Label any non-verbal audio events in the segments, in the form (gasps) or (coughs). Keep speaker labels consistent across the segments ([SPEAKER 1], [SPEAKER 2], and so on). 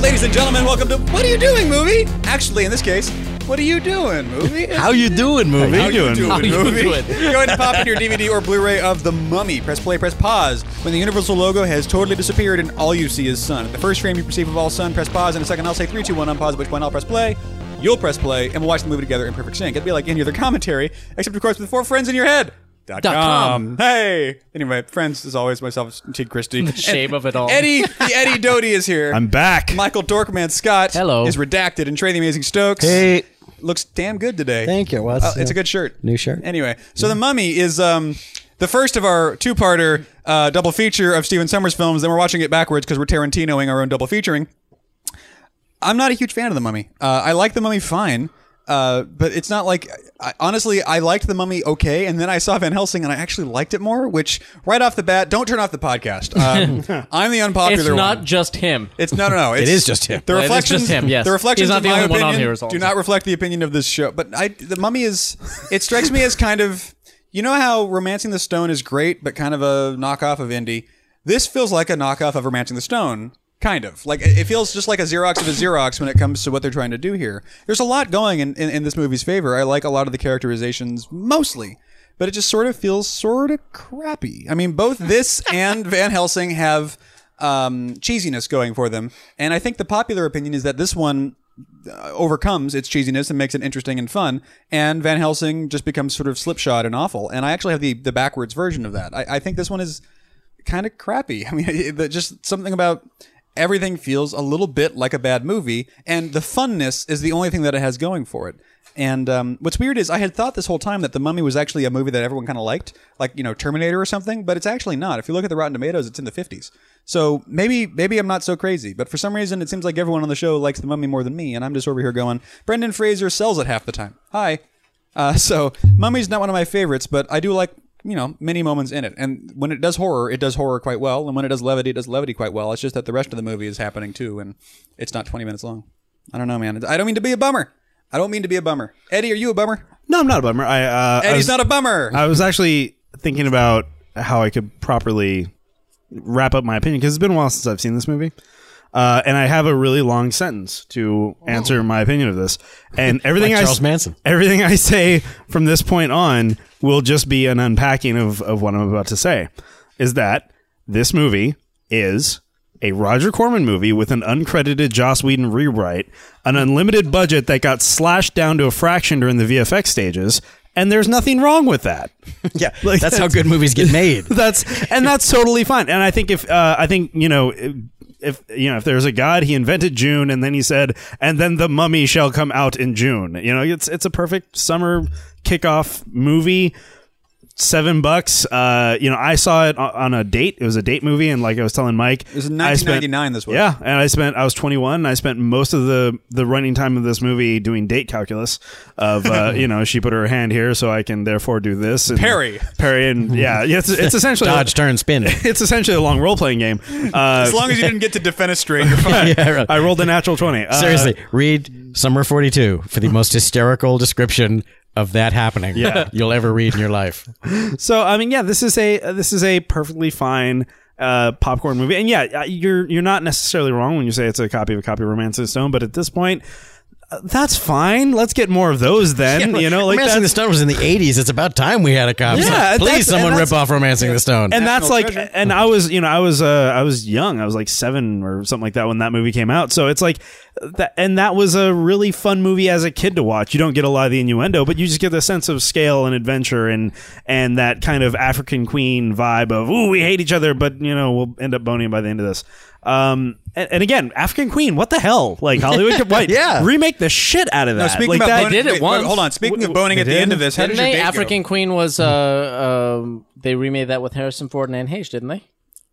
[SPEAKER 1] Ladies and gentlemen, welcome to What Are You Doing, Movie? Actually, in this case, What Are You Doing, (laughs) Movie?
[SPEAKER 2] How you doing, movie?
[SPEAKER 1] How you doing,
[SPEAKER 2] How you
[SPEAKER 1] movie?
[SPEAKER 2] doing?
[SPEAKER 1] (laughs) Go ahead and pop in your DVD or Blu-ray of The Mummy. Press play, press pause. When the Universal logo has totally disappeared and all you see is sun. At the first frame you perceive of all sun, press pause. In a second, I'll say 3, 2, 1, unpause, at which point I'll press play. You'll press play, and we'll watch the movie together in perfect sync. It'd be like any other (laughs) commentary, except, of course, with four friends in your head. Dot
[SPEAKER 2] Dot
[SPEAKER 1] com. Hey. Anyway, friends, as always, myself, Tig Christie. (laughs) The
[SPEAKER 2] shame of it all.
[SPEAKER 1] Eddie, the (laughs) Eddie Doty is here.
[SPEAKER 3] I'm back.
[SPEAKER 1] Michael Dorkman Scott
[SPEAKER 2] Hello.
[SPEAKER 1] is redacted, and Trey the Amazing Stokes
[SPEAKER 4] Hey.
[SPEAKER 1] looks damn good today.
[SPEAKER 4] Thank you. Well,
[SPEAKER 1] Uh,
[SPEAKER 4] that's,
[SPEAKER 1] it's a
[SPEAKER 4] uh,
[SPEAKER 1] good shirt.
[SPEAKER 4] new shirt.
[SPEAKER 1] Anyway, so the Mummy is um, the first of our two-parter uh, double feature of Steven Summers films. Then we're watching it backwards because we're Tarantinoing our own double featuring. I'm not a huge fan of the Mummy. Uh, I like the Mummy fine. Uh, but it's not like I, honestly, I liked the Mummy okay, and then I saw Van Helsing, and I actually liked it more. Which right off the bat, don't turn off the podcast. Um, I'm the unpopular.
[SPEAKER 2] It's
[SPEAKER 1] one.
[SPEAKER 2] not just him.
[SPEAKER 1] It's no, no, no. It's,
[SPEAKER 3] is just him.
[SPEAKER 1] The
[SPEAKER 2] It is
[SPEAKER 1] reflections,
[SPEAKER 2] just him, yes.
[SPEAKER 1] the reflections
[SPEAKER 2] He's not
[SPEAKER 1] of
[SPEAKER 2] the
[SPEAKER 1] my
[SPEAKER 2] only one on
[SPEAKER 1] opinion
[SPEAKER 2] here, is all
[SPEAKER 1] do
[SPEAKER 2] I'm
[SPEAKER 1] not
[SPEAKER 2] saying.
[SPEAKER 1] reflect the opinion of this show. But I, the mummy is. It strikes me as kind of. You know how Romancing the Stone is great, but kind of a knockoff of indie. This feels like a knockoff of Romancing the Stone, kind of. Like it it feels just like a Xerox of a Xerox when it comes to what they're trying to do here. There's a lot going in, in, in this movie's favor. I like a lot of the characterizations, mostly but it just sort of feels sort of crappy. I mean, both this and Van Helsing have um, cheesiness going for them, and I think the popular opinion is that this one uh, overcomes its cheesiness and makes it interesting and fun, and Van Helsing just becomes sort of slipshod and awful. And I actually have the the backwards version of that. I, I think this one is kind of crappy. (laughs) I mean, it, it- just something about everything feels a little bit like a bad movie, and the funness is the only thing that it has going for it. And um, what's weird is I had thought this whole time that The Mummy was actually a movie that everyone kind of liked, like you know Terminator or something, but it's actually not. If you look at the Rotten Tomatoes, it's in the fifties. So maybe maybe I'm not so crazy, but for some reason it seems like everyone on the show likes The Mummy more than me, and I'm just over here going, Brendan Fraser sells it half the time. Hi. Uh, so Mummy's not one of my favorites, but I do like you know many moments in it. And when it does horror, it does horror quite well, and when it does levity, it does levity quite well. It's just that the rest of the movie is happening too, and it's not 20 minutes long. I don't know, man. I don't mean to be a bummer. I don't mean to be a bummer. Eddie, are you a bummer?
[SPEAKER 3] No, I'm not a bummer. I uh, I
[SPEAKER 1] Eddie's
[SPEAKER 3] was,
[SPEAKER 1] not a bummer.
[SPEAKER 3] I was actually thinking about how I could properly wrap up my opinion because it's been a while since I've seen this movie, uh, and I have a really long sentence to answer my opinion of this. And everything I
[SPEAKER 4] Charles Manson.
[SPEAKER 3] everything I say from this point on will just be an unpacking of of what I'm about to say. Is that this movie is a Roger Corman movie with an uncredited Joss Whedon rewrite, an unlimited budget that got slashed down to a fraction during the VFX stages, and there's nothing wrong with that.
[SPEAKER 4] (laughs) yeah,
[SPEAKER 3] Like,
[SPEAKER 4] that's how good movies get
[SPEAKER 3] (laughs)
[SPEAKER 4] made.
[SPEAKER 3] that's and that's totally fine. And I think if uh, I think you know if you know if there's a god, he invented June, and then he said, and then the mummy shall come out in June. You know, it's it's a perfect summer kickoff movie. Seven bucks. Uh, you know, I saw it on- on a date. It was a date movie, and like I was telling Mike, it
[SPEAKER 1] was in 1999 this was.
[SPEAKER 3] Yeah, and I spent I was 21. And I spent most of the the running time of this movie doing date calculus of
[SPEAKER 1] (laughs)
[SPEAKER 3] uh, you know she put her hand here, so I can therefore do this. And
[SPEAKER 1] Parry.
[SPEAKER 3] Parry, and yeah, yeah, it's, it's essentially
[SPEAKER 4] Dodge, turn,
[SPEAKER 3] (laughs)
[SPEAKER 4] spin.
[SPEAKER 3] It's essentially a long role playing game. Uh,
[SPEAKER 1] as long as you didn't get to
[SPEAKER 2] (laughs)
[SPEAKER 1] defenestrate, you're fine.
[SPEAKER 4] yeah, right.
[SPEAKER 3] I rolled a natural twenty. Uh,
[SPEAKER 4] Seriously, read Summer 42 for the most hysterical description of that happening
[SPEAKER 3] Yeah.
[SPEAKER 4] (laughs) you'll ever read in your life.
[SPEAKER 3] So I mean, yeah, this is a this is a perfectly fine uh, popcorn movie, and yeah, uh, you're you're not necessarily wrong when you say it's a copy of a copy of Romance of the Stone, but at this point. uh, That's fine. Let's get more of those
[SPEAKER 4] (laughs)
[SPEAKER 3] then. you know, like
[SPEAKER 4] Romancing
[SPEAKER 3] that's,
[SPEAKER 4] the Stone was in the 80s. It's about time we had a copy.
[SPEAKER 3] Yeah, that's-
[SPEAKER 4] Please, someone
[SPEAKER 3] and
[SPEAKER 4] rip
[SPEAKER 3] that's-
[SPEAKER 4] off Romancing the Stone.
[SPEAKER 3] and that's like
[SPEAKER 1] treasure.
[SPEAKER 3] and i was you know i was uh i was young i was like seven or something like that when that movie came out so it's like that and that was a really fun movie as a kid to watch you don't get a lot of the innuendo but you just get the sense of scale and adventure and and that kind of african queen vibe of ooh we hate each other but you know we'll end up boning by the end of this um and, and again african queen what the hell like hollywood could wait,
[SPEAKER 4] Yeah.
[SPEAKER 3] remake the shit out of that
[SPEAKER 1] Now, speaking
[SPEAKER 3] like
[SPEAKER 1] about
[SPEAKER 3] that,
[SPEAKER 1] boning,
[SPEAKER 2] did it
[SPEAKER 1] wait, wait,
[SPEAKER 2] once.
[SPEAKER 1] hold on. Speaking of boning at the end of this, how did your
[SPEAKER 2] Didn't they?
[SPEAKER 1] date go?
[SPEAKER 2] African Queen was uh um they remade that with Harrison Ford and Anne Heche, didn't they?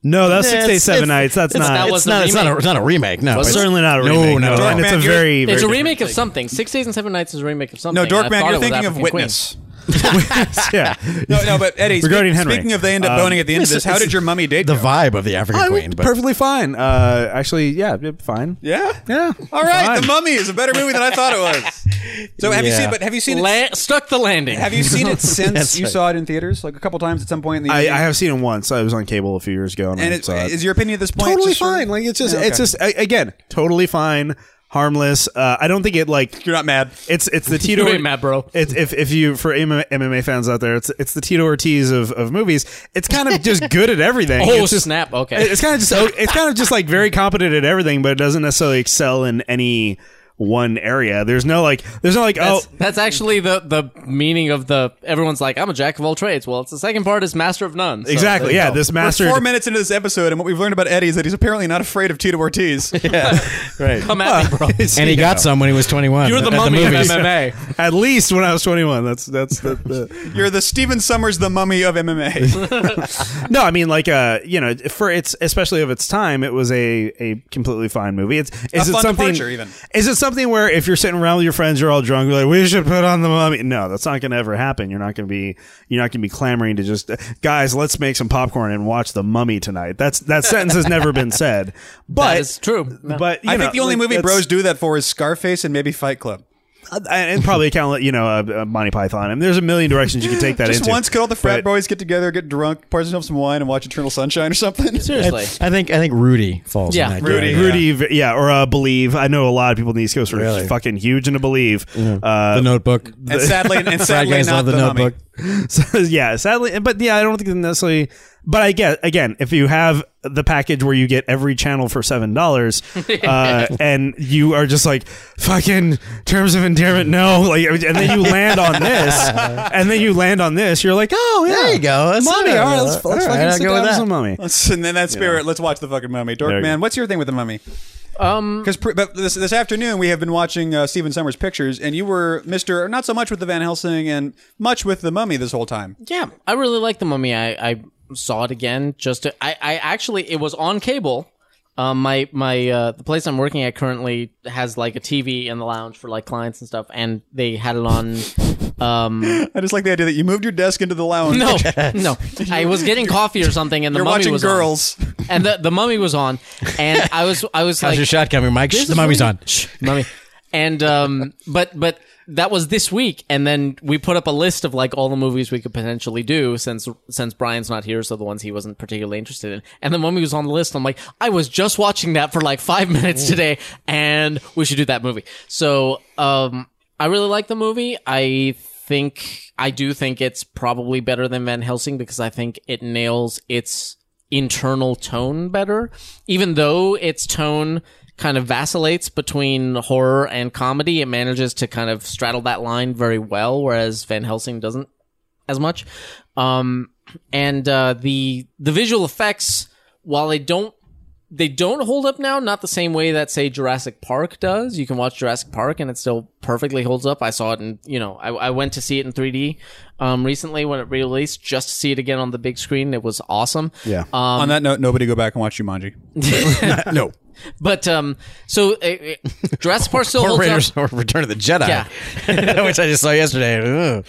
[SPEAKER 3] no that's six
[SPEAKER 4] It's-
[SPEAKER 3] days seven
[SPEAKER 4] it's-
[SPEAKER 3] nights that's
[SPEAKER 2] it's-
[SPEAKER 3] not
[SPEAKER 2] that
[SPEAKER 3] it's,
[SPEAKER 2] was-
[SPEAKER 4] it's, not, it's, not a, it's not a remake. No,
[SPEAKER 2] Was
[SPEAKER 4] it's
[SPEAKER 2] it?
[SPEAKER 3] certainly not a
[SPEAKER 4] No,
[SPEAKER 3] remake
[SPEAKER 4] no,
[SPEAKER 3] and
[SPEAKER 1] no.
[SPEAKER 3] it's a
[SPEAKER 1] Man, you're-
[SPEAKER 3] very, very
[SPEAKER 2] It's a
[SPEAKER 3] different
[SPEAKER 2] remake of something. Six Days and Seven Nights is a remake of something.
[SPEAKER 1] No,
[SPEAKER 2] and I
[SPEAKER 1] Dorkman,
[SPEAKER 2] thought it
[SPEAKER 1] you're
[SPEAKER 2] was
[SPEAKER 1] thinking of
[SPEAKER 2] African Queen.
[SPEAKER 1] Witness.
[SPEAKER 3] (laughs) yeah.
[SPEAKER 1] No, no, but Eddie.
[SPEAKER 3] Regarding
[SPEAKER 1] speak-
[SPEAKER 3] Henry.
[SPEAKER 1] Speaking of they end up
[SPEAKER 2] Uh,
[SPEAKER 3] Um,
[SPEAKER 1] boning at the end of this,
[SPEAKER 3] listen,
[SPEAKER 1] how
[SPEAKER 3] it's-
[SPEAKER 1] did your mummy date
[SPEAKER 4] The
[SPEAKER 1] go?
[SPEAKER 4] vibe of the African
[SPEAKER 3] I
[SPEAKER 4] Queen,
[SPEAKER 3] went
[SPEAKER 4] but
[SPEAKER 3] perfectly fine. Uh, actually, yeah, yeah, fine.
[SPEAKER 1] Yeah.
[SPEAKER 3] Yeah.
[SPEAKER 1] All right,
[SPEAKER 3] fine.
[SPEAKER 1] The Mummy is a better movie than I thought it was. So have you
[SPEAKER 4] Yeah.
[SPEAKER 1] seen? But have you seen? It,
[SPEAKER 2] La- stuck the landing.
[SPEAKER 1] have you
[SPEAKER 3] (laughs)
[SPEAKER 1] seen it since
[SPEAKER 4] That's
[SPEAKER 1] you
[SPEAKER 4] right.
[SPEAKER 1] saw it in theaters? Like a couple times at some point in the
[SPEAKER 3] I,
[SPEAKER 1] evening?
[SPEAKER 3] I have seen it once. I was on cable a few years ago, and,
[SPEAKER 1] And
[SPEAKER 3] I
[SPEAKER 1] it,
[SPEAKER 3] saw it.
[SPEAKER 1] is your opinion at this point
[SPEAKER 3] totally
[SPEAKER 1] just sort of-
[SPEAKER 3] fine. Like it's just,
[SPEAKER 1] Yeah, okay.
[SPEAKER 3] it's just a- again, totally fine, harmless. Uh, I don't think it like
[SPEAKER 1] You're not mad.
[SPEAKER 3] it's
[SPEAKER 1] (laughs)
[SPEAKER 3] it's the Tito.
[SPEAKER 2] ain't mad, bro.
[SPEAKER 3] It's if if you for MMA MMA fans out there, it's it's the Tito Ortiz of, of movies. It's kind of just good
[SPEAKER 1] (laughs)
[SPEAKER 3] at everything.
[SPEAKER 2] oh
[SPEAKER 3] it's just
[SPEAKER 2] snap! Okay.
[SPEAKER 3] it's kind of just it's kind of just like very competent at everything, but it doesn't necessarily excel in any one area. There's no like there's no like oh
[SPEAKER 2] That's, that's actually the the meaning of the. Everyone's like, I'm a jack of all trades. Well, it's the second part is master of none. So there
[SPEAKER 3] exactly
[SPEAKER 2] you
[SPEAKER 3] yeah
[SPEAKER 2] go.
[SPEAKER 3] this master
[SPEAKER 1] We're four minutes into this episode, and what we've learned about Eddie is that he's apparently not afraid of Tito
[SPEAKER 3] (laughs)
[SPEAKER 1] Ortiz.
[SPEAKER 2] Come at me, bro.
[SPEAKER 4] (laughs) and he got some when he was 21.
[SPEAKER 2] You're
[SPEAKER 4] at
[SPEAKER 2] the mummy of
[SPEAKER 4] movies.
[SPEAKER 2] MMA.
[SPEAKER 3] (laughs) at least when I was 21. That's that's the, the (laughs)
[SPEAKER 1] You're the Steven Summers, the mummy of MMA.
[SPEAKER 3] No, I mean like uh, you know, for its especially of its time, it was a a completely fine movie. It's is it
[SPEAKER 1] fun
[SPEAKER 3] something
[SPEAKER 1] departure, even.
[SPEAKER 3] is it something where if you're sitting around with your friends, you're all drunk, you're like, we should put on the mummy. No, that's not going to ever happen. You're not going to be you're not going to be clamoring to just guys, let's make some popcorn and watch the mummy tonight. That's that sentence has never been said, but.
[SPEAKER 2] That is true. No.
[SPEAKER 3] But you
[SPEAKER 1] I
[SPEAKER 3] know,
[SPEAKER 1] think the only
[SPEAKER 3] like,
[SPEAKER 1] movie
[SPEAKER 3] that's-
[SPEAKER 1] bros do that for is Scarface and maybe Fight Club.
[SPEAKER 3] Uh, and- and probably count you know uh, uh, Monty Python. I mean, there's a million directions you can take that
[SPEAKER 1] Just
[SPEAKER 3] into.
[SPEAKER 1] once, could all the frat
[SPEAKER 3] But-
[SPEAKER 1] boys get together, get drunk, pour themselves some wine, and watch Eternal Sunshine or something?
[SPEAKER 2] Seriously.
[SPEAKER 4] (laughs) I think I think Rudy falls.
[SPEAKER 2] Yeah,
[SPEAKER 4] in that
[SPEAKER 1] Rudy.
[SPEAKER 4] category.
[SPEAKER 3] Rudy, v- yeah, or uh, Believe. I know a lot of people in the East Coast are
[SPEAKER 4] Really?
[SPEAKER 3] fucking huge into Believe. Uh,
[SPEAKER 4] The Notebook.
[SPEAKER 1] and sadly, and
[SPEAKER 4] Frat
[SPEAKER 1] sadly
[SPEAKER 4] guys
[SPEAKER 1] not
[SPEAKER 4] love the,
[SPEAKER 1] the, mummy.
[SPEAKER 3] (laughs)
[SPEAKER 4] Notebook.
[SPEAKER 3] so, yeah, sadly, but yeah, I don't think it's necessarily. But I get again, if you have the package where you get every channel for seven dollars, uh, and you are just like fucking terms of endearment, no, like, and then you land on
[SPEAKER 4] (laughs)
[SPEAKER 3] this, and then you land on this, you're like, oh yeah,
[SPEAKER 4] There you go. That's
[SPEAKER 3] mommy.
[SPEAKER 4] it.
[SPEAKER 3] All right, let's, let's
[SPEAKER 4] All right,
[SPEAKER 3] fucking
[SPEAKER 4] I'll
[SPEAKER 3] sit
[SPEAKER 4] go
[SPEAKER 3] down
[SPEAKER 4] with
[SPEAKER 3] with
[SPEAKER 4] that.
[SPEAKER 3] some mommy.
[SPEAKER 1] Let's- And in that spirit, let's watch the fucking mummy. Dork
[SPEAKER 3] There you
[SPEAKER 1] man,
[SPEAKER 3] go.
[SPEAKER 1] what's your thing with the mummy?
[SPEAKER 2] Um,
[SPEAKER 1] Because pre- but this, this afternoon we have been watching uh, Steven Summers pictures, and you were Mister not so much with the Van Helsing and much with the mummy this whole time.
[SPEAKER 2] yeah, I really like the mummy. I, I saw it again. Just to, I, I actually it was on cable. Um, my my uh, the place I'm working at currently has like a TV in the lounge for like clients and stuff, and they had it on.
[SPEAKER 1] (laughs)
[SPEAKER 2] Um,
[SPEAKER 1] I just like the idea that you moved your desk into the lounge.
[SPEAKER 2] no, no, I was getting coffee or something, and the
[SPEAKER 1] you're
[SPEAKER 2] mummy
[SPEAKER 1] watching
[SPEAKER 2] was on.
[SPEAKER 1] girls.
[SPEAKER 2] and the, the mummy was on, and I was I was
[SPEAKER 4] How's
[SPEAKER 2] like
[SPEAKER 4] your shot coming, Mike? Shh,
[SPEAKER 2] This
[SPEAKER 4] the
[SPEAKER 2] is
[SPEAKER 4] mummy's
[SPEAKER 2] really-
[SPEAKER 4] on.
[SPEAKER 2] Shh, mummy. And um, but but that was this week, and then we put up a list of like all the movies we could potentially do since since Brian's not here, so the ones he wasn't particularly interested in. And the mummy was on the list. I'm like, I was just watching that for like five minutes today, and we should do that movie. So um, I really like the movie. I think I do think it's probably better than Van Helsing because I think it nails its internal tone better, even though its tone kind of vacillates between horror and comedy. It manages to kind of straddle that line very well, whereas Van Helsing doesn't as much. Um, and uh, the the visual effects, while they don't they don't hold up now, not the same way that say Jurassic Park does. You can watch Jurassic Park and it still perfectly holds up. I saw it in you know I, I went to see it in 3D um, recently when it released, just to see it again on the big screen. It was awesome.
[SPEAKER 3] Yeah.
[SPEAKER 1] (laughs)
[SPEAKER 4] Uh,
[SPEAKER 2] um,
[SPEAKER 1] On that note, nobody go back and watch Jumanji.
[SPEAKER 4] (laughs) No.
[SPEAKER 2] But um, so
[SPEAKER 4] (laughs)
[SPEAKER 2] uh, uh, Jurassic Park still
[SPEAKER 4] Or,
[SPEAKER 2] holds up.
[SPEAKER 4] Raiders, (laughs) or Return of the Jedi,
[SPEAKER 2] Yeah.
[SPEAKER 4] (laughs) which I just saw yesterday. Ugh.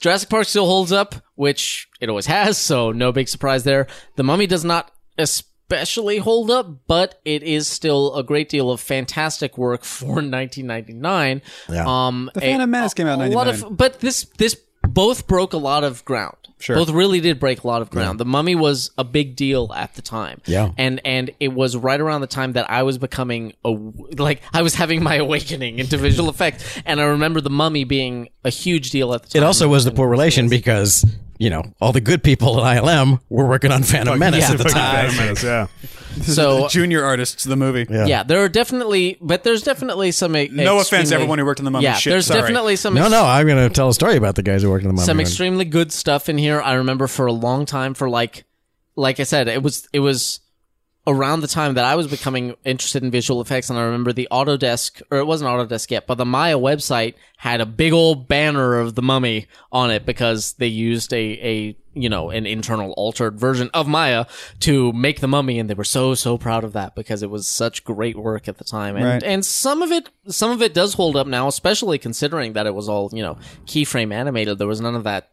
[SPEAKER 2] Jurassic Park still holds up, which it always has, so no big surprise there. The Mummy does not especially hold up, but it is still a great deal of fantastic work for (laughs) 1999.
[SPEAKER 4] Yeah.
[SPEAKER 2] Um,
[SPEAKER 1] The Phantom Menace came out in
[SPEAKER 2] a lot of,
[SPEAKER 1] 99.
[SPEAKER 2] but this this both broke a lot of ground. Sure, both really did break a lot of ground. The Mummy was a big deal at the time.
[SPEAKER 4] Yeah.
[SPEAKER 2] and and it was right around the time that I was becoming a like I was having my (laughs) awakening into visual effects, and I remember the Mummy being a huge deal at the time.
[SPEAKER 4] It also was the poor relation because, you know, all the good people at ILM were working on Phantom Menace
[SPEAKER 2] yeah.
[SPEAKER 4] at the
[SPEAKER 3] Fucking
[SPEAKER 4] time.
[SPEAKER 3] Phantom Menace, yeah.
[SPEAKER 1] (laughs)
[SPEAKER 2] so
[SPEAKER 1] Junior artists, the movie.
[SPEAKER 2] yeah. there are definitely but there's definitely some no
[SPEAKER 1] No offense, everyone who worked on the Mummy.
[SPEAKER 2] yeah
[SPEAKER 1] Shit,
[SPEAKER 2] there's
[SPEAKER 1] sorry.
[SPEAKER 2] definitely some
[SPEAKER 4] No, no, I'm going to tell a story about the guys who worked in the mummy.
[SPEAKER 2] some extremely good stuff in here i remember for a long time for like like i said it was it was around the time that I was becoming interested in visual effects, and I remember the Autodesk, or it wasn't Autodesk yet, but the Maya website had a big old banner of the mummy on it because they used a, a, you know, an internal altered version of Maya to make the mummy, and they were so, so proud of that because it was such great work at the time. And,
[SPEAKER 1] Right.
[SPEAKER 2] and some of it, some of it does hold up now, especially considering that it was all, you know, keyframe animated. There was none of that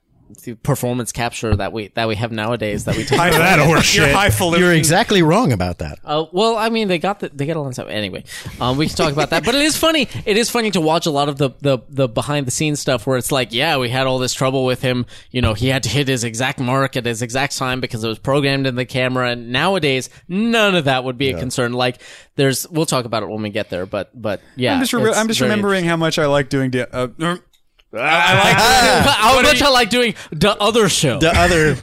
[SPEAKER 2] performance capture that we, that we have nowadays that we
[SPEAKER 1] (laughs)
[SPEAKER 2] take
[SPEAKER 3] that horseshit.
[SPEAKER 1] You're highfalutin.
[SPEAKER 4] You're exactly wrong about that.
[SPEAKER 2] Uh, well, I mean, they got the, they got a lot of stuff. Anyway, um, we can talk about that. But it is funny. It is funny to watch a lot of the, the, the behind the scenes stuff where it's like, yeah, we had all this trouble with him. You know, he had to hit his exact mark at his exact time because it was programmed in the camera. And nowadays, none of that would be a concern. Like, there's, we'll talk about it when we get there. But, but yeah.
[SPEAKER 1] I'm just, re-
[SPEAKER 2] it's
[SPEAKER 1] I'm just
[SPEAKER 2] very
[SPEAKER 1] remembering how much I like doing. Di- uh, er,
[SPEAKER 3] Ah,
[SPEAKER 2] interesting. How much I like doing the other show.
[SPEAKER 4] The (laughs) other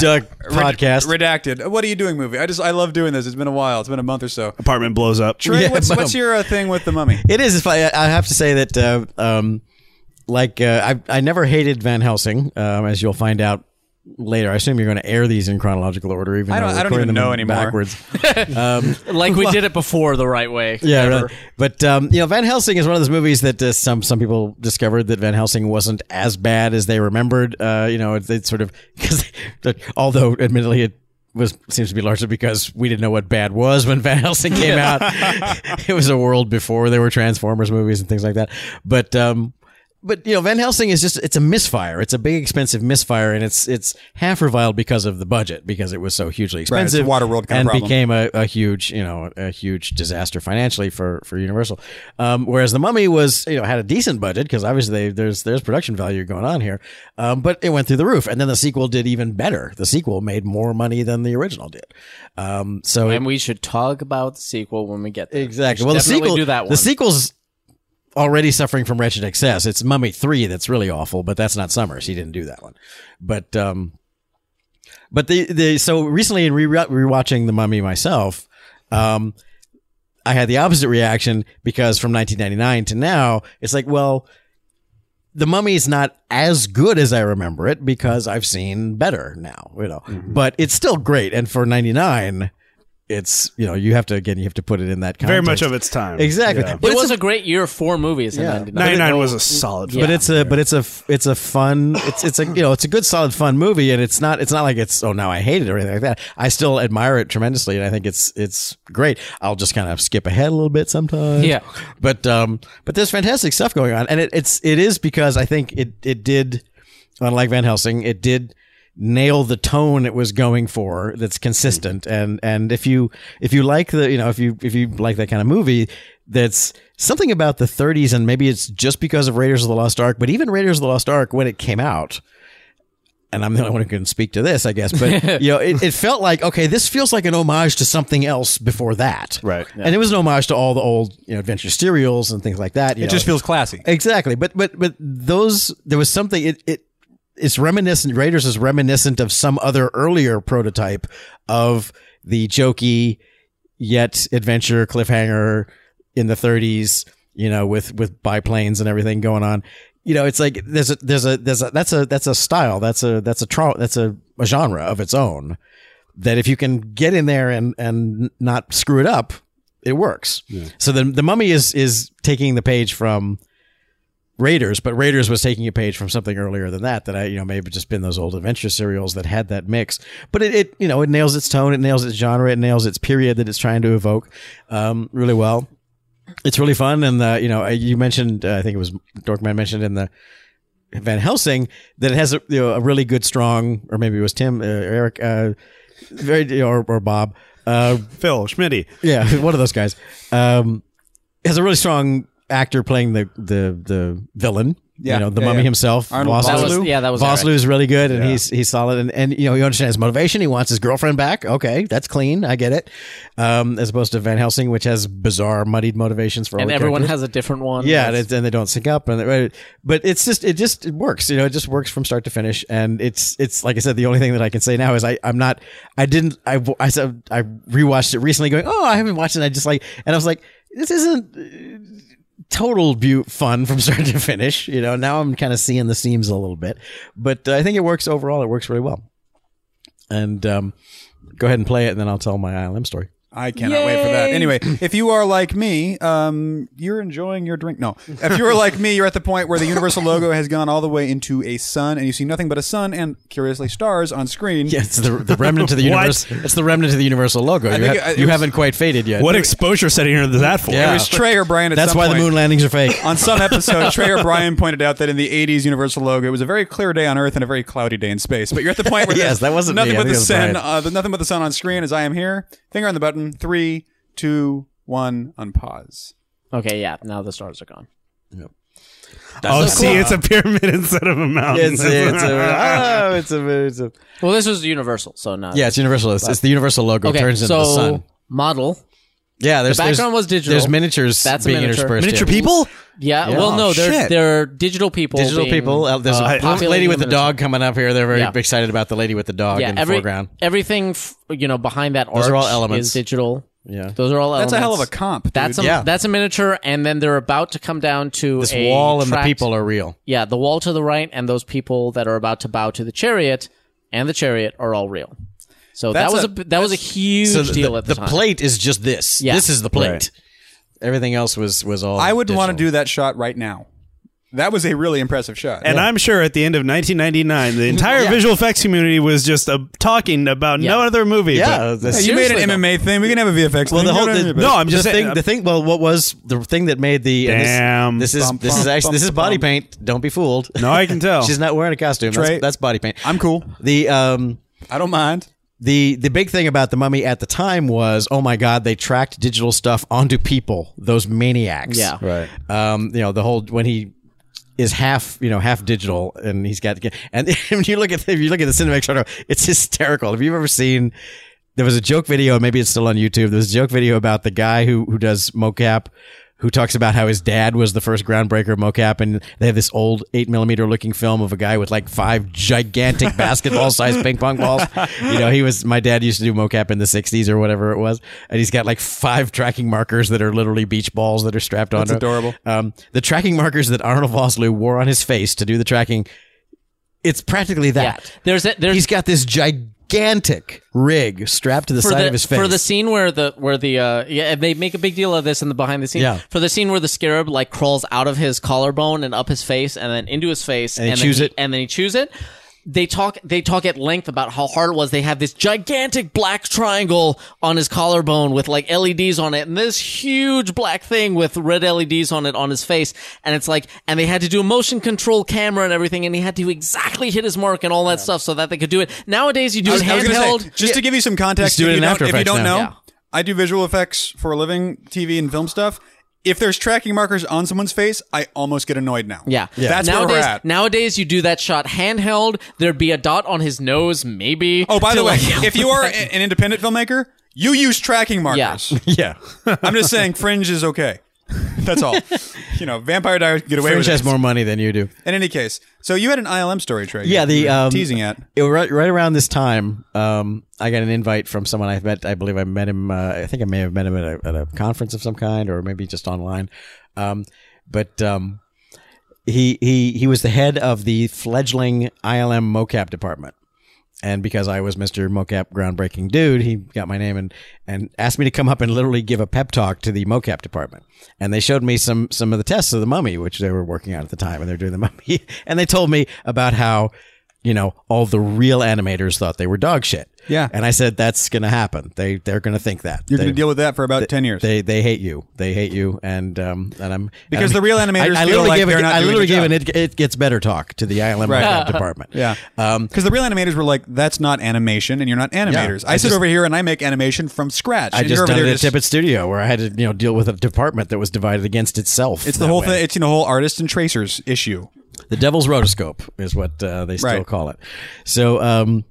[SPEAKER 4] Doug podcast.
[SPEAKER 1] redacted. What are you doing, movie? I just I love doing this. It's been a while. It's been a month or so.
[SPEAKER 3] Apartment blows up.
[SPEAKER 1] Trey,
[SPEAKER 4] Yeah, (laughs)
[SPEAKER 1] what's,
[SPEAKER 4] but-
[SPEAKER 1] what's your uh, thing with the mummy?
[SPEAKER 4] It is. If I, I have to say that, uh, um, like, uh, I, I never hated Van Helsing, um, as you'll find out later. I assume you're going to air these in chronological order, even
[SPEAKER 1] I don't-
[SPEAKER 4] though
[SPEAKER 1] I don't
[SPEAKER 4] recording
[SPEAKER 1] even
[SPEAKER 4] them
[SPEAKER 1] know anymore.
[SPEAKER 4] Backwards.
[SPEAKER 2] like,
[SPEAKER 4] (laughs)
[SPEAKER 2] we did it before the right way.
[SPEAKER 4] Yeah,
[SPEAKER 2] Ever.
[SPEAKER 4] right. but um, you know, Van Helsing is one of those movies that uh, some some people discovered that Van Helsing wasn't as bad as they remembered. Uh, you know, it, it sort of (laughs) because although admittedly it was seems to be largely because we didn't know what bad was when Van Helsing
[SPEAKER 1] (laughs)
[SPEAKER 4] came out. (laughs) it was a world before there were Transformers movies and things like that. But um, but you know, Van Helsing is just it's a misfire. It's a big expensive misfire, and it's it's half reviled because of the budget because it was so hugely
[SPEAKER 1] Right, it's a
[SPEAKER 4] expensive.
[SPEAKER 1] Waterworld kind of
[SPEAKER 4] and
[SPEAKER 1] problem.
[SPEAKER 4] became a, a huge you know a huge disaster financially for for Universal. Um, whereas the Mummy was you know had a decent budget because obviously they, there's there's production value going on here, um, but it went through the roof. And then the sequel did even better. The sequel made more money than the original did. Um, so
[SPEAKER 2] And we should talk about the sequel when we get there.
[SPEAKER 4] Exactly.
[SPEAKER 2] We should
[SPEAKER 4] Well, the
[SPEAKER 2] definitely
[SPEAKER 4] sequel.
[SPEAKER 2] do that one.
[SPEAKER 4] The sequel's already suffering from wretched excess. It's Mummy Three that's really awful, but that's not Summers. He didn't do that one. But um, but the the so recently in re- rewatching the Mummy myself, um, I had the opposite reaction because from 1999 to now, it's like well. The mummy is not as good as I remember it because I've seen better now, you know.
[SPEAKER 3] Mm-hmm.
[SPEAKER 4] But it's still great, and for ninety nine, it's you know you have to again you have to put it in that
[SPEAKER 3] Very
[SPEAKER 4] context.
[SPEAKER 3] much of its time.
[SPEAKER 4] Exactly.
[SPEAKER 3] Yeah.
[SPEAKER 4] But
[SPEAKER 2] it
[SPEAKER 4] it's
[SPEAKER 2] was a, great year for movies in
[SPEAKER 4] Yeah.
[SPEAKER 2] 99.
[SPEAKER 3] 99 was a solid film.
[SPEAKER 4] But it's a but it's a f- it's a fun it's it's a you know it's a good solid fun movie and it's not it's not like it's oh now I hate it or anything like that I still admire it tremendously and I think it's it's great I'll just kind of skip ahead a little bit sometimes
[SPEAKER 2] Yeah.
[SPEAKER 4] but um but there's fantastic stuff going on and it, it's it is because I think it it did unlike Van Helsing it did nail the tone it was going for that's consistent and and if you if you like the you know if you if you like that kind of movie that's something about the 30s and maybe it's just because of Raiders of the Lost Ark but even Raiders of the Lost Ark when it came out and I'm the only one who can speak to this I guess
[SPEAKER 1] (laughs)
[SPEAKER 4] but you know it, it felt like okay this feels like an homage to something else before that
[SPEAKER 3] Right.
[SPEAKER 4] and it was an homage to all the old you know adventure serials and things like that you
[SPEAKER 1] It
[SPEAKER 4] know.
[SPEAKER 1] just feels classy.
[SPEAKER 4] Exactly. But but but those there was something it it it's reminiscent Raiders is reminiscent of some other earlier prototype of the jokey yet adventure cliffhanger in the 30s, you know, with with biplanes and everything going on. You know, it's like there's a there's a there's a that's a that's a style, that's a that's a tra- that's a, a genre of its own that if you can get in there and and not screw it up, it works. So the the mummy is is taking the page from Raiders, but Raiders was taking a page from something earlier than that. That I, you know, maybe just been those old adventure serials that had that mix. But it, it you know, it nails its tone, it nails its genre, it nails its period that it's trying to evoke um, really well. It's really fun, and uh, you know, you mentioned, uh, I think it was Dorkman mentioned in the Van Helsing that it has a, you know, a really good, strong, or maybe it was Tim, uh, Eric, uh, very or, or Bob. Uh,
[SPEAKER 3] Phil Schmitty.
[SPEAKER 4] yeah, (laughs) one of those guys. Um, has a really strong actor playing the the the villain.
[SPEAKER 1] Yeah,
[SPEAKER 4] you know the
[SPEAKER 1] yeah,
[SPEAKER 4] mummy
[SPEAKER 1] yeah.
[SPEAKER 4] himself.
[SPEAKER 1] Arnold
[SPEAKER 4] Vosloo.
[SPEAKER 1] Vosloo? That was-
[SPEAKER 2] yeah, that was
[SPEAKER 4] Vosloo
[SPEAKER 2] Eric.
[SPEAKER 4] is really good, and he's he's solid. And and you know you understand his motivation. He wants his girlfriend back. Okay, that's clean. I get it. Um, as opposed to Van Helsing, which has bizarre, muddied motivations for all
[SPEAKER 2] and
[SPEAKER 4] the
[SPEAKER 2] everyone
[SPEAKER 4] characters.
[SPEAKER 2] has a different one.
[SPEAKER 4] Yeah, and, it, and they don't sync up, and they- but it's just it just it works, you know, it just works from start to finish, and it's it's like I said, the only thing that I can say now is I I'm not I didn't I w- I said I rewatched it recently, going oh I haven't watched it, I just like and I was like this isn't uh, total bu- fun from (laughs) start to finish, you know. Now I'm kind of seeing the seams a little bit, but uh, I think it works overall. It works really well. And um, go ahead and play it, and then I'll tell my ILM story.
[SPEAKER 1] I cannot wait for that. Anyway, if you are like me, um, you're enjoying your drink. No, if you are like me, you're at the point where the Universal logo has gone all the way into a sun, and you see nothing but a sun and curiously stars on screen.
[SPEAKER 4] Yeah, it's the, the remnant of the
[SPEAKER 3] What?
[SPEAKER 4] universe. It's the remnant of the universal logo. You,
[SPEAKER 1] think
[SPEAKER 4] ha-
[SPEAKER 1] it- it
[SPEAKER 4] you
[SPEAKER 1] was-
[SPEAKER 4] haven't quite faded yet.
[SPEAKER 3] What exposure setting is that for?
[SPEAKER 4] Yeah.
[SPEAKER 1] It was Trey or Brian. At
[SPEAKER 4] That's
[SPEAKER 1] some
[SPEAKER 4] why
[SPEAKER 1] point. Oh,
[SPEAKER 4] the moon landings are fake.
[SPEAKER 1] on some episode, Trey O'Brien pointed out that in the 80s Universal logo, it was a very clear day on Earth and a very cloudy day in space. But you're at the point where
[SPEAKER 4] (laughs) Yes,
[SPEAKER 1] there's
[SPEAKER 4] that wasn't
[SPEAKER 1] nothing
[SPEAKER 4] me. I
[SPEAKER 1] but
[SPEAKER 4] think
[SPEAKER 1] the
[SPEAKER 4] it was
[SPEAKER 1] sun.
[SPEAKER 4] Brian.
[SPEAKER 1] Uh, there's nothing but the sun on screen as I am here. Finger on the button. Three, two, one. Unpause.
[SPEAKER 2] Okay, yeah. Now the stars are gone.
[SPEAKER 3] oh, see, it's a pyramid (laughs) instead of a Ah. mountain.
[SPEAKER 4] it's,
[SPEAKER 3] (laughs)
[SPEAKER 4] it's a, oh, it's a, it's a-
[SPEAKER 2] Well, this was Universal, so not.
[SPEAKER 4] yeah, it's universal. It's, it's the universal logo
[SPEAKER 2] Okay,
[SPEAKER 4] turns into
[SPEAKER 2] so
[SPEAKER 4] the sun.
[SPEAKER 2] model.
[SPEAKER 4] Yeah, there's
[SPEAKER 2] background
[SPEAKER 4] there's-
[SPEAKER 2] was digital.
[SPEAKER 4] There's miniatures
[SPEAKER 2] That's a
[SPEAKER 4] being
[SPEAKER 2] miniature.
[SPEAKER 4] interspersed.
[SPEAKER 3] Miniature
[SPEAKER 4] yeah.
[SPEAKER 3] people?
[SPEAKER 2] Yeah.
[SPEAKER 4] Yeah. Oh,
[SPEAKER 2] Well, no, they're
[SPEAKER 3] Shit.
[SPEAKER 2] they're digital people.
[SPEAKER 4] Digital
[SPEAKER 2] being,
[SPEAKER 4] people. Uh, there's
[SPEAKER 2] uh,
[SPEAKER 4] a pop-
[SPEAKER 2] populating
[SPEAKER 4] lady
[SPEAKER 2] the
[SPEAKER 4] with the
[SPEAKER 2] miniature.
[SPEAKER 4] dog coming up here. They're very
[SPEAKER 2] Yeah.
[SPEAKER 4] excited about the lady with the dog
[SPEAKER 2] Yeah.
[SPEAKER 4] in the
[SPEAKER 2] Every,
[SPEAKER 4] foreground.
[SPEAKER 2] Everything f- you know behind that arch
[SPEAKER 4] Those are all elements.
[SPEAKER 2] is digital.
[SPEAKER 4] Yeah.
[SPEAKER 2] Those are all
[SPEAKER 1] That's
[SPEAKER 2] elements.
[SPEAKER 1] a hell of a comp. Dude.
[SPEAKER 2] That's a,
[SPEAKER 4] Yeah.
[SPEAKER 2] that's a miniature, and then they're about to come down to
[SPEAKER 4] This
[SPEAKER 2] a
[SPEAKER 4] wall and the
[SPEAKER 2] tract-
[SPEAKER 4] people are real.
[SPEAKER 2] Yeah, the wall to the right and those people that are about to bow to the chariot and the chariot are all real. So
[SPEAKER 1] That's
[SPEAKER 2] that was
[SPEAKER 1] a-
[SPEAKER 2] a, b- that was a huge
[SPEAKER 4] So
[SPEAKER 2] deal
[SPEAKER 4] the,
[SPEAKER 2] at the,
[SPEAKER 4] the
[SPEAKER 2] time.
[SPEAKER 4] plate is just this.
[SPEAKER 2] Yeah.
[SPEAKER 4] This is the plate.
[SPEAKER 3] Right.
[SPEAKER 4] Everything else was was all.
[SPEAKER 1] I would want to
[SPEAKER 4] digital.
[SPEAKER 1] do that shot right now. That was a really impressive shot.
[SPEAKER 3] And I'm sure at the end of 1999, the entire visual effects community was just uh, talking about no
[SPEAKER 2] Yeah.
[SPEAKER 3] other movie.
[SPEAKER 4] Yeah, the-
[SPEAKER 1] Hey, you made an MMA thing. We can have a VFX.
[SPEAKER 4] Well,
[SPEAKER 1] thing.
[SPEAKER 4] the whole
[SPEAKER 1] Go
[SPEAKER 4] the,
[SPEAKER 1] down here, babe.
[SPEAKER 3] no, I'm just
[SPEAKER 4] the
[SPEAKER 3] saying-
[SPEAKER 4] thing. the thing. Well, what was the thing that made the and this-
[SPEAKER 3] Damn.
[SPEAKER 4] This, is
[SPEAKER 1] Bum,
[SPEAKER 4] this is
[SPEAKER 1] bum,
[SPEAKER 4] actually this is
[SPEAKER 1] bum,
[SPEAKER 4] body
[SPEAKER 1] bum.
[SPEAKER 4] paint. Don't be fooled.
[SPEAKER 3] But, no, I can
[SPEAKER 4] (laughs)
[SPEAKER 3] tell.
[SPEAKER 4] she's not wearing a costume.
[SPEAKER 1] Trey-
[SPEAKER 4] That's, that's body paint.
[SPEAKER 1] I'm cool.
[SPEAKER 4] The um
[SPEAKER 1] I don't mind.
[SPEAKER 4] the the big thing about the mummy at the time was oh my god they tracked digital stuff onto people those maniacs
[SPEAKER 2] Yeah.
[SPEAKER 4] right um you know the whole when he is half you know half digital and he's got and (laughs) when you look at if you look at the cinematic photo it's hysterical have you ever seen there was a joke video maybe it's still on YouTube there was a joke video about the guy who who does mocap who talks about how his dad was the first groundbreaker of mocap and they have this old 8 millimeter looking film of a guy with like five gigantic basketball sized ping pong balls you know he was my dad used to do mocap in the 60s or whatever it was and he's got like five tracking markers that are literally beach balls that are strapped on
[SPEAKER 1] adorable.
[SPEAKER 4] um, the tracking markers that Arnold Vosloo wore on his face to do the tracking it's practically
[SPEAKER 2] yeah.
[SPEAKER 4] that
[SPEAKER 2] There's a, there's
[SPEAKER 4] he's got this gigantic rig strapped to the
[SPEAKER 2] for
[SPEAKER 4] side
[SPEAKER 2] the,
[SPEAKER 4] of his face
[SPEAKER 2] for the scene where the where the uh yeah and they make a big deal of this in the behind the scenes
[SPEAKER 4] Yeah.
[SPEAKER 2] for the scene where the scarab like crawls out of his collarbone and up his face and then into his face
[SPEAKER 4] he
[SPEAKER 2] and,
[SPEAKER 4] chews
[SPEAKER 2] then
[SPEAKER 4] it.
[SPEAKER 2] and then he chews it they talk they talk at length about how hard it was they have this gigantic black triangle on his collarbone with like LEDs on it and this huge black thing with red LEDs on it on his face and it's like and they had to do a motion control camera and everything and he had to exactly hit his mark and all that stuff so that they could do it nowadays you do
[SPEAKER 1] I
[SPEAKER 2] it
[SPEAKER 1] was- I was gonna
[SPEAKER 2] handheld
[SPEAKER 1] say, just to give you some context,
[SPEAKER 4] Just do
[SPEAKER 1] if,
[SPEAKER 4] it
[SPEAKER 1] you
[SPEAKER 4] in
[SPEAKER 1] don't,
[SPEAKER 4] After
[SPEAKER 1] if you
[SPEAKER 4] Effects
[SPEAKER 1] don't know,
[SPEAKER 4] now.
[SPEAKER 2] Yeah.
[SPEAKER 1] I do visual effects for a living, TV and film stuff. If there's tracking markers on someone's face, I almost get annoyed now.
[SPEAKER 2] Yeah.
[SPEAKER 1] That's
[SPEAKER 2] nowadays,
[SPEAKER 1] where we're at.
[SPEAKER 2] Nowadays, you do that shot handheld. There'd be a dot on his nose, maybe.
[SPEAKER 1] oh, by
[SPEAKER 2] to,
[SPEAKER 1] the way,
[SPEAKER 4] (laughs)
[SPEAKER 2] like-
[SPEAKER 1] if you are a- an independent filmmaker, you use tracking markers.
[SPEAKER 4] (laughs) yeah
[SPEAKER 1] I'm just
[SPEAKER 4] (laughs)
[SPEAKER 1] saying, Fringe is okay. That's all. you know, Vampire Diaries can get away
[SPEAKER 4] Fringe
[SPEAKER 1] with
[SPEAKER 4] has
[SPEAKER 1] it.
[SPEAKER 4] more money than you do
[SPEAKER 1] In any case, so you had an ILM story, Trey.
[SPEAKER 4] Yeah, the
[SPEAKER 1] you were
[SPEAKER 4] um,
[SPEAKER 1] teasing at.
[SPEAKER 4] it was right, right around this time, um, I got an invite from someone I met. I believe I met him. Uh, I think I may have met him at a, at a conference of some kind, or maybe just online. Um, but um, he he he was the head of the fledgling ILM mocap department. And because I was Mr. Mocap groundbreaking dude, he got my name and, and asked me to come up and literally give a pep talk to the mocap department. And they showed me some some of the tests of the mummy, which they were working on at the time, and they're doing the mummy. (laughs) And they told me about how, you know, all the real animators thought they were dog shit.
[SPEAKER 1] Yeah.
[SPEAKER 4] And I said, that's gonna happen. They they're gonna think that.
[SPEAKER 1] You're
[SPEAKER 4] They-
[SPEAKER 1] going to deal with that for about 10 years.
[SPEAKER 4] they they hate you. They hate you, and um, and I'm
[SPEAKER 1] Because
[SPEAKER 4] and I'm-
[SPEAKER 1] the real animators feel
[SPEAKER 4] literally
[SPEAKER 1] like
[SPEAKER 4] gave a-
[SPEAKER 1] they're not
[SPEAKER 4] I
[SPEAKER 1] doing
[SPEAKER 4] literally
[SPEAKER 1] their
[SPEAKER 4] gave an it, it gets better talk to the ILM
[SPEAKER 1] Right.
[SPEAKER 4] mocap department.
[SPEAKER 1] yeah.
[SPEAKER 4] Um,
[SPEAKER 1] Because the real animators were like, that's not animation, and you're not animators. I,
[SPEAKER 4] I
[SPEAKER 1] sit
[SPEAKER 4] just-
[SPEAKER 1] over here and I make animation from scratch.
[SPEAKER 4] I
[SPEAKER 1] and
[SPEAKER 4] just
[SPEAKER 1] you're over
[SPEAKER 4] done
[SPEAKER 1] there
[SPEAKER 4] it at
[SPEAKER 1] just-
[SPEAKER 4] Tippett Studio where I had to you know deal with a department that was divided against itself.
[SPEAKER 1] It's the
[SPEAKER 4] that
[SPEAKER 1] whole
[SPEAKER 4] way.
[SPEAKER 1] thing. It's you know whole artists and tracers issue.
[SPEAKER 4] The devil's rotoscope is what uh, they still
[SPEAKER 1] Right.
[SPEAKER 4] call it. So, um,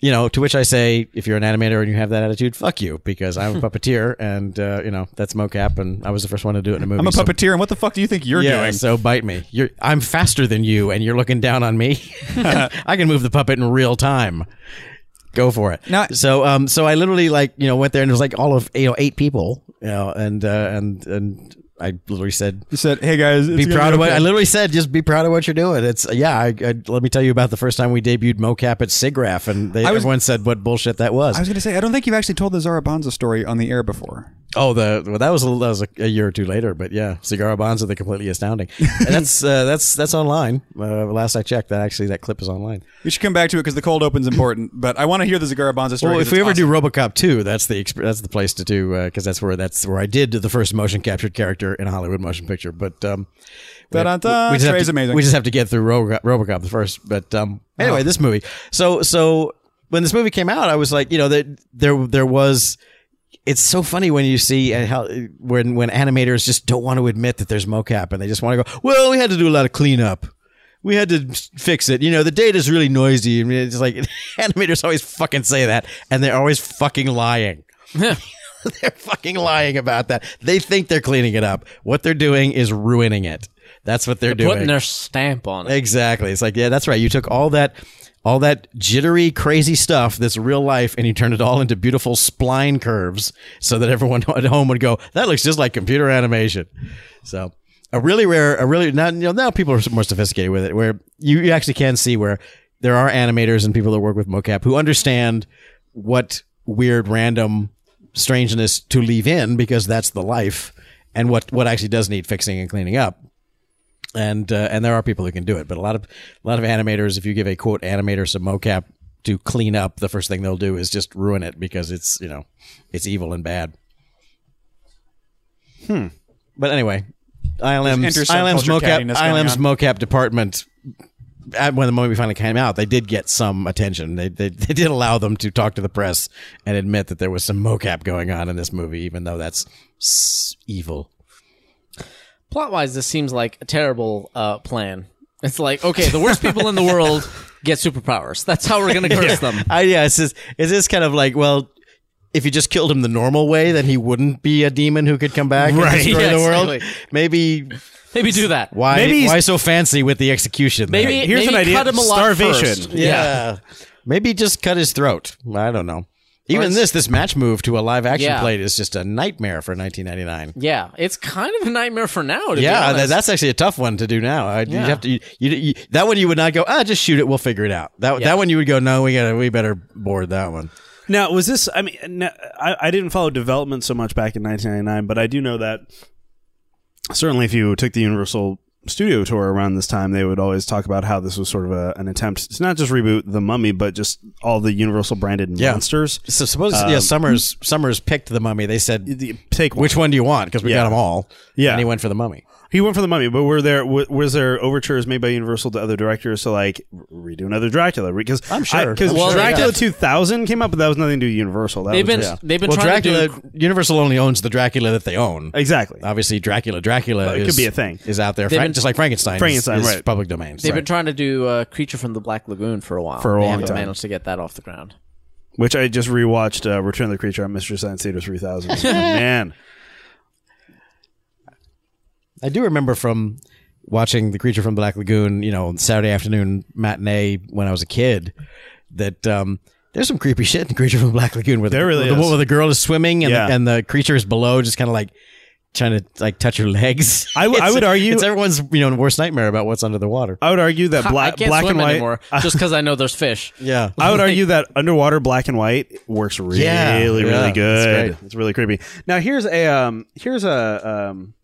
[SPEAKER 4] you know, to which I say, if you're an animator and you have that attitude, fuck you, because I'm a (laughs) puppeteer, and uh, you know that's mocap, and I was the first one to do it in a movie.
[SPEAKER 1] I'm a
[SPEAKER 4] so-
[SPEAKER 1] puppeteer, and what the fuck do you think you're
[SPEAKER 4] yeah,
[SPEAKER 1] doing?
[SPEAKER 4] so bite me. You're, I'm (laughs) faster than you, and you're looking down on me. I can move the puppet in real time. go for it.
[SPEAKER 1] Now-
[SPEAKER 4] so um, so I literally like you know went there and it was like all of you know eight people, you know, and uh, and and I literally said.
[SPEAKER 1] You said, "Hey guys,
[SPEAKER 4] Be proud of what I literally said. Just be proud of what you're doing. It's yeah. I, I, let me tell you about the first time we debuted mocap at SIGGRAPH, and they,
[SPEAKER 1] I was-
[SPEAKER 4] everyone said what bullshit that was.
[SPEAKER 1] I was going to say, I don't think you've actually told the Zarabanza story on the air before.
[SPEAKER 4] Oh, the well, that was a, that was a, a year or two later, but yeah, cigar bonds are the completely astounding. And that's (laughs) uh, that's that's online. Uh, last I checked, that actually that clip is online.
[SPEAKER 1] You should come back to it because the cold open's important. But I want to hear the Zarabanza story.
[SPEAKER 4] Well,
[SPEAKER 1] 'cause
[SPEAKER 4] if we
[SPEAKER 1] it's
[SPEAKER 4] ever
[SPEAKER 1] awesome.
[SPEAKER 4] do RoboCop two, that's the exp- that's the place to do because that's where that's where I did the first motion captured character in a Hollywood motion picture. But um, we-
[SPEAKER 1] Da-da-da,
[SPEAKER 4] we, just have
[SPEAKER 1] Trey's
[SPEAKER 4] to,
[SPEAKER 1] amazing. Oh.
[SPEAKER 4] we just have to get through Robo- RoboCop first. But um, anyway, this movie. So so when this movie came out, I was like, you know, that there there was. It's so funny when you see uh, how when when animators just don't want to admit that there's mocap and they just want to go, well, we had to do a lot of cleanup. We had to fix it. You know, the data's really noisy. I mean, it's like (laughs) animators always fucking say that, and they're always fucking lying. (laughs) they're fucking lying about that. They think they're cleaning it up. What they're doing is ruining it. That's what they're, doing.
[SPEAKER 2] Putting their stamp on it.
[SPEAKER 4] Exactly. It's like, yeah, that's right. You took all that all that jittery, crazy stuff that's real life and you turned it all into beautiful spline curves so that everyone (laughs) at home would go, that looks just like computer animation. So a really rare, a really now you know, now people are more sophisticated with it where you, you actually can see where there are animators and people that work with mocap who understand what weird random strangeness to leave in because that's the life and what what actually does need fixing and cleaning up and uh, and there are people who can do it, but a lot of a lot of animators, if you give a quote animator some mocap to clean up, the first thing they'll do is just ruin it because it's you know it's evil and bad. Hmm. But anyway, ILM's
[SPEAKER 1] There's inter-subculture
[SPEAKER 4] ILM's mocap
[SPEAKER 1] cattiness going
[SPEAKER 4] ILM's
[SPEAKER 1] on.
[SPEAKER 4] mocap department. At when the moment we finally came out, they did get some attention. They, (laughs) they they did allow them to talk to the press and admit that there was some mocap going on in this movie, even though that's s- evil.
[SPEAKER 2] Plot wise, this seems like a terrible uh, plan. It's like, okay, the worst people in
[SPEAKER 1] (laughs)
[SPEAKER 2] the world get superpowers. That's how we're going to curse them.
[SPEAKER 4] I, yeah, it's just, it's just kind of like, well, if you just killed him the normal way, then he wouldn't be a demon who could come back
[SPEAKER 3] Right.
[SPEAKER 4] and destroy
[SPEAKER 2] Yeah,
[SPEAKER 4] the
[SPEAKER 2] (laughs)
[SPEAKER 4] world.
[SPEAKER 2] exactly.
[SPEAKER 4] Maybe
[SPEAKER 2] Maybe do that.
[SPEAKER 4] why
[SPEAKER 3] Maybe he's-
[SPEAKER 4] why so fancy with the execution? then?
[SPEAKER 2] Maybe
[SPEAKER 3] Here's
[SPEAKER 2] maybe
[SPEAKER 3] an idea.
[SPEAKER 2] Cut him a lot
[SPEAKER 3] Starvation.
[SPEAKER 2] first.
[SPEAKER 4] yeah. maybe just cut his throat. I don't know. Even
[SPEAKER 2] it's-
[SPEAKER 4] this this match move to a live action
[SPEAKER 2] Yeah.
[SPEAKER 4] plate is just a nightmare for 1999.
[SPEAKER 2] Yeah, it's kind of a nightmare for now. To be
[SPEAKER 4] Yeah,
[SPEAKER 2] honest.
[SPEAKER 4] that, that's actually a tough one to do now. I,
[SPEAKER 2] Yeah.
[SPEAKER 4] You'd have to you, you, you- that one you would not go. Ah, just shoot it. We'll figure it out. That that one you would go. No, we gotta we better board that one.
[SPEAKER 3] Now, was this? I mean, no, I, I didn't follow development so much back in 1999, but I do know that certainly if you took the Universal Studio tour around this time, they would always talk about how this was sort of a, an attempt to not just reboot the Mummy, but just all the Universal branded
[SPEAKER 4] Yeah.
[SPEAKER 3] monsters.
[SPEAKER 4] So suppose yeah,
[SPEAKER 3] Um,
[SPEAKER 4] Summers Summers picked the mummy. They said
[SPEAKER 3] The- Take
[SPEAKER 4] Which one do you want? Because we
[SPEAKER 3] Yeah.
[SPEAKER 4] got them all.
[SPEAKER 3] Yeah.
[SPEAKER 4] And he went for the mummy.
[SPEAKER 3] He went for the Mummy, but were there w- was there overtures made by Universal to other directors to like re- redo another Dracula? Because
[SPEAKER 4] I'm sure.
[SPEAKER 3] because
[SPEAKER 4] I'm sure,
[SPEAKER 3] Dracula
[SPEAKER 2] yeah.
[SPEAKER 3] 2000 came out, but that was nothing to do with Universal. That
[SPEAKER 2] they've
[SPEAKER 3] was
[SPEAKER 2] been
[SPEAKER 3] just-
[SPEAKER 2] they've been
[SPEAKER 4] Well,
[SPEAKER 2] trying
[SPEAKER 4] Dracula,
[SPEAKER 2] to do.
[SPEAKER 4] Universal only owns the Dracula that they own.
[SPEAKER 3] exactly.
[SPEAKER 4] Obviously, Dracula, Dracula
[SPEAKER 3] it could
[SPEAKER 4] is-
[SPEAKER 3] be a thing.
[SPEAKER 4] Is out there, Frank,
[SPEAKER 2] been-
[SPEAKER 4] just like Frankenstein. is-
[SPEAKER 3] Frankenstein,
[SPEAKER 4] is
[SPEAKER 3] right.
[SPEAKER 4] Public domain.
[SPEAKER 2] They've
[SPEAKER 4] Right.
[SPEAKER 2] been trying to do uh, Creature from the Black Lagoon for a while.
[SPEAKER 3] For a
[SPEAKER 2] they
[SPEAKER 3] long
[SPEAKER 2] haven't
[SPEAKER 3] time.
[SPEAKER 2] managed to get that off the ground.
[SPEAKER 3] which I just rewatched uh, Return of the Creature on Mystery Science Theater
[SPEAKER 2] (laughs)
[SPEAKER 3] 3000. Man,
[SPEAKER 4] I do remember from watching The Creature from the Black Lagoon, you know, Saturday afternoon matinee when I was a kid, that um, there's some creepy shit in Creature from the Black Lagoon where the,
[SPEAKER 3] There really
[SPEAKER 4] the,
[SPEAKER 3] is.
[SPEAKER 4] where the girl is swimming and,
[SPEAKER 3] Yeah.
[SPEAKER 4] the, and the creature is below, just kind of like trying to like touch her legs.
[SPEAKER 3] (laughs) I w- I
[SPEAKER 4] It's-
[SPEAKER 3] would argue-
[SPEAKER 4] it's everyone's you know worst nightmare about what's under the water.
[SPEAKER 3] I would argue that
[SPEAKER 2] I
[SPEAKER 3] black
[SPEAKER 2] can't
[SPEAKER 3] black
[SPEAKER 2] swim
[SPEAKER 3] and white.
[SPEAKER 2] anymore just because I know there's fish.
[SPEAKER 4] (laughs) Yeah.
[SPEAKER 2] (laughs)
[SPEAKER 3] I would argue that underwater black and white works really,
[SPEAKER 4] Yeah.
[SPEAKER 3] really
[SPEAKER 4] Yeah, that's
[SPEAKER 3] good.
[SPEAKER 4] great.
[SPEAKER 3] It's really creepy. Now here's a um here's a um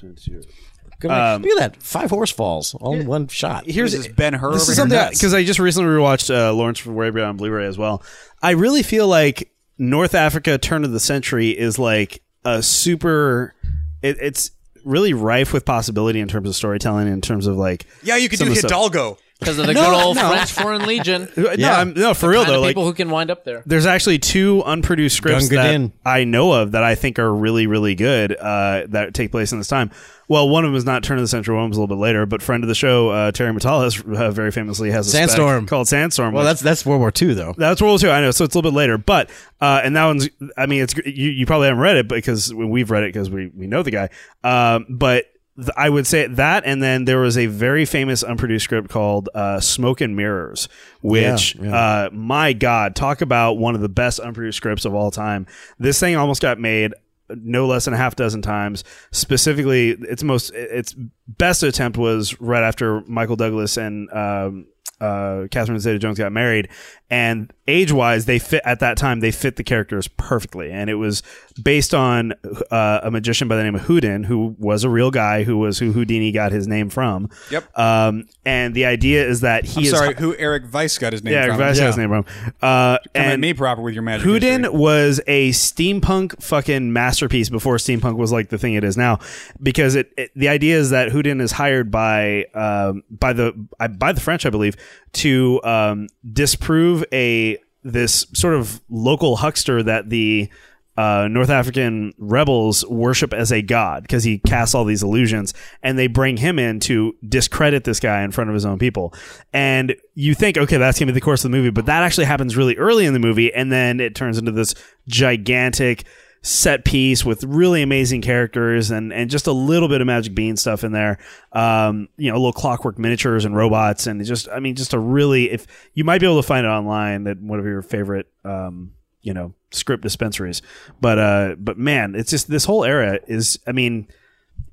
[SPEAKER 4] Good luck. Look at that. Five horse falls all in one shot.
[SPEAKER 1] Here's
[SPEAKER 3] here's
[SPEAKER 1] this Ben Hur. over
[SPEAKER 3] This is
[SPEAKER 1] here?
[SPEAKER 3] something
[SPEAKER 4] nuts.
[SPEAKER 3] because I just recently rewatched uh, Lawrence from Arabia on Blu-ray as well. I really feel like North Africa turn of the century is like a super. It, it's really rife with possibility in terms of storytelling, in terms of like.
[SPEAKER 1] Yeah, you could
[SPEAKER 3] some
[SPEAKER 1] do
[SPEAKER 3] of the stuff-
[SPEAKER 1] Hidalgo.
[SPEAKER 2] Because of the good old French Foreign
[SPEAKER 4] (laughs)
[SPEAKER 2] Legion.
[SPEAKER 4] Oh,
[SPEAKER 3] No, I'm, no, for real
[SPEAKER 2] kind
[SPEAKER 3] though.
[SPEAKER 2] of
[SPEAKER 3] Like,
[SPEAKER 2] people who can wind up there.
[SPEAKER 3] there's actually two unproduced scripts that
[SPEAKER 4] Gungadin.
[SPEAKER 3] I know of that I think are really, really good uh, that take place in this time. Well, one of them is not Turn of the Century, one was a little bit later, but friend of the show, uh, Terry Metalis, uh, very famously has a spec
[SPEAKER 4] Sandstorm.
[SPEAKER 3] called Sandstorm.
[SPEAKER 4] Well,
[SPEAKER 3] which-
[SPEAKER 4] that's that's World War II though.
[SPEAKER 3] that's World War II. I know, so it's a little bit later, but uh, and that one's. I mean, it's you, you probably haven't read it because we've read it because we, we know the guy. Um, but th- I would say that, and then there was a very famous unproduced script called uh, "Smoke and Mirrors," which, Uh, my God, talk about one of the best unproduced scripts of all time. This thing almost got made uh, no less than a half dozen times. Specifically, its most its best attempt was right after Michael Douglas and um, uh, Catherine Zeta-Jones got married, and age-wise, they fit at that time. They fit the characters perfectly, and it was based on uh, a magician by the name of Houdin, who was a real guy, who was who Houdini got his name from.
[SPEAKER 1] Yep.
[SPEAKER 3] Um, and the idea is that he
[SPEAKER 1] I'm
[SPEAKER 3] is
[SPEAKER 1] sorry, who Eric Weiss got his name
[SPEAKER 3] yeah,
[SPEAKER 1] from.
[SPEAKER 3] Vice got his name from. Uh,
[SPEAKER 1] Come at
[SPEAKER 3] and
[SPEAKER 1] me proper with your magic.
[SPEAKER 3] Houdin
[SPEAKER 1] history.
[SPEAKER 3] was a steampunk fucking masterpiece before steampunk was like the thing it is now, because it, it- the idea is that Houdin is hired by um, by the I- by the French, I believe, to um, disprove a this sort of local huckster that the uh, North African rebels worship as a god because he casts all these illusions, and they bring him in to discredit this guy in front of his own people. And you think, okay, that's gonna be the course of the movie, but that actually happens really early in the movie, and then it turns into this gigantic set piece with really amazing characters and and just a little bit of magic bean stuff in there um you know little clockwork miniatures and robots and just i mean just a really if you might be able to find it online at one of your favorite um you know script dispensaries but uh but man it's just this whole era is i mean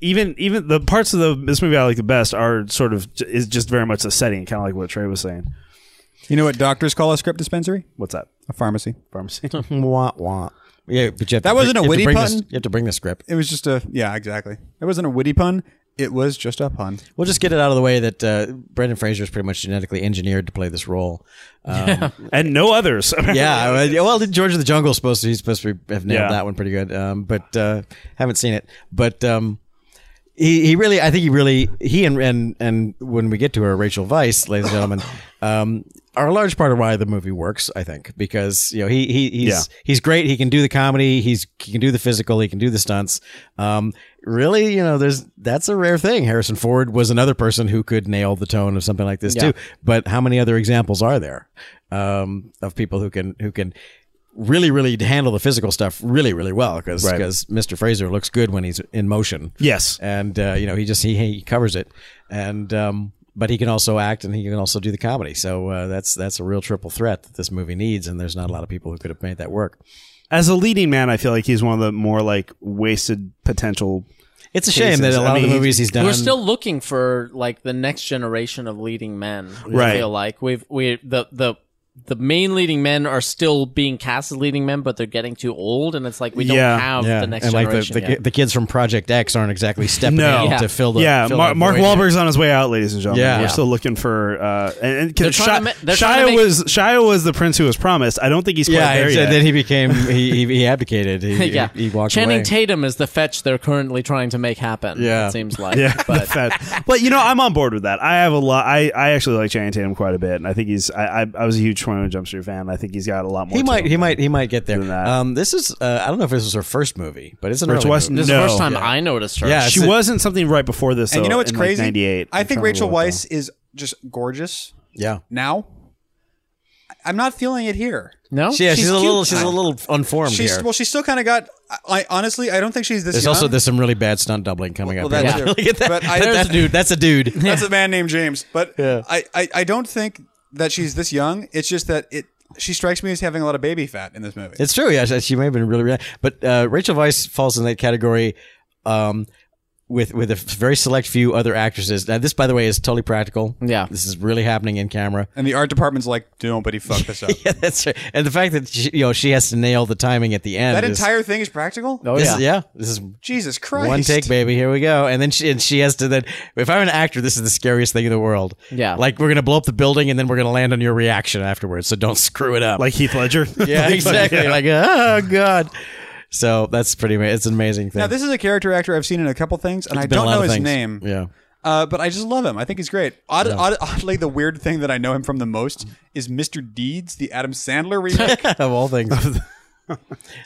[SPEAKER 3] even even the parts of the this movie i like the best are sort of j- is just very much the setting kind of like what trey was saying
[SPEAKER 1] You know what doctors call a script dispensary?
[SPEAKER 3] what's that (laughs)
[SPEAKER 1] A pharmacy.
[SPEAKER 3] pharmacy (laughs)
[SPEAKER 4] wah, wah. Yeah, but you have
[SPEAKER 1] That
[SPEAKER 4] to
[SPEAKER 1] wasn't a
[SPEAKER 4] bring- you have to
[SPEAKER 1] witty
[SPEAKER 4] bring this-
[SPEAKER 1] pun?
[SPEAKER 4] You have to bring the script.
[SPEAKER 1] It was just a yeah, exactly. It wasn't a witty pun. It was just a pun.
[SPEAKER 4] We'll just get it out of the way that uh, Brendan Fraser is pretty much genetically engineered to play this role. Um, yeah.
[SPEAKER 3] and no others (laughs)
[SPEAKER 4] well, yeah, Well, George of the Jungle is supposed to he's supposed to be, have nailed
[SPEAKER 3] Yeah.
[SPEAKER 4] that one pretty good. Um, but uh, haven't seen it. But um, he, he really, I think he really, he and and and when we get to her, Rachel Weiss, ladies
[SPEAKER 3] (laughs)
[SPEAKER 4] and gentlemen, um, are a large part of why the movie works. I think because you know he he he's
[SPEAKER 3] Yeah.
[SPEAKER 4] he's great. He can do the comedy. He's he can do the physical. He can do the stunts. Um, really, you know, there's that's a rare thing. Harrison Ford was another person who could nail the tone of something like this too. But how many other examples are there um, of people who can who can really really handle the physical stuff really really well because
[SPEAKER 3] Right.
[SPEAKER 4] Mr. Fraser looks good when he's in motion
[SPEAKER 3] yes
[SPEAKER 4] and uh, you know he just he, he covers it and um but he can also act and he can also do the comedy so uh, that's that's a real triple threat that this movie needs and there's not a lot of people who could have made that work
[SPEAKER 3] as a leading man, I feel like he's one of the more like wasted potential.
[SPEAKER 4] it's a shame
[SPEAKER 3] Jesus,
[SPEAKER 4] that a
[SPEAKER 3] I
[SPEAKER 4] lot of
[SPEAKER 3] mean,
[SPEAKER 4] the movies he's done
[SPEAKER 2] We're still looking for like the next generation of leading men.
[SPEAKER 3] Right.
[SPEAKER 2] I feel like we've we the the the main leading men are still being cast as leading men, but they're getting too old, and it's like we don't
[SPEAKER 3] Yeah.
[SPEAKER 2] have the next
[SPEAKER 4] and like the,
[SPEAKER 2] generation.
[SPEAKER 4] the,
[SPEAKER 2] yet.
[SPEAKER 4] ki- the kids from Project X aren't exactly stepping
[SPEAKER 3] No.
[SPEAKER 4] in
[SPEAKER 2] Yeah.
[SPEAKER 4] to fill the
[SPEAKER 3] yeah,
[SPEAKER 4] fill
[SPEAKER 3] Mar-
[SPEAKER 4] that
[SPEAKER 3] Mark
[SPEAKER 4] void.
[SPEAKER 3] Wahlberg's on his way out, ladies and gentlemen.
[SPEAKER 4] Yeah.
[SPEAKER 3] We're
[SPEAKER 4] Yeah.
[SPEAKER 3] still looking for uh, and, and 'cause
[SPEAKER 2] They're trying to
[SPEAKER 3] Shia,
[SPEAKER 2] ma- they're trying to
[SPEAKER 3] Shia
[SPEAKER 2] make- uh,
[SPEAKER 3] was Shia was the prince who was promised. I don't think he's quite
[SPEAKER 4] yeah
[SPEAKER 3] there
[SPEAKER 4] and
[SPEAKER 3] yet.
[SPEAKER 4] then he became he he, he
[SPEAKER 2] (laughs)
[SPEAKER 4] abdicated he,
[SPEAKER 2] yeah,
[SPEAKER 4] he, he walked
[SPEAKER 2] Channing
[SPEAKER 4] e-, away.
[SPEAKER 2] Tatum is the fetch they're currently trying to make happen.
[SPEAKER 4] Yeah.
[SPEAKER 2] it seems like.
[SPEAKER 3] yeah,
[SPEAKER 4] (laughs)
[SPEAKER 2] but
[SPEAKER 3] but, but you know, I'm on board with that. I have a lot. I, I actually like Channing Tatum quite a bit, and I think he's. I I, I was a huge 21 Jump Street fan. I think he's got a lot more.
[SPEAKER 4] he
[SPEAKER 3] to
[SPEAKER 4] might
[SPEAKER 3] him.
[SPEAKER 4] he might he might get there
[SPEAKER 3] Than that.
[SPEAKER 4] um this is uh, I don't know if this was her first movie but it's an
[SPEAKER 3] Rachel
[SPEAKER 4] early
[SPEAKER 3] Weisz-
[SPEAKER 4] movie.
[SPEAKER 2] this is
[SPEAKER 3] No.
[SPEAKER 2] the first time
[SPEAKER 3] Yeah.
[SPEAKER 2] I noticed her.
[SPEAKER 4] Yeah,
[SPEAKER 3] She
[SPEAKER 4] So-
[SPEAKER 3] was in something right before this.
[SPEAKER 1] And
[SPEAKER 3] though,
[SPEAKER 1] you know what's
[SPEAKER 3] in, like,
[SPEAKER 1] crazy?
[SPEAKER 3] 98.
[SPEAKER 1] I
[SPEAKER 3] I'm
[SPEAKER 1] think
[SPEAKER 3] trying to
[SPEAKER 1] Rachel
[SPEAKER 3] look, uh,
[SPEAKER 1] Weiss is just gorgeous
[SPEAKER 4] yeah
[SPEAKER 1] now. I- I'm not feeling it here.
[SPEAKER 2] no,
[SPEAKER 4] Yeah, she's,
[SPEAKER 1] She's
[SPEAKER 4] a little.
[SPEAKER 1] cute.
[SPEAKER 4] She's a little unformed
[SPEAKER 1] She's
[SPEAKER 4] here.
[SPEAKER 1] well, she's still kind of got. I, I honestly, I don't think she's this.
[SPEAKER 4] There's
[SPEAKER 1] young.
[SPEAKER 3] (laughs)
[SPEAKER 4] also there's some really bad stunt doubling coming
[SPEAKER 1] Well,
[SPEAKER 4] up.
[SPEAKER 1] that too.
[SPEAKER 4] here. (laughs) Look at that.
[SPEAKER 1] But I-
[SPEAKER 4] That's
[SPEAKER 1] There's
[SPEAKER 4] a dude. That's a
[SPEAKER 2] (laughs)
[SPEAKER 4] dude.
[SPEAKER 1] That's a man named James. But I, I, I don't think that she's this young. It's just that it she strikes me as having a lot of baby fat in this movie.
[SPEAKER 4] It's true. Yeah, she- she may have been really. really but uh, Rachel Weisz falls in that category. Um, with with a very select few other actresses. Now, this, by the way, is totally practical.
[SPEAKER 2] Yeah.
[SPEAKER 4] this is really happening in camera. (laughs)
[SPEAKER 1] and the art department's like, nobody fuck this up.
[SPEAKER 4] Yeah, that's right. And the fact that she, you know she has to nail the timing at the end.
[SPEAKER 1] That
[SPEAKER 4] is-
[SPEAKER 1] entire thing is practical.
[SPEAKER 2] Oh
[SPEAKER 4] This
[SPEAKER 2] yeah.
[SPEAKER 4] is- yeah, this is
[SPEAKER 1] Jesus Christ!
[SPEAKER 4] One take, baby. Here we go. And then she and she has to then. If I'm an actor, this is the scariest thing in the world.
[SPEAKER 2] Yeah.
[SPEAKER 4] Like we're gonna blow up the building, and then we're gonna land on your reaction afterwards. So don't (laughs) screw it up.
[SPEAKER 3] like Heath Ledger.
[SPEAKER 4] yeah,
[SPEAKER 3] (laughs)
[SPEAKER 4] exactly. Like oh god. So that's pretty. ama- It's an amazing thing.
[SPEAKER 1] Now this is a character actor I've seen in a couple things, and I
[SPEAKER 4] Been a
[SPEAKER 1] don't
[SPEAKER 4] lot
[SPEAKER 1] know
[SPEAKER 4] of
[SPEAKER 1] his
[SPEAKER 4] things.
[SPEAKER 1] name.
[SPEAKER 4] Yeah.
[SPEAKER 1] (laughs) Uh, but I just love him. I think he's great. Odd, odd, oddly, the weird thing that I know him from the most is Mr. Deeds, the Adam Sandler
[SPEAKER 4] (laughs)
[SPEAKER 1] remake.
[SPEAKER 4] of all things.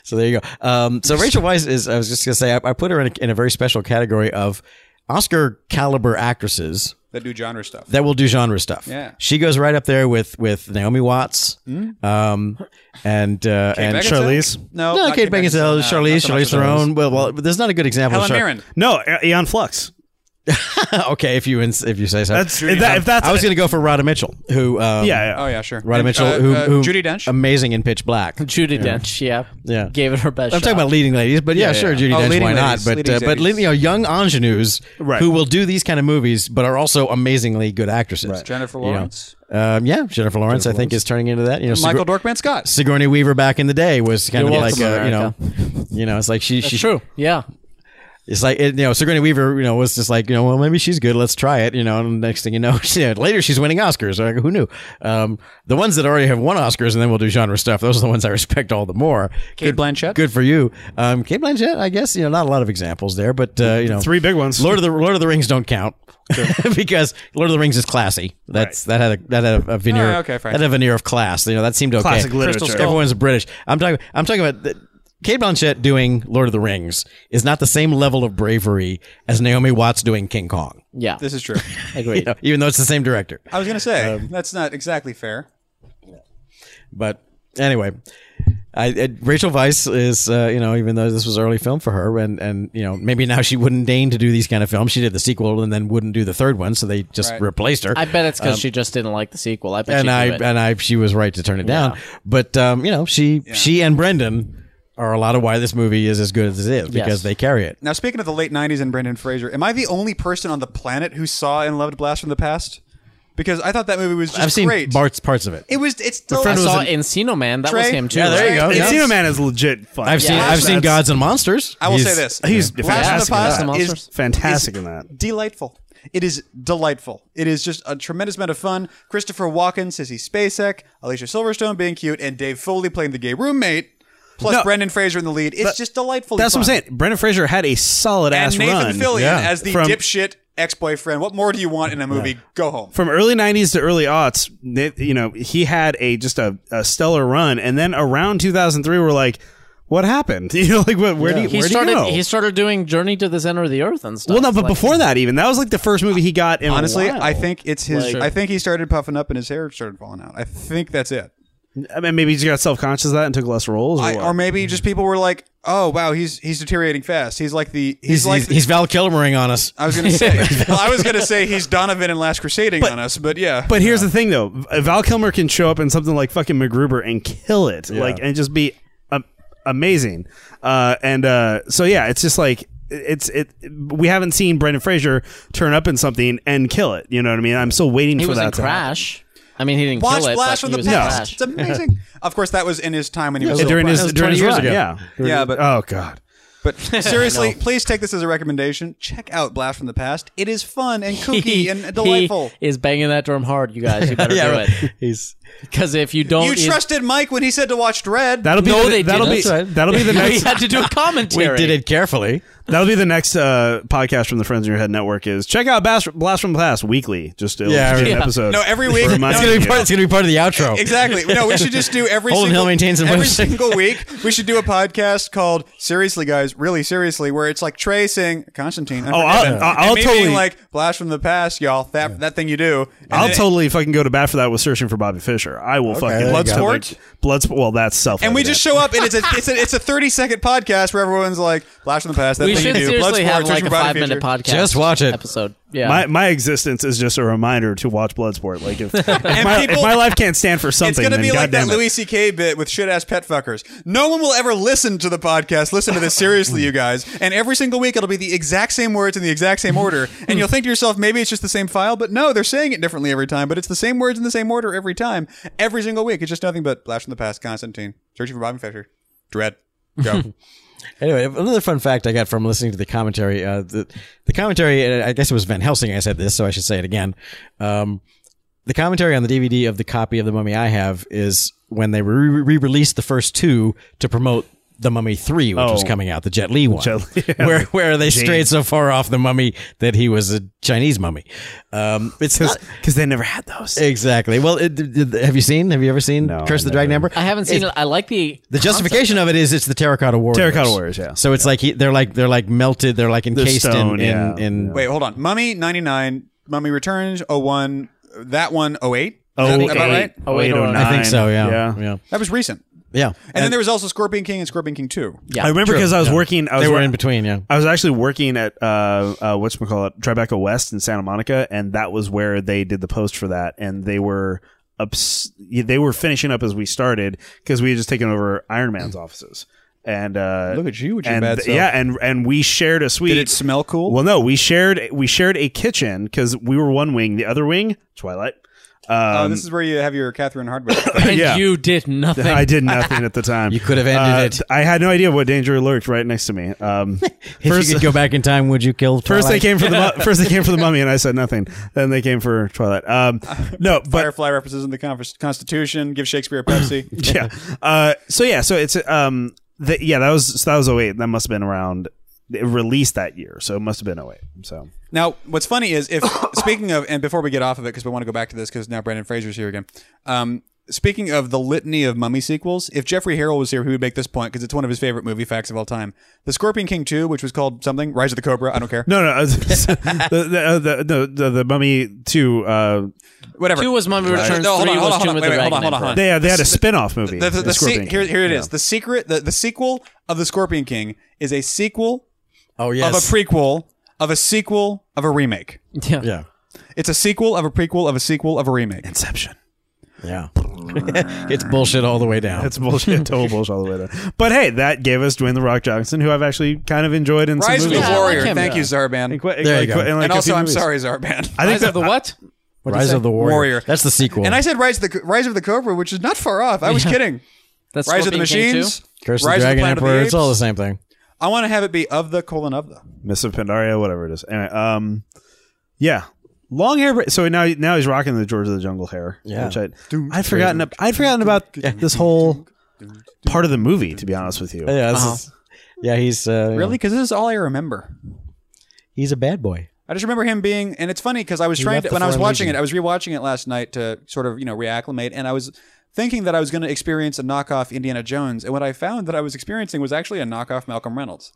[SPEAKER 4] so there you go. Um, so Rachel Weisz is. I was just gonna say I, I put her in a, in a very special category of Oscar caliber actresses.
[SPEAKER 1] that do genre stuff.
[SPEAKER 4] that will do genre stuff.
[SPEAKER 1] Yeah. Hmm?
[SPEAKER 4] she goes right up there with with Naomi Watts, um, and uh, and
[SPEAKER 1] Beckinsale?
[SPEAKER 4] Charlize.
[SPEAKER 1] No,
[SPEAKER 4] No,
[SPEAKER 1] not
[SPEAKER 4] Kate
[SPEAKER 1] no,
[SPEAKER 4] Beckinsale, Charlize,
[SPEAKER 1] not so much
[SPEAKER 4] Charlize
[SPEAKER 1] of those.
[SPEAKER 4] Theron. Well, well, there's not a good example.
[SPEAKER 1] Helen
[SPEAKER 4] of Char-
[SPEAKER 1] Mirren.
[SPEAKER 3] no, Aeon Flux.
[SPEAKER 4] (laughs) okay, if you ins- if you say so.
[SPEAKER 3] That's if, that, if that's
[SPEAKER 4] I was going to go for Rhoda Mitchell, who um,
[SPEAKER 3] yeah, yeah.
[SPEAKER 1] Oh yeah, sure.
[SPEAKER 4] Rhoda
[SPEAKER 1] And,
[SPEAKER 4] Mitchell,
[SPEAKER 1] uh,
[SPEAKER 4] who,
[SPEAKER 1] uh,
[SPEAKER 4] who
[SPEAKER 1] Judy Dench.
[SPEAKER 4] amazing in Pitch Black.
[SPEAKER 2] Judy Dench, yeah,
[SPEAKER 4] Yeah.
[SPEAKER 2] gave it her best.
[SPEAKER 4] I'm
[SPEAKER 2] shot.
[SPEAKER 4] talking about leading ladies, but yeah,
[SPEAKER 2] Yeah,
[SPEAKER 4] sure,
[SPEAKER 2] yeah.
[SPEAKER 4] Judy
[SPEAKER 1] Oh,
[SPEAKER 4] Dench,
[SPEAKER 1] leading
[SPEAKER 4] why
[SPEAKER 1] ladies,
[SPEAKER 4] not? But
[SPEAKER 1] leading
[SPEAKER 4] uh, but
[SPEAKER 1] ladies.
[SPEAKER 4] you know, young ingenues
[SPEAKER 3] Right.
[SPEAKER 4] who will do these kind of movies, but are also amazingly good actresses.
[SPEAKER 1] Jennifer
[SPEAKER 4] You know.
[SPEAKER 1] Lawrence.
[SPEAKER 4] Um, yeah, Jennifer Lawrence, I think, is turning into that. You know,
[SPEAKER 1] Michael
[SPEAKER 4] Sigour-
[SPEAKER 1] Dorkman
[SPEAKER 4] (laughs)
[SPEAKER 1] Scott.
[SPEAKER 4] Sigourney Weaver back in the day was kind
[SPEAKER 2] You're
[SPEAKER 4] of
[SPEAKER 2] welcome,
[SPEAKER 4] like uh, you know, you know, it's like she she
[SPEAKER 2] It's true. Yeah,
[SPEAKER 4] It's like it, you know Sigourney Weaver, you know, was just like you know, well, maybe she's good. Let's try it, you know. And next thing you know, (laughs) she, later she's winning Oscars. Like, who knew? Um, the ones that already have won Oscars, and then we'll do genre stuff. Those are the ones I (laughs) respect all the more.
[SPEAKER 1] Kate Blanchett.
[SPEAKER 4] Good for you, um, Kate Blanchett. I guess you know, not a lot of examples there, but uh, you know,
[SPEAKER 3] Three big ones.
[SPEAKER 4] Lord of the Lord of the Rings don't count (laughs) because Lord of the Rings is classy. That's that had a that had a, a veneer.
[SPEAKER 1] All right, Oh, okay, fine.
[SPEAKER 4] that had a veneer of class. You know, that seemed okay.
[SPEAKER 3] Classic literature.
[SPEAKER 4] Crystal Skull. Everyone's British. I'm talking. I'm talking about. The, Kate Blanchett doing Lord of the Rings is not the same level of bravery as Naomi Watts doing King Kong.
[SPEAKER 2] yeah,
[SPEAKER 1] This is true.
[SPEAKER 2] agreed.
[SPEAKER 4] (laughs) You know, even though it's the same director.
[SPEAKER 1] I was gonna
[SPEAKER 4] (laughs)
[SPEAKER 1] say
[SPEAKER 4] Um,
[SPEAKER 1] that's not exactly fair.
[SPEAKER 4] But anyway, I, I, Rachel Weisz is uh, you know even though this was early film for her and and you know maybe now she wouldn't deign to do these kind of films. She did the sequel and then wouldn't do the third one, so they just
[SPEAKER 1] Right.
[SPEAKER 4] replaced her.
[SPEAKER 2] I bet it's because she just didn't like the sequel. I bet she
[SPEAKER 4] and
[SPEAKER 2] knew
[SPEAKER 4] I
[SPEAKER 2] it.
[SPEAKER 4] and I she was right to turn it down. But um, you know she she and Brendan are a lot of why this movie is as good as it is because they carry it.
[SPEAKER 1] Now, speaking of the late '90s and Brendan Fraser, am I the only person on the planet who saw and loved Blast from the Past? Because I thought that movie was just
[SPEAKER 4] I've seen
[SPEAKER 1] great.
[SPEAKER 4] parts parts of it.
[SPEAKER 1] it was. It's still.
[SPEAKER 2] I
[SPEAKER 1] I
[SPEAKER 2] saw
[SPEAKER 1] saw-
[SPEAKER 2] Encino Man. That was
[SPEAKER 1] Trey?
[SPEAKER 2] him too.
[SPEAKER 1] Yeah,
[SPEAKER 2] right?
[SPEAKER 1] there you go.
[SPEAKER 4] Yeah.
[SPEAKER 3] Encino Man is legit fun.
[SPEAKER 4] I've seen I've seen
[SPEAKER 3] That's-
[SPEAKER 4] Gods and Monsters.
[SPEAKER 1] I will
[SPEAKER 4] He's-
[SPEAKER 1] say this:
[SPEAKER 3] He's
[SPEAKER 1] Blast
[SPEAKER 3] fantastic. in
[SPEAKER 1] from
[SPEAKER 2] in
[SPEAKER 1] the Past
[SPEAKER 2] that. Monsters.
[SPEAKER 1] is
[SPEAKER 3] Fantastic
[SPEAKER 1] is
[SPEAKER 3] in that.
[SPEAKER 1] Delightful. It is delightful. It is just a tremendous amount of fun. Christopher Walken, Sissy Spacek, Alicia Silverstone being cute, and Dave Foley playing the gay roommate, plus
[SPEAKER 3] No.
[SPEAKER 1] Brendan Fraser in the lead. It's just delightful.
[SPEAKER 3] That's what I'm saying. Brendan Fraser had a solid
[SPEAKER 1] And
[SPEAKER 3] ass
[SPEAKER 1] Nathan
[SPEAKER 3] run.
[SPEAKER 1] Fillion
[SPEAKER 3] Yeah.
[SPEAKER 1] as the
[SPEAKER 3] From-
[SPEAKER 1] dipshit ex-boyfriend. What more do you want in a movie? Go home.
[SPEAKER 3] from early 90s to early aughts na- you know he had a just a, a stellar run and then around 2003 we're like what happened (laughs) you know like what, where do you,
[SPEAKER 2] He
[SPEAKER 3] where
[SPEAKER 2] started.
[SPEAKER 3] do you go?
[SPEAKER 2] He started doing Journey to the Center of the Earth and stuff.
[SPEAKER 3] well no but
[SPEAKER 2] Like,
[SPEAKER 3] before that even that was like the first movie he got in
[SPEAKER 1] Honestly,
[SPEAKER 3] a while.
[SPEAKER 1] I think it's his.
[SPEAKER 2] Like-
[SPEAKER 1] I think he started puffing up and his hair started falling out. I think that's it.
[SPEAKER 3] I mean, maybe he just got self-conscious of that and took less roles or
[SPEAKER 1] I,
[SPEAKER 3] what?
[SPEAKER 1] or maybe just people were like, "Oh wow, he's he's deteriorating fast. He's like the he's,
[SPEAKER 4] He's,
[SPEAKER 1] like Uh,
[SPEAKER 4] he's,
[SPEAKER 1] the-
[SPEAKER 4] he's Val Kilmering on us.
[SPEAKER 1] I was gonna say. well, I was gonna say he's Donovan in Last Crusading on us, but yeah.
[SPEAKER 3] but here's the thing though val kilmer can show up in something like fucking mcgruber and kill it like and just be um, amazing uh, and uh, so yeah it's just like it's it we haven't seen brendan fraser turn up in something and kill it you know what i mean i'm still waiting
[SPEAKER 2] he
[SPEAKER 3] for
[SPEAKER 2] was
[SPEAKER 3] that
[SPEAKER 2] in
[SPEAKER 3] to happen.
[SPEAKER 2] Crash. I mean, he didn't
[SPEAKER 1] watch
[SPEAKER 2] kill it.
[SPEAKER 1] Blast
[SPEAKER 2] but
[SPEAKER 1] from the
[SPEAKER 2] he was in
[SPEAKER 3] past.
[SPEAKER 1] Past. It's amazing. of course, that was in his time when he was
[SPEAKER 3] Yeah, during
[SPEAKER 1] still black.
[SPEAKER 3] his during
[SPEAKER 4] 20
[SPEAKER 3] his
[SPEAKER 4] years
[SPEAKER 3] run,
[SPEAKER 4] ago.
[SPEAKER 3] yeah,
[SPEAKER 1] Yeah, but-
[SPEAKER 3] oh god,
[SPEAKER 1] But seriously, please take this as a recommendation. Check out Blast from the Past. It is fun and
[SPEAKER 2] He,
[SPEAKER 1] kooky and delightful.
[SPEAKER 2] he is banging that drum hard, you guys. You better do it
[SPEAKER 4] He's
[SPEAKER 2] because if you don't,
[SPEAKER 1] you
[SPEAKER 2] it-
[SPEAKER 1] trusted Mike when he said to watch Dread.
[SPEAKER 3] that'll be
[SPEAKER 2] No,
[SPEAKER 3] the,
[SPEAKER 2] they
[SPEAKER 3] that'll
[SPEAKER 2] didn't.
[SPEAKER 3] be
[SPEAKER 2] That's
[SPEAKER 4] right.
[SPEAKER 3] that'll
[SPEAKER 2] (laughs)
[SPEAKER 3] be the
[SPEAKER 2] we
[SPEAKER 3] next
[SPEAKER 2] had to do a
[SPEAKER 4] we
[SPEAKER 2] commentary.
[SPEAKER 4] did it carefully.
[SPEAKER 3] that'll be the next uh, podcast from the Friends in Your Head Network is check out Blast, Blast from the Past weekly. Just it'll
[SPEAKER 4] Yeah,
[SPEAKER 3] just be an
[SPEAKER 2] yeah.
[SPEAKER 3] episode.
[SPEAKER 1] No, every week-
[SPEAKER 3] For
[SPEAKER 1] It's
[SPEAKER 3] reminding
[SPEAKER 4] It's gonna be
[SPEAKER 3] you.
[SPEAKER 4] part. It's gonna be part of the outro.
[SPEAKER 1] Exactly. No, we should just do every
[SPEAKER 4] Holden
[SPEAKER 1] single,
[SPEAKER 4] Hill maintains a
[SPEAKER 1] every
[SPEAKER 4] website.
[SPEAKER 1] single week. We should do a podcast called "Seriously, Guys, Really Seriously," where it's like Trey saying Constantine.
[SPEAKER 3] Oh, I'll-
[SPEAKER 1] Unforgiven,"
[SPEAKER 3] I'll-
[SPEAKER 1] and
[SPEAKER 3] I'll
[SPEAKER 1] me
[SPEAKER 3] totally-
[SPEAKER 1] being like Blast from the Past, y'all. That that thing you do. And
[SPEAKER 3] I'll
[SPEAKER 1] then-
[SPEAKER 3] totally fucking go to bat for that with searching for Bobby Fisher. I will fucking
[SPEAKER 4] there you go.
[SPEAKER 3] Bloodsport. Bloodsport. Well, that's self.
[SPEAKER 1] And we just show up, and it's a it's a it's a thirty second podcast where everyone's like Blast from the Past. That
[SPEAKER 2] We
[SPEAKER 1] thing
[SPEAKER 2] should
[SPEAKER 1] you do.
[SPEAKER 2] seriously
[SPEAKER 1] Bloodsport,
[SPEAKER 2] have
[SPEAKER 1] Search
[SPEAKER 2] like
[SPEAKER 1] for
[SPEAKER 2] a
[SPEAKER 1] Body
[SPEAKER 2] five
[SPEAKER 1] Features.
[SPEAKER 2] minute podcast.
[SPEAKER 4] Just watch it.
[SPEAKER 2] episode. Yeah,
[SPEAKER 3] My, my existence is just a reminder to watch Bloodsport. Like if, (laughs) if, my,
[SPEAKER 1] people-
[SPEAKER 3] if my life can't stand for something,
[SPEAKER 1] It's gonna
[SPEAKER 3] then
[SPEAKER 1] be like that
[SPEAKER 3] goddamn it.
[SPEAKER 1] Louis C.K. bit with shit ass pet fuckers. No one will ever listen to the podcast. Listen to this seriously, you guys. And every single week, it'll be the exact same words in the exact same order. And you'll think to yourself, maybe it's just the same file, but no, they're saying it differently every time. But it's the same words in the same order every time, every single week. It's just nothing but Blast from the Past, Constantine, Searching for Bobby Fischer, Dread.
[SPEAKER 3] (laughs)
[SPEAKER 1] Go.
[SPEAKER 4] Anyway, another fun fact I got from listening to the commentary. Uh, the, the commentary, uh, I guess it was Van Helsing. I said this, so I should say it again. Um, the commentary on the DVD of the copy of the Mummy I have is when they re- re-released the first two to promote the Mummy Three, which was
[SPEAKER 3] Oh.
[SPEAKER 4] coming out, the Jet Li one,
[SPEAKER 3] Jet Li, (laughs) yeah.
[SPEAKER 4] where where they strayed so far off the Mummy that he was a Chinese mummy. Um, it's not-
[SPEAKER 3] because they never had those.
[SPEAKER 4] exactly well. It, it- have you seen? Have you ever seen
[SPEAKER 3] No,
[SPEAKER 4] Curse of the
[SPEAKER 3] never.
[SPEAKER 4] Dragon Emperor?
[SPEAKER 2] I haven't seen it. I like the
[SPEAKER 4] The justification of it is it's the terracotta warriors.
[SPEAKER 3] Terracotta warriors, yeah.
[SPEAKER 4] So it's like he, they're like they're like melted. They're like encased
[SPEAKER 3] stone,
[SPEAKER 4] in, in,
[SPEAKER 3] yeah.
[SPEAKER 4] in
[SPEAKER 1] Wait, hold on. Mummy 99, Mummy Returns 01, that one 08. Is
[SPEAKER 3] Oh,
[SPEAKER 1] that about
[SPEAKER 3] eight.
[SPEAKER 1] right?
[SPEAKER 2] Oh, wait,
[SPEAKER 3] Oh, eight, oh,
[SPEAKER 2] hold on.
[SPEAKER 4] I
[SPEAKER 3] nine.
[SPEAKER 4] think so. Yeah.
[SPEAKER 3] yeah.
[SPEAKER 4] Yeah.
[SPEAKER 1] That was recent.
[SPEAKER 4] Yeah.
[SPEAKER 1] And, then there was also Scorpion King and Scorpion King Two.
[SPEAKER 2] Yeah,
[SPEAKER 3] I remember
[SPEAKER 4] true,
[SPEAKER 3] because I was working. I was
[SPEAKER 4] They were
[SPEAKER 3] wor-
[SPEAKER 4] in
[SPEAKER 3] (laughs)
[SPEAKER 4] between, yeah.
[SPEAKER 3] I was actually working at uh, uh, what's we call it Tribeca West in Santa Monica, and that was where they did the post for that, and they were ups- they were finishing up as we started because we had just taken over Iron Man's offices. And uh,
[SPEAKER 1] Mm. Look at you with your
[SPEAKER 3] and
[SPEAKER 1] bad
[SPEAKER 3] th-
[SPEAKER 1] self.
[SPEAKER 3] yeah, and and we shared a suite.
[SPEAKER 1] Did it smell cool?
[SPEAKER 3] Well, no, we shared we shared a kitchen because we were one wing, the other wing Twilight. Um,
[SPEAKER 1] Uh, this is where you have your Catherine Hardwick. (coughs)
[SPEAKER 2] and
[SPEAKER 3] yeah.
[SPEAKER 2] you did nothing.
[SPEAKER 3] I
[SPEAKER 4] (laughs)
[SPEAKER 3] did nothing at the time.
[SPEAKER 4] Um, You could have ended
[SPEAKER 3] Uh,
[SPEAKER 4] it.
[SPEAKER 3] I had no idea what danger lurked right next to me. Um,
[SPEAKER 4] (laughs) If
[SPEAKER 3] first,
[SPEAKER 4] you could go back in time, would you kill
[SPEAKER 3] First
[SPEAKER 4] Twilight?
[SPEAKER 3] they came for the
[SPEAKER 1] (laughs)
[SPEAKER 3] mu- first they came for the mummy and I said nothing. Then they came for Twilight.
[SPEAKER 1] (laughs)
[SPEAKER 3] Um, no, but
[SPEAKER 1] Firefly references in the con- Constitution. Give Shakespeare a
[SPEAKER 3] (coughs)
[SPEAKER 1] Pepsi.
[SPEAKER 3] (laughs) yeah. Uh, so yeah, so it's um, the, yeah, that was so that was 08. That must have been around it released that year, so it must have been 08. So
[SPEAKER 1] now, what's funny is if speaking of, and before we get off of it, because we want to go back to this, because now Brandon Fraser's here again. Um, speaking of the litany of mummy sequels, if Jeffrey Harrell was here, he would make this point because it's one of his favorite movie facts of all time. The Scorpion King Two, which was called something, Rise of the Cobra. I don't care.
[SPEAKER 3] no, no, I
[SPEAKER 1] (laughs)
[SPEAKER 3] was- the, the, uh, the, no, the the mummy two. Uh,
[SPEAKER 1] Whatever.
[SPEAKER 2] Two was Mummy Returns.
[SPEAKER 1] No, hold
[SPEAKER 2] three
[SPEAKER 1] on, hold on,
[SPEAKER 2] was
[SPEAKER 1] hold
[SPEAKER 2] Tomb of
[SPEAKER 1] on,
[SPEAKER 2] the
[SPEAKER 1] wait, wait, hold
[SPEAKER 2] Dragon
[SPEAKER 1] on, hold on,
[SPEAKER 2] Emperor.
[SPEAKER 1] hold on.
[SPEAKER 3] they had, they had a spin-off movie.
[SPEAKER 1] the, the,
[SPEAKER 3] the
[SPEAKER 1] the se-
[SPEAKER 3] Scorpion King.
[SPEAKER 1] here, here it is. The secret, the, the sequel of the Scorpion King is a sequel
[SPEAKER 4] Oh,
[SPEAKER 1] of a
[SPEAKER 4] yes.
[SPEAKER 1] prequel of a sequel of a remake.
[SPEAKER 2] Yeah.
[SPEAKER 4] yeah.
[SPEAKER 1] It's a sequel of a prequel of a sequel of a remake.
[SPEAKER 3] Inception.
[SPEAKER 4] Yeah.
[SPEAKER 3] (laughs)
[SPEAKER 4] it's bullshit all the way down.
[SPEAKER 3] That's
[SPEAKER 1] (laughs)
[SPEAKER 3] bullshit. Total bullshit all the way down. But hey, that gave us Dwayne the Rock Johnson, who I've actually kind of enjoyed in
[SPEAKER 1] Rise
[SPEAKER 3] some
[SPEAKER 1] of the
[SPEAKER 3] movies.
[SPEAKER 2] Yeah, I like
[SPEAKER 1] Warrior.
[SPEAKER 2] him.
[SPEAKER 1] Thank you, Zarban.
[SPEAKER 3] And, qu- and,
[SPEAKER 4] There you
[SPEAKER 3] like,
[SPEAKER 4] go.
[SPEAKER 3] and, like,
[SPEAKER 1] and
[SPEAKER 3] a
[SPEAKER 1] also,
[SPEAKER 3] few
[SPEAKER 1] I'm
[SPEAKER 3] movies.
[SPEAKER 1] sorry,
[SPEAKER 4] (laughs)
[SPEAKER 1] Zarban.
[SPEAKER 3] I think
[SPEAKER 2] Rise
[SPEAKER 3] that,
[SPEAKER 2] of the what?
[SPEAKER 4] Rise of the Warrior.
[SPEAKER 1] Warrior.
[SPEAKER 4] That's the sequel.
[SPEAKER 1] and I said Rise of the Rise of the Cobra, which is not far off. I was (laughs) kidding.
[SPEAKER 2] That's
[SPEAKER 1] Rise of the
[SPEAKER 2] Scorpion King
[SPEAKER 1] Machines.
[SPEAKER 2] too?
[SPEAKER 4] Curse
[SPEAKER 1] Rise
[SPEAKER 4] of the Dragon
[SPEAKER 1] Planet of
[SPEAKER 4] Emperor. it's all the
[SPEAKER 1] Apes.
[SPEAKER 4] same thing.
[SPEAKER 1] I want to have it be of the colon of the.
[SPEAKER 3] Miss of Pandaria, whatever it is. Anyway, um, yeah, long hair. bra- So now, now he's rocking the George of the Jungle hair.
[SPEAKER 4] Yeah.
[SPEAKER 3] which I, I'd forgotten. ab- I'd forgotten about this whole part of the movie. To be honest with you,
[SPEAKER 4] Yeah, this is- yeah, he's uh,
[SPEAKER 1] Uh-huh. Really? Because this is all I remember.
[SPEAKER 4] He's a bad boy.
[SPEAKER 1] I just remember him being, and it's funny because I was trying
[SPEAKER 4] left
[SPEAKER 1] to
[SPEAKER 4] the
[SPEAKER 1] when I was
[SPEAKER 4] Foreign
[SPEAKER 1] watching
[SPEAKER 4] Legion.
[SPEAKER 1] it, I was rewatching it last night to sort of you know reacclimate, and I was thinking that I was going to experience a knockoff Indiana Jones, and what I found that I was experiencing was actually a knockoff Malcolm Reynolds.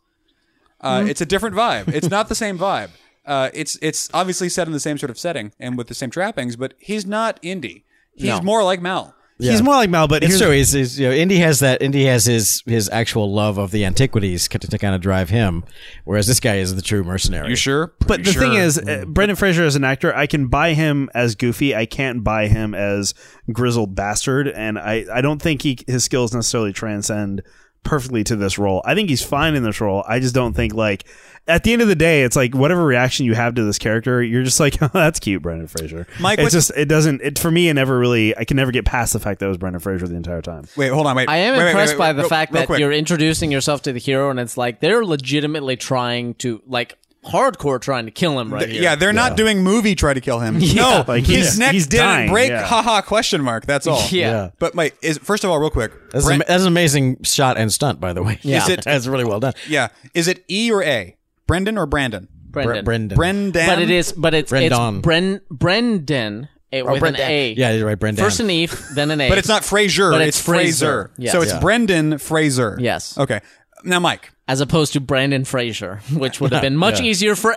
[SPEAKER 1] Uh,
[SPEAKER 2] Hmm.
[SPEAKER 1] It's a different vibe. It's not the same vibe. Uh, it's it's obviously set in the same sort of setting and with the same trappings, but he's not indie. He's more like Mal.
[SPEAKER 3] he's more like Mal. But
[SPEAKER 4] It's
[SPEAKER 3] here's,
[SPEAKER 4] true. He's, he's you know, Indy has that. Indy has his his actual love of the antiquities to, to kind of drive him, whereas this guy is the true mercenary.
[SPEAKER 1] You sure?
[SPEAKER 3] But
[SPEAKER 1] Pretty
[SPEAKER 3] the thing
[SPEAKER 1] sure. Hmm.
[SPEAKER 3] is, uh, Brendan Fraser as an actor, I can buy him as Goofy. I can't buy him as grizzled bastard, and I, I don't think he his skills necessarily transcend perfectly to this role. I think he's fine in this role. I just don't think like at the end of the day, it's like whatever reaction you have to this character, you're just like, (laughs) oh, that's cute, Brendan Fraser.
[SPEAKER 1] Mike,
[SPEAKER 3] it's
[SPEAKER 1] what-
[SPEAKER 3] just it doesn't it for me. It never really I can never get past the fact that it was Brendan Fraser the entire time.
[SPEAKER 1] wait, hold on, wait.
[SPEAKER 2] I am
[SPEAKER 1] Wait, wait,
[SPEAKER 2] impressed
[SPEAKER 1] wait,
[SPEAKER 2] by
[SPEAKER 1] wait,
[SPEAKER 2] the
[SPEAKER 1] real-
[SPEAKER 2] fact
[SPEAKER 1] real
[SPEAKER 2] that
[SPEAKER 1] quick.
[SPEAKER 2] you're introducing yourself to the hero, and it's like they're legitimately trying to, like, hardcore trying to kill him right here.
[SPEAKER 1] Yeah, they're not doing movie try to kill him. No,
[SPEAKER 3] Like,
[SPEAKER 1] his
[SPEAKER 3] he's-
[SPEAKER 1] neck
[SPEAKER 3] he's
[SPEAKER 1] didn't
[SPEAKER 3] dying,
[SPEAKER 1] break.
[SPEAKER 3] yeah.
[SPEAKER 1] Haha! Question mark. That's all.
[SPEAKER 2] Yeah.
[SPEAKER 4] Yeah.
[SPEAKER 1] But wait, is first of all, real quick.
[SPEAKER 4] That's,
[SPEAKER 1] Brent-
[SPEAKER 4] an, that's an amazing shot and stunt, by the way.
[SPEAKER 2] Yeah.
[SPEAKER 1] Is it-
[SPEAKER 4] that's really well done.
[SPEAKER 1] yeah, is it E or A? Brendan or Brandon?
[SPEAKER 2] Brendan.
[SPEAKER 4] Brendan.
[SPEAKER 1] Brendan.
[SPEAKER 2] But it is, but it's,
[SPEAKER 4] Brendan.
[SPEAKER 2] it's Bren, Brendan eh, with
[SPEAKER 1] Oh, Brendan.
[SPEAKER 2] an A.
[SPEAKER 4] Yeah, you're right, Brendan.
[SPEAKER 2] First an E, then an
[SPEAKER 1] (laughs)
[SPEAKER 2] A.
[SPEAKER 1] But it's not Fraser.
[SPEAKER 2] But
[SPEAKER 1] it's,
[SPEAKER 2] it's
[SPEAKER 1] Fraser.
[SPEAKER 2] Fraser. Yes.
[SPEAKER 1] So it's
[SPEAKER 2] Yeah.
[SPEAKER 1] Brendan Fraser.
[SPEAKER 2] Yes.
[SPEAKER 1] Okay. Now, Mike.
[SPEAKER 2] as opposed to Brandon Fraser, which
[SPEAKER 4] (laughs)
[SPEAKER 2] would have been much easier for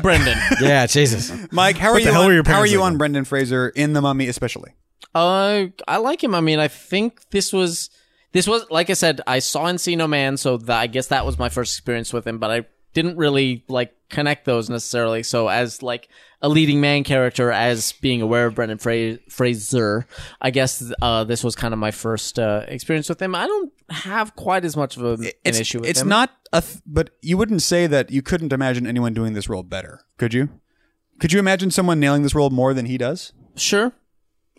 [SPEAKER 1] (laughs)
[SPEAKER 2] Brendan.
[SPEAKER 3] (laughs)
[SPEAKER 4] yeah, Jesus.
[SPEAKER 1] Mike, how are you?
[SPEAKER 3] the hell
[SPEAKER 1] on,
[SPEAKER 3] were your
[SPEAKER 1] how are
[SPEAKER 3] parents
[SPEAKER 1] you
[SPEAKER 3] like
[SPEAKER 1] on
[SPEAKER 3] that?
[SPEAKER 1] Brendan Fraser in The Mummy, especially?
[SPEAKER 2] Uh, I like him. I mean, I think this was this was like I said, I saw Encino Man, so tha- I guess that was my first experience with him. But I didn't really like connect those necessarily. So as like a leading man character, as being aware of Brendan Fra- Fraser, I guess uh, this was kind of my first uh, experience with him. I don't have quite as much of a, an
[SPEAKER 1] It's-
[SPEAKER 2] issue with
[SPEAKER 1] it's
[SPEAKER 2] him.
[SPEAKER 1] not a. Th- but you wouldn't say that you couldn't imagine anyone doing this role better, could you? Could you imagine someone nailing this role more than he does?
[SPEAKER 2] sure.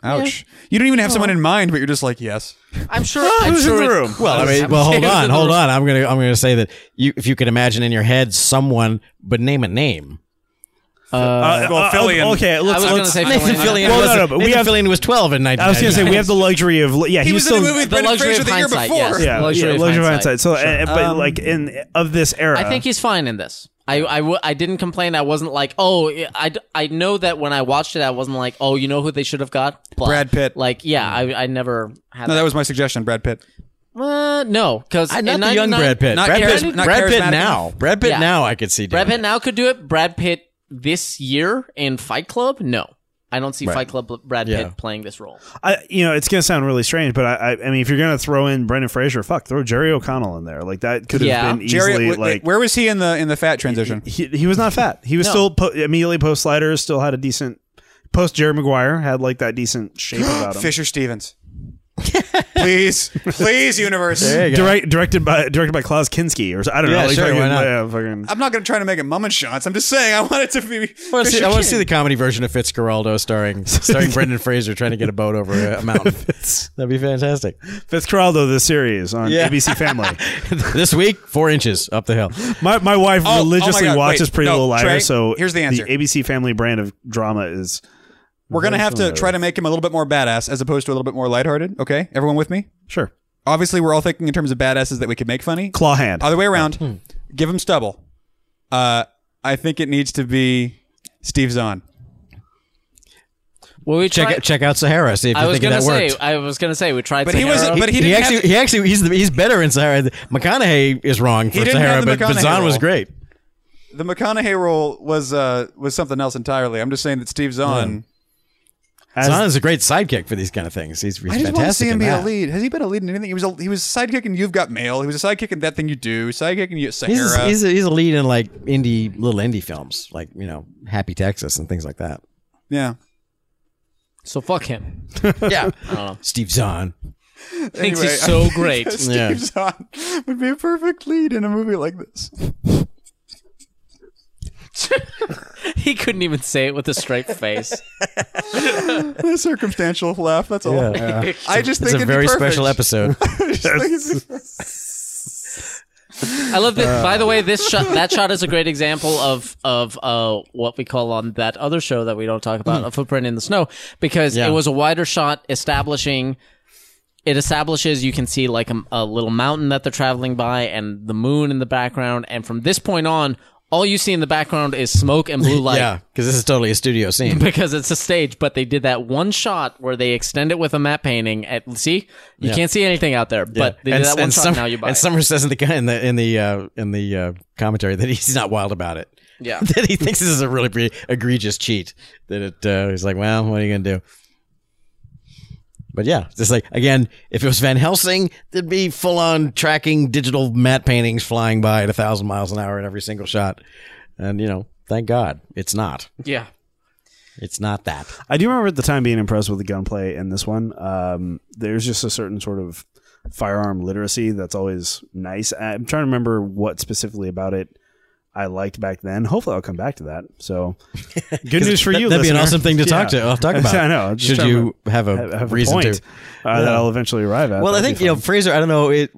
[SPEAKER 1] Ouch! You don't even have
[SPEAKER 4] Oh.
[SPEAKER 1] someone in mind, but you're just like, yes.
[SPEAKER 2] I'm
[SPEAKER 3] (laughs)
[SPEAKER 2] sure. I'm
[SPEAKER 3] who's in
[SPEAKER 2] sure
[SPEAKER 3] the
[SPEAKER 2] it-
[SPEAKER 3] room?
[SPEAKER 4] Well, I mean, well, hold on, hold on. I'm gonna, I'm gonna say that you, if you could imagine in your head someone, but name a name.
[SPEAKER 3] Uh,
[SPEAKER 1] well,
[SPEAKER 3] uh,
[SPEAKER 1] Fillion-
[SPEAKER 3] Okay,
[SPEAKER 2] I
[SPEAKER 3] let's,
[SPEAKER 2] was going to
[SPEAKER 3] let's-
[SPEAKER 2] say
[SPEAKER 4] Nathan
[SPEAKER 2] Fillion.
[SPEAKER 4] Fillion.
[SPEAKER 3] Well,
[SPEAKER 4] was,
[SPEAKER 3] no, no, but we
[SPEAKER 4] Nathan
[SPEAKER 3] have-
[SPEAKER 4] Fillion was 12 in 19.
[SPEAKER 3] I was going to say we have the luxury of yeah.
[SPEAKER 1] He
[SPEAKER 3] he's
[SPEAKER 1] was
[SPEAKER 3] still,
[SPEAKER 1] in the movie with
[SPEAKER 2] The
[SPEAKER 1] Brendan
[SPEAKER 2] luxury
[SPEAKER 1] Fraser
[SPEAKER 2] of
[SPEAKER 1] the year
[SPEAKER 2] hindsight,
[SPEAKER 1] before.
[SPEAKER 2] yes.
[SPEAKER 3] yeah,
[SPEAKER 2] (laughs) Luxury
[SPEAKER 3] yeah,
[SPEAKER 2] of
[SPEAKER 3] luxury of hindsight.
[SPEAKER 2] hindsight. Um,
[SPEAKER 3] So, uh, but like in of this era,
[SPEAKER 2] I think he's fine in this. I, I, w- I didn't complain. I wasn't like, oh, I, d- I know that when I watched it, I wasn't like, oh, you know who they should have got? Blah.
[SPEAKER 1] Brad Pitt.
[SPEAKER 2] Like, yeah, I, I never had
[SPEAKER 1] No,
[SPEAKER 2] that.
[SPEAKER 1] that was my suggestion, Brad Pitt.
[SPEAKER 2] Uh, no, because
[SPEAKER 4] not the young Brad Pitt.
[SPEAKER 1] Not
[SPEAKER 4] Brad,
[SPEAKER 1] charis-
[SPEAKER 4] Pitt
[SPEAKER 1] not
[SPEAKER 4] Brad Pitt
[SPEAKER 1] charismatic
[SPEAKER 4] now. Brad Pitt
[SPEAKER 2] Yeah.
[SPEAKER 4] now. I could see. Doing
[SPEAKER 2] Brad Pitt now could do it. Brad Pitt this year in Fight Club? No. I don't see Fight Club Brad Pitt
[SPEAKER 4] Yeah.
[SPEAKER 2] playing this role.
[SPEAKER 3] I, you know, it's gonna sound really strange, but I, I, I mean, if you're gonna throw in Brendan Fraser, fuck, throw Jerry O'Connell in there. Like that could have
[SPEAKER 2] Yeah.
[SPEAKER 3] been
[SPEAKER 1] Jerry,
[SPEAKER 3] easily
[SPEAKER 1] wait,
[SPEAKER 3] like.
[SPEAKER 1] where was he in the in the fat transition?
[SPEAKER 3] he, he was not fat. He was
[SPEAKER 2] No.
[SPEAKER 3] still po- immediately post sliders. Still had a decent post Jerry Maguire had like that decent
[SPEAKER 4] (gasps)
[SPEAKER 3] shape about him.
[SPEAKER 1] Fisher
[SPEAKER 4] (laughs)
[SPEAKER 1] Stevens. please, please, universe.
[SPEAKER 4] you
[SPEAKER 3] Direct, directed by directed by Klaus Kinski or so- I don't
[SPEAKER 4] Yeah,
[SPEAKER 3] know. Like,
[SPEAKER 4] sure,
[SPEAKER 3] fucking-
[SPEAKER 4] why not?
[SPEAKER 3] yeah, fucking-
[SPEAKER 1] I'm not going to try to make it mum and shots. I'm just saying I want it to be.
[SPEAKER 4] I want to see,
[SPEAKER 1] Fisher
[SPEAKER 4] I wanna
[SPEAKER 1] King.
[SPEAKER 4] see the comedy version of
[SPEAKER 1] (laughs)
[SPEAKER 4] Fitzcarraldo starring starring Brendan Fraser trying to get a boat over a, a mountain. That'd be
[SPEAKER 1] (laughs)
[SPEAKER 4] fantastic.
[SPEAKER 3] Fitzcarraldo, the series on
[SPEAKER 4] Yeah.
[SPEAKER 3] ABC
[SPEAKER 4] (laughs)
[SPEAKER 3] Family.
[SPEAKER 4] this week, four inches up the hill.
[SPEAKER 3] My, my wife
[SPEAKER 1] Oh, oh my
[SPEAKER 3] religiously
[SPEAKER 1] God,
[SPEAKER 3] watches
[SPEAKER 1] wait,
[SPEAKER 3] Pretty
[SPEAKER 1] no,
[SPEAKER 3] Little Liars,
[SPEAKER 1] Trey,
[SPEAKER 3] so
[SPEAKER 1] here's the answer.
[SPEAKER 3] ABC Family brand of drama is
[SPEAKER 1] We're going to
[SPEAKER 3] Very
[SPEAKER 1] have to
[SPEAKER 3] familiar.
[SPEAKER 1] try to make him a little bit more badass as opposed to a little bit more lighthearted. Okay, everyone with me?
[SPEAKER 3] sure
[SPEAKER 1] Obviously, we're all thinking in terms of badasses that we could make funny.
[SPEAKER 3] claw hand.
[SPEAKER 1] Other way around.
[SPEAKER 4] Hmm.
[SPEAKER 1] Give him stubble. Uh, I think it needs to be Steve Zahn.
[SPEAKER 2] Well, we
[SPEAKER 4] Check it, check out Sahara. See if you
[SPEAKER 2] I was
[SPEAKER 4] think
[SPEAKER 2] gonna
[SPEAKER 4] that
[SPEAKER 2] say.
[SPEAKER 4] worked.
[SPEAKER 2] I was gonna say we tried.
[SPEAKER 1] But he wasn't-
[SPEAKER 2] Sahara.
[SPEAKER 1] uh, but he
[SPEAKER 4] he,
[SPEAKER 1] didn't
[SPEAKER 4] actually,
[SPEAKER 1] have-
[SPEAKER 4] he actually, he's the, he's better in Sahara. McConaughey is wrong for
[SPEAKER 1] didn't
[SPEAKER 4] Sahara,
[SPEAKER 1] have the
[SPEAKER 4] but, but
[SPEAKER 1] McConaughey
[SPEAKER 4] Zahn was
[SPEAKER 1] role.
[SPEAKER 4] great.
[SPEAKER 1] The McConaughey role was uh, was something else entirely. I'm just saying that Steve Zahn.
[SPEAKER 3] As-
[SPEAKER 4] Zahn is a great sidekick for these kind of things. He's, he's
[SPEAKER 1] I just
[SPEAKER 4] fantastic.
[SPEAKER 1] want to see him
[SPEAKER 4] in
[SPEAKER 1] be a
[SPEAKER 4] that.
[SPEAKER 1] lead. Has he been a lead in anything? He was a, he was sidekick in You've Got Mail. He was a sidekick in That Thing You Do. Sidekick in You Sahara.
[SPEAKER 4] He's, he's, a, he's a lead in like indie little indie films, like you know Happy Texas and things like that.
[SPEAKER 1] yeah.
[SPEAKER 2] so fuck him.
[SPEAKER 4] Yeah, Steve Zahn.
[SPEAKER 2] Thinks he's
[SPEAKER 1] Anyway, I
[SPEAKER 2] so
[SPEAKER 1] (laughs)
[SPEAKER 2] great. (laughs)
[SPEAKER 1] Steve
[SPEAKER 4] Yeah.
[SPEAKER 1] Zahn would be a perfect lead in a movie like this. (laughs)
[SPEAKER 2] he couldn't even say it with a straight face.
[SPEAKER 1] The circumstantial laugh. That's all. I just
[SPEAKER 4] It's
[SPEAKER 1] think
[SPEAKER 4] a
[SPEAKER 1] it'd
[SPEAKER 4] very
[SPEAKER 1] be perfect. (laughs)
[SPEAKER 4] special episode.
[SPEAKER 2] I love that. by the way,
[SPEAKER 4] Uh.
[SPEAKER 2] this shot, that shot is a
[SPEAKER 4] (laughs)
[SPEAKER 2] great example of of uh, what we call on that other show that we don't talk about, a footprint in the snow, because
[SPEAKER 4] Hmm. Yeah.
[SPEAKER 2] it was a wider shot establishing. It establishes you can see like a, a little mountain that they're traveling by, and the moon in the background, and from this point on, all you see in the background is smoke and
[SPEAKER 4] (laughs)
[SPEAKER 2] blue light.
[SPEAKER 4] yeah, because this is totally a studio scene.
[SPEAKER 2] Because it's a stage, but they did that one shot where they extend it with a matte painting. At see, you can't see anything out there, (laughs) but they did that one shot.
[SPEAKER 4] Summer,
[SPEAKER 2] now you buy.
[SPEAKER 4] and
[SPEAKER 2] it.
[SPEAKER 4] Summer says in the guy in the in the uh, in the uh, commentary that he's not wild about it.
[SPEAKER 2] Yeah.
[SPEAKER 4] (laughs) that he thinks this is a really pre- egregious cheat. That it uh, he's like, well, what are you gonna do? But yeah, just like again, if it was Van Helsing, there'd be full on tracking digital matte paintings flying by at a thousand miles an hour in every single shot, and you know, thank God it's not.
[SPEAKER 2] yeah.
[SPEAKER 4] It's not that.
[SPEAKER 3] I do remember at the time being impressed with the gunplay in this one. Um, there's just a certain sort of firearm literacy that's always nice. I'm trying to remember what specifically about it I liked back then. Hopefully, I'll come back to that.
[SPEAKER 1] (laughs)
[SPEAKER 3] So, good news for
[SPEAKER 4] That-
[SPEAKER 3] you.
[SPEAKER 4] That'd be an
[SPEAKER 3] listener.
[SPEAKER 4] awesome thing to talk
[SPEAKER 3] Yeah.
[SPEAKER 4] to.
[SPEAKER 3] (laughs)
[SPEAKER 4] I'll talk about.
[SPEAKER 3] I know. Just
[SPEAKER 4] Should
[SPEAKER 3] trying
[SPEAKER 4] you have a
[SPEAKER 3] to have a
[SPEAKER 4] reason
[SPEAKER 3] point
[SPEAKER 4] to?
[SPEAKER 3] uh, that I'll eventually arrive at?
[SPEAKER 4] Well, I
[SPEAKER 3] That'd
[SPEAKER 4] think
[SPEAKER 3] be
[SPEAKER 4] you know
[SPEAKER 3] fun.
[SPEAKER 4] Fraser. I don't know. It,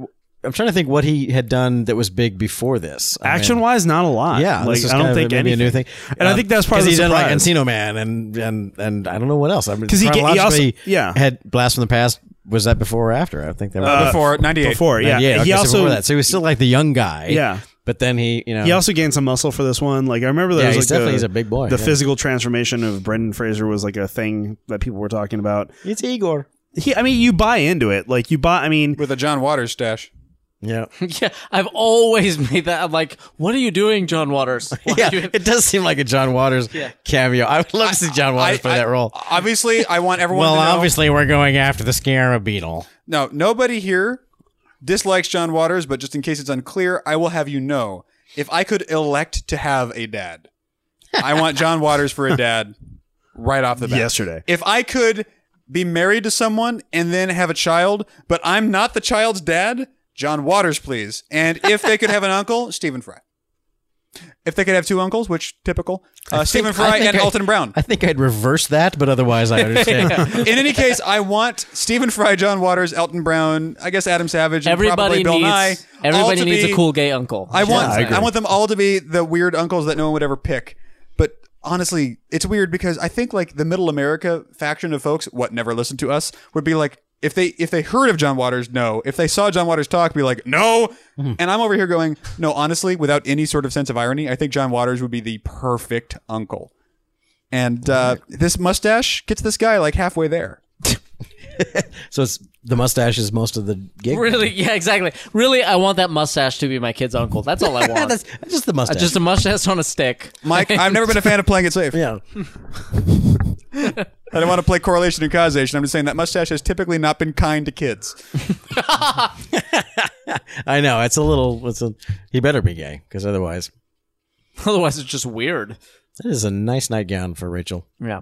[SPEAKER 4] I'm trying to think what he had done that was big before this. I mean,
[SPEAKER 3] action wise, not a lot.
[SPEAKER 4] yeah.
[SPEAKER 3] like
[SPEAKER 4] this is
[SPEAKER 3] I don't
[SPEAKER 4] kind of
[SPEAKER 3] think
[SPEAKER 4] maybe
[SPEAKER 3] anything.
[SPEAKER 4] a new thing.
[SPEAKER 3] And I think that's part of
[SPEAKER 4] because
[SPEAKER 3] the
[SPEAKER 4] he done like
[SPEAKER 3] surprise.
[SPEAKER 4] Encino Man and and and I don't know what else. I mean,
[SPEAKER 3] 'Cause he get- he also-
[SPEAKER 4] chronologically
[SPEAKER 3] yeah. Uh,
[SPEAKER 4] had Blast from the Past. Was that before or after? I think that was
[SPEAKER 1] before 98.
[SPEAKER 3] Before, yeah,
[SPEAKER 4] yeah. okay,
[SPEAKER 3] he
[SPEAKER 4] so
[SPEAKER 3] also
[SPEAKER 4] before that, so he was still like the young guy.
[SPEAKER 3] Yeah.
[SPEAKER 4] but then he, you know,
[SPEAKER 3] He also gained some muscle for this one. Like I remember there
[SPEAKER 4] Um, Yeah,
[SPEAKER 3] was
[SPEAKER 4] he's
[SPEAKER 3] like
[SPEAKER 4] definitely-
[SPEAKER 3] the,
[SPEAKER 4] he's a big boy,
[SPEAKER 3] The
[SPEAKER 4] yeah.
[SPEAKER 3] physical transformation of Brendan Fraser was like a thing that people were talking about.
[SPEAKER 4] it's Igor.
[SPEAKER 3] He, I mean, you buy into it. Like you buy. I mean,
[SPEAKER 1] With a John Waters stash.
[SPEAKER 4] Yeah,
[SPEAKER 2] (laughs) Yeah, I've always made that. I'm like, what are you doing,
[SPEAKER 1] (laughs)
[SPEAKER 2] John Waters? Why
[SPEAKER 4] (laughs) yeah.
[SPEAKER 2] are you-
[SPEAKER 4] It does seem like a John Waters cameo. I would love to see John Waters play that role.
[SPEAKER 1] Obviously, I want everyone
[SPEAKER 4] Well,
[SPEAKER 1] to know.
[SPEAKER 4] obviously, we're going after the Scarab Beetle.
[SPEAKER 1] No, nobody here dislikes John Waters, but just in case it's unclear, I will have you know if I could elect to have a dad, I want John Waters for a dad right off the bat.
[SPEAKER 3] Yesterday.
[SPEAKER 1] If I could be married to someone and then have a child, but I'm not the child's dad, John Waters, please. And if they could have an uncle, Stephen Fry. If they could have two uncles, which typical, uh, Stephen
[SPEAKER 4] I
[SPEAKER 1] Fry
[SPEAKER 4] think
[SPEAKER 1] and
[SPEAKER 4] I-
[SPEAKER 1] Alton Brown.
[SPEAKER 4] I think I'd reverse that, but otherwise I understand.
[SPEAKER 1] In any case, I want Stephen Fry, John Waters, Elton Brown, I guess Adam Savage, and
[SPEAKER 2] everybody
[SPEAKER 1] probably Bill
[SPEAKER 2] needs
[SPEAKER 1] Nye. all
[SPEAKER 2] everybody
[SPEAKER 1] to
[SPEAKER 2] needs
[SPEAKER 1] be-
[SPEAKER 2] a cool gay uncle. (laughs)
[SPEAKER 1] I want
[SPEAKER 3] I agree.
[SPEAKER 1] I, want them all to be the weird uncles that no one would ever pick. But honestly, it's weird because I think like the Middle America faction of folks, what never listened to us, would be like if they if they heard of John Waters, no. If they saw John Waters talk, be like no.
[SPEAKER 2] Mm-hmm.
[SPEAKER 1] And I'm over here going no. Honestly, without any sort of sense of irony, I think John Waters would be the perfect uncle. And uh, this mustache gets this guy like halfway there.
[SPEAKER 4] so it's the mustache is most of the gig. (laughs)
[SPEAKER 2] really, yeah, exactly. Really, I want that mustache to be my kid's uncle.
[SPEAKER 1] (laughs)
[SPEAKER 2] That's all I want.
[SPEAKER 4] That's (laughs) just the mustache.
[SPEAKER 2] Just a mustache on a stick.
[SPEAKER 1] Mike, I've never been a fan of playing it safe.
[SPEAKER 4] yeah.
[SPEAKER 1] I don't want to play correlation and causation. I'm just saying that mustache has typically not been kind to kids.
[SPEAKER 4] I know it's a little. It's a. He better be gay, because otherwise,
[SPEAKER 2] (laughs) Otherwise, it's just weird.
[SPEAKER 4] that is a nice nightgown for Rachel.
[SPEAKER 2] Yeah.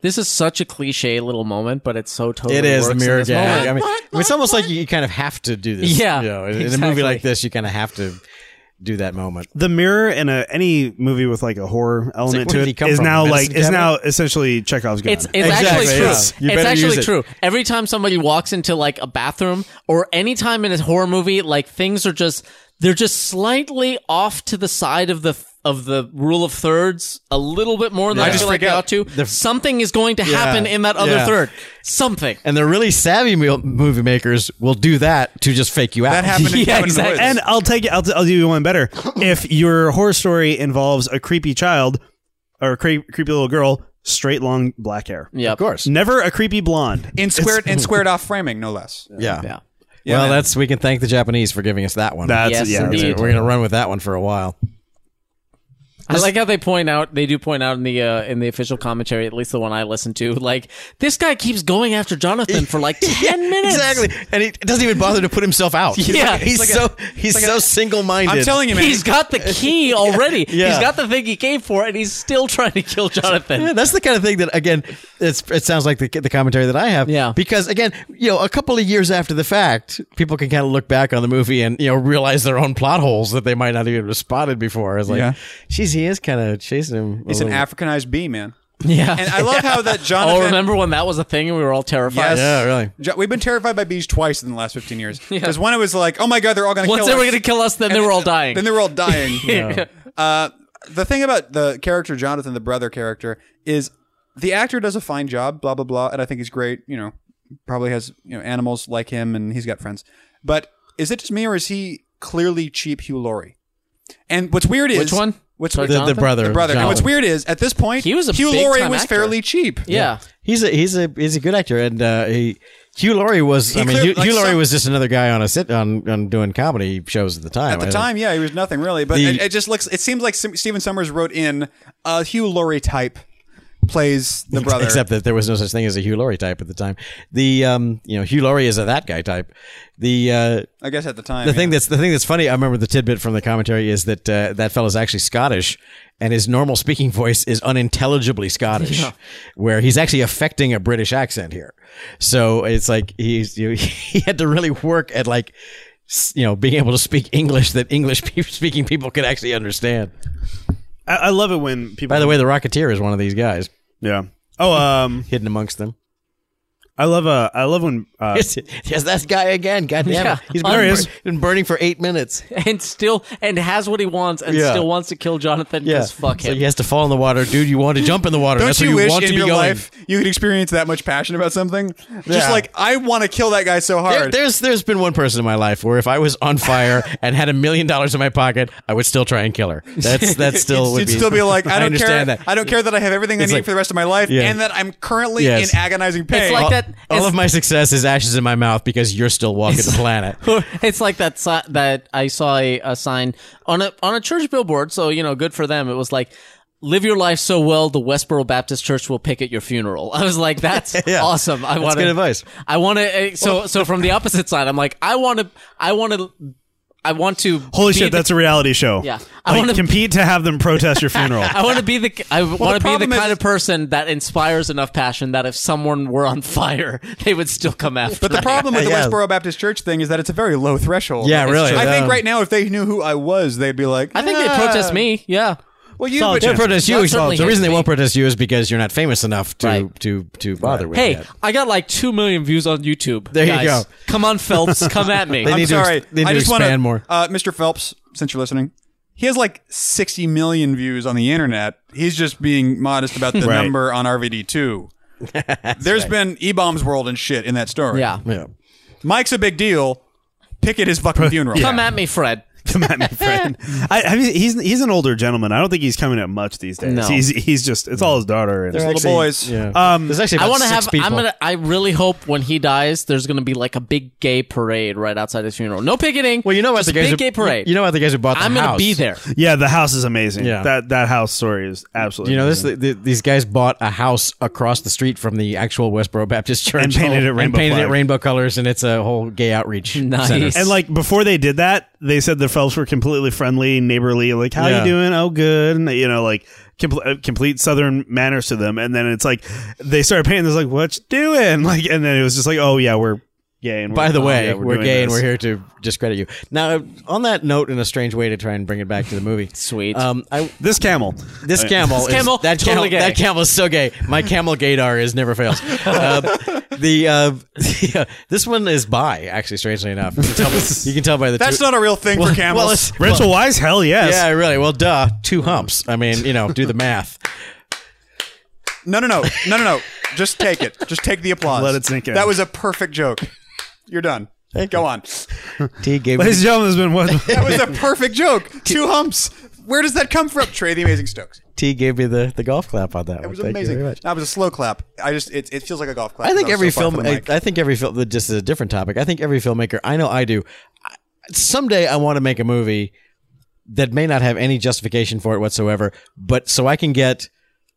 [SPEAKER 2] This is such a cliche little moment, but it's so totally.
[SPEAKER 4] It is the
[SPEAKER 2] works in
[SPEAKER 4] mirror
[SPEAKER 2] this
[SPEAKER 4] gag.
[SPEAKER 2] moment.
[SPEAKER 4] I mean, it's almost like you, you kind of have to do this.
[SPEAKER 2] Yeah,
[SPEAKER 4] you know, in, in a
[SPEAKER 2] exactly.
[SPEAKER 4] movie like this, you kind of have to do that moment.
[SPEAKER 3] the mirror in a, any movie with like a horror element
[SPEAKER 4] where
[SPEAKER 3] to
[SPEAKER 4] did he
[SPEAKER 3] it
[SPEAKER 4] come
[SPEAKER 3] is
[SPEAKER 4] from?
[SPEAKER 3] now
[SPEAKER 4] Medicine
[SPEAKER 3] like is
[SPEAKER 4] cabinet?
[SPEAKER 3] now essentially Chekhov's gun.
[SPEAKER 2] It's, it's actually
[SPEAKER 4] Exactly,
[SPEAKER 2] true.
[SPEAKER 4] yeah. You
[SPEAKER 2] It's
[SPEAKER 4] better
[SPEAKER 2] actually
[SPEAKER 4] use it.
[SPEAKER 2] true. Every time somebody walks into like a bathroom or any time in a horror movie, like things are just they're just slightly off to the side of the of the rule of thirds a little bit more than I,
[SPEAKER 1] just
[SPEAKER 2] feel like they
[SPEAKER 1] forget
[SPEAKER 2] ought to. Something is going to happen in that other
[SPEAKER 4] yeah.
[SPEAKER 2] third. Something.
[SPEAKER 4] And the really savvy mo- movie makers will do that to just fake you out.
[SPEAKER 1] That
[SPEAKER 4] (laughs)
[SPEAKER 1] happened in
[SPEAKER 2] Oh, Yeah,
[SPEAKER 1] Cabin in the
[SPEAKER 2] exactly.
[SPEAKER 1] Woods.
[SPEAKER 3] and I'll take it. I'll, I'll do you one better. if your horror story involves a creepy child or a cre- creepy little girl, straight long black hair.
[SPEAKER 2] Yeah.
[SPEAKER 4] of course.
[SPEAKER 3] Never a creepy blonde.
[SPEAKER 1] in squared in squared off framing, no less.
[SPEAKER 4] Yeah.
[SPEAKER 2] Yeah.
[SPEAKER 4] well, that's we can thank the Japanese for giving us that one.
[SPEAKER 3] That's
[SPEAKER 2] Yes,
[SPEAKER 3] yeah.
[SPEAKER 2] indeed.
[SPEAKER 4] We're gonna run with that one for a while.
[SPEAKER 2] I like how they point out they do point out in the uh, in the official commentary, at least the one I listened to, like this guy keeps going after Jonathan for
[SPEAKER 4] (laughs)
[SPEAKER 2] like ten minutes.
[SPEAKER 4] Exactly, and he doesn't even bother to put himself (laughs) out.
[SPEAKER 2] Yeah.
[SPEAKER 4] he's
[SPEAKER 2] It's
[SPEAKER 4] so he's so single minded.
[SPEAKER 1] I'm telling you, man.
[SPEAKER 2] He's got the key already.
[SPEAKER 4] Yeah.
[SPEAKER 2] He's got the thing he came for, and he's still trying to kill
[SPEAKER 4] Yeah,
[SPEAKER 2] Jonathan.
[SPEAKER 4] that's the kind of thing that again, it's it sounds like the, the commentary that I have.
[SPEAKER 2] Yeah.
[SPEAKER 4] because again, you know, a couple of years after the fact, people can kind of look back on the movie and you know realize their own plot holes that they might not even have spotted before. It's like,
[SPEAKER 1] Yeah.
[SPEAKER 4] geez, he is kind of chasing him. a
[SPEAKER 1] he's an
[SPEAKER 4] little.
[SPEAKER 1] Africanized bee, man.
[SPEAKER 2] Yeah.
[SPEAKER 1] And I love how
[SPEAKER 2] (laughs)
[SPEAKER 1] that Jonathan.
[SPEAKER 2] oh, remember when that was a thing and we were all terrified?
[SPEAKER 1] Yes.
[SPEAKER 4] Yeah, really.
[SPEAKER 1] Jo- We've been terrified by bees twice in the last 15 years. Because one, it was like, oh my God, they're all going to kill
[SPEAKER 2] Once
[SPEAKER 1] us.
[SPEAKER 2] they were going to kill us, then they were all dying.
[SPEAKER 1] Then they were all
[SPEAKER 2] (laughs)
[SPEAKER 1] dying. uh, the thing about the character Jonathan, the brother character, is the actor does a fine job, blah blah blah, and I think he's great. You know, probably has you know animals like him, and he's got friends. But is it just me, or is he clearly cheap Hugh Laurie? And what's weird is
[SPEAKER 2] Which one?
[SPEAKER 1] What's
[SPEAKER 2] Sorry,
[SPEAKER 1] the,
[SPEAKER 4] the, the
[SPEAKER 2] Jonathan?
[SPEAKER 4] brother,
[SPEAKER 1] brother? And what's
[SPEAKER 4] Jonathan.
[SPEAKER 1] weird is at this point,
[SPEAKER 2] He was a
[SPEAKER 1] Hugh
[SPEAKER 2] big
[SPEAKER 1] Laurie
[SPEAKER 2] time
[SPEAKER 1] was
[SPEAKER 2] actor.
[SPEAKER 1] fairly cheap.
[SPEAKER 2] yeah. (laughs)
[SPEAKER 4] He's a he's a he's a good actor, and uh, he Hugh Laurie was. I mean,
[SPEAKER 1] clear-
[SPEAKER 4] Hugh,
[SPEAKER 1] like
[SPEAKER 4] Hugh Laurie
[SPEAKER 1] some-
[SPEAKER 4] was just another guy on a sit on, on doing comedy shows at the time.
[SPEAKER 1] At the
[SPEAKER 4] I-
[SPEAKER 1] time, yeah, he was nothing really, but
[SPEAKER 4] The-
[SPEAKER 1] it, it just looks. It seems like Sim- Stephen Summers wrote in a Hugh Laurie type plays
[SPEAKER 4] (laughs)
[SPEAKER 1] the brother.
[SPEAKER 4] Except that there was no such thing as a Hugh Laurie type at the time. The um, you know Hugh Laurie is a that guy type. The uh,
[SPEAKER 1] I guess at the time,
[SPEAKER 4] the
[SPEAKER 1] yeah.
[SPEAKER 4] thing that's the thing that's funny. I remember the tidbit from the commentary is that uh, that fellow's actually Scottish, and his normal speaking (laughs) voice is unintelligibly Scottish, where he's actually affecting a British accent here. So it's like he's you, (laughs) he had to really work at like s- you know being able to speak English that English (laughs) pe- speaking people could actually understand.
[SPEAKER 3] I, I love it when people.
[SPEAKER 4] By the way, the Rocketeer is one of these guys
[SPEAKER 3] yeah. Oh, um,
[SPEAKER 4] hidden amongst them. (laughs)
[SPEAKER 3] I love uh, I love when uh,
[SPEAKER 4] Yes, yes, that guy again. God damn
[SPEAKER 2] Yeah.
[SPEAKER 4] it. He's
[SPEAKER 2] There
[SPEAKER 4] been,
[SPEAKER 2] he
[SPEAKER 4] bur-
[SPEAKER 2] is.
[SPEAKER 4] been burning for
[SPEAKER 1] (laughs)
[SPEAKER 4] eight minutes.
[SPEAKER 2] And still, and has what he wants and
[SPEAKER 4] Yeah.
[SPEAKER 2] still wants to kill Jonathan because fuck
[SPEAKER 4] So
[SPEAKER 2] him.
[SPEAKER 4] he has to fall in the water. Dude, you want to jump in the water.
[SPEAKER 1] Don't
[SPEAKER 4] That's
[SPEAKER 1] you,
[SPEAKER 4] where
[SPEAKER 1] wish
[SPEAKER 4] you want
[SPEAKER 1] in
[SPEAKER 4] to be
[SPEAKER 1] your
[SPEAKER 4] going.
[SPEAKER 1] life you could experience that much passion about something? Just
[SPEAKER 4] Yeah.
[SPEAKER 1] like I want to kill that guy so
[SPEAKER 4] There,
[SPEAKER 1] hard.
[SPEAKER 4] there's there's been one person in my life where if I was
[SPEAKER 1] (laughs)
[SPEAKER 4] on fire and had a million dollars in my pocket, I would still try and kill her.
[SPEAKER 1] (laughs)
[SPEAKER 4] That's that still would
[SPEAKER 1] You'd still
[SPEAKER 4] (laughs)
[SPEAKER 1] be like, I don't care.
[SPEAKER 4] understand that.
[SPEAKER 1] I don't care that I have everything I
[SPEAKER 4] It's
[SPEAKER 1] need
[SPEAKER 4] like-
[SPEAKER 1] for the rest of my life,
[SPEAKER 4] Yeah.
[SPEAKER 1] and that I'm currently
[SPEAKER 4] Yes.
[SPEAKER 1] in agonizing pain.
[SPEAKER 2] It's like
[SPEAKER 4] all,
[SPEAKER 2] that-
[SPEAKER 4] all of my success is ashes in my mouth because you're still walking the
[SPEAKER 1] (laughs)
[SPEAKER 4] planet.
[SPEAKER 2] (laughs) it's like that si- that I saw a, a sign on a on a church billboard. So you know, good for them. It was like. Live your life so well, the Westboro Baptist Church will pick at your funeral. (laughs) I was like, "That's
[SPEAKER 4] Yeah.
[SPEAKER 2] awesome." I
[SPEAKER 4] That's
[SPEAKER 2] want
[SPEAKER 4] good advice.
[SPEAKER 2] I want to. eh, So, so from the opposite side, I'm like, I want to. I want to. I want to.
[SPEAKER 3] holy
[SPEAKER 2] be
[SPEAKER 3] shit,
[SPEAKER 2] the-
[SPEAKER 3] that's a reality show.
[SPEAKER 2] Yeah. I
[SPEAKER 3] I
[SPEAKER 2] wanna-
[SPEAKER 3] like, compete to have them protest
[SPEAKER 2] (laughs)
[SPEAKER 3] your funeral.
[SPEAKER 2] I want to be the. I want to be
[SPEAKER 1] problem
[SPEAKER 2] the kind
[SPEAKER 1] is-
[SPEAKER 2] of person that inspires enough passion that if someone were on (laughs) fire, they would still come after.
[SPEAKER 1] but the
[SPEAKER 2] me.
[SPEAKER 1] problem with the
[SPEAKER 4] Yeah.
[SPEAKER 1] Westboro Baptist Church thing is that it's a very low threshold.
[SPEAKER 4] Yeah,
[SPEAKER 1] It's
[SPEAKER 4] really, um,
[SPEAKER 1] true. I think
[SPEAKER 4] yeah.
[SPEAKER 1] right now, if they knew who I was, they'd be like,
[SPEAKER 2] I think they
[SPEAKER 1] "Ah,
[SPEAKER 2] protest me. Yeah.
[SPEAKER 1] Well, you, but,
[SPEAKER 3] Solid
[SPEAKER 4] They
[SPEAKER 3] chance.
[SPEAKER 4] don't protest you.
[SPEAKER 2] That
[SPEAKER 4] It's-
[SPEAKER 2] certainly
[SPEAKER 4] The reason
[SPEAKER 2] hits
[SPEAKER 4] they
[SPEAKER 2] me.
[SPEAKER 4] won't protest you is because you're not famous enough to
[SPEAKER 2] Right.
[SPEAKER 4] to to bother with.
[SPEAKER 2] Hey,
[SPEAKER 4] that.
[SPEAKER 2] I got like two million views on YouTube.
[SPEAKER 4] There you
[SPEAKER 2] guys.
[SPEAKER 4] go.
[SPEAKER 2] Come on,
[SPEAKER 4] (laughs)
[SPEAKER 2] Phelps. Come at me.
[SPEAKER 4] They
[SPEAKER 1] I'm
[SPEAKER 4] need to ex-
[SPEAKER 1] sorry.
[SPEAKER 4] they need
[SPEAKER 1] I
[SPEAKER 4] to
[SPEAKER 1] just want to,
[SPEAKER 4] expand more.
[SPEAKER 1] Uh, Mr. Phelps, since you're listening, he has like 60 million views on the internet. He's just being modest
[SPEAKER 4] (laughs)
[SPEAKER 1] about the
[SPEAKER 3] Right.
[SPEAKER 1] number on RVD2. There's been E Bombs World and shit in that story.
[SPEAKER 2] yeah.
[SPEAKER 4] yeah.
[SPEAKER 1] Mike's a big deal. Pick at his fucking funeral.
[SPEAKER 2] Come at me, Fred.
[SPEAKER 3] the Matt Meat
[SPEAKER 2] (laughs)
[SPEAKER 3] friend. I, I mean, he's he's an older gentleman. I don't think he's coming out much these days.
[SPEAKER 2] No.
[SPEAKER 3] He's he's just it's all his daughter. And
[SPEAKER 1] They're Little boys.
[SPEAKER 4] Yeah.
[SPEAKER 3] Um,
[SPEAKER 4] there's actually
[SPEAKER 2] I
[SPEAKER 4] about
[SPEAKER 2] want to
[SPEAKER 4] six
[SPEAKER 2] have.
[SPEAKER 4] people.
[SPEAKER 2] I'm gonna. I really hope when he dies, there's gonna be like a big gay parade right outside his funeral. No picketing.
[SPEAKER 4] well, you know what
[SPEAKER 2] Just
[SPEAKER 4] the guys
[SPEAKER 2] big
[SPEAKER 4] who,
[SPEAKER 2] gay parade.
[SPEAKER 4] You know what the guys who bought the
[SPEAKER 2] I'm
[SPEAKER 4] house.
[SPEAKER 2] gonna be there.
[SPEAKER 3] yeah, the house is amazing.
[SPEAKER 4] Yeah.
[SPEAKER 3] that that house story is absolutely.
[SPEAKER 4] You know this?
[SPEAKER 3] amazing.
[SPEAKER 4] The, these guys bought a house across the street from the actual Westboro Baptist Church
[SPEAKER 3] And painted it
[SPEAKER 4] and
[SPEAKER 3] rainbow
[SPEAKER 4] painted it
[SPEAKER 3] flag.
[SPEAKER 4] rainbow colors, and it's a whole gay outreach.
[SPEAKER 2] Nice.
[SPEAKER 4] center.
[SPEAKER 3] And like before they did that, they said the Phelps were completely friendly, neighborly, like how
[SPEAKER 4] Yeah.
[SPEAKER 3] you doing? Oh, good. And, you know, like compl- uh, complete Southern manners to them. And then it's like they started painting. This like, what you doing? (laughs) Like, and then it was just like, oh yeah, we're gay. And we're,
[SPEAKER 4] By the
[SPEAKER 3] oh,
[SPEAKER 4] way,
[SPEAKER 3] yeah,
[SPEAKER 4] we're,
[SPEAKER 3] doing
[SPEAKER 4] gay and
[SPEAKER 3] this.
[SPEAKER 4] we're here to discredit you. Now, on that note, in a strange way to try and bring it back to the movie.
[SPEAKER 2] Sweet.
[SPEAKER 4] Um, I,
[SPEAKER 3] This camel.
[SPEAKER 4] this camel,
[SPEAKER 2] This camel,
[SPEAKER 4] is, that
[SPEAKER 2] totally
[SPEAKER 4] camel,
[SPEAKER 2] gay.
[SPEAKER 4] that camel is so gay. My camel gaydar is never fails. Uh, the uh, (laughs) this one is bi, actually. Strangely enough, you can tell, you can tell by the
[SPEAKER 1] That's
[SPEAKER 4] two,
[SPEAKER 1] not a real thing for camels.
[SPEAKER 4] Well, it's,
[SPEAKER 3] Rachel Wise, hell yes.
[SPEAKER 4] yeah, really. Well, duh, two humps. I mean, you know, do the math.
[SPEAKER 1] no, no, no, no, no, no. Just take it. Just take the applause.
[SPEAKER 3] Let it sink in.
[SPEAKER 1] That was a perfect joke. You're done. Go on.
[SPEAKER 4] T gave
[SPEAKER 3] Ladies and gentlemen, (laughs) this has been what
[SPEAKER 4] (laughs)
[SPEAKER 1] That was a perfect joke. Two humps. Where does that come from? Trey the Amazing Stokes.
[SPEAKER 4] T gave me the, the golf clap on that.
[SPEAKER 1] It was amazing. That was a slow clap. I just it, it feels like a golf clap.
[SPEAKER 4] I think
[SPEAKER 1] That was
[SPEAKER 4] every
[SPEAKER 1] so far
[SPEAKER 4] film.
[SPEAKER 1] from the
[SPEAKER 4] I,
[SPEAKER 1] mic.
[SPEAKER 4] I think every film. This is a different topic. I think every filmmaker. I know I do. I, someday I want to make a movie that may not have any justification for it whatsoever, but so I can get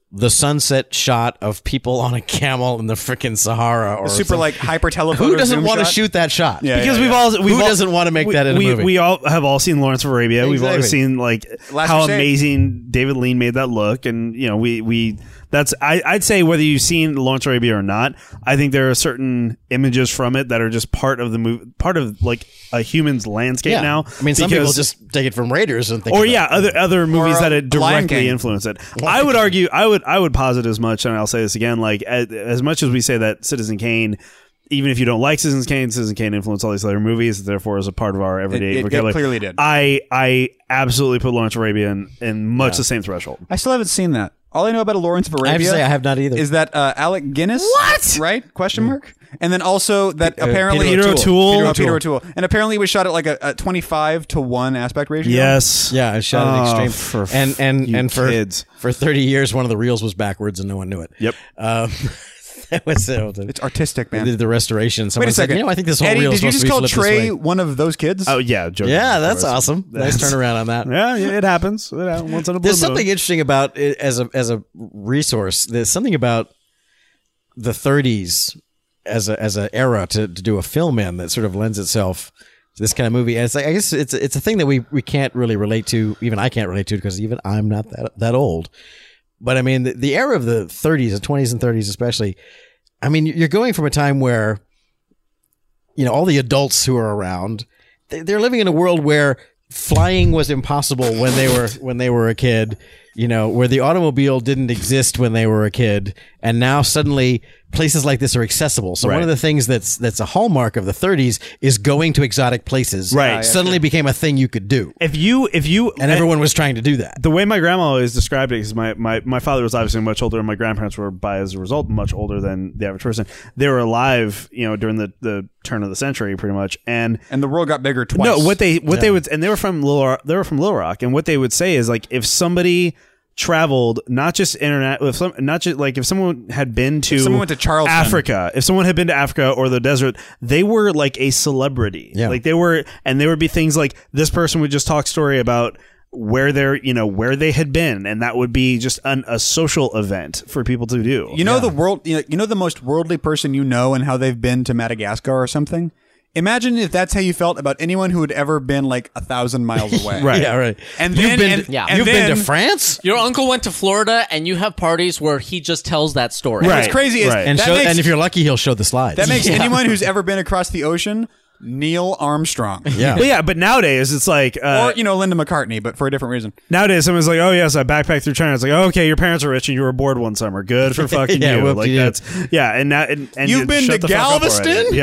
[SPEAKER 4] the sunset shot of people on a camel in the freaking Sahara or
[SPEAKER 1] super
[SPEAKER 4] something. (laughs)
[SPEAKER 1] like hyper telephoto.
[SPEAKER 4] Who doesn't
[SPEAKER 1] want to
[SPEAKER 4] shoot that shot?
[SPEAKER 1] Yeah,
[SPEAKER 3] because
[SPEAKER 1] yeah,
[SPEAKER 3] we've
[SPEAKER 1] yeah.
[SPEAKER 3] all we've
[SPEAKER 4] Who
[SPEAKER 3] all-
[SPEAKER 4] doesn't wanna make
[SPEAKER 3] we-
[SPEAKER 4] that in a
[SPEAKER 3] we,
[SPEAKER 4] movie?
[SPEAKER 3] We all have all seen Lawrence of Arabia. We've all
[SPEAKER 4] Exactly.
[SPEAKER 3] seen like
[SPEAKER 1] Last
[SPEAKER 3] how
[SPEAKER 1] Crusade.
[SPEAKER 3] amazing David Lean made that look, and you know we we that's I, I'd say whether you've seen Lawrence of Arabia or not, I think there are certain images from it that are just part of the movie, part of like a human's landscape
[SPEAKER 4] Yeah.
[SPEAKER 3] now.
[SPEAKER 4] I mean, some people
[SPEAKER 3] because-
[SPEAKER 4] just take it from Raiders and think.
[SPEAKER 3] or
[SPEAKER 4] about
[SPEAKER 3] yeah,
[SPEAKER 4] it.
[SPEAKER 3] other other movies
[SPEAKER 1] Or,
[SPEAKER 3] that
[SPEAKER 1] uh,
[SPEAKER 3] it
[SPEAKER 1] Lion
[SPEAKER 3] directly
[SPEAKER 1] King.
[SPEAKER 3] influence it. I would argue, I would I would posit as much, and I'll say this again, like as, as much as we say that Citizen Kane. Even if you don't like Citizen Kane, Citizen Kane influenced all these other movies, therefore is a part of our everyday
[SPEAKER 1] it- it
[SPEAKER 3] vocabulary.
[SPEAKER 1] clearly did.
[SPEAKER 3] I I absolutely put Lawrence of Arabia in, in much the same threshold.
[SPEAKER 1] I still haven't seen that. All I know about a Lawrence of Arabia
[SPEAKER 4] I have to say I have not either.
[SPEAKER 1] is that uh, Alec Guinness. What? Right? Question mark. And then also
[SPEAKER 4] Uh,
[SPEAKER 1] that apparently
[SPEAKER 3] Peter Peter O'Toole. O'Toole.
[SPEAKER 1] Peter,
[SPEAKER 3] Peter
[SPEAKER 1] Peter O'Toole. And apparently it was shot at like a, a twenty-five to one aspect ratio.
[SPEAKER 3] Yes.
[SPEAKER 4] Yeah, I shot
[SPEAKER 3] Oh,
[SPEAKER 4] at extreme.
[SPEAKER 3] for f-
[SPEAKER 4] and and
[SPEAKER 3] you
[SPEAKER 4] and for
[SPEAKER 3] kids.
[SPEAKER 4] for thirty years, one of the reels was backwards and no one knew it.
[SPEAKER 3] Yep.
[SPEAKER 4] Um, (laughs) that was uh, the,
[SPEAKER 1] It's artistic, man.
[SPEAKER 4] the, the restoration. Someone
[SPEAKER 1] Wait a
[SPEAKER 4] said,
[SPEAKER 1] second.
[SPEAKER 4] you know, I think this whole
[SPEAKER 1] Eddie,
[SPEAKER 4] reel is
[SPEAKER 1] did you
[SPEAKER 4] supposed
[SPEAKER 1] just
[SPEAKER 4] to be
[SPEAKER 1] call
[SPEAKER 4] flipped this
[SPEAKER 1] Trey
[SPEAKER 4] way.
[SPEAKER 1] one of those kids?
[SPEAKER 3] Oh yeah, joking,
[SPEAKER 4] Yeah,
[SPEAKER 3] of
[SPEAKER 4] that's
[SPEAKER 3] course.
[SPEAKER 4] awesome. Nice turnaround on that.
[SPEAKER 3] Yeah, it happens. It happens once in a blue
[SPEAKER 4] There's
[SPEAKER 3] moon.
[SPEAKER 4] something interesting about it as a as a resource. There's something about the 30s as a as an era to, to do a film in that sort of lends itself to this kind of movie. And it's like I guess it's it's a thing that we we can't really relate to. Even I can't relate to because even I'm not that that old. But I mean, the, the era of the 30s, the 20s and 30s especially. I mean, you're going from a time where you know all the adults who are around they- they're living in a world where flying was impossible when they were when they were a kid you know where the automobile didn't exist when they were a kid and now suddenly places like this are accessible so one of the things that's that's a hallmark of the 30s is going to exotic places
[SPEAKER 3] Right. Ah, yeah,
[SPEAKER 4] suddenly became a thing you could do
[SPEAKER 3] If you if you
[SPEAKER 4] and everyone was trying to do that
[SPEAKER 3] the way my grandma always described it is my, my, my father was obviously much older and my grandparents were by as a result much older than the average person they were alive you know during the, the turn of the century pretty much and
[SPEAKER 1] And the world got bigger twice.
[SPEAKER 3] no, what they what they would and they were from Little Rock, they were from Little Rock, and what they would say is like if somebody traveled not just internet if some not just like if someone had been to
[SPEAKER 1] someone went to Charleston.
[SPEAKER 3] Africa if someone had been to Africa or the desert they were like a celebrity
[SPEAKER 4] Yeah.
[SPEAKER 3] like they were and there would be things like this person would just talk story about where they're you know where they had been and that would be just an, a social event for people to do
[SPEAKER 1] You know the world. You know, you know the most worldly person you know, and how they've been to Madagascar or something. Imagine if that's how you felt about anyone who had ever been like a thousand
[SPEAKER 4] (laughs)
[SPEAKER 1] miles away.
[SPEAKER 3] Right.
[SPEAKER 4] yeah right
[SPEAKER 1] And
[SPEAKER 4] you've
[SPEAKER 1] then-
[SPEAKER 4] been
[SPEAKER 1] and-
[SPEAKER 4] to,
[SPEAKER 2] yeah.
[SPEAKER 4] you've
[SPEAKER 1] and
[SPEAKER 4] been to
[SPEAKER 1] then-
[SPEAKER 4] france
[SPEAKER 2] Your uncle went to Florida, and you have parties where he just tells that story.
[SPEAKER 3] Right.
[SPEAKER 1] What's crazy is
[SPEAKER 3] Right.
[SPEAKER 4] and
[SPEAKER 1] that
[SPEAKER 4] show,
[SPEAKER 1] makes,
[SPEAKER 4] and if you're lucky he'll show the slides
[SPEAKER 1] that
[SPEAKER 4] (laughs)
[SPEAKER 1] makes anyone who's ever been across the ocean Neil Armstrong.
[SPEAKER 4] yeah
[SPEAKER 3] but yeah but nowadays it's like uh,
[SPEAKER 1] Or you know Linda McCartney, but for a different reason.
[SPEAKER 3] Nowadays, someone's like, "Oh yes, I backpacked through China." It's like, "Okay, your parents are rich and you were bored one summer. Good for fucking
[SPEAKER 4] Yeah,
[SPEAKER 3] you."
[SPEAKER 4] whoop
[SPEAKER 3] Like
[SPEAKER 4] de doo.
[SPEAKER 3] that's yeah. And now and, and
[SPEAKER 1] You've
[SPEAKER 3] you
[SPEAKER 1] been
[SPEAKER 3] shut
[SPEAKER 1] to
[SPEAKER 3] the fuck up already.
[SPEAKER 1] Galveston?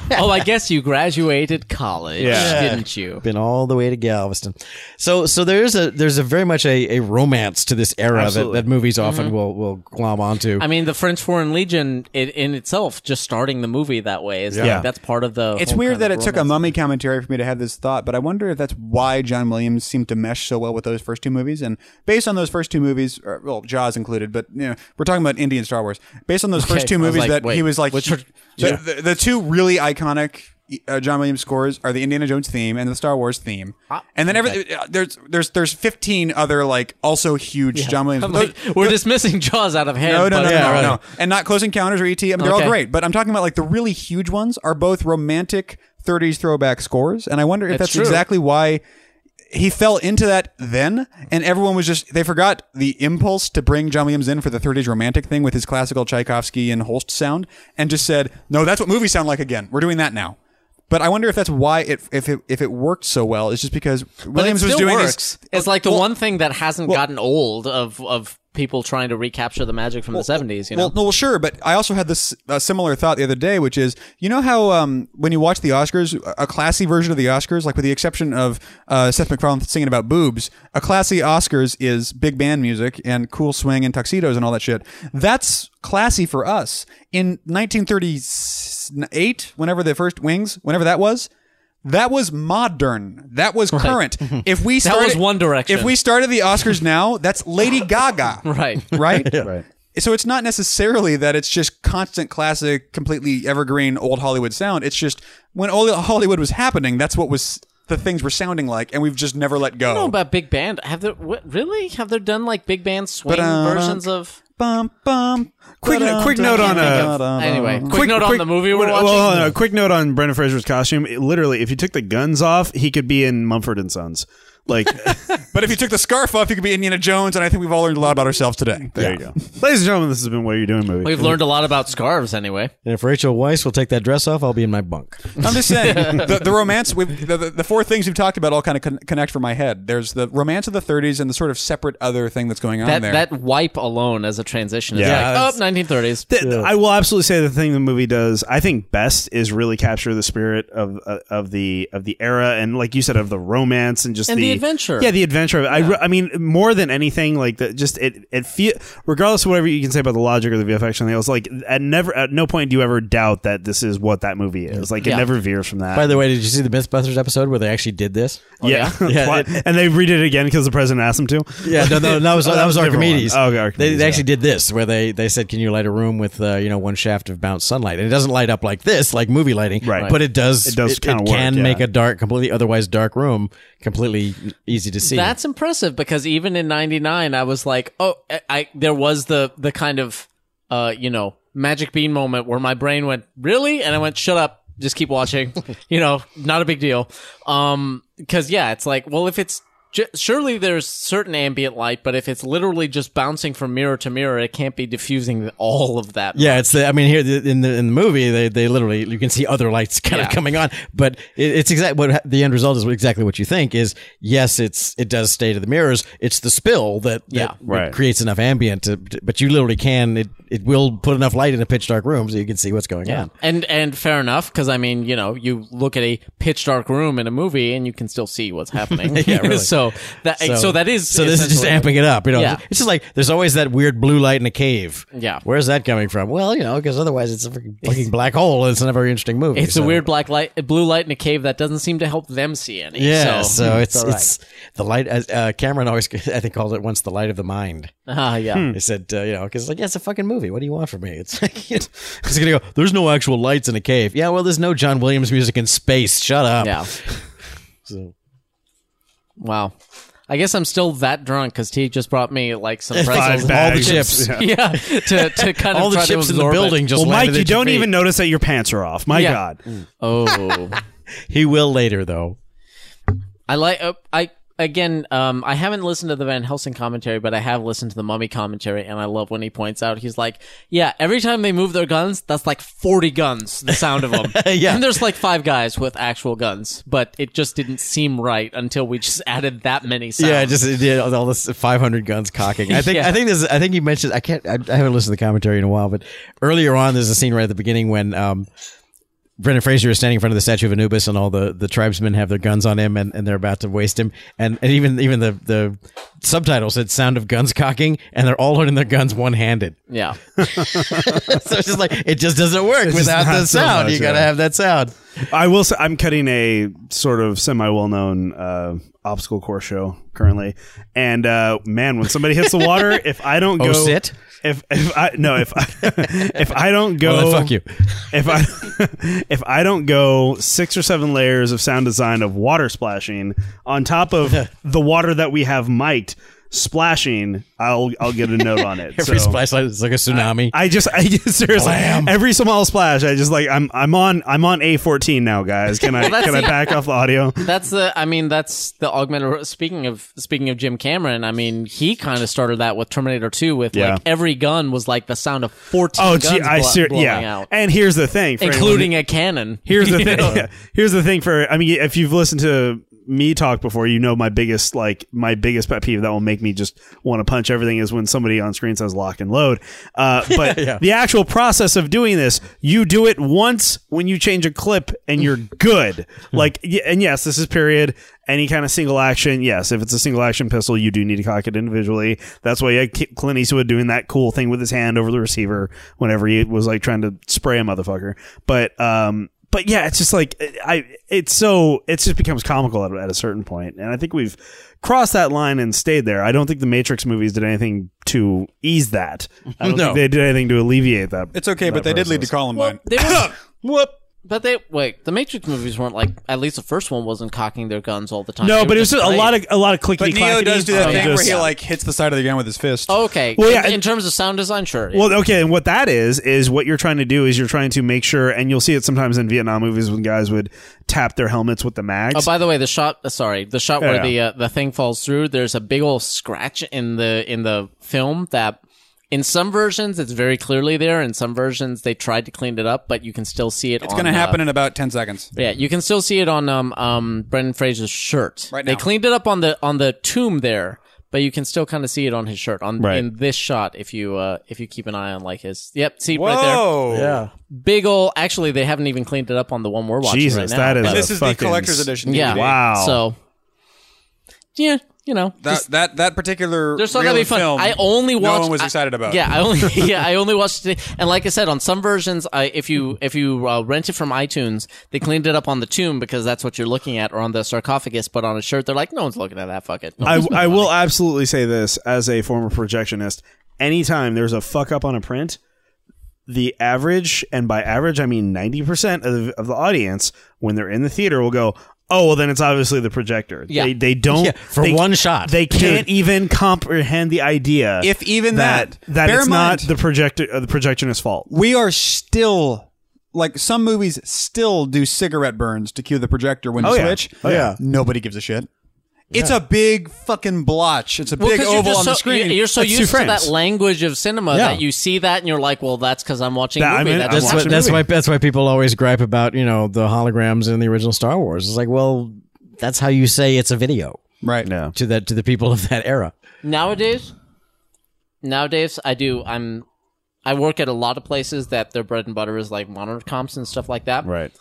[SPEAKER 3] Yeah.
[SPEAKER 2] (laughs) oh, I guess you graduated college,
[SPEAKER 3] Yeah.
[SPEAKER 2] didn't you?
[SPEAKER 4] been all the way to Galveston. So so there's a there's a very much a, a romance to this era that,
[SPEAKER 3] Absolutely.
[SPEAKER 4] that movies
[SPEAKER 1] Mm-hmm.
[SPEAKER 4] often will will glom onto.
[SPEAKER 2] I mean, the French Foreign Legion it, in itself, just starting the movie that way is like,
[SPEAKER 3] Yeah.
[SPEAKER 2] that's part of the.
[SPEAKER 1] It's
[SPEAKER 2] whole
[SPEAKER 1] weird weird that it took a
[SPEAKER 2] romance.
[SPEAKER 1] mummy commentary for me to have this thought, but I wonder if that's why John Williams seemed to mesh so well with those first two movies. And based on those first two movies, or, well, Jaws included, but you know, we're talking about Indian Star Wars. Based on those first
[SPEAKER 2] (laughs) Okay,
[SPEAKER 1] two
[SPEAKER 2] I was
[SPEAKER 1] movies, that
[SPEAKER 2] like,
[SPEAKER 1] he
[SPEAKER 2] wait,
[SPEAKER 1] was like,
[SPEAKER 2] which are-
[SPEAKER 1] the, the, the two really iconic. Uh, John Williams scores are the Indiana Jones theme and the Star Wars theme,
[SPEAKER 2] Ah,
[SPEAKER 1] and then every, uh, there's there's there's 15 other like also huge John Williams.
[SPEAKER 2] (laughs) I'm like,
[SPEAKER 1] those-
[SPEAKER 2] we're dismissing Jaws out of hand.
[SPEAKER 1] no, no,
[SPEAKER 2] but-
[SPEAKER 1] no, no,
[SPEAKER 2] Yeah,
[SPEAKER 1] no,
[SPEAKER 2] right.
[SPEAKER 1] no. And not Close Encounters or ET. I mean, they're all
[SPEAKER 2] Okay.
[SPEAKER 1] great, but I'm talking about like the really huge ones are both romantic 30s throwback scores, and I wonder if that's,
[SPEAKER 2] true.
[SPEAKER 1] exactly why he fell into that then, and everyone was just they forgot the impulse to bring John Williams in for the 30s romantic thing with his classical Tchaikovsky and Holst sound, and just said, no, that's what movies sound like again. We're doing that now. But I wonder if that's why it if it if it worked so well. It's just because
[SPEAKER 2] But
[SPEAKER 1] Williams
[SPEAKER 2] it
[SPEAKER 1] was
[SPEAKER 2] still
[SPEAKER 1] doing
[SPEAKER 2] works.
[SPEAKER 1] this.
[SPEAKER 2] It's like the one thing that hasn't gotten old of of people trying to recapture the magic from the 70s, you know.
[SPEAKER 1] Well, no, well, sure, but I also had this uh, similar thought the other day, which is, you know how um, when you watch the Oscars, a- a classy version of the Oscars, like with the exception of uh, Seth MacFarlane singing about boobs, a classy Oscars is big band music and cool swing and tuxedos and all that shit. That's classy for us. In 1938, whenever the first Wings, whenever that was. That was modern. That was
[SPEAKER 2] (laughs)
[SPEAKER 1] current. If we started,
[SPEAKER 2] was One Direction.
[SPEAKER 1] If we started the Oscars now, that's Lady Gaga
[SPEAKER 2] (laughs) right.
[SPEAKER 3] (laughs)
[SPEAKER 1] right? right. So it's not necessarily that it's just constant classic, completely evergreen old Hollywood sound. It's just when old Hollywood was happening, that's what was the things were sounding like, and we've just never let go.
[SPEAKER 2] I don't know about big band. Have there what, really? Have there done like big band swing
[SPEAKER 1] Ba-dum.
[SPEAKER 2] versions of?
[SPEAKER 1] bum, bum.
[SPEAKER 3] Quick-
[SPEAKER 1] Ba-dum,
[SPEAKER 3] quick note
[SPEAKER 1] dum,
[SPEAKER 3] on,
[SPEAKER 1] dum,
[SPEAKER 3] uh,
[SPEAKER 1] dum, dum.
[SPEAKER 2] Anyway, quick, note on the movie we're
[SPEAKER 3] well,
[SPEAKER 2] watching.
[SPEAKER 3] hold on, a quick note on Brendan Fraser's costume. It- literally, if you took the guns off, he could be in Mumford and Sons. Like, (laughs)
[SPEAKER 1] But if you took the scarf off, you could be Indiana Jones, and I think we've all learned a lot about ourselves today.
[SPEAKER 3] there you go. Ladies and gentlemen, this has been What You're Doing Movie.
[SPEAKER 2] We've learned a lot about scarves anyway.
[SPEAKER 4] And if Rachel Weiss will take that dress off, I'll be in my bunk.
[SPEAKER 1] I'm just saying
[SPEAKER 3] (laughs)
[SPEAKER 1] the, the romance. We've, the, the, the four things we've talked about all kind of con- connect for my head. There's the romance of the 30s and the sort of separate other thing that's going on
[SPEAKER 2] That
[SPEAKER 1] there.
[SPEAKER 2] that wipe alone as a transition is
[SPEAKER 3] Yeah.
[SPEAKER 2] like, oh, 1930s.
[SPEAKER 3] Th- I will absolutely say the thing the movie does, I think, best is really capture the spirit of uh, of the of the era and, like you said, of the romance and just
[SPEAKER 2] And the
[SPEAKER 3] the,
[SPEAKER 2] adventure.
[SPEAKER 3] Yeah, the adventure. Of it. I, re- I mean, more than anything, like the, just it it feel regardless of whatever you can say about the logic or the VFX and else. Like at never at no point do you ever doubt that this is what that movie is. Like
[SPEAKER 2] Yeah.
[SPEAKER 3] it never veers from that.
[SPEAKER 4] By the way, did you see the Mythbusters episode where they actually did this?
[SPEAKER 3] yeah, (laughs)
[SPEAKER 4] yeah.
[SPEAKER 3] Twi- and they redid it again because the president asked them to.
[SPEAKER 4] Yeah, no, no, that
[SPEAKER 3] (laughs)
[SPEAKER 4] was
[SPEAKER 3] Oh,
[SPEAKER 4] that, was
[SPEAKER 3] a different
[SPEAKER 4] Archimedes.
[SPEAKER 3] one. Oh, okay, Archimedes,
[SPEAKER 4] they, they
[SPEAKER 3] yeah.
[SPEAKER 4] actually did this where they they said, "Can you light a room with uh, you know one shaft of bounced sunlight?" And it doesn't light up like this, like movie lighting,
[SPEAKER 3] Right.
[SPEAKER 4] But it does.
[SPEAKER 3] It does kinda work,
[SPEAKER 4] can
[SPEAKER 3] yeah.
[SPEAKER 4] make a dark, completely otherwise dark room completely easy to see.
[SPEAKER 2] That's impressive because even in '99, I was like, oh, I, I there was the the kind of uh you know magic bean moment where my brain went really, and I went shut up, just keep watching, you know, not a big deal. Um, because yeah, it's like, well, if it's ju- Surely there's certain ambient light, but if it's literally just bouncing from mirror to mirror, it can't be diffusing all of that.
[SPEAKER 4] Yeah, it's the. I mean, here the- in the in the movie, they, they literally you can see other lights (laughs) kind
[SPEAKER 2] Yeah.
[SPEAKER 4] of coming on, but it, it's exact what ha- the end result is. what- Exactly what you think is. Yes, it's it does stay to the mirrors. It's the spill that
[SPEAKER 2] Yeah.
[SPEAKER 4] that
[SPEAKER 3] Right.
[SPEAKER 4] creates enough ambient, to, to- but you literally can it it will put enough light in a pitch dark room so you can see what's going on.
[SPEAKER 2] And and fair enough because I mean you know you look at a pitch dark room in a movie and you can still see what's happening.
[SPEAKER 4] (laughs) Yeah,
[SPEAKER 2] (laughs)
[SPEAKER 4] really.
[SPEAKER 2] so that so, that is
[SPEAKER 4] so this is just
[SPEAKER 2] essentially-
[SPEAKER 4] amping it up. You know,
[SPEAKER 2] Yeah.
[SPEAKER 4] it's just like there's always that weird blue light in a cave.
[SPEAKER 2] Yeah.
[SPEAKER 4] where's that coming from? Well, you know, because otherwise it's a freaking fucking black hole. and It's not a very interesting movie.
[SPEAKER 2] It's a
[SPEAKER 4] so-
[SPEAKER 2] weird black light, blue light in a cave that doesn't seem to help them see any.
[SPEAKER 4] Yeah,
[SPEAKER 2] so, hmm,
[SPEAKER 4] so, it's it's the light. As, uh, Cameron always, (laughs) I think, called it once the light of the mind.
[SPEAKER 2] Ah, yeah.
[SPEAKER 4] He said, uh, you know, because like, yeah, it's a fucking movie. What do you want from me? It's (laughs) like he's gonna go. There's no actual lights in a cave. Yeah, well, there's no John Williams music in space. Shut up.
[SPEAKER 2] Yeah.
[SPEAKER 4] (laughs) So-
[SPEAKER 2] Wow. I guess I'm still that drunk because T just brought me like
[SPEAKER 4] (laughs)
[SPEAKER 2] some
[SPEAKER 3] Five
[SPEAKER 2] pretzels.
[SPEAKER 4] all the
[SPEAKER 3] bags.
[SPEAKER 4] chips.
[SPEAKER 2] (laughs)
[SPEAKER 3] Yeah.
[SPEAKER 2] yeah, to, to kind of
[SPEAKER 4] all the
[SPEAKER 2] try to
[SPEAKER 4] chips in the
[SPEAKER 2] absorb it.
[SPEAKER 4] building just.
[SPEAKER 3] Well, Mike,
[SPEAKER 4] landed
[SPEAKER 3] you
[SPEAKER 4] at your
[SPEAKER 3] don't
[SPEAKER 4] feet.
[SPEAKER 3] even notice that your pants are off. My
[SPEAKER 2] Yeah.
[SPEAKER 3] God.
[SPEAKER 2] Oh,
[SPEAKER 4] He will later though.
[SPEAKER 2] I like. Uh, I again. Um, I haven't listened to the Van Helsing commentary, but I have listened to the Mummy commentary, and I love when he points out. He's like, "Yeah, every time they move their guns, that's like forty guns. The sound of
[SPEAKER 3] (laughs)
[SPEAKER 2] them.
[SPEAKER 4] Yeah.
[SPEAKER 2] and there's like five guys with actual guns, but it just didn't seem right until we just (laughs) added that many sounds.
[SPEAKER 4] Yeah, just it did all this 500 guns
[SPEAKER 3] (laughs)
[SPEAKER 4] cocking. I think
[SPEAKER 2] Yeah.
[SPEAKER 4] I think this. I think you mentioned. I can't. I, I haven't listened to the commentary in a while, but earlier on, there's a scene right at the beginning when um, Brendan Fraser is standing in front of the statue of Anubis, and all the, the tribesmen have their guns on him, and, and they're about to waste him. And, and even even the the subtitles said "sound of guns cocking," and they're all holding their guns one handed.
[SPEAKER 2] Yeah.
[SPEAKER 4] (laughs) so it's just like it just doesn't work
[SPEAKER 3] It's just
[SPEAKER 4] without
[SPEAKER 3] not
[SPEAKER 4] the
[SPEAKER 3] so
[SPEAKER 4] sound.
[SPEAKER 3] much,
[SPEAKER 4] you gotta
[SPEAKER 3] yeah.
[SPEAKER 4] have that sound.
[SPEAKER 3] I will say I'm cutting a sort of semi well known uh, obstacle course show currently, and uh, man, when somebody hits the
[SPEAKER 4] (laughs)
[SPEAKER 3] water, if I don't
[SPEAKER 4] Oh,
[SPEAKER 3] go
[SPEAKER 4] sit?
[SPEAKER 3] if if I no if I, (laughs) if I don't go
[SPEAKER 4] Well, Oh, then fuck you.
[SPEAKER 3] (laughs) if I if I don't go six or seven layers of sound design of water splashing on top
[SPEAKER 4] (laughs)
[SPEAKER 3] of the water that we have mic'd splashing, I'll I'll get a note on it.
[SPEAKER 4] (laughs) Every
[SPEAKER 3] so.
[SPEAKER 4] splash light is like a tsunami.
[SPEAKER 3] I just, I just seriously,
[SPEAKER 4] Blam.
[SPEAKER 3] every small splash, I just like, I'm, I'm on, I'm on A14 now, guys.
[SPEAKER 2] (laughs)
[SPEAKER 3] Can I, can I back off the audio?
[SPEAKER 2] That's the. I mean, that's the augmented. Speaking of speaking of Jim Cameron, I mean, he kind of started that with Terminator Two, with
[SPEAKER 3] Yeah.
[SPEAKER 2] like every gun was like the sound of fourteen
[SPEAKER 3] Oh,
[SPEAKER 2] guns
[SPEAKER 3] gee, I
[SPEAKER 2] blo-
[SPEAKER 3] ser-
[SPEAKER 2] blowing
[SPEAKER 3] yeah.
[SPEAKER 2] out,
[SPEAKER 3] And here's the thing, for anyone who-
[SPEAKER 2] including a cannon.
[SPEAKER 3] here's
[SPEAKER 2] (laughs)
[SPEAKER 3] the thing. (laughs) Here's the thing for, I mean, if you've listened to me talk before, you know, my biggest, like my biggest pet peeve that will make me just want to punch everything is when somebody on screen says lock and load. Uh, but the actual process of doing this, you do it once when you change a clip and you're good. like, y- and yes, this is period. Any kind of single action, yes. If it's a single action pistol, you do need to cock it individually. That's why you had Ki- Clint Eastwood doing that cool thing with his hand over the receiver whenever he was like trying to spray a motherfucker. But um, but yeah, it's just like I. It's so it just becomes comical at, at a certain point, and I think we've crossed that line and stayed there. I don't think the Matrix movies did anything to ease that. I don't
[SPEAKER 4] No.
[SPEAKER 3] think they did anything to alleviate that.
[SPEAKER 1] It's okay, but they did lead to Columbine.
[SPEAKER 2] They
[SPEAKER 3] (laughs)
[SPEAKER 2] were-
[SPEAKER 3] Whoop.
[SPEAKER 2] but they wait. The Matrix movies weren't like. At least the first one wasn't cocking their guns all the time.
[SPEAKER 3] No,
[SPEAKER 2] They
[SPEAKER 3] but
[SPEAKER 2] were
[SPEAKER 3] it was just a
[SPEAKER 2] great.
[SPEAKER 3] lot of a lot of clicky.
[SPEAKER 1] But Neo does do that
[SPEAKER 2] Oh,
[SPEAKER 1] thing
[SPEAKER 2] yeah.
[SPEAKER 1] where he
[SPEAKER 2] Yeah.
[SPEAKER 1] like hits the side of the gun with his fist.
[SPEAKER 2] Oh, Okay.
[SPEAKER 3] Well,
[SPEAKER 2] Well,
[SPEAKER 3] yeah,
[SPEAKER 2] yeah. In,
[SPEAKER 3] and-
[SPEAKER 2] terms of sound design, sure.
[SPEAKER 3] Well, okay, and what that is is what you're trying to do is you're trying to make sure, and you'll see it sometimes in Vietnam movies when guys would tap their helmets with the mags.
[SPEAKER 2] Oh, by the way, the shot. uh, Sorry, the shot where
[SPEAKER 3] Yeah.
[SPEAKER 2] the uh, the thing falls through. There's a big old scratch in the in the film that, in some versions, it's very clearly there. In some versions, they tried to clean it up, but you can still see it.
[SPEAKER 1] It's going to happen in about 10 seconds.
[SPEAKER 2] Yeah, you can still see it on um um Brendan Fraser's shirt.
[SPEAKER 1] Right
[SPEAKER 2] They
[SPEAKER 1] now.
[SPEAKER 2] cleaned it up on the on the tomb there, but you can still kind of see it on his shirt on
[SPEAKER 3] Right.
[SPEAKER 2] in this shot if you uh if you keep an eye on like his. Yep, see right there.
[SPEAKER 1] Whoa. Yeah.
[SPEAKER 2] Big ol' actually they haven't even cleaned it up on the one we're watching
[SPEAKER 3] Jesus,
[SPEAKER 2] right now.
[SPEAKER 3] that is
[SPEAKER 2] but-
[SPEAKER 3] a
[SPEAKER 1] This is the
[SPEAKER 3] fucking-
[SPEAKER 1] collector's edition.
[SPEAKER 2] Yeah.
[SPEAKER 1] DVD.
[SPEAKER 3] Wow.
[SPEAKER 2] So, yeah, you know,
[SPEAKER 1] That that that particular
[SPEAKER 2] there's something
[SPEAKER 1] reel
[SPEAKER 2] that'd be
[SPEAKER 1] of
[SPEAKER 2] fun.
[SPEAKER 1] film,
[SPEAKER 2] I only watched.
[SPEAKER 1] no one was
[SPEAKER 2] I-
[SPEAKER 1] excited about.
[SPEAKER 2] Yeah,
[SPEAKER 1] (laughs)
[SPEAKER 2] I only (laughs) yeah I only watched it. And like I said, on some versions, I if you if you uh, rent it from iTunes, they cleaned it up on the tomb because that's what you're looking at, or on the sarcophagus. But on a shirt, they're like, no one's looking at that. Fuck it. No
[SPEAKER 3] I,
[SPEAKER 2] one's-
[SPEAKER 3] I will absolutely say this as a former projectionist. Anytime there's a fuck up on a print, the average, and by average, I mean 90% of, of the audience, when they're in the theater, will go, oh, well, then it's obviously the projector.
[SPEAKER 2] Yeah.
[SPEAKER 3] They, they don't.
[SPEAKER 4] Yeah, for
[SPEAKER 3] they-
[SPEAKER 4] one shot.
[SPEAKER 3] They can't even comprehend the idea.
[SPEAKER 1] If even
[SPEAKER 3] that,
[SPEAKER 1] that.
[SPEAKER 3] that
[SPEAKER 1] Bear
[SPEAKER 3] it's
[SPEAKER 1] in
[SPEAKER 3] not
[SPEAKER 1] mind-
[SPEAKER 3] the projector, uh, the projectionist's fault.
[SPEAKER 1] we are still like some movies still do cigarette burns to cue the projector when you
[SPEAKER 3] Oh, yeah.
[SPEAKER 1] switch.
[SPEAKER 3] Oh, yeah.
[SPEAKER 1] Nobody gives a shit. It's a big fucking blotch. It's a
[SPEAKER 2] Well,
[SPEAKER 1] big
[SPEAKER 2] 'cause you're
[SPEAKER 1] oval
[SPEAKER 2] just
[SPEAKER 1] on
[SPEAKER 2] so,
[SPEAKER 1] the screen.
[SPEAKER 2] You're, you're so
[SPEAKER 3] That's two
[SPEAKER 2] used to
[SPEAKER 3] frames.
[SPEAKER 2] that language of cinema
[SPEAKER 3] Yeah.
[SPEAKER 2] that you see that and you're like, well, that's because I'm watching
[SPEAKER 3] That-
[SPEAKER 2] a
[SPEAKER 3] I
[SPEAKER 2] movie.
[SPEAKER 3] mean,
[SPEAKER 2] that
[SPEAKER 3] I'm
[SPEAKER 2] doesn't
[SPEAKER 4] That's what,
[SPEAKER 3] watching a
[SPEAKER 4] that's
[SPEAKER 3] movie.
[SPEAKER 4] why that's why people always gripe about you know the holograms in the original Star Wars. It's like, well, that's how you say it's a video
[SPEAKER 1] right.
[SPEAKER 3] No.
[SPEAKER 4] to that to the people of that era.
[SPEAKER 2] nowadays nowadays i do i'm i work at a lot of places that their bread and butter is like monitor comps and stuff like that
[SPEAKER 3] Right.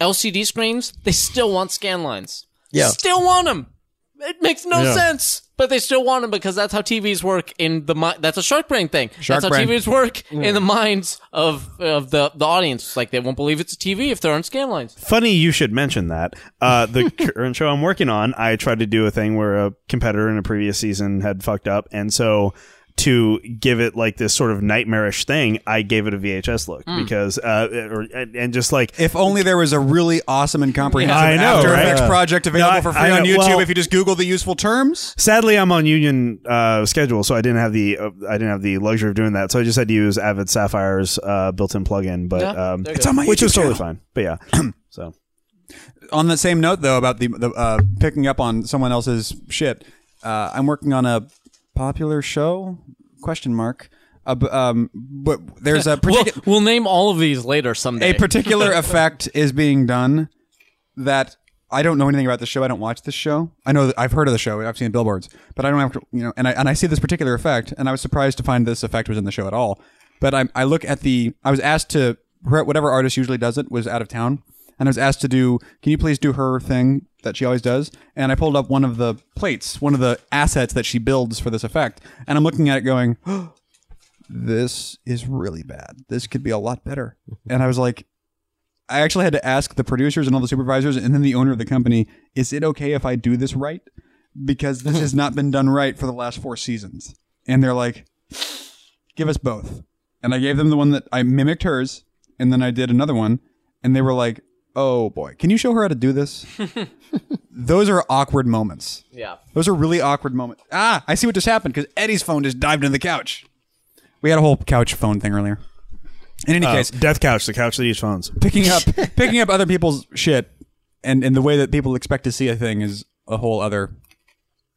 [SPEAKER 2] lcd screens they still want scan lines
[SPEAKER 4] Yeah.
[SPEAKER 2] still want them it makes no sense but they still want them because that's how tvs work in the mi- that's a shark brain thing
[SPEAKER 1] Shark
[SPEAKER 2] that's how
[SPEAKER 1] brain.
[SPEAKER 2] tvs work in the minds of of the the audience like they won't believe it's a tv if there aren't scan lines
[SPEAKER 3] Funny you should mention that.
[SPEAKER 2] (laughs)
[SPEAKER 3] Uh, the current show I'm working on, I tried to do a thing where a competitor in a previous season had fucked up, and so to give it like this sort of nightmarish thing, I gave it a VHS look
[SPEAKER 2] Mm.
[SPEAKER 3] because, uh, or, and and just like
[SPEAKER 1] If only there was a really awesome and comprehensive
[SPEAKER 3] I know,
[SPEAKER 1] After
[SPEAKER 3] right?
[SPEAKER 1] Effects
[SPEAKER 3] Yeah.
[SPEAKER 1] project available
[SPEAKER 3] No, I-
[SPEAKER 1] for free
[SPEAKER 3] I
[SPEAKER 1] on
[SPEAKER 3] know.
[SPEAKER 1] YouTube
[SPEAKER 3] Well-
[SPEAKER 1] if you just Google the useful terms.
[SPEAKER 3] Sadly, I'm on union uh, schedule, so I didn't have the uh, I didn't have the luxury of doing that. So I just had to use Avid Sapphire's uh, built-in plugin, but
[SPEAKER 2] Yeah,
[SPEAKER 3] um,
[SPEAKER 2] there you
[SPEAKER 1] It's on my
[SPEAKER 3] which
[SPEAKER 1] YouTube
[SPEAKER 3] was totally
[SPEAKER 1] channel.
[SPEAKER 3] fine. But yeah, (clears throat) so
[SPEAKER 1] on that same note though about the, the uh, picking up on someone else's shit uh, i'm working on a popular show question mark uh, b- um, but there's
[SPEAKER 3] (laughs)
[SPEAKER 1] a
[SPEAKER 2] we'll,
[SPEAKER 1] particular
[SPEAKER 2] we'll name all of these later someday
[SPEAKER 1] a particular effect is being done that I don't know anything about the show. I don't watch this show. I know that I've heard of the show. I've seen billboards, but I don't have to, you know. And I and I see this particular effect, and I was surprised to find this effect was in the show at all. But I I look at the I was asked to whatever artist usually does it was out of town, and I was asked to do. Can you please do her thing that she always does? And I pulled up one of the plates, one of the assets that she builds for this effect, and I'm looking at it going, "This is really bad. This could be a lot better." And I was like. I actually had to ask the producers and all the supervisors and then the owner of the company, is it okay if I do this right? Because this has not been done right for the last four seasons. And they're like, give us both. And I gave them the one that I mimicked hers, and then I did another one, and they were like, oh boy, can you show her how to do this? Those are awkward moments.
[SPEAKER 2] Yeah.
[SPEAKER 1] Those are really awkward moments. Ah, I see what just happened because Eddie's phone just dived into the couch. We had a whole couch phone thing earlier. In any
[SPEAKER 3] Uh,
[SPEAKER 1] case,
[SPEAKER 3] Death couch, the couch that eats phones.
[SPEAKER 1] picking up picking up other people's shit and and the way that people expect to see a thing is a whole other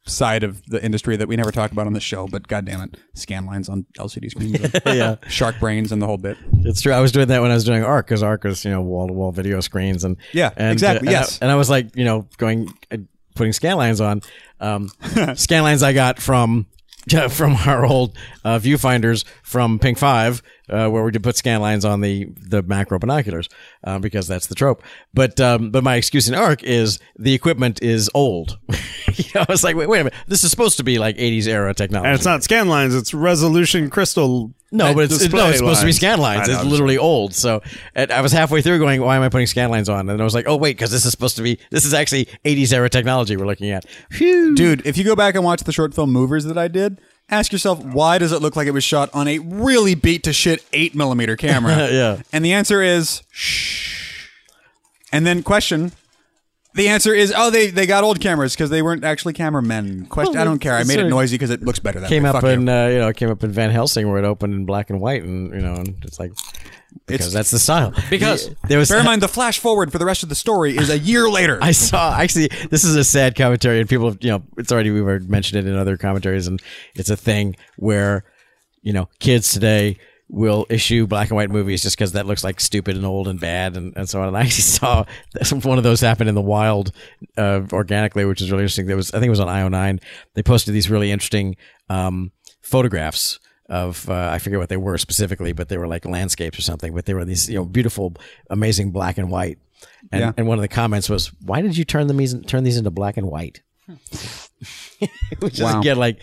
[SPEAKER 1] side of the industry that we never talk about on the show but god damn it scan lines on lcd screens and
[SPEAKER 4] yeah.
[SPEAKER 1] shark brains and the whole bit
[SPEAKER 4] It's true. I was doing that when I was doing ARC because ARC was, you know, wall to wall video screens and
[SPEAKER 1] Yeah,
[SPEAKER 4] and,
[SPEAKER 1] exactly,
[SPEAKER 4] and I-
[SPEAKER 1] yes.
[SPEAKER 4] and I was like, you know, going uh, putting scanlines on.
[SPEAKER 1] (laughs)
[SPEAKER 4] Um, scanlines I got from (laughs) from our old uh, viewfinders from Pink Five, uh, where we did put scanlines on the the macro binoculars uh, because that's the trope. But um, but my excuse in ARC is the equipment is old. (laughs) you know, I was like, wait, wait a minute, this is supposed to be like '80s era technology.
[SPEAKER 3] And it's not scan lines, it's resolution crystal.
[SPEAKER 4] No, but it's, it- no,
[SPEAKER 3] display
[SPEAKER 4] it's supposed to be
[SPEAKER 3] lines.
[SPEAKER 4] scan
[SPEAKER 3] I
[SPEAKER 4] lines.
[SPEAKER 3] know,
[SPEAKER 4] It's
[SPEAKER 3] I'm
[SPEAKER 4] literally old. So and I was halfway through going, why am I putting scan lines on? And I was like, oh, wait, because this is supposed to be, this is actually 80s era technology we're looking at. Phew.
[SPEAKER 1] dude if you go back and watch the short film movers that i did ask yourself why does it look like it was shot on a really beat to shit 8 millimeter camera
[SPEAKER 4] (laughs) Yeah.
[SPEAKER 1] and the answer is shh and then question the answer is oh they they got old cameras because they weren't actually cameramen question i don't care i made it
[SPEAKER 4] sorry.
[SPEAKER 1] noisy because it looks better that
[SPEAKER 4] Came
[SPEAKER 1] way.
[SPEAKER 4] up
[SPEAKER 1] Fuck you.
[SPEAKER 4] in, uh, you know, came up in Van Helsing where it opened in black and white. And, you know, and it's like, because that's the style.
[SPEAKER 2] Because-
[SPEAKER 4] there
[SPEAKER 1] (laughs)
[SPEAKER 4] was,
[SPEAKER 1] Bear in mind, the flash forward for the rest of the story is a year later.
[SPEAKER 4] (laughs) I saw actually this is a sad commentary, and people have you know it's already we've already mentioned it in other commentaries, and it's a thing where you know kids today will issue black and white movies just because that looks like stupid and old and bad and, and so on. And I actually (laughs) saw one of those happen in the wild uh, organically, which is really interesting. There was I think it was on IO9. They posted these really interesting um, photographs of uh, I forget what they were specifically, but they were like landscapes or something. But they were these you know beautiful, amazing black and white. And,
[SPEAKER 1] Yeah.
[SPEAKER 4] and one of the comments was, "Why did you turn them these, turn these into black and white?" (laughs) Which is
[SPEAKER 1] Wow.
[SPEAKER 4] again like,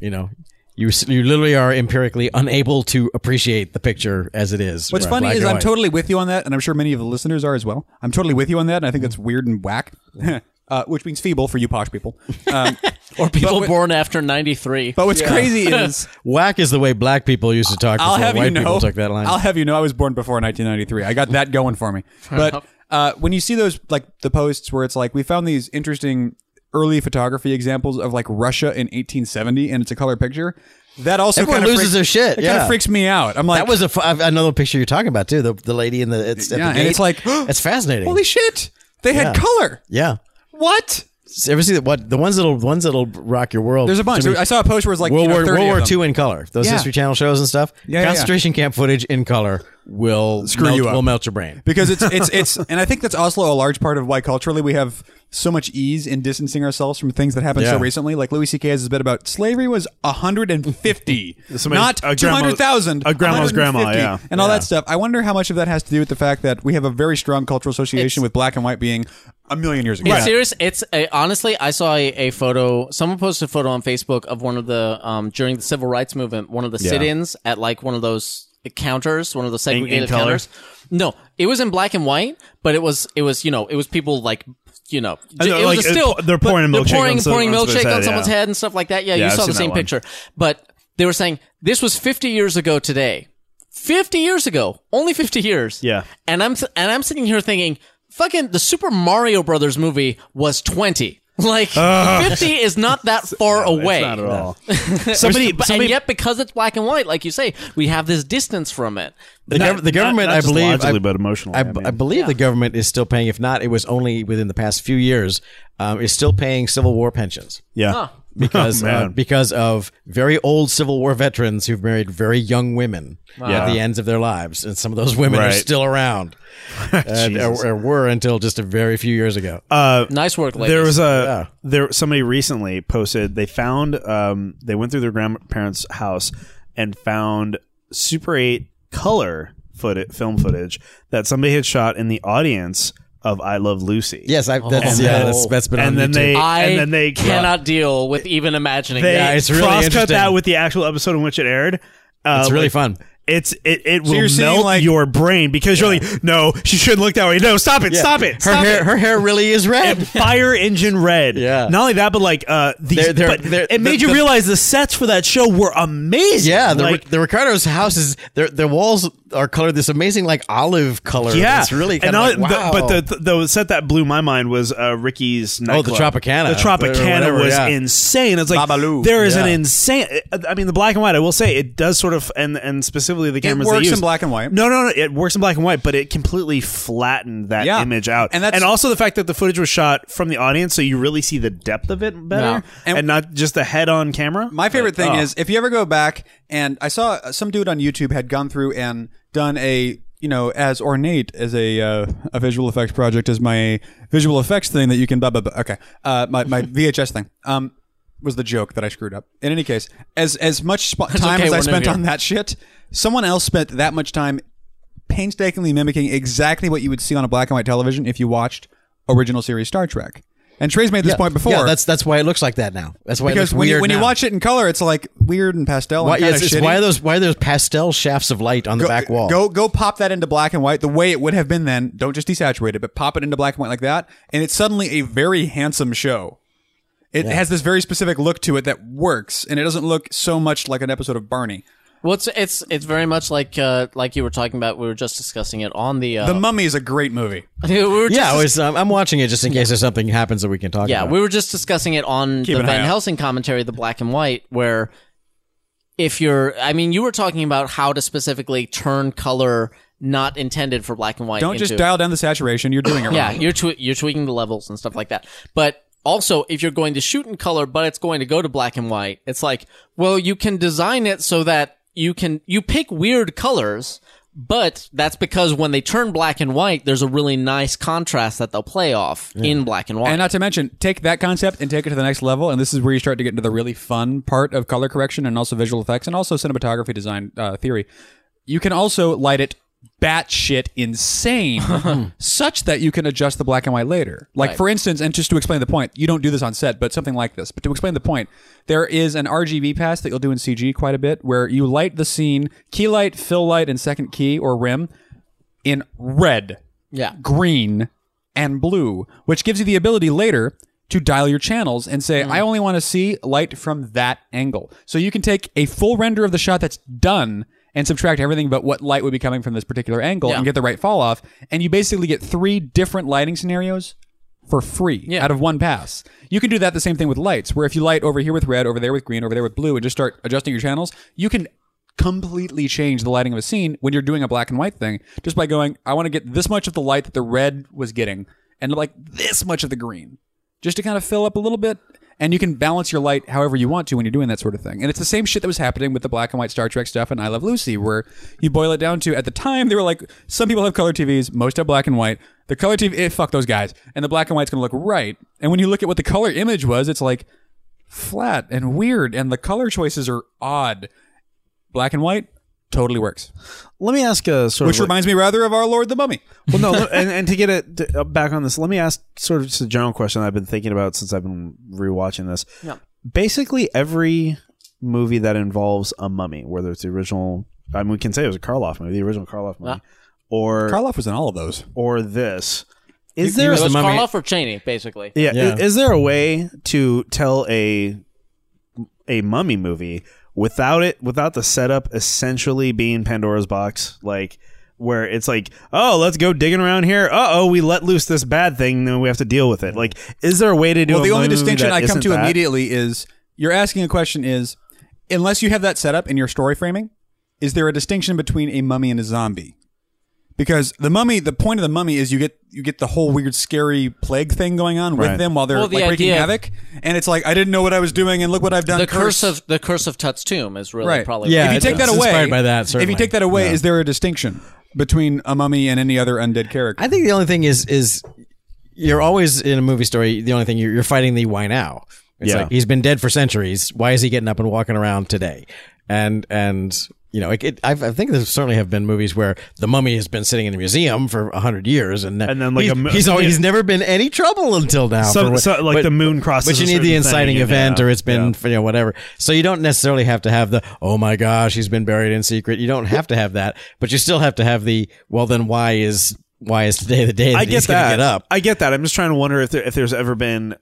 [SPEAKER 4] you know, you s- you literally are empirically unable to appreciate the picture as it is.
[SPEAKER 1] What's
[SPEAKER 4] Right.
[SPEAKER 1] funny
[SPEAKER 4] Black
[SPEAKER 1] is
[SPEAKER 4] and
[SPEAKER 1] I'm
[SPEAKER 4] white.
[SPEAKER 1] totally with you on that, and I'm sure many of the listeners are as well. I'm totally with you on that, and I
[SPEAKER 4] Mm.
[SPEAKER 1] think that's weird and whack, (laughs) uh, which means feeble for you posh
[SPEAKER 4] (laughs)
[SPEAKER 1] people. Um,
[SPEAKER 2] Or people
[SPEAKER 1] wi-
[SPEAKER 2] born after 93.
[SPEAKER 1] but what's crazy
[SPEAKER 2] (laughs)
[SPEAKER 1] is
[SPEAKER 4] whack is the way black people used to talk.
[SPEAKER 1] I'll
[SPEAKER 4] before
[SPEAKER 1] have
[SPEAKER 4] white
[SPEAKER 1] you know.
[SPEAKER 4] people took that line.
[SPEAKER 1] I'll have you know. I was born before 1993. I got that going for me. but uh, when you see those like the posts where it's like we found these interesting early photography examples of like Russia in 1870, and it's a color picture. That also
[SPEAKER 4] Everyone
[SPEAKER 1] kind of
[SPEAKER 4] loses their shit,
[SPEAKER 1] It kind
[SPEAKER 4] yeah.
[SPEAKER 1] of freaks me out. I'm like,
[SPEAKER 4] that was a fu- I've- another picture you're talking about too. The the lady in the it's at the
[SPEAKER 1] Yeah, and it's
[SPEAKER 4] gate.
[SPEAKER 1] like, (gasps)
[SPEAKER 4] it's fascinating.
[SPEAKER 1] holy shit. They had
[SPEAKER 4] Yeah.
[SPEAKER 1] color.
[SPEAKER 4] yeah.
[SPEAKER 1] What?
[SPEAKER 4] Ever see that? What the ones that'll the ones that'll rock your world?
[SPEAKER 1] There's a bunch.
[SPEAKER 4] to me-
[SPEAKER 1] I saw a post where it's like
[SPEAKER 4] World
[SPEAKER 1] you know,
[SPEAKER 4] War
[SPEAKER 1] 30
[SPEAKER 4] World
[SPEAKER 1] of
[SPEAKER 4] War
[SPEAKER 1] them.
[SPEAKER 4] II in color. Those
[SPEAKER 1] Yeah.
[SPEAKER 4] History Channel shows and stuff.
[SPEAKER 1] yeah, yeah.
[SPEAKER 4] concentration camp footage in color will
[SPEAKER 1] Screw
[SPEAKER 4] melt,
[SPEAKER 1] you up.
[SPEAKER 4] Will melt your brain.
[SPEAKER 1] because it's it's it's (laughs) and I think that's also a large part of why culturally we have so much ease in distancing ourselves from things that happened so
[SPEAKER 4] Yeah.
[SPEAKER 1] recently. Like Louis C.K. has his bit about slavery was 150,
[SPEAKER 3] (laughs) Somebody-
[SPEAKER 1] not
[SPEAKER 3] a grandma-
[SPEAKER 1] 200,000.
[SPEAKER 3] a grandma's grandma,
[SPEAKER 1] 150,
[SPEAKER 3] yeah.
[SPEAKER 1] and all that stuff. I wonder how much of that has to do with the fact that we have a very strong cultural association with black and white being a million years ago.
[SPEAKER 2] It's serious. It's uh, honestly, I saw a, a photo. Someone posted a photo on Facebook of one of the um, during the civil rights movement, one of the sit-ins at like one of those counters, one of those segregated
[SPEAKER 3] color?
[SPEAKER 2] counters. No, it was in black and white, but it was it was you know it was people like you know
[SPEAKER 3] I know,
[SPEAKER 2] it
[SPEAKER 3] like,
[SPEAKER 2] was
[SPEAKER 3] uh,
[SPEAKER 2] a still
[SPEAKER 3] they're pouring a
[SPEAKER 2] but
[SPEAKER 3] milkshake
[SPEAKER 2] they're pouring,
[SPEAKER 3] on some-
[SPEAKER 2] pouring
[SPEAKER 3] on somebody's
[SPEAKER 2] milkshake on
[SPEAKER 3] head,
[SPEAKER 2] someone's
[SPEAKER 3] yeah.
[SPEAKER 2] head and stuff like that. Yeah,
[SPEAKER 3] I've
[SPEAKER 2] you saw the
[SPEAKER 3] seen that
[SPEAKER 2] same
[SPEAKER 3] one.
[SPEAKER 2] picture, but they were saying this was 50 years ago today. 50 years ago, only 50 years.
[SPEAKER 3] Yeah.
[SPEAKER 2] And I'm th- and I'm sitting here thinking, fucking the Super Mario Brothers movie was 20. (laughs) Like 50 is not that
[SPEAKER 3] (laughs)
[SPEAKER 2] far away.
[SPEAKER 3] Not at (laughs) all. somebody,
[SPEAKER 2] But,
[SPEAKER 3] somebody
[SPEAKER 2] and yet, because it's black and white, like you say, we have this distance from it.
[SPEAKER 4] The, gov- the
[SPEAKER 3] not-
[SPEAKER 4] government,
[SPEAKER 3] not
[SPEAKER 4] I
[SPEAKER 3] just
[SPEAKER 4] believe,
[SPEAKER 3] logically,
[SPEAKER 4] I,
[SPEAKER 3] but emotionally.
[SPEAKER 4] I,
[SPEAKER 3] I
[SPEAKER 4] b-
[SPEAKER 3] mean.
[SPEAKER 4] I believe the government is still paying. If not, it was only within the past few years. Um, is still paying Civil War pensions
[SPEAKER 3] yeah. (laughs)
[SPEAKER 4] because
[SPEAKER 3] Oh,
[SPEAKER 4] uh,
[SPEAKER 3] man.
[SPEAKER 4] because of very old Civil War veterans who've married very young women
[SPEAKER 3] Yeah.
[SPEAKER 4] at the ends of their lives, and some of those women are
[SPEAKER 3] Right. (laughs)
[SPEAKER 4] still around, and,
[SPEAKER 3] Jesus. Uh,
[SPEAKER 4] or, or were until just a very few years ago.
[SPEAKER 2] Nice work, ladies.
[SPEAKER 3] There was
[SPEAKER 4] Yeah.
[SPEAKER 3] a there somebody recently posted they found um they went through their grandparents' house and found Super 8 color footage, film footage that somebody had shot in the audience of I Love Lucy.
[SPEAKER 4] Yes, I, that's
[SPEAKER 2] Oh,
[SPEAKER 4] yeah,
[SPEAKER 2] no.
[SPEAKER 4] that's, that's been on
[SPEAKER 3] and then
[SPEAKER 4] YouTube.
[SPEAKER 3] they
[SPEAKER 2] I
[SPEAKER 3] and then they
[SPEAKER 2] cannot deal with even imagining
[SPEAKER 3] they
[SPEAKER 2] that.
[SPEAKER 4] it's really
[SPEAKER 3] cross-cut that
[SPEAKER 4] interesting.
[SPEAKER 3] with the actual episode in which it aired. Uh,
[SPEAKER 4] it's really
[SPEAKER 3] like,
[SPEAKER 4] fun.
[SPEAKER 3] It's it it will
[SPEAKER 1] you're saying,
[SPEAKER 3] melt
[SPEAKER 1] like-
[SPEAKER 3] your brain because you're like, no, she shouldn't look that way. No, stop it, stop it,
[SPEAKER 4] Her
[SPEAKER 3] stop
[SPEAKER 4] hair,
[SPEAKER 3] it.
[SPEAKER 4] her hair really is red.
[SPEAKER 3] (laughs) Fire engine red.
[SPEAKER 4] Yeah.
[SPEAKER 3] Not only that, but like uh, these.
[SPEAKER 4] They're- they're-
[SPEAKER 3] but
[SPEAKER 4] they're-
[SPEAKER 3] it made
[SPEAKER 4] the-
[SPEAKER 3] you
[SPEAKER 4] the-
[SPEAKER 3] realize the sets for that show were amazing.
[SPEAKER 4] (laughs) Yeah, the,
[SPEAKER 3] like,
[SPEAKER 4] the Ricardo's house is their their walls are colored this amazing like olive color.
[SPEAKER 3] yeah,
[SPEAKER 4] it's really kind
[SPEAKER 3] all-
[SPEAKER 4] of like,
[SPEAKER 3] the-
[SPEAKER 4] wow.
[SPEAKER 3] But the, the the set that blew my mind was uh,
[SPEAKER 1] Oh,
[SPEAKER 3] Ricky's nightclub.
[SPEAKER 4] Tropicana.
[SPEAKER 3] The Tropicana
[SPEAKER 4] Whatever,
[SPEAKER 3] was
[SPEAKER 4] yeah.
[SPEAKER 3] insane. It's like
[SPEAKER 1] Babalu.
[SPEAKER 3] there is an
[SPEAKER 4] Yeah.
[SPEAKER 3] insane. I mean, the black and white. I will say it does sort of, and and specifically the cameras. they
[SPEAKER 1] works in
[SPEAKER 3] use.
[SPEAKER 1] black and white.
[SPEAKER 3] No, no, no. It works in black and white, but it completely flattened that
[SPEAKER 1] Yeah.
[SPEAKER 3] image out.
[SPEAKER 1] And that's-
[SPEAKER 3] and also the fact that the footage was shot from the audience, so you really see the depth of it better,
[SPEAKER 2] Yeah.
[SPEAKER 3] and,
[SPEAKER 1] And-
[SPEAKER 3] not just the head on camera.
[SPEAKER 1] My favorite
[SPEAKER 3] Like,
[SPEAKER 1] thing
[SPEAKER 3] oh.
[SPEAKER 1] is if you ever go back and I saw uh, some dude on YouTube had gone through and done a you know as ornate as a uh, a visual effects project as my visual effects thing that you can blah blah blah. Okay, uh, my my VHS thing. Um. Was the joke that I screwed up? In any case, as as much sp- time
[SPEAKER 2] okay,
[SPEAKER 1] as
[SPEAKER 2] we're
[SPEAKER 1] I
[SPEAKER 2] new
[SPEAKER 1] spent
[SPEAKER 2] here.
[SPEAKER 1] on that shit, someone else spent that much time painstakingly mimicking exactly what you would see on a black and white television if you watched original series Star Trek. And Trey's made this point before
[SPEAKER 4] yeah, that's that's why it looks like that now. That's why
[SPEAKER 1] because
[SPEAKER 4] it looks
[SPEAKER 1] when
[SPEAKER 4] weird
[SPEAKER 1] you, when you
[SPEAKER 4] now.
[SPEAKER 1] watch it in color, it's like weird and pastel.
[SPEAKER 4] why,
[SPEAKER 1] and kinda
[SPEAKER 4] yes, it's
[SPEAKER 1] shitty.
[SPEAKER 4] why are those why are those pastel shafts of light on the back wall?
[SPEAKER 1] Go go pop that into black and white the way it would have been then. Don't just desaturate it, but pop it into black and white like that, and it's suddenly a very handsome show. It has this very specific look to it that works, and it doesn't look so much like an episode of Barney.
[SPEAKER 2] Well, it's it's it's very much like uh, like you were talking about. We were just discussing it on the. Uh,
[SPEAKER 1] The Mummy is a great movie.
[SPEAKER 2] (laughs) we were just
[SPEAKER 4] yeah, I was, um, I'm watching it just in case there's something happens that we can talk
[SPEAKER 2] Yeah,
[SPEAKER 4] about.
[SPEAKER 2] we were just discussing it on the
[SPEAKER 1] an eye
[SPEAKER 2] Van
[SPEAKER 1] out.
[SPEAKER 2] Helsing commentary, the black and white, where if you're, I mean, you were talking about how to specifically turn color not intended for black and white.
[SPEAKER 1] Don't
[SPEAKER 2] into,
[SPEAKER 1] just dial down the saturation. You're
[SPEAKER 4] (clears throat)
[SPEAKER 1] doing it
[SPEAKER 2] Yeah,
[SPEAKER 1] wrong.
[SPEAKER 2] you're twe- you're tweaking the levels and stuff like that, but. Also, if you're going to shoot in color, but it's going to go to black and white, it's like, well, you can design it so that you can, you pick weird colors, but that's because when they turn black and white, there's a really nice contrast that they'll play off in black and white.
[SPEAKER 1] And not to mention, take that concept and take it to the next level, and this is where you start to get into the really fun part of color correction and also visual effects and also cinematography design uh, theory. You can also light it batshit insane, such that you can adjust the black and white later. Like for instance, and just to explain the point, you don't do this on set, but something like this. But to explain the point, there is an RGB pass that you'll do in CG quite a bit, where you light the scene, key light, fill light, and second key or rim in red
[SPEAKER 2] yeah.
[SPEAKER 1] green, and blue, which gives you the ability later to dial your channels and say,
[SPEAKER 2] Mm.
[SPEAKER 1] I only want to see light from that angle. So you can take a full render of the shot that's done and subtract everything but what light would be coming from this particular angle
[SPEAKER 2] Yeah.
[SPEAKER 1] and get the right fall off. And you basically get three different lighting scenarios for free
[SPEAKER 2] Yeah.
[SPEAKER 1] out of one pass. You can do that the same thing with lights, where if you light over here with red, over there with green, over there with blue, and just start adjusting your channels, you can completely change the lighting of a scene when you're doing a black and white thing just by going, I want to get this much of the light that the red was getting, and like this much of the green, just to kind of fill up a little bit. And you can balance your light however you want to when you're doing that sort of thing. And it's the same shit that was happening with the black and white Star Trek stuff and I Love Lucy, where you boil it down to at the time they were like, some people have color TVs, most have black and white. The color TV, eh, fuck those guys, and the black and white's gonna look right. And when you look at what the color image was, it's like flat and weird, and the color choices are odd. Black and white totally works,
[SPEAKER 3] let me ask a sort
[SPEAKER 1] which
[SPEAKER 3] of like-
[SPEAKER 1] reminds me rather of our Lord the Mummy.
[SPEAKER 3] well, no, let- and, and to get it to, uh, back on this, let me ask sort of just a general question I've been thinking about since I've been rewatching this.
[SPEAKER 2] Yeah.
[SPEAKER 3] Basically, every movie that involves a mummy, whether it's the original, I mean, we can say it was a Karloff movie, the original Karloff movie, or
[SPEAKER 1] Karloff was in all of those.
[SPEAKER 3] or this. Is
[SPEAKER 4] he
[SPEAKER 3] there
[SPEAKER 2] It
[SPEAKER 4] was the
[SPEAKER 2] was
[SPEAKER 4] mummy-
[SPEAKER 2] Karloff or Cheney, basically.
[SPEAKER 3] yeah,
[SPEAKER 4] Yeah.
[SPEAKER 3] i- Is, there a way to tell a a mummy movie without it without the setup essentially being Pandora's box like where it's like oh let's go digging around here uh-oh we let loose this bad thing then we have to deal with it like is there a way to do
[SPEAKER 1] Well,
[SPEAKER 3] a
[SPEAKER 1] the only
[SPEAKER 3] mummy movie
[SPEAKER 1] distinction
[SPEAKER 3] that
[SPEAKER 1] I come
[SPEAKER 3] isn't
[SPEAKER 1] to
[SPEAKER 3] that?
[SPEAKER 1] immediately is you're asking a question is unless you have that set up in your story framing, is there a distinction between a mummy and a zombie? Because the mummy, the point of the mummy is you get you get the whole weird scary plague thing going on
[SPEAKER 3] Right.
[SPEAKER 1] with them while they're
[SPEAKER 2] Well, the
[SPEAKER 1] like wreaking
[SPEAKER 2] idea-
[SPEAKER 1] havoc, and it's like I didn't know what I was doing, and look what I've done.
[SPEAKER 2] The curse of the curse of Tut's tomb is really
[SPEAKER 1] right.
[SPEAKER 2] probably
[SPEAKER 4] Yeah,
[SPEAKER 1] if you
[SPEAKER 4] it's-
[SPEAKER 1] take that
[SPEAKER 4] it's
[SPEAKER 1] away,
[SPEAKER 4] inspired by that,
[SPEAKER 1] if you
[SPEAKER 4] certainly.
[SPEAKER 1] take that away, is there a distinction between a mummy and any other undead character?
[SPEAKER 4] I think the only thing is is you're always in a movie story. The only thing you're, you're fighting the why now. It's
[SPEAKER 3] Yeah.
[SPEAKER 4] like he's been dead for centuries. Why is he getting up and walking around today? And and you know, it, it, I've, I think there certainly have been movies where the mummy has been sitting in a museum for hundred years, and,
[SPEAKER 3] And then, like,
[SPEAKER 4] he's,
[SPEAKER 3] a mo-
[SPEAKER 4] he's, al- he's never been any trouble until now.
[SPEAKER 3] Some-
[SPEAKER 4] for what-
[SPEAKER 3] so- like the moon crosses
[SPEAKER 4] but you
[SPEAKER 3] a
[SPEAKER 4] need the
[SPEAKER 3] certain
[SPEAKER 4] inciting
[SPEAKER 3] thing,
[SPEAKER 4] event,
[SPEAKER 3] yeah.
[SPEAKER 4] or it's been you know whatever. So you don't necessarily have to have the oh my gosh, he's been buried in secret. You don't have to have that, but you still have to have the well. Then why is why is today the day that
[SPEAKER 3] I get
[SPEAKER 4] he's going
[SPEAKER 3] that.
[SPEAKER 4] to get up?
[SPEAKER 3] I get that. I'm just trying to wonder if there, if there's ever been.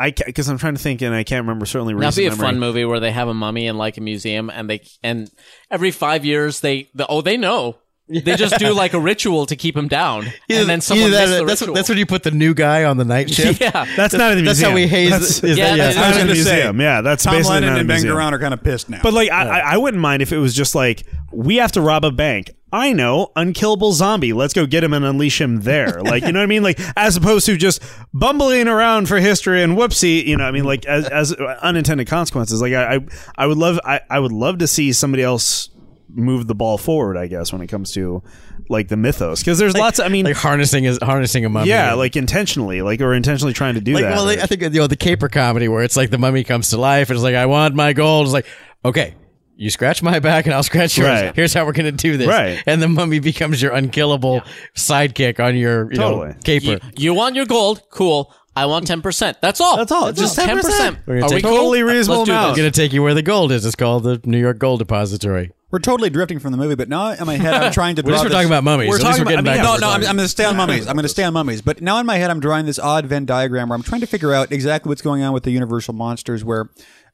[SPEAKER 3] I because I'm trying to think, and I can't remember. Certainly,
[SPEAKER 2] That'd
[SPEAKER 3] recent
[SPEAKER 2] be a
[SPEAKER 3] memory.
[SPEAKER 2] fun movie where they have a mummy in like a museum, and they and every five years they the, oh they know they just do like a ritual to keep him down,
[SPEAKER 4] Either-
[SPEAKER 2] and then someone
[SPEAKER 4] either
[SPEAKER 2] missed
[SPEAKER 4] that-
[SPEAKER 2] the
[SPEAKER 4] that's,
[SPEAKER 2] ritual.
[SPEAKER 4] that's when you put the new guy on the night
[SPEAKER 2] (laughs)
[SPEAKER 4] shift.
[SPEAKER 2] yeah,
[SPEAKER 3] That's not in the
[SPEAKER 4] That's
[SPEAKER 3] museum.
[SPEAKER 4] how we haze.
[SPEAKER 3] That's,
[SPEAKER 4] is
[SPEAKER 2] Yeah,
[SPEAKER 4] that,
[SPEAKER 2] that
[SPEAKER 4] yes.
[SPEAKER 2] is-
[SPEAKER 1] I
[SPEAKER 3] not
[SPEAKER 1] was
[SPEAKER 3] in
[SPEAKER 1] gonna
[SPEAKER 3] the
[SPEAKER 1] say,
[SPEAKER 3] museum. yeah, that's
[SPEAKER 1] Tom
[SPEAKER 3] basically
[SPEAKER 1] Lennon
[SPEAKER 3] not in
[SPEAKER 1] and
[SPEAKER 3] the
[SPEAKER 1] Ben
[SPEAKER 3] museum.
[SPEAKER 1] Garon are kind of pissed now.
[SPEAKER 3] But like, I, I I wouldn't mind if it was just like we have to rob a bank. I know, unkillable zombie. Let's go get him and unleash
[SPEAKER 1] (laughs)
[SPEAKER 3] him there. Like, you know what I mean? Like, as opposed to just bumbling around for history and whoopsie. You know, what I mean, like, as, as unintended consequences. Like, I, I, I would love, I, I would love to see somebody else move the ball forward. I guess when it comes to like the mythos, because there's lots. Of, I mean,
[SPEAKER 4] like (laughs) harnessing is harnessing a mummy.
[SPEAKER 3] yeah, like intentionally, like or intentionally trying to do
[SPEAKER 4] Like,
[SPEAKER 3] that.
[SPEAKER 4] well,
[SPEAKER 3] or-
[SPEAKER 4] I think you know the caper comedy where it's like the mummy comes to life and it's like, I want my gold. It's like, okay, you scratch my back and I'll (laughs) scratch yours.
[SPEAKER 3] Right.
[SPEAKER 4] Here's how we're gonna do this.
[SPEAKER 3] Right.
[SPEAKER 4] And the mummy becomes your unkillable sidekick on your you
[SPEAKER 3] Totally.
[SPEAKER 4] know, caper.
[SPEAKER 2] you, you want your gold, cool. I want ten percent. That's all.
[SPEAKER 3] That's all. Just 10%.
[SPEAKER 4] We're gonna
[SPEAKER 2] Are we
[SPEAKER 4] take-
[SPEAKER 2] cool?
[SPEAKER 3] Totally reasonable
[SPEAKER 2] Let's do
[SPEAKER 3] amount.
[SPEAKER 4] I'm gonna take you where the gold is. It's called the New York Gold Depository.
[SPEAKER 1] We're totally drifting from the movie, but now in my head I'm trying to.
[SPEAKER 4] At
[SPEAKER 1] draw
[SPEAKER 4] least (laughs) we're
[SPEAKER 1] this-
[SPEAKER 4] talking about mummies.
[SPEAKER 3] We're
[SPEAKER 4] At least
[SPEAKER 3] talking
[SPEAKER 4] we're
[SPEAKER 3] about-
[SPEAKER 4] getting
[SPEAKER 3] I mean,
[SPEAKER 4] back
[SPEAKER 1] No,
[SPEAKER 4] to
[SPEAKER 1] no,
[SPEAKER 4] we're
[SPEAKER 1] I'm,
[SPEAKER 4] talking-
[SPEAKER 1] I'm going to stay on mummies. I'm going to stay on mummies. But now in my head, I'm drawing this odd Venn diagram where I'm trying to figure out exactly what's going on with the Universal monsters, where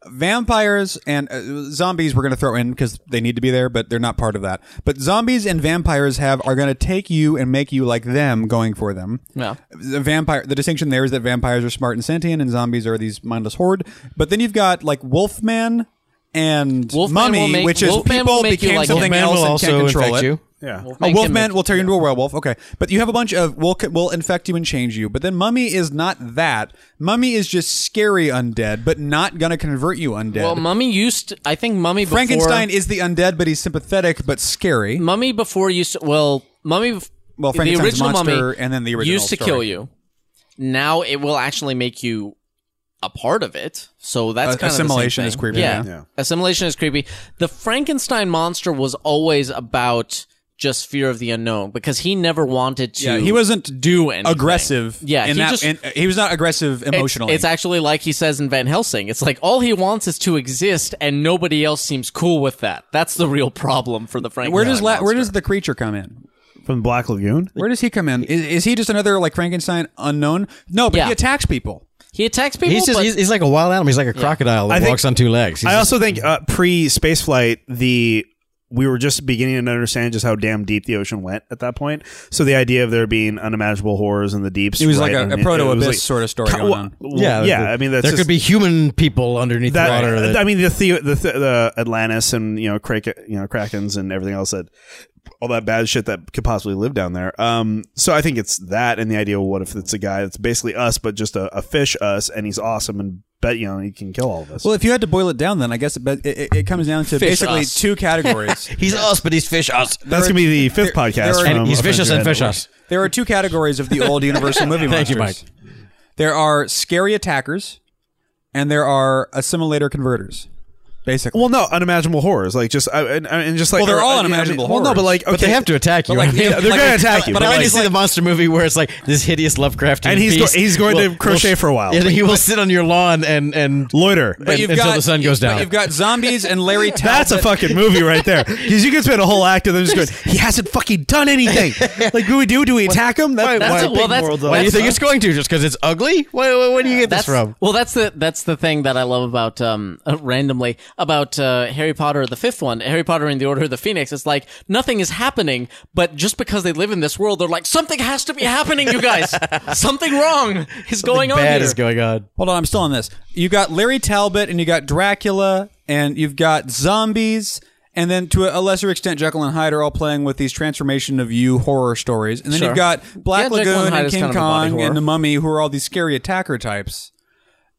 [SPEAKER 1] vampires and uh, zombies we're going to throw in because they need to be there, but they're not part of that. But zombies and vampires have are going to take you and make you like them, going for them.
[SPEAKER 2] Yeah.
[SPEAKER 1] The vampire. The distinction there is that vampires are smart and sentient, and zombies are these mindless horde. But then you've got like Wolfman. And
[SPEAKER 2] Wolfman will
[SPEAKER 1] mummy,
[SPEAKER 2] make-
[SPEAKER 1] which is
[SPEAKER 2] Wolfman will
[SPEAKER 1] people
[SPEAKER 2] make you
[SPEAKER 1] became
[SPEAKER 2] like
[SPEAKER 1] something
[SPEAKER 2] him.
[SPEAKER 4] Man
[SPEAKER 1] else
[SPEAKER 4] will
[SPEAKER 1] and can't
[SPEAKER 4] also
[SPEAKER 1] control
[SPEAKER 4] infect
[SPEAKER 1] it.
[SPEAKER 4] you.
[SPEAKER 3] yeah.
[SPEAKER 1] A
[SPEAKER 2] Make him
[SPEAKER 1] wolfman
[SPEAKER 2] a-
[SPEAKER 1] will turn you into a werewolf. Okay, but you have a bunch of will will infect you and change you. But then mummy is not that. Mummy is just scary undead, but not gonna convert you undead.
[SPEAKER 2] Well, Mummy used. To, I think Mummy before
[SPEAKER 1] Frankenstein is the undead, but he's sympathetic but scary.
[SPEAKER 2] Mummy before used to, well Mummy bef-
[SPEAKER 1] Well,
[SPEAKER 2] the
[SPEAKER 1] Frankenstein's
[SPEAKER 2] original
[SPEAKER 1] monster
[SPEAKER 2] Mummy
[SPEAKER 1] and then the original
[SPEAKER 2] used to
[SPEAKER 1] story.
[SPEAKER 2] kill you. Now it will actually make you a part of it. So that's
[SPEAKER 1] Uh,
[SPEAKER 2] kind
[SPEAKER 1] assimilation
[SPEAKER 2] of the
[SPEAKER 1] is
[SPEAKER 2] same thing.
[SPEAKER 1] creepy,
[SPEAKER 2] Yeah.
[SPEAKER 1] yeah. Yeah.
[SPEAKER 2] assimilation is creepy. The Frankenstein monster was always about just fear of the unknown because he never wanted to.
[SPEAKER 1] Yeah, he wasn't
[SPEAKER 2] do anything.
[SPEAKER 1] aggressive.
[SPEAKER 2] Yeah,
[SPEAKER 1] in
[SPEAKER 2] he
[SPEAKER 1] that,
[SPEAKER 2] just-
[SPEAKER 1] in- he was not aggressive
[SPEAKER 2] It's,
[SPEAKER 1] emotionally.
[SPEAKER 2] it's actually like he says in Van Helsing. It's like all he wants is to exist, and nobody else seems cool with that. That's the real problem for the Frankenstein.
[SPEAKER 1] where does la- where
[SPEAKER 2] monster.
[SPEAKER 1] does the creature come in?
[SPEAKER 3] From Black Lagoon.
[SPEAKER 1] Where does he come in? Is, is he just another like Frankenstein unknown? No, but
[SPEAKER 2] Yeah.
[SPEAKER 1] he attacks people.
[SPEAKER 2] he attacks people?
[SPEAKER 4] He's just
[SPEAKER 2] but-
[SPEAKER 4] he's, he's like a wild animal. He's like a crocodile
[SPEAKER 3] I
[SPEAKER 4] that
[SPEAKER 3] think-
[SPEAKER 4] walks on two legs. He's
[SPEAKER 3] I also think uh, pre spaceflight, the we were just beginning to understand just how damn deep the ocean went at that point. So the idea of there being unimaginable horrors in the deeps,
[SPEAKER 1] It was
[SPEAKER 3] right,
[SPEAKER 1] like
[SPEAKER 3] and
[SPEAKER 1] a, a
[SPEAKER 3] it-
[SPEAKER 1] proto
[SPEAKER 3] it was
[SPEAKER 1] abyss
[SPEAKER 3] like-
[SPEAKER 1] sort of story
[SPEAKER 3] Ca-
[SPEAKER 1] going
[SPEAKER 3] well,
[SPEAKER 1] on.
[SPEAKER 3] well,
[SPEAKER 4] yeah,
[SPEAKER 3] yeah. I mean, that's
[SPEAKER 4] there
[SPEAKER 3] just-
[SPEAKER 4] could be human people underneath
[SPEAKER 3] that.
[SPEAKER 4] the water. That,
[SPEAKER 3] I mean, the, the the the Atlantis and you know, Krak- you know, krakens and everything else that all that bad shit that could possibly live down there. Um, so I think it's that and the idea. Of what if it's a guy that's basically us, but just a, a fish us, and he's awesome and bet you know he can kill all of us.
[SPEAKER 1] Well, if you had to boil it down, then I guess it, be- it, it- it comes down to
[SPEAKER 2] Fish
[SPEAKER 1] basically
[SPEAKER 2] us.
[SPEAKER 1] two categories.
[SPEAKER 4] he's us, but he's fish us.
[SPEAKER 3] (laughs) that's gonna be the fifth
[SPEAKER 1] there-
[SPEAKER 3] podcast.
[SPEAKER 1] there are-
[SPEAKER 3] from
[SPEAKER 4] He's
[SPEAKER 3] A Friend
[SPEAKER 4] vicious
[SPEAKER 3] Who
[SPEAKER 4] and
[SPEAKER 3] Had It
[SPEAKER 4] fish
[SPEAKER 3] Worse.
[SPEAKER 4] us.
[SPEAKER 1] There are two categories of the old Universal
[SPEAKER 3] (laughs)
[SPEAKER 1] movie
[SPEAKER 4] Thank
[SPEAKER 1] monsters.
[SPEAKER 4] you, Mike.
[SPEAKER 1] There are scary attackers, and there are assimilator converters. Basically,
[SPEAKER 3] Well, no, unimaginable horrors, like just I, and, and just like
[SPEAKER 1] Well, they're
[SPEAKER 3] or-
[SPEAKER 1] all
[SPEAKER 3] I mean-
[SPEAKER 1] unimaginable
[SPEAKER 3] Well, no, but
[SPEAKER 1] horrors.
[SPEAKER 3] like okay,
[SPEAKER 4] But (laughs) they have
[SPEAKER 3] (laughs)
[SPEAKER 4] to attack you.
[SPEAKER 1] like,
[SPEAKER 4] I mean,
[SPEAKER 3] Yeah, they're
[SPEAKER 4] like-
[SPEAKER 3] gonna attack you.
[SPEAKER 4] But I
[SPEAKER 3] Like-
[SPEAKER 4] want to see the monster movie where it's like this hideous Lovecraftian,
[SPEAKER 3] And he's go-
[SPEAKER 4] beast
[SPEAKER 3] he's going to
[SPEAKER 4] will-
[SPEAKER 3] crochet
[SPEAKER 4] will-
[SPEAKER 3] for a while.
[SPEAKER 4] (laughs) and he will sit on your lawn and and
[SPEAKER 3] loiter.
[SPEAKER 4] But
[SPEAKER 1] you've
[SPEAKER 4] until the sun goes
[SPEAKER 1] but
[SPEAKER 4] down.
[SPEAKER 1] You've got zombies and
[SPEAKER 3] (laughs)
[SPEAKER 1] Larry.
[SPEAKER 3] That's a
[SPEAKER 1] Talbot.
[SPEAKER 3] fucking movie right there, because you can spend a whole act of them just going. He hasn't fucking done anything.
[SPEAKER 1] (laughs)
[SPEAKER 3] Like, do we do? Do we attack him? That,
[SPEAKER 2] that's a-
[SPEAKER 3] big
[SPEAKER 2] well, that's-
[SPEAKER 3] moral
[SPEAKER 2] well,
[SPEAKER 4] Why do you
[SPEAKER 3] dilemma.
[SPEAKER 4] think it's going to? Just because it's ugly? Where, where, where do you get this from?
[SPEAKER 2] Well, that's the that's the thing that I love about um uh, randomly about uh, Harry Potter the fifth one, Harry Potter and the Order of the Phoenix. It's like nothing is happening, but just because they live in this world, they're like something has to be happening, you
[SPEAKER 4] (laughs)
[SPEAKER 2] guys. something wrong is going on
[SPEAKER 4] Bad
[SPEAKER 2] here.
[SPEAKER 4] is going on.
[SPEAKER 1] Hold on, I'm still on this. You got Larry Talbot, and you got Dracula, and you've got zombies. And then, to a- a lesser extent, Jekyll and Hyde are all playing with these transformation of you horror stories. And then you've got Black
[SPEAKER 2] Yeah, Jekyll and
[SPEAKER 1] Lagoon
[SPEAKER 2] Hyde
[SPEAKER 1] and
[SPEAKER 2] is
[SPEAKER 1] King
[SPEAKER 2] kind of a body
[SPEAKER 1] Kong
[SPEAKER 2] horror.
[SPEAKER 1] and the Mummy, who are all these scary attacker types.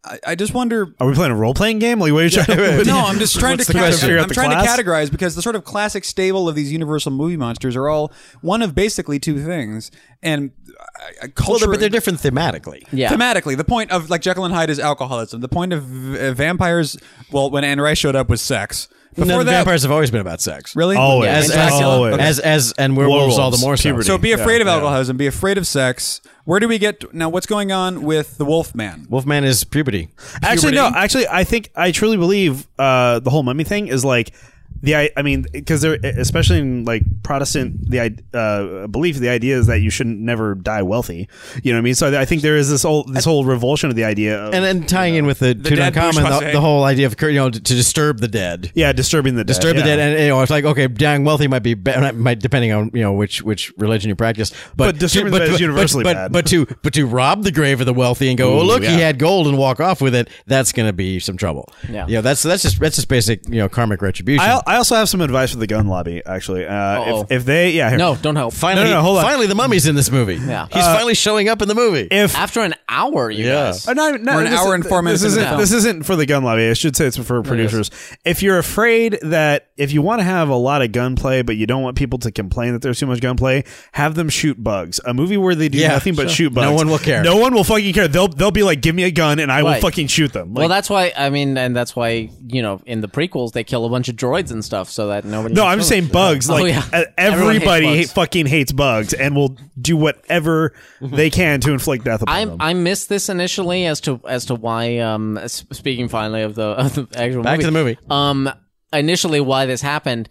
[SPEAKER 1] I, I just wonder
[SPEAKER 3] Are we playing a role playing game? Like, what are you trying
[SPEAKER 4] (laughs)
[SPEAKER 3] to?
[SPEAKER 1] no, I'm just trying to
[SPEAKER 3] What's the question?
[SPEAKER 1] categorize.
[SPEAKER 3] Figure out
[SPEAKER 1] I'm
[SPEAKER 3] the
[SPEAKER 1] trying
[SPEAKER 3] class?
[SPEAKER 1] to categorize because the sort of classic stable of these Universal movie monsters are all one of basically two things, and uh,
[SPEAKER 4] Well,
[SPEAKER 1] culture.
[SPEAKER 4] but they're different thematically.
[SPEAKER 2] Yeah.
[SPEAKER 1] Thematically, the point of like Jekyll and Hyde is alcoholism. The point of uh, vampires, well, when Anne Rice showed up, was sex.
[SPEAKER 4] no,
[SPEAKER 1] Before
[SPEAKER 4] the
[SPEAKER 1] that,
[SPEAKER 4] vampires have always been about sex.
[SPEAKER 1] really,
[SPEAKER 3] Always.
[SPEAKER 4] As,
[SPEAKER 2] And
[SPEAKER 4] as,
[SPEAKER 2] Dracula.
[SPEAKER 3] Always.
[SPEAKER 4] as, as, and werewolves
[SPEAKER 3] Werewolves,
[SPEAKER 4] all the more so.
[SPEAKER 3] puberty.
[SPEAKER 1] So be
[SPEAKER 3] Yeah,
[SPEAKER 1] afraid of
[SPEAKER 3] yeah.
[SPEAKER 1] alcoholism. Be afraid of sex. Where do we get now? What's going on with the Wolfman?
[SPEAKER 4] Wolfman is puberty.
[SPEAKER 3] (laughs) Actually, no. Actually, I think I truly believe uh, the whole mummy thing is like the. I, I mean, because they're especially in like Protestant the i- uh, belief. The idea is that you shouldn't never die wealthy. You know what I mean? So I think there is this whole this whole revulsion of the idea of
[SPEAKER 4] And then tying in with the,
[SPEAKER 1] dead
[SPEAKER 4] Tutankhamun, the,
[SPEAKER 1] bourgeoisie.
[SPEAKER 4] the whole idea of you know to, to disturb the dead,
[SPEAKER 3] yeah, disturbing the dead,
[SPEAKER 4] disturb the
[SPEAKER 3] yeah.
[SPEAKER 4] dead, and you know it's like okay, dying wealthy might be bad, might depending on you know which which religion you practice, but,
[SPEAKER 3] But disturbing the dead is universally
[SPEAKER 4] but,
[SPEAKER 3] bad.
[SPEAKER 4] But to but to rob the grave of the wealthy and go, oh look,
[SPEAKER 3] yeah.
[SPEAKER 4] he had gold and walk off with it, that's going to be some trouble.
[SPEAKER 2] Yeah.
[SPEAKER 4] you know that's that's just that's just basic you know karmic retribution.
[SPEAKER 3] I, I also have some advice for the gun lobby. Actually, uh,
[SPEAKER 2] Uh-oh.
[SPEAKER 3] if, if they yeah here.
[SPEAKER 2] No, don't help.
[SPEAKER 4] finally,
[SPEAKER 3] no, no, hold on. Uh,
[SPEAKER 4] finally, the mummy's in this movie. Yeah, he's finally showing up in the movie.
[SPEAKER 3] if
[SPEAKER 2] After an hour, you
[SPEAKER 4] Yeah.
[SPEAKER 2] guys.
[SPEAKER 3] Uh, not- not-
[SPEAKER 1] We're an
[SPEAKER 3] this
[SPEAKER 1] hour
[SPEAKER 3] is-
[SPEAKER 1] and four minutes
[SPEAKER 3] This
[SPEAKER 1] into
[SPEAKER 3] isn't,
[SPEAKER 1] the
[SPEAKER 3] this isn't for the gun lobby. I should say it's for producers. If you're afraid that if you want to have a lot of gunplay, but you don't want people to complain that there's too much gunplay, have them shoot bugs. A movie where they do
[SPEAKER 4] Yeah,
[SPEAKER 3] nothing
[SPEAKER 4] sure.
[SPEAKER 3] but shoot
[SPEAKER 4] No
[SPEAKER 3] bugs.
[SPEAKER 4] one will care.
[SPEAKER 3] No one will fucking care. They'll they'll be like, "Give me a gun, and I will
[SPEAKER 2] Right.
[SPEAKER 3] fucking shoot them." Like,
[SPEAKER 2] well, that's why I mean, and that's why you know, in the prequels, they kill a bunch of droids and stuff, so that nobody.
[SPEAKER 3] no,
[SPEAKER 2] can
[SPEAKER 3] I'm
[SPEAKER 2] kill
[SPEAKER 3] just saying
[SPEAKER 2] them.
[SPEAKER 3] bugs.
[SPEAKER 2] Oh,
[SPEAKER 3] Like
[SPEAKER 2] yeah.
[SPEAKER 3] uh,
[SPEAKER 2] Everyone hates
[SPEAKER 3] everybody
[SPEAKER 2] bugs.
[SPEAKER 3] hate- fucking hates bugs and will do whatever they can to inflict death upon them.
[SPEAKER 2] I I missed this initially as to as to why. Um, s- speaking finally of the, (laughs) of the actual
[SPEAKER 4] Back to the movie.
[SPEAKER 2] Um, initially why this happened.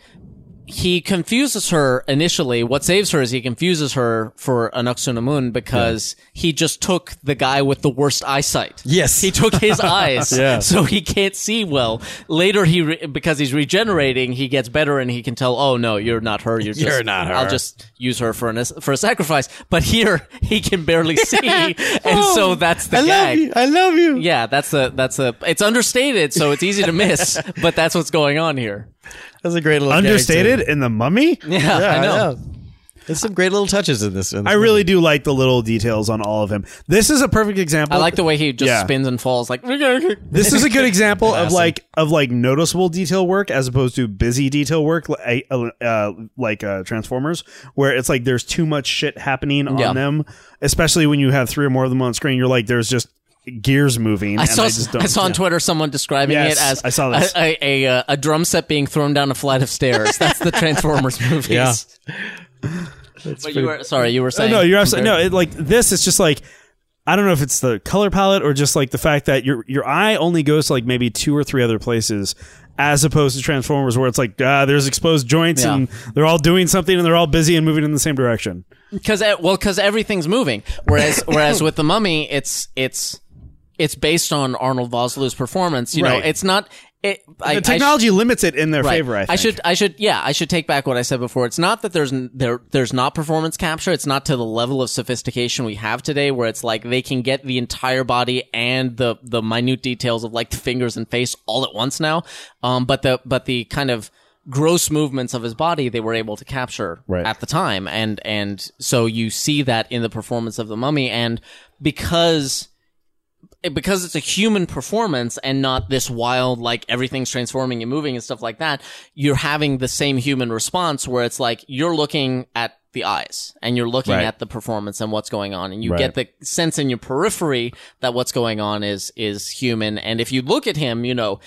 [SPEAKER 2] He confuses her initially. What saves her is he confuses her for Anoksunamun because he just took the guy with the worst eyesight.
[SPEAKER 4] Yes.
[SPEAKER 2] He took
[SPEAKER 4] (laughs)
[SPEAKER 2] his eyes.
[SPEAKER 4] Yeah.
[SPEAKER 2] So he can't see well. Later, he re- because he's regenerating, he gets better and he can tell, oh, no, you're not her. You're, just,
[SPEAKER 4] You're not her."
[SPEAKER 2] I'll just use her for, an, as- for a sacrifice. But here, he can
[SPEAKER 4] (laughs)
[SPEAKER 2] barely see. and so that's the
[SPEAKER 4] Oh, I
[SPEAKER 2] gag.
[SPEAKER 4] love you. I love you.
[SPEAKER 2] Yeah, that's the that's the it's understated, so it's easy to
[SPEAKER 4] (laughs)
[SPEAKER 2] miss, but that's what's going on here.
[SPEAKER 4] That's a great little gag, too.
[SPEAKER 3] Understated in the mummy.
[SPEAKER 2] Yeah, I know.
[SPEAKER 4] There's some great little touches in this. In this
[SPEAKER 3] I really do like the little details on all of him. This is a perfect example.
[SPEAKER 2] I like the way he just
[SPEAKER 3] Yeah.
[SPEAKER 2] spins and falls like (laughs)
[SPEAKER 3] this is a good example of like of like noticeable detail work as opposed to busy detail work like uh, uh, like uh, Transformers where it's like there's too much shit happening on
[SPEAKER 2] Yeah.
[SPEAKER 3] them especially when you have three or more of them on screen you're like there's just gears moving
[SPEAKER 2] I
[SPEAKER 3] and
[SPEAKER 2] saw,
[SPEAKER 3] I
[SPEAKER 2] I,
[SPEAKER 3] just don't-
[SPEAKER 2] saw on
[SPEAKER 3] yeah.
[SPEAKER 2] Twitter someone describing
[SPEAKER 3] Yes,
[SPEAKER 2] it as
[SPEAKER 3] I saw this.
[SPEAKER 2] A, a, a, uh, a drum set being thrown down a flight of stairs. That's
[SPEAKER 3] (laughs)
[SPEAKER 2] the Transformers movies.
[SPEAKER 4] Yeah.
[SPEAKER 2] but you were sorry, you were
[SPEAKER 3] Oh,
[SPEAKER 2] saying
[SPEAKER 3] no you're absolutely no it, like this is just like I don't know if it's the color palette or just like the fact that your your eye only goes to like maybe two or three other places as opposed to Transformers where it's like ah, there's exposed joints
[SPEAKER 2] Yeah.
[SPEAKER 3] and they're all doing something and they're all busy and moving in the same direction
[SPEAKER 2] because e-, well because everything's moving whereas
[SPEAKER 3] (laughs)
[SPEAKER 2] whereas with the mummy it's it's it's based on Arnold Vosloo's performance you
[SPEAKER 3] Right.
[SPEAKER 2] know it's not it, I,
[SPEAKER 3] the
[SPEAKER 2] I sh-
[SPEAKER 3] technology limits it in their
[SPEAKER 2] Right.
[SPEAKER 3] favor. I, think.
[SPEAKER 2] should, I should, yeah, I should take back what I said before. It's not that there's n- there there's not performance capture. It's not to the level of sophistication we have today, where it's like they can get the entire body and the the minute details of like the fingers and face all at once now. Um, but the but the kind of gross movements of his body they were able to capture
[SPEAKER 3] Right.
[SPEAKER 2] at the time, and and so you see that in the performance of the mummy, and because it- because it's a human performance and not this wild like everything's transforming and moving and stuff like that you're having the same human response where it's like you're looking at the eyes and you're looking
[SPEAKER 3] Right.
[SPEAKER 2] at the performance and what's going on and you get the sense in your periphery that what's going on is is human and if you look at him you know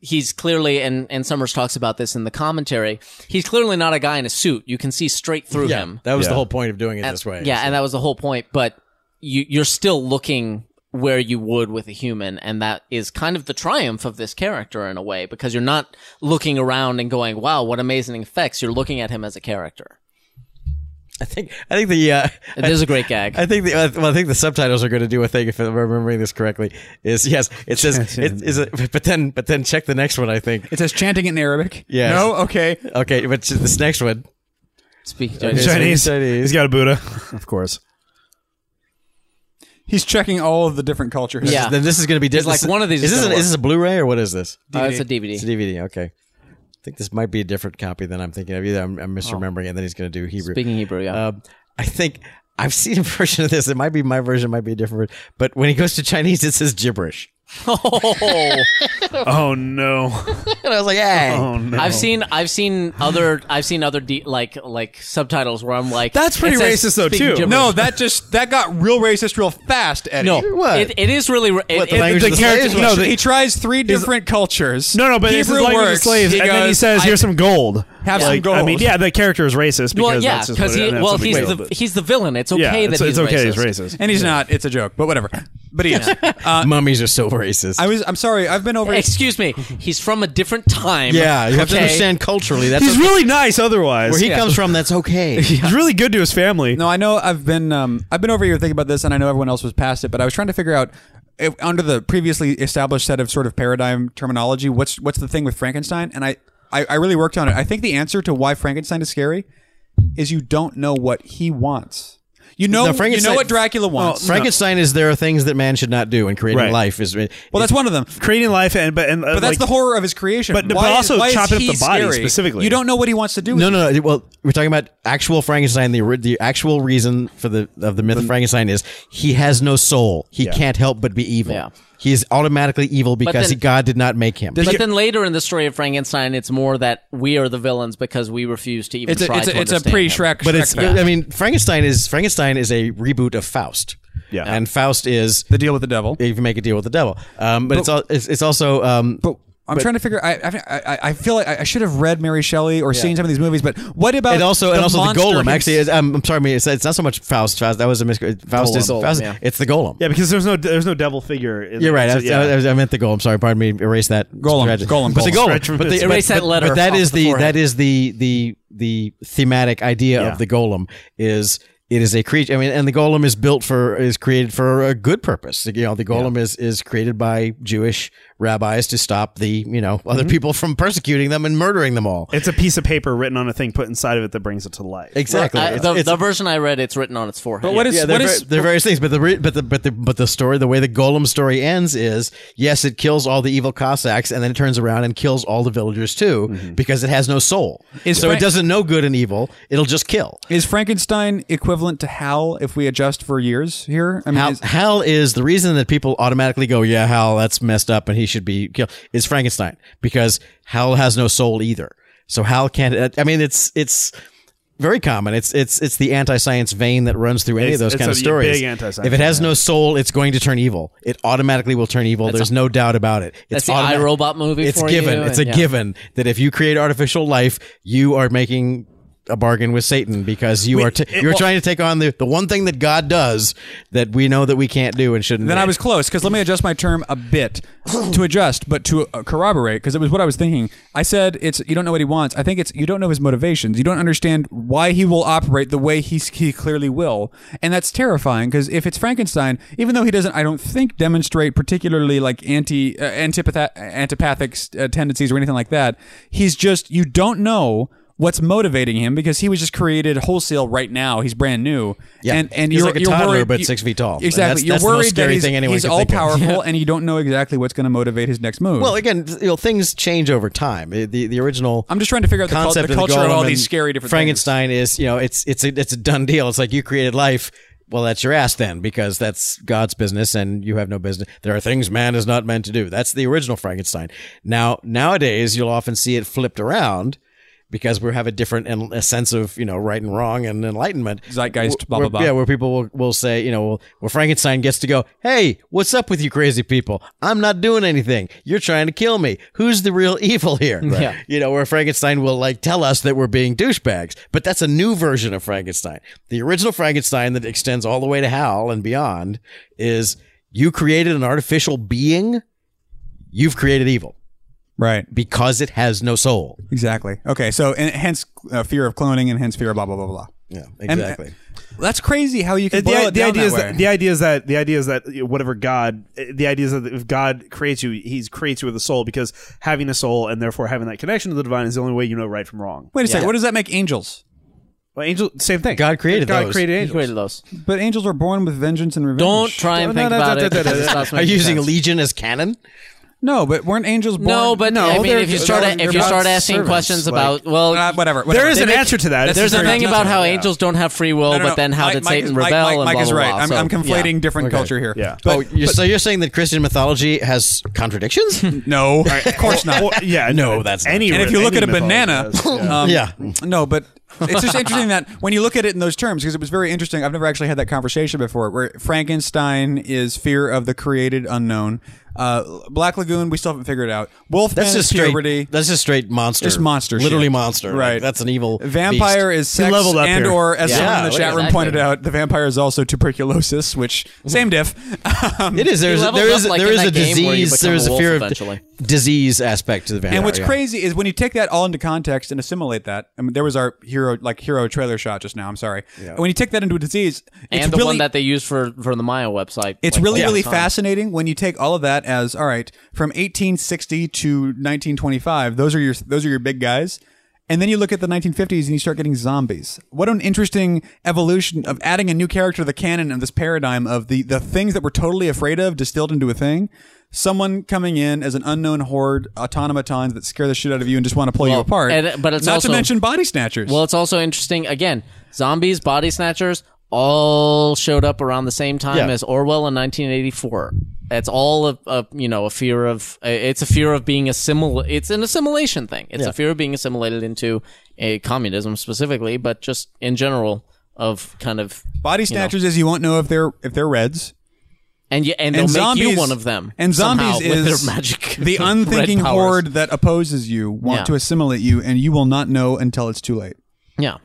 [SPEAKER 2] he's clearly and and Summers talks about this in the commentary he's clearly not a guy in a suit you can see straight through
[SPEAKER 4] yeah,
[SPEAKER 2] him
[SPEAKER 4] That was the
[SPEAKER 3] Yeah.
[SPEAKER 4] whole point of doing it this way.
[SPEAKER 2] yeah, and that was the whole point. But you, you're still looking where you would with a human, and that is kind of the triumph of this character in a way, because you're not looking around and going, "Wow, what amazing effects!" You're looking at him as a character.
[SPEAKER 4] I think I think the uh,
[SPEAKER 2] It is a great gag.
[SPEAKER 4] I think the uh, well, I think the subtitles are going to do a thing if I'm remembering this correctly. Is yes, it
[SPEAKER 2] (laughs)
[SPEAKER 4] says it is, a, but then but then check the next one. I think
[SPEAKER 1] It says chanting it in Arabic.
[SPEAKER 4] Yes.
[SPEAKER 1] No. Okay.
[SPEAKER 4] okay, but this next one.
[SPEAKER 2] Speaking
[SPEAKER 4] Chinese.
[SPEAKER 3] Chinese.
[SPEAKER 4] Chinese.
[SPEAKER 3] He's got a Buddha, (laughs)
[SPEAKER 2] (laughs)
[SPEAKER 3] of course.
[SPEAKER 1] He's checking all of the different cultures.
[SPEAKER 2] Yeah.
[SPEAKER 4] Then this is going to be
[SPEAKER 2] It's
[SPEAKER 4] different.
[SPEAKER 2] like one of these
[SPEAKER 4] Is
[SPEAKER 2] is
[SPEAKER 4] this, an,
[SPEAKER 2] gonna
[SPEAKER 4] is this a Blu-ray or what is this?
[SPEAKER 2] oh, it's a
[SPEAKER 4] It's a
[SPEAKER 2] DVD.
[SPEAKER 4] DVD. Okay. I think this might be a different copy than I'm thinking of. Either I'm, I'm misremembering, it, and then he's going to do Hebrew.
[SPEAKER 2] Oh. Speaking Hebrew, yeah.
[SPEAKER 4] Um, I think (laughs) I've seen a version of this. It might be my version, it might be a different version. But when he goes to Chinese, it says gibberish.
[SPEAKER 3] Uh,
[SPEAKER 2] (laughs) Oh.
[SPEAKER 3] Oh no!
[SPEAKER 4] And I was like, hey.
[SPEAKER 3] Oh no!
[SPEAKER 2] I've seen I've seen other I've seen other de- like like subtitles where I'm like
[SPEAKER 3] That's pretty
[SPEAKER 2] it says,
[SPEAKER 3] racist, though,
[SPEAKER 2] "Speaking
[SPEAKER 3] too."
[SPEAKER 2] gibberish."
[SPEAKER 1] No, that just that got real racist real fast, Eddie.
[SPEAKER 2] no,
[SPEAKER 4] What?
[SPEAKER 2] It, it is really ra- it,
[SPEAKER 4] What, the
[SPEAKER 2] it-
[SPEAKER 4] language
[SPEAKER 3] the
[SPEAKER 4] of the
[SPEAKER 3] character-
[SPEAKER 4] slaves?
[SPEAKER 1] He,
[SPEAKER 3] No, the-
[SPEAKER 1] he tries three different cultures.
[SPEAKER 3] no, no. But it's
[SPEAKER 1] Hebrew
[SPEAKER 3] his language
[SPEAKER 1] works.
[SPEAKER 3] of slaves,
[SPEAKER 1] He
[SPEAKER 3] and then he
[SPEAKER 1] goes,
[SPEAKER 3] says,
[SPEAKER 1] I-
[SPEAKER 3] "Here's some gold."
[SPEAKER 1] Have some
[SPEAKER 3] Like, I
[SPEAKER 1] gold.
[SPEAKER 3] mean, yeah, the character is racist because
[SPEAKER 2] well yeah
[SPEAKER 3] that's just what
[SPEAKER 2] because
[SPEAKER 3] it-
[SPEAKER 2] he
[SPEAKER 3] that's
[SPEAKER 2] well
[SPEAKER 3] a big
[SPEAKER 2] he's
[SPEAKER 3] deal,
[SPEAKER 2] the
[SPEAKER 3] but-
[SPEAKER 2] he's the villain it's okay
[SPEAKER 3] yeah,
[SPEAKER 2] that
[SPEAKER 3] it's,
[SPEAKER 2] he's
[SPEAKER 3] it's okay.
[SPEAKER 2] racist.
[SPEAKER 3] He's racist.
[SPEAKER 1] and he's not. It's a joke, but whatever. But he is. Uh,
[SPEAKER 4] Mummies are so racist.
[SPEAKER 1] I was. I'm sorry. I've been over. (laughs)
[SPEAKER 2] Excuse me, he's from a different time.
[SPEAKER 4] yeah, you have to
[SPEAKER 2] okay?
[SPEAKER 4] understand culturally. That's
[SPEAKER 3] He's
[SPEAKER 4] okay.
[SPEAKER 3] really nice. Otherwise,
[SPEAKER 4] where he
[SPEAKER 3] Yeah.
[SPEAKER 4] comes from. That's (laughs) okay.
[SPEAKER 3] He's really good to his family.
[SPEAKER 1] No, I know I've been um, I've been over here thinking about this, and I know everyone else was past it, but I was trying to figure out if, under the previously established set of sort of paradigm terminology, what's what's the thing with Frankenstein? And I, I I really worked on it. I think the answer to why Frankenstein is scary is you don't know what he wants. You know,
[SPEAKER 4] No,
[SPEAKER 1] you know
[SPEAKER 4] Frankenstein-
[SPEAKER 1] what Dracula wants.
[SPEAKER 4] Frankenstein is there are things that man should not do, and creating
[SPEAKER 3] Right.
[SPEAKER 4] life is.
[SPEAKER 1] well, that's one of them.
[SPEAKER 3] Creating life and but and uh,
[SPEAKER 1] But that's the horror of his creation.
[SPEAKER 3] But- but
[SPEAKER 1] Why is-
[SPEAKER 3] also
[SPEAKER 1] why is
[SPEAKER 3] chopping up
[SPEAKER 1] he
[SPEAKER 3] the body
[SPEAKER 1] scary?
[SPEAKER 3] specifically.
[SPEAKER 1] You don't know what he wants to do.
[SPEAKER 4] No, no, no. Well, we're talking about actual Frankenstein. The ori- the actual reason for the of the myth of Frankenstein is he has no soul. He can't help but be evil.
[SPEAKER 2] Yeah.
[SPEAKER 4] He is automatically evil because
[SPEAKER 2] then-
[SPEAKER 4] he- God did not make him.
[SPEAKER 2] But then later in the story of Frankenstein, it's more that we are the villains because we refuse to even
[SPEAKER 1] It's a
[SPEAKER 2] try
[SPEAKER 1] it's
[SPEAKER 2] to
[SPEAKER 1] a, it's a
[SPEAKER 2] understand
[SPEAKER 1] pre
[SPEAKER 2] him.
[SPEAKER 1] Shrek.
[SPEAKER 4] but it's.
[SPEAKER 1] fact.
[SPEAKER 4] I mean, Frankenstein is Frankenstein is a reboot of Faust.
[SPEAKER 3] Yeah.
[SPEAKER 4] and Faust is
[SPEAKER 1] the deal with the devil.
[SPEAKER 4] if you make a deal with the devil. Um, but, it's all it's, it's also um,
[SPEAKER 1] But I'm trying to figure. I I, I- I feel like I I should have read Mary Shelley or seen some of these movies. But what about
[SPEAKER 4] and also and also the
[SPEAKER 1] monster
[SPEAKER 4] golem.
[SPEAKER 1] hims-
[SPEAKER 4] Actually, is, um, I'm sorry, I mean, it's, it's not so much Faust. Faust that was a mis- Faust is
[SPEAKER 2] Golem,
[SPEAKER 4] Faust,
[SPEAKER 2] yeah.
[SPEAKER 4] it's the golem.
[SPEAKER 3] yeah, because there's no there's no devil figure. In there,
[SPEAKER 4] You're right. I,
[SPEAKER 3] so,
[SPEAKER 4] was,
[SPEAKER 3] yeah.
[SPEAKER 4] I, was- I meant the golem. Sorry, pardon me. Erase that.
[SPEAKER 1] Golem,
[SPEAKER 4] tragedy.
[SPEAKER 1] golem,
[SPEAKER 4] But the
[SPEAKER 1] golem.
[SPEAKER 4] golem. But the,
[SPEAKER 2] Erase
[SPEAKER 4] but-
[SPEAKER 2] that letter
[SPEAKER 4] But that
[SPEAKER 2] off
[SPEAKER 4] is
[SPEAKER 2] the
[SPEAKER 4] the,
[SPEAKER 2] forehead.
[SPEAKER 4] that is the the the thematic idea
[SPEAKER 3] Yeah.
[SPEAKER 4] of the golem is it is a creature. I mean, and the golem is built for is created for a good purpose. You know, the golem is is created by Jewish rabbis to stop the you know
[SPEAKER 2] Mm-hmm.
[SPEAKER 4] other people from persecuting them and murdering them all.
[SPEAKER 3] It's a piece of paper written on a thing put inside of it that brings it to life.
[SPEAKER 4] Exactly.
[SPEAKER 2] I-
[SPEAKER 4] It's-
[SPEAKER 2] the,
[SPEAKER 4] it's-
[SPEAKER 2] the version I read, it's written on its forehead.
[SPEAKER 1] But what is
[SPEAKER 4] yeah,
[SPEAKER 1] what
[SPEAKER 4] they're,
[SPEAKER 1] is
[SPEAKER 4] ver- they're various things, but the re- but the but the but the story, the way the Golem story ends is yes, it kills all the evil Cossacks, and then it turns around and kills all the villagers too, because it has no soul,
[SPEAKER 1] Mm-hmm. Is
[SPEAKER 4] so
[SPEAKER 1] Frank-
[SPEAKER 4] it doesn't know good and evil. It'll just kill.
[SPEAKER 1] is Frankenstein equivalent to Hal if we adjust for years here? I mean,
[SPEAKER 4] Hal,
[SPEAKER 1] is-
[SPEAKER 4] Hal is the reason that people automatically go, yeah, Hal, that's messed up, and he should be killed. Is Frankenstein because Hal has no soul either, so Hal can't. uh, I mean, it's it's very common. It's it's it's the anti-science vein that runs through any
[SPEAKER 3] It's-
[SPEAKER 4] of those
[SPEAKER 3] it's
[SPEAKER 4] kind
[SPEAKER 3] a
[SPEAKER 4] of stories.
[SPEAKER 3] big anti-science
[SPEAKER 4] If it has no soul, it's going to turn evil. It automatically will turn evil. There's no doubt about it.
[SPEAKER 2] That's
[SPEAKER 4] It's
[SPEAKER 2] the
[SPEAKER 4] automatic-
[SPEAKER 2] iRobot movie
[SPEAKER 4] It's
[SPEAKER 2] for
[SPEAKER 4] given.
[SPEAKER 2] you,
[SPEAKER 4] It's a
[SPEAKER 2] and- yeah.
[SPEAKER 4] given that if you create artificial life, you are making a bargain with Satan because you are t- you're (laughs) trying to take on the, the one thing that God does that we know that we can't do and shouldn't.
[SPEAKER 1] then
[SPEAKER 4] do.
[SPEAKER 1] I was close because let me adjust my term a bit to adjust, but to uh, corroborate because it was what I was thinking. I said it's you don't know what he wants. I think it's you don't know his motivations. You don't understand why he will operate the way he he clearly will, and that's terrifying because if it's Frankenstein, even though he doesn't, I don't think demonstrate particularly like anti uh, antipatha- antipathic uh, tendencies or anything like that. He's just you don't know. What's motivating him? Because he was just created wholesale right now. He's brand new,
[SPEAKER 4] Yeah.
[SPEAKER 1] and and
[SPEAKER 4] He's
[SPEAKER 1] you're
[SPEAKER 4] like a
[SPEAKER 1] you're
[SPEAKER 4] toddler,
[SPEAKER 1] worried-
[SPEAKER 4] but
[SPEAKER 1] you-
[SPEAKER 4] six feet tall. And
[SPEAKER 1] Exactly,
[SPEAKER 4] that's-
[SPEAKER 1] you're
[SPEAKER 4] that's the most
[SPEAKER 1] worried
[SPEAKER 4] scary
[SPEAKER 1] that he's,
[SPEAKER 4] thing anyone
[SPEAKER 1] he's
[SPEAKER 4] could
[SPEAKER 1] all
[SPEAKER 4] think of. (laughs)
[SPEAKER 1] powerful, and you don't know exactly what's going to motivate his next move.
[SPEAKER 4] well again. You know things change over time. The the, the original.
[SPEAKER 1] I'm just trying to figure out the, cul-
[SPEAKER 4] concept
[SPEAKER 1] the culture
[SPEAKER 4] of,
[SPEAKER 1] of
[SPEAKER 4] the golem
[SPEAKER 1] all
[SPEAKER 4] and
[SPEAKER 1] these scary different
[SPEAKER 4] Frankenstein is you know it's it's a it's a done deal. It's like you created life. Well, that's your ass then, because that's God's business, and you have no business. There are things man is not meant to do. That's the original Frankenstein. Now nowadays, you'll often see it flipped around. Because we have a different and a sense of you know right and wrong and enlightenment
[SPEAKER 1] Zeitgeist, blah,
[SPEAKER 4] Where-
[SPEAKER 1] blah, blah.
[SPEAKER 4] Yeah, where people will, will say you know well, well Frankenstein gets to go hey what's up with you crazy people I'm not doing anything you're trying to kill me who's the real (laughs) evil here
[SPEAKER 2] Yeah.
[SPEAKER 4] you know, where Frankenstein will like tell us that we're being douchebags. But that's a new version of Frankenstein. The original Frankenstein that extends all the way to Hal and beyond is you created an artificial being, you've created evil
[SPEAKER 1] Right.
[SPEAKER 4] because it has no soul.
[SPEAKER 1] Exactly. Okay. So, and hence uh, fear of cloning, and hence fear of blah blah blah blah.
[SPEAKER 4] Yeah,
[SPEAKER 1] And- uh,
[SPEAKER 4] exactly.
[SPEAKER 1] that's crazy how you
[SPEAKER 3] the,
[SPEAKER 1] can boil it
[SPEAKER 3] the
[SPEAKER 1] down
[SPEAKER 3] idea
[SPEAKER 1] that
[SPEAKER 3] is
[SPEAKER 1] way.
[SPEAKER 3] that, the idea is that the idea is that you know, whatever God eh, the idea is that if God creates you, He creates you with a soul because having a soul and therefore having that connection to the divine is the only way you know right from wrong.
[SPEAKER 1] Wait a second. What does that make angels?
[SPEAKER 3] Well, angel, same thing.
[SPEAKER 4] God created
[SPEAKER 3] God
[SPEAKER 4] those.
[SPEAKER 3] created
[SPEAKER 2] He
[SPEAKER 3] angels.
[SPEAKER 2] created those.
[SPEAKER 1] But angels are born with vengeance and revenge.
[SPEAKER 2] Don't try and
[SPEAKER 3] No,
[SPEAKER 2] think
[SPEAKER 3] no, no,
[SPEAKER 2] about
[SPEAKER 3] no,
[SPEAKER 2] it.
[SPEAKER 3] no, no, no,
[SPEAKER 2] because it
[SPEAKER 3] no.
[SPEAKER 2] stops
[SPEAKER 4] Are
[SPEAKER 2] making
[SPEAKER 4] you using
[SPEAKER 2] sense.
[SPEAKER 4] Legion as canon?
[SPEAKER 1] No, but weren't angels born?
[SPEAKER 2] No, but
[SPEAKER 3] No,
[SPEAKER 2] I mean,
[SPEAKER 3] they're-
[SPEAKER 2] if you start
[SPEAKER 3] they're-
[SPEAKER 2] if you
[SPEAKER 3] they're
[SPEAKER 2] start
[SPEAKER 3] about
[SPEAKER 2] asking
[SPEAKER 3] servants,
[SPEAKER 2] questions
[SPEAKER 3] like-
[SPEAKER 2] about well,
[SPEAKER 1] Uh, whatever, whatever.
[SPEAKER 3] There is
[SPEAKER 1] They
[SPEAKER 3] an
[SPEAKER 1] make-
[SPEAKER 3] answer to that. It's
[SPEAKER 2] there's
[SPEAKER 3] just
[SPEAKER 2] a
[SPEAKER 3] very
[SPEAKER 2] thing about
[SPEAKER 3] nothing,
[SPEAKER 2] how
[SPEAKER 3] yeah.
[SPEAKER 2] angels don't have free will,
[SPEAKER 1] No, no,
[SPEAKER 2] Oh, but
[SPEAKER 1] no.
[SPEAKER 2] then how
[SPEAKER 1] Mike-
[SPEAKER 2] did
[SPEAKER 1] Mike
[SPEAKER 2] Satan
[SPEAKER 1] is- Mike-
[SPEAKER 2] rebel?
[SPEAKER 1] Mike,
[SPEAKER 2] and
[SPEAKER 1] Mike
[SPEAKER 2] blah,
[SPEAKER 1] is
[SPEAKER 2] blah,
[SPEAKER 1] right.
[SPEAKER 2] blah.
[SPEAKER 1] I'm,
[SPEAKER 2] So,
[SPEAKER 1] I'm conflating
[SPEAKER 2] yeah.
[SPEAKER 1] different
[SPEAKER 4] Okay.
[SPEAKER 1] culture here.
[SPEAKER 3] Yeah.
[SPEAKER 1] But,
[SPEAKER 4] oh, you're, so you're saying that Christian mythology has
[SPEAKER 1] (laughs)
[SPEAKER 4] contradictions?
[SPEAKER 1] no, of course not.
[SPEAKER 4] (laughs)
[SPEAKER 3] Well, yeah,
[SPEAKER 4] No, that's not
[SPEAKER 3] any.
[SPEAKER 1] and if you look
[SPEAKER 3] any
[SPEAKER 1] at a
[SPEAKER 3] mythology
[SPEAKER 1] banana,
[SPEAKER 3] does, yeah.
[SPEAKER 1] (laughs) um,
[SPEAKER 4] Yeah.
[SPEAKER 1] no, but it's just interesting that when you look at it in those terms, because it was very interesting. I've never actually had that conversation before, where Frankenstein is fear of the created unknown. Uh, Black Lagoon, we still haven't figured out. Wolfman
[SPEAKER 4] That's
[SPEAKER 1] is
[SPEAKER 4] just straight.
[SPEAKER 1] puberty.
[SPEAKER 4] That's just straight monster.
[SPEAKER 1] Just monster shit.
[SPEAKER 4] Literally monster. Like,
[SPEAKER 1] Right.
[SPEAKER 4] that's an evil
[SPEAKER 1] Vampire is sex
[SPEAKER 3] leveled up
[SPEAKER 1] and
[SPEAKER 3] here.
[SPEAKER 1] or as
[SPEAKER 4] Yeah. Oh,
[SPEAKER 1] someone in the
[SPEAKER 4] Yeah,
[SPEAKER 1] chat room
[SPEAKER 2] exactly.
[SPEAKER 1] pointed out, the vampire is also tuberculosis, which same
[SPEAKER 4] (laughs)
[SPEAKER 1] diff. Um,
[SPEAKER 4] Beast. It is. There's
[SPEAKER 2] He
[SPEAKER 4] a,
[SPEAKER 2] leveled
[SPEAKER 4] there is
[SPEAKER 2] up, like,
[SPEAKER 4] there
[SPEAKER 2] in
[SPEAKER 4] is a
[SPEAKER 2] that game where you
[SPEAKER 4] disease.
[SPEAKER 2] become
[SPEAKER 4] There is
[SPEAKER 2] a
[SPEAKER 4] a
[SPEAKER 2] wolf
[SPEAKER 4] fear
[SPEAKER 2] eventually.
[SPEAKER 4] of disease aspect to the vampire.
[SPEAKER 1] And what's
[SPEAKER 4] yeah.
[SPEAKER 1] crazy is when you take that all into context and assimilate that. I mean, there was our hero, like hero trailer shot just now. I'm sorry. And When you take that into a disease, it's
[SPEAKER 2] and the
[SPEAKER 1] really
[SPEAKER 2] one that they use for for the Maya website.
[SPEAKER 1] it's
[SPEAKER 2] like,
[SPEAKER 1] really
[SPEAKER 2] all the
[SPEAKER 1] really
[SPEAKER 2] time.
[SPEAKER 1] fascinating when you take all of that as all right from 1860 to 1925. Those are your those are your big guys. And then you look at the 1950s and you start getting zombies. What an interesting evolution of adding a new character to the canon and this paradigm of the the things that we're totally afraid of distilled into a thing. Someone coming in as an unknown horde automatons that scare the shit out of you and just want to pull you
[SPEAKER 2] Well,
[SPEAKER 1] apart.
[SPEAKER 2] and- but it's
[SPEAKER 1] not
[SPEAKER 2] also-
[SPEAKER 1] to mention body snatchers.
[SPEAKER 2] Well, it's also interesting. Again, zombies, body snatchers, all showed up around the same time
[SPEAKER 4] Yeah.
[SPEAKER 2] as Orwell in 1984. It's all a, a you know a fear of uh, it's a fear of being assimil It's an assimilation thing. It's a fear of being assimilated into a communism specifically, but just in general of kind of
[SPEAKER 1] body snatchers is you won't know if they're if they're reds.
[SPEAKER 2] and you, and they'll
[SPEAKER 1] and
[SPEAKER 2] make
[SPEAKER 1] zombies,
[SPEAKER 2] you one of them.
[SPEAKER 1] And
[SPEAKER 2] somehow (laughs)
[SPEAKER 1] zombies is
[SPEAKER 2] with (laughs) their magic
[SPEAKER 1] the
[SPEAKER 2] red
[SPEAKER 1] unthinking
[SPEAKER 2] powers.
[SPEAKER 1] horde that opposes you want
[SPEAKER 2] Yeah.
[SPEAKER 1] to assimilate you, and you will not know until it's too late.
[SPEAKER 2] Yeah,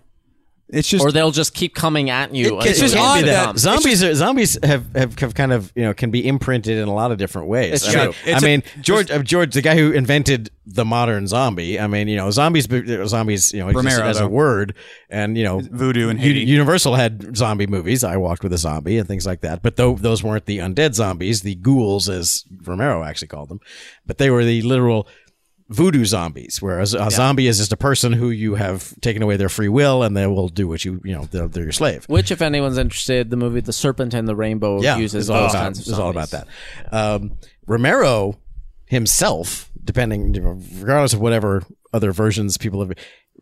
[SPEAKER 1] It's just
[SPEAKER 2] or they'll just keep coming at you.
[SPEAKER 4] It can-
[SPEAKER 1] It's
[SPEAKER 4] it
[SPEAKER 1] just
[SPEAKER 4] can be
[SPEAKER 1] odd
[SPEAKER 4] that
[SPEAKER 1] that-
[SPEAKER 4] zombies are, zombies have, have have kind of you know can be imprinted in a lot of different ways.
[SPEAKER 2] It's
[SPEAKER 4] I
[SPEAKER 2] true.
[SPEAKER 4] mean,
[SPEAKER 1] It's
[SPEAKER 4] I
[SPEAKER 1] a-
[SPEAKER 4] mean George uh, George, the guy who invented the modern zombie. I mean, you know, zombies be- uh, zombies you know existed
[SPEAKER 1] Romero,
[SPEAKER 4] as
[SPEAKER 1] though.
[SPEAKER 4] a word, and you know,
[SPEAKER 1] voodoo and
[SPEAKER 4] U-
[SPEAKER 1] Haiti.
[SPEAKER 4] Universal had zombie movies. I walked with a zombie and things like that. But though those weren't the undead zombies, the ghouls, as Romero actually called them, but they were the literal voodoo zombies, whereas a zombie is just a person who you have taken away their free will and they will do what you you know they're, they're your slave.
[SPEAKER 2] Which, if anyone's interested, the movie The Serpent and the Rainbow
[SPEAKER 4] yeah,
[SPEAKER 2] uses
[SPEAKER 4] it's all
[SPEAKER 2] those
[SPEAKER 4] about,
[SPEAKER 2] kinds of
[SPEAKER 4] it's all about
[SPEAKER 2] zombies.
[SPEAKER 4] that. Um, Romero himself, depending, regardless of whatever other versions people have,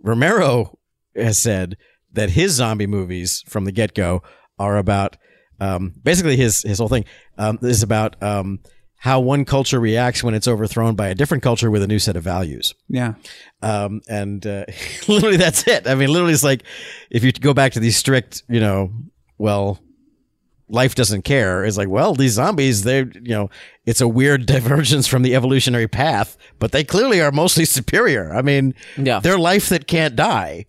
[SPEAKER 4] Romero has said that his zombie movies from the get go are about um, basically his his whole thing um, is about um, how one culture reacts when it's overthrown by a different culture with a new set of values
[SPEAKER 1] yeah,
[SPEAKER 4] um, and uh, (laughs) literally that's it. I mean, literally, it's like if you go back to these strict, you know, well, life doesn't care. It's like, well, these zombies, they, you know, it's a weird (laughs) divergence from the evolutionary path, but they clearly are mostly superior. I mean,
[SPEAKER 2] Yeah.
[SPEAKER 4] their life that can't die.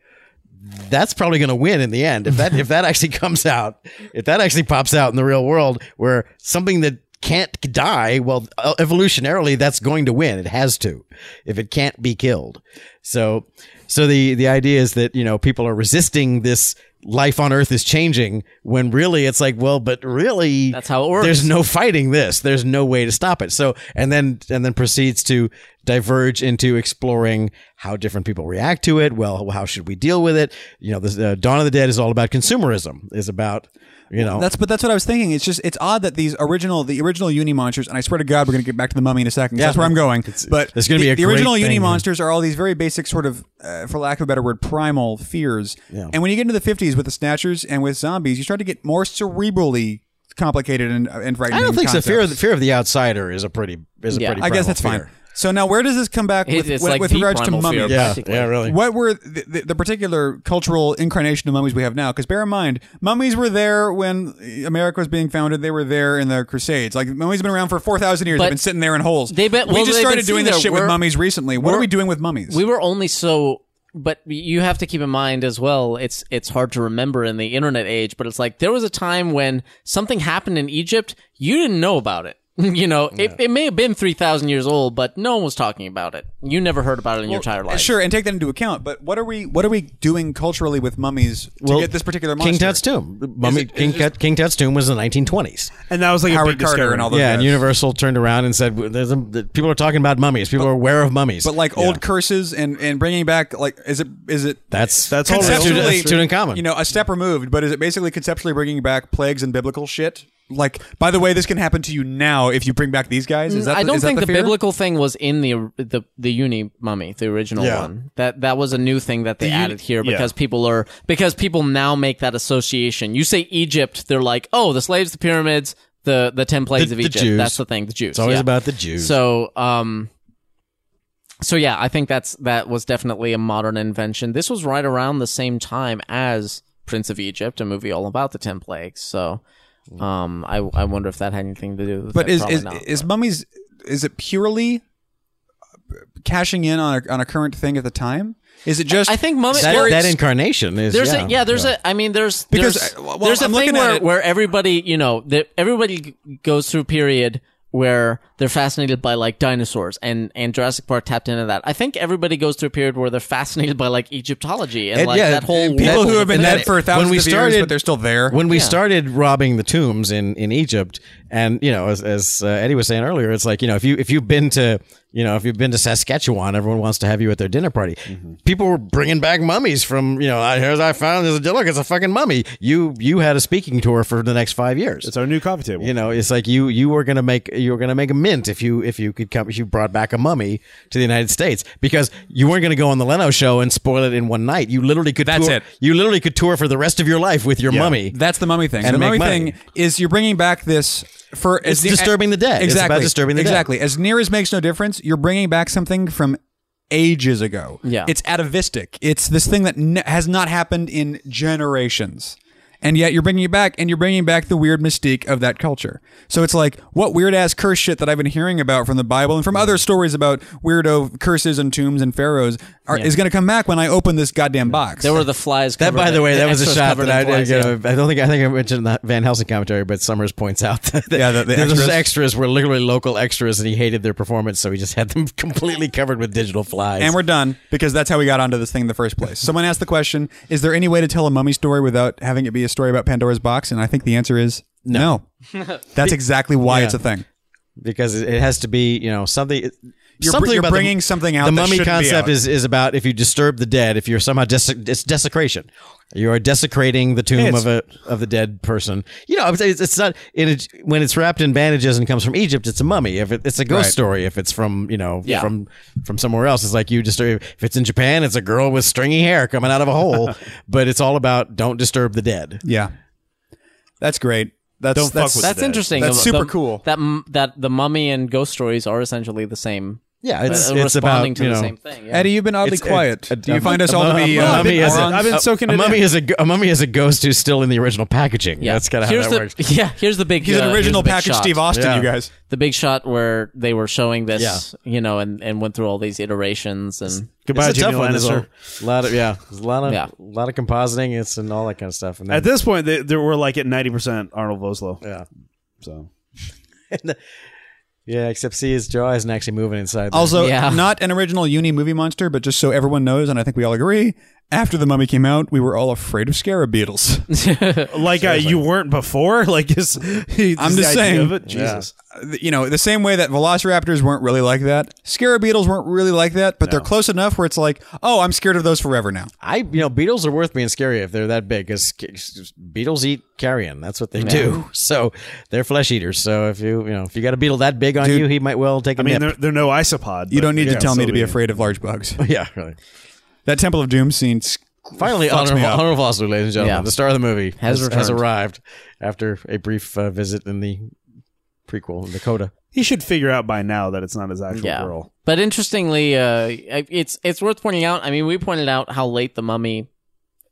[SPEAKER 4] That's probably going to win in the end. If that if that actually comes out, if that actually pops out in the real world, where something that can't die, well, uh, evolutionarily, that's going to win. It has to, if it can't be killed. So, so the the idea is that you know people are resisting this. Life on Earth is changing when really it's like, well, but really,
[SPEAKER 2] That's how it works.
[SPEAKER 4] There's no fighting this. There's no way to stop it. So, and then and then proceeds to diverge into exploring how different people react to it. Well, how should we deal with it? You know, this, uh, Dawn of the Dead is all about consumerism. Is about you know
[SPEAKER 1] that's but that's what I was thinking. It's just it's odd that these original the original Uni monsters, and I swear to God, we're gonna get back to the mummy in a second. 'cause
[SPEAKER 4] Yeah.
[SPEAKER 1] That's where I'm going. but
[SPEAKER 4] it's gonna
[SPEAKER 1] the,
[SPEAKER 4] be a
[SPEAKER 1] the
[SPEAKER 4] great
[SPEAKER 1] original
[SPEAKER 4] thing.
[SPEAKER 1] Uni monsters are all these very basic sort of, uh, for lack of a better word, primal fears. And when you get into the 50s with the snatchers and with zombies, you start to get more cerebrally complicated and and frightening.
[SPEAKER 4] I don't think
[SPEAKER 1] concepts.
[SPEAKER 4] so. Fear of the fear of the outsider is a pretty is a
[SPEAKER 2] Yeah.
[SPEAKER 4] pretty.
[SPEAKER 1] I guess
[SPEAKER 4] primal
[SPEAKER 1] that's fine.
[SPEAKER 4] fear.
[SPEAKER 1] So now, where does this come back
[SPEAKER 2] It-
[SPEAKER 1] with,
[SPEAKER 2] it's
[SPEAKER 1] with,
[SPEAKER 2] like
[SPEAKER 1] with
[SPEAKER 2] the
[SPEAKER 1] regards to
[SPEAKER 2] primal
[SPEAKER 1] mummy?
[SPEAKER 2] fear.
[SPEAKER 4] Yeah,
[SPEAKER 2] Basically.
[SPEAKER 4] yeah, really.
[SPEAKER 1] What were the, the, the particular cultural incarnation of mummies we have now? Because bear in mind, mummies were there when America was being founded. They were there in the Crusades. Like mummies have been around for four thousand years.
[SPEAKER 2] But
[SPEAKER 1] they've been sitting there in holes.
[SPEAKER 2] they've been-
[SPEAKER 1] we
[SPEAKER 2] well,
[SPEAKER 1] just
[SPEAKER 2] they've
[SPEAKER 1] started
[SPEAKER 2] been
[SPEAKER 1] doing
[SPEAKER 2] sitting
[SPEAKER 1] this
[SPEAKER 2] there.
[SPEAKER 1] shit with
[SPEAKER 2] We're-
[SPEAKER 1] mummies recently. What are
[SPEAKER 2] we're-
[SPEAKER 1] we doing with mummies?
[SPEAKER 2] We were only so, but you have to keep in mind as well. It's it's hard to remember in the internet age, but it's like there was a time when something happened in Egypt. You didn't know about it. (laughs) you know, it, it may have been three thousand years old, but no one was talking about it. You never heard about it in your entire life.
[SPEAKER 1] Sure, and take that into account. But what are we? What are we doing culturally with mummies to
[SPEAKER 4] Well,
[SPEAKER 1] get this particular monster?
[SPEAKER 4] King Tut's tomb. Mummy, King, Tut, King Tut's tomb was in the 1920s.
[SPEAKER 3] and that was like a
[SPEAKER 1] Howard
[SPEAKER 3] big
[SPEAKER 1] Carter
[SPEAKER 3] discovery.
[SPEAKER 1] and all those
[SPEAKER 4] yeah,
[SPEAKER 1] guys.
[SPEAKER 4] and Universal turned around and said, "W- "There's a, the, people are talking about mummies. People are aware of mummies."
[SPEAKER 1] But like old curses and and bringing back like is it is it
[SPEAKER 4] that's
[SPEAKER 3] That's all
[SPEAKER 4] all
[SPEAKER 3] real.
[SPEAKER 1] conceptually
[SPEAKER 4] student, student common.
[SPEAKER 1] You know, a step removed, but is it basically conceptually bringing back plagues and biblical shit? like, by the way, this can happen to you now if you bring back these guys? Is that
[SPEAKER 2] Mm, I
[SPEAKER 1] the-
[SPEAKER 2] don't
[SPEAKER 1] is that the,
[SPEAKER 2] think the,
[SPEAKER 1] fear?
[SPEAKER 2] biblical thing was in the the the uni mummy, the original
[SPEAKER 4] Yeah.
[SPEAKER 2] one. That that was a new thing that they added here
[SPEAKER 3] yeah.
[SPEAKER 2] because people are because people now make that association. You say Egypt, they're like, oh, the slaves, the pyramids, the the ten plagues
[SPEAKER 4] The-
[SPEAKER 2] of
[SPEAKER 4] the
[SPEAKER 2] Egypt.
[SPEAKER 4] Jews.
[SPEAKER 2] That's the thing, the Jews.
[SPEAKER 4] It's always
[SPEAKER 2] yeah.
[SPEAKER 4] about the Jews.
[SPEAKER 2] So, um, so yeah, I think that's that was definitely a modern invention. This was right around the same time as Prince of Egypt, a movie all about the Ten Plagues. So, um, I I wonder if that had anything to do. with
[SPEAKER 1] But
[SPEAKER 2] it.
[SPEAKER 1] is
[SPEAKER 2] Probably
[SPEAKER 1] is,
[SPEAKER 2] not.
[SPEAKER 1] is mummies? Is it purely cashing in on a, on a current thing at the time? Is it just?
[SPEAKER 2] I think mummy.
[SPEAKER 4] that,
[SPEAKER 2] there-
[SPEAKER 4] that incarnation is
[SPEAKER 2] there's
[SPEAKER 4] yeah,
[SPEAKER 2] a yeah. There's a. I mean, there's
[SPEAKER 1] Because,
[SPEAKER 2] there's,
[SPEAKER 1] uh, well,
[SPEAKER 2] there's a
[SPEAKER 1] I'm
[SPEAKER 2] thing
[SPEAKER 1] looking at
[SPEAKER 2] where
[SPEAKER 1] it-
[SPEAKER 2] where everybody you know that everybody g- goes through a period where they're fascinated by like dinosaurs and and Jurassic Park tapped into that. I think everybody goes through a period where they're fascinated by like Egyptology and,
[SPEAKER 4] And,
[SPEAKER 2] like
[SPEAKER 4] yeah,
[SPEAKER 2] that whole
[SPEAKER 1] people
[SPEAKER 2] world
[SPEAKER 1] who have been
[SPEAKER 2] thing.
[SPEAKER 1] dead for thousands
[SPEAKER 4] when we
[SPEAKER 1] of years,
[SPEAKER 4] started-
[SPEAKER 1] but they're still there.
[SPEAKER 4] when we started robbing the tombs in, in Egypt, and you know, as, as uh, Eddie was saying earlier, it's like you know, if you if you've been to you know if you've been to Saskatchewan, everyone wants to have you at their dinner party. People were bringing back mummies from you know. I here's I found this look, it's a fucking mummy. You you had a speaking tour for the next five years.
[SPEAKER 3] It's our new coffee table.
[SPEAKER 4] you know, it's like you you were gonna make you were gonna make a mint if you if you could come if you brought back a mummy to the United States because you weren't gonna go on the Leno show and spoil it in one night. You literally could
[SPEAKER 1] That's
[SPEAKER 4] tour,
[SPEAKER 1] it.
[SPEAKER 4] You literally could tour for the rest of your life with your mummy.
[SPEAKER 1] That's the mummy thing.
[SPEAKER 4] And
[SPEAKER 1] the
[SPEAKER 4] make
[SPEAKER 1] mummy
[SPEAKER 4] money.
[SPEAKER 1] thing is you're bringing back this for
[SPEAKER 4] It's disturbing the dead. It's about
[SPEAKER 1] Exactly,
[SPEAKER 4] disturbing the dead.
[SPEAKER 1] exactly. As near as makes no difference, you're bringing back something from ages ago.
[SPEAKER 2] Yeah.
[SPEAKER 1] it's atavistic. It's this thing that n- has not happened in generations. And yet you're bringing it back, and you're bringing back the weird mystique of that culture. So it's like, what weird ass curse shit that I've been hearing about from the Bible and from other stories about weirdo curses and tombs and pharaohs are, is going to come back when I open this goddamn box.
[SPEAKER 2] There were the flies.
[SPEAKER 4] That,
[SPEAKER 2] covered
[SPEAKER 4] by the
[SPEAKER 2] in-
[SPEAKER 4] way, that was a
[SPEAKER 2] extras
[SPEAKER 4] shot
[SPEAKER 2] covered
[SPEAKER 4] that
[SPEAKER 2] in
[SPEAKER 4] I,
[SPEAKER 2] flies,
[SPEAKER 4] you
[SPEAKER 2] yeah.
[SPEAKER 4] know, I don't think I
[SPEAKER 1] (laughs)
[SPEAKER 4] think I mentioned the Van Helsing commentary, but Summers points out that the,
[SPEAKER 1] Yeah, the- the
[SPEAKER 4] those
[SPEAKER 1] extras.
[SPEAKER 4] were literally local extras, and he hated their performance, so he just had them (laughs) completely covered with digital flies.
[SPEAKER 1] And we're done because that's how we got onto this thing in the first place. Someone asked the question Is there any way to tell a mummy story without having it be a story about Pandora's box? And I think the answer is no.
[SPEAKER 4] (laughs)
[SPEAKER 1] that's exactly why it's a thing.
[SPEAKER 4] because it, it has to be you know something.
[SPEAKER 1] You're,
[SPEAKER 4] something
[SPEAKER 1] br- you're
[SPEAKER 4] about the-
[SPEAKER 1] bringing something out
[SPEAKER 4] The
[SPEAKER 1] that
[SPEAKER 4] mummy
[SPEAKER 1] shouldn't be
[SPEAKER 4] concept
[SPEAKER 1] out.
[SPEAKER 4] is is about if you disturb the dead, if you're somehow des- it's desecration. You are desecrating the tomb
[SPEAKER 3] It's-
[SPEAKER 4] of a of the dead person. You know, it's, it's not in it when it's wrapped in bandages and comes from Egypt. It's a mummy. If it, it's a ghost
[SPEAKER 1] Right.
[SPEAKER 4] story, if it's from you know
[SPEAKER 2] Yeah.
[SPEAKER 4] from from somewhere else, it's like you disturb. If it's in Japan, it's a girl with stringy hair coming out of
[SPEAKER 1] (laughs)
[SPEAKER 4] a hole. but it's all about don't disturb the dead.
[SPEAKER 1] Yeah. That's great. That's,
[SPEAKER 3] Don't fuck
[SPEAKER 1] that's,
[SPEAKER 3] with
[SPEAKER 2] That's
[SPEAKER 3] Dead.
[SPEAKER 2] interesting.
[SPEAKER 1] That's
[SPEAKER 2] The-
[SPEAKER 1] super
[SPEAKER 2] the-
[SPEAKER 1] cool.
[SPEAKER 2] That m- that the mummy and ghost stories are essentially the same.
[SPEAKER 4] Yeah, it's
[SPEAKER 2] uh,
[SPEAKER 4] it's about
[SPEAKER 2] responding to
[SPEAKER 4] you
[SPEAKER 2] the
[SPEAKER 4] know.
[SPEAKER 2] same thing. yeah.
[SPEAKER 1] Eddie, you've been oddly
[SPEAKER 4] It's-
[SPEAKER 1] quiet.
[SPEAKER 4] a-
[SPEAKER 1] Do you
[SPEAKER 4] a-
[SPEAKER 1] find us
[SPEAKER 4] a
[SPEAKER 1] all to
[SPEAKER 4] mum-
[SPEAKER 1] be
[SPEAKER 4] a
[SPEAKER 1] uh,
[SPEAKER 4] mummy is a-
[SPEAKER 1] morons?
[SPEAKER 3] I've been
[SPEAKER 4] a-
[SPEAKER 3] soaking
[SPEAKER 4] a
[SPEAKER 3] it
[SPEAKER 4] mummy
[SPEAKER 3] in.
[SPEAKER 4] is a g- a mummy is a ghost who's still in the original packaging.
[SPEAKER 2] Yeah,
[SPEAKER 4] that's kind of how
[SPEAKER 2] Here's
[SPEAKER 4] that
[SPEAKER 2] the,
[SPEAKER 4] works.
[SPEAKER 2] Yeah, here's the big.
[SPEAKER 1] He's
[SPEAKER 2] uh,
[SPEAKER 1] an
[SPEAKER 2] here's
[SPEAKER 1] original
[SPEAKER 2] the big
[SPEAKER 1] package
[SPEAKER 2] shot.
[SPEAKER 1] Steve Austin,
[SPEAKER 4] Yeah.
[SPEAKER 1] you guys.
[SPEAKER 2] The big shot where they were showing this,
[SPEAKER 4] Yeah.
[SPEAKER 2] you know, and, and went through all these iterations and
[SPEAKER 3] Goodbye,
[SPEAKER 4] it's a
[SPEAKER 3] Jimmy
[SPEAKER 4] tough one. There's
[SPEAKER 3] Lannister.
[SPEAKER 4] A lot of yeah, there's a lot of
[SPEAKER 2] Yeah.
[SPEAKER 4] a lot of compositing. It's and all that kind of stuff. And then,
[SPEAKER 3] At this point, they, they were like at ninety percent Arnold Voslo.
[SPEAKER 4] yeah,
[SPEAKER 3] So
[SPEAKER 4] (laughs) yeah. Except see, his jaw isn't actually moving inside. there.
[SPEAKER 1] Also,
[SPEAKER 2] Yeah.
[SPEAKER 1] not an original Uni movie monster, but just so everyone knows, and I think we all agree, after the mummy came out, we were all afraid of scarab beetles.
[SPEAKER 3] like uh, you weren't before. (laughs) Like is,
[SPEAKER 1] I'm just saying.
[SPEAKER 3] Jesus.
[SPEAKER 1] you know, the same way that velociraptors weren't really like that, scarab beetles weren't really like that, but they're close enough where it's like, oh, I'm scared of those forever now.
[SPEAKER 4] I you know beetles are worth being scary if they're that big because beetles eat carrion. That's what they do. So they're flesh eaters. So if you you know if you got a beetle that big on you, he might well take a
[SPEAKER 3] I mean, they're,
[SPEAKER 4] nip.
[SPEAKER 3] they're no isopod.
[SPEAKER 1] You don't need to tell me to be
[SPEAKER 3] afraid.
[SPEAKER 1] afraid of large bugs. (laughs)
[SPEAKER 4] (laughs) Yeah, really.
[SPEAKER 1] That Temple of Doom scene. sc-
[SPEAKER 4] Finally,
[SPEAKER 1] fucks me
[SPEAKER 4] honorable,
[SPEAKER 1] up.
[SPEAKER 4] honorable Foster, ladies and gentlemen,
[SPEAKER 2] Yeah.
[SPEAKER 4] the star of the movie
[SPEAKER 2] Has returned.
[SPEAKER 4] arrived after a brief uh, visit in the prequel in (laughs) Dakota.
[SPEAKER 3] He should figure out by now that it's not his actual girl.
[SPEAKER 2] But interestingly, uh, it's it's worth pointing out. I mean, we pointed out how late the mummy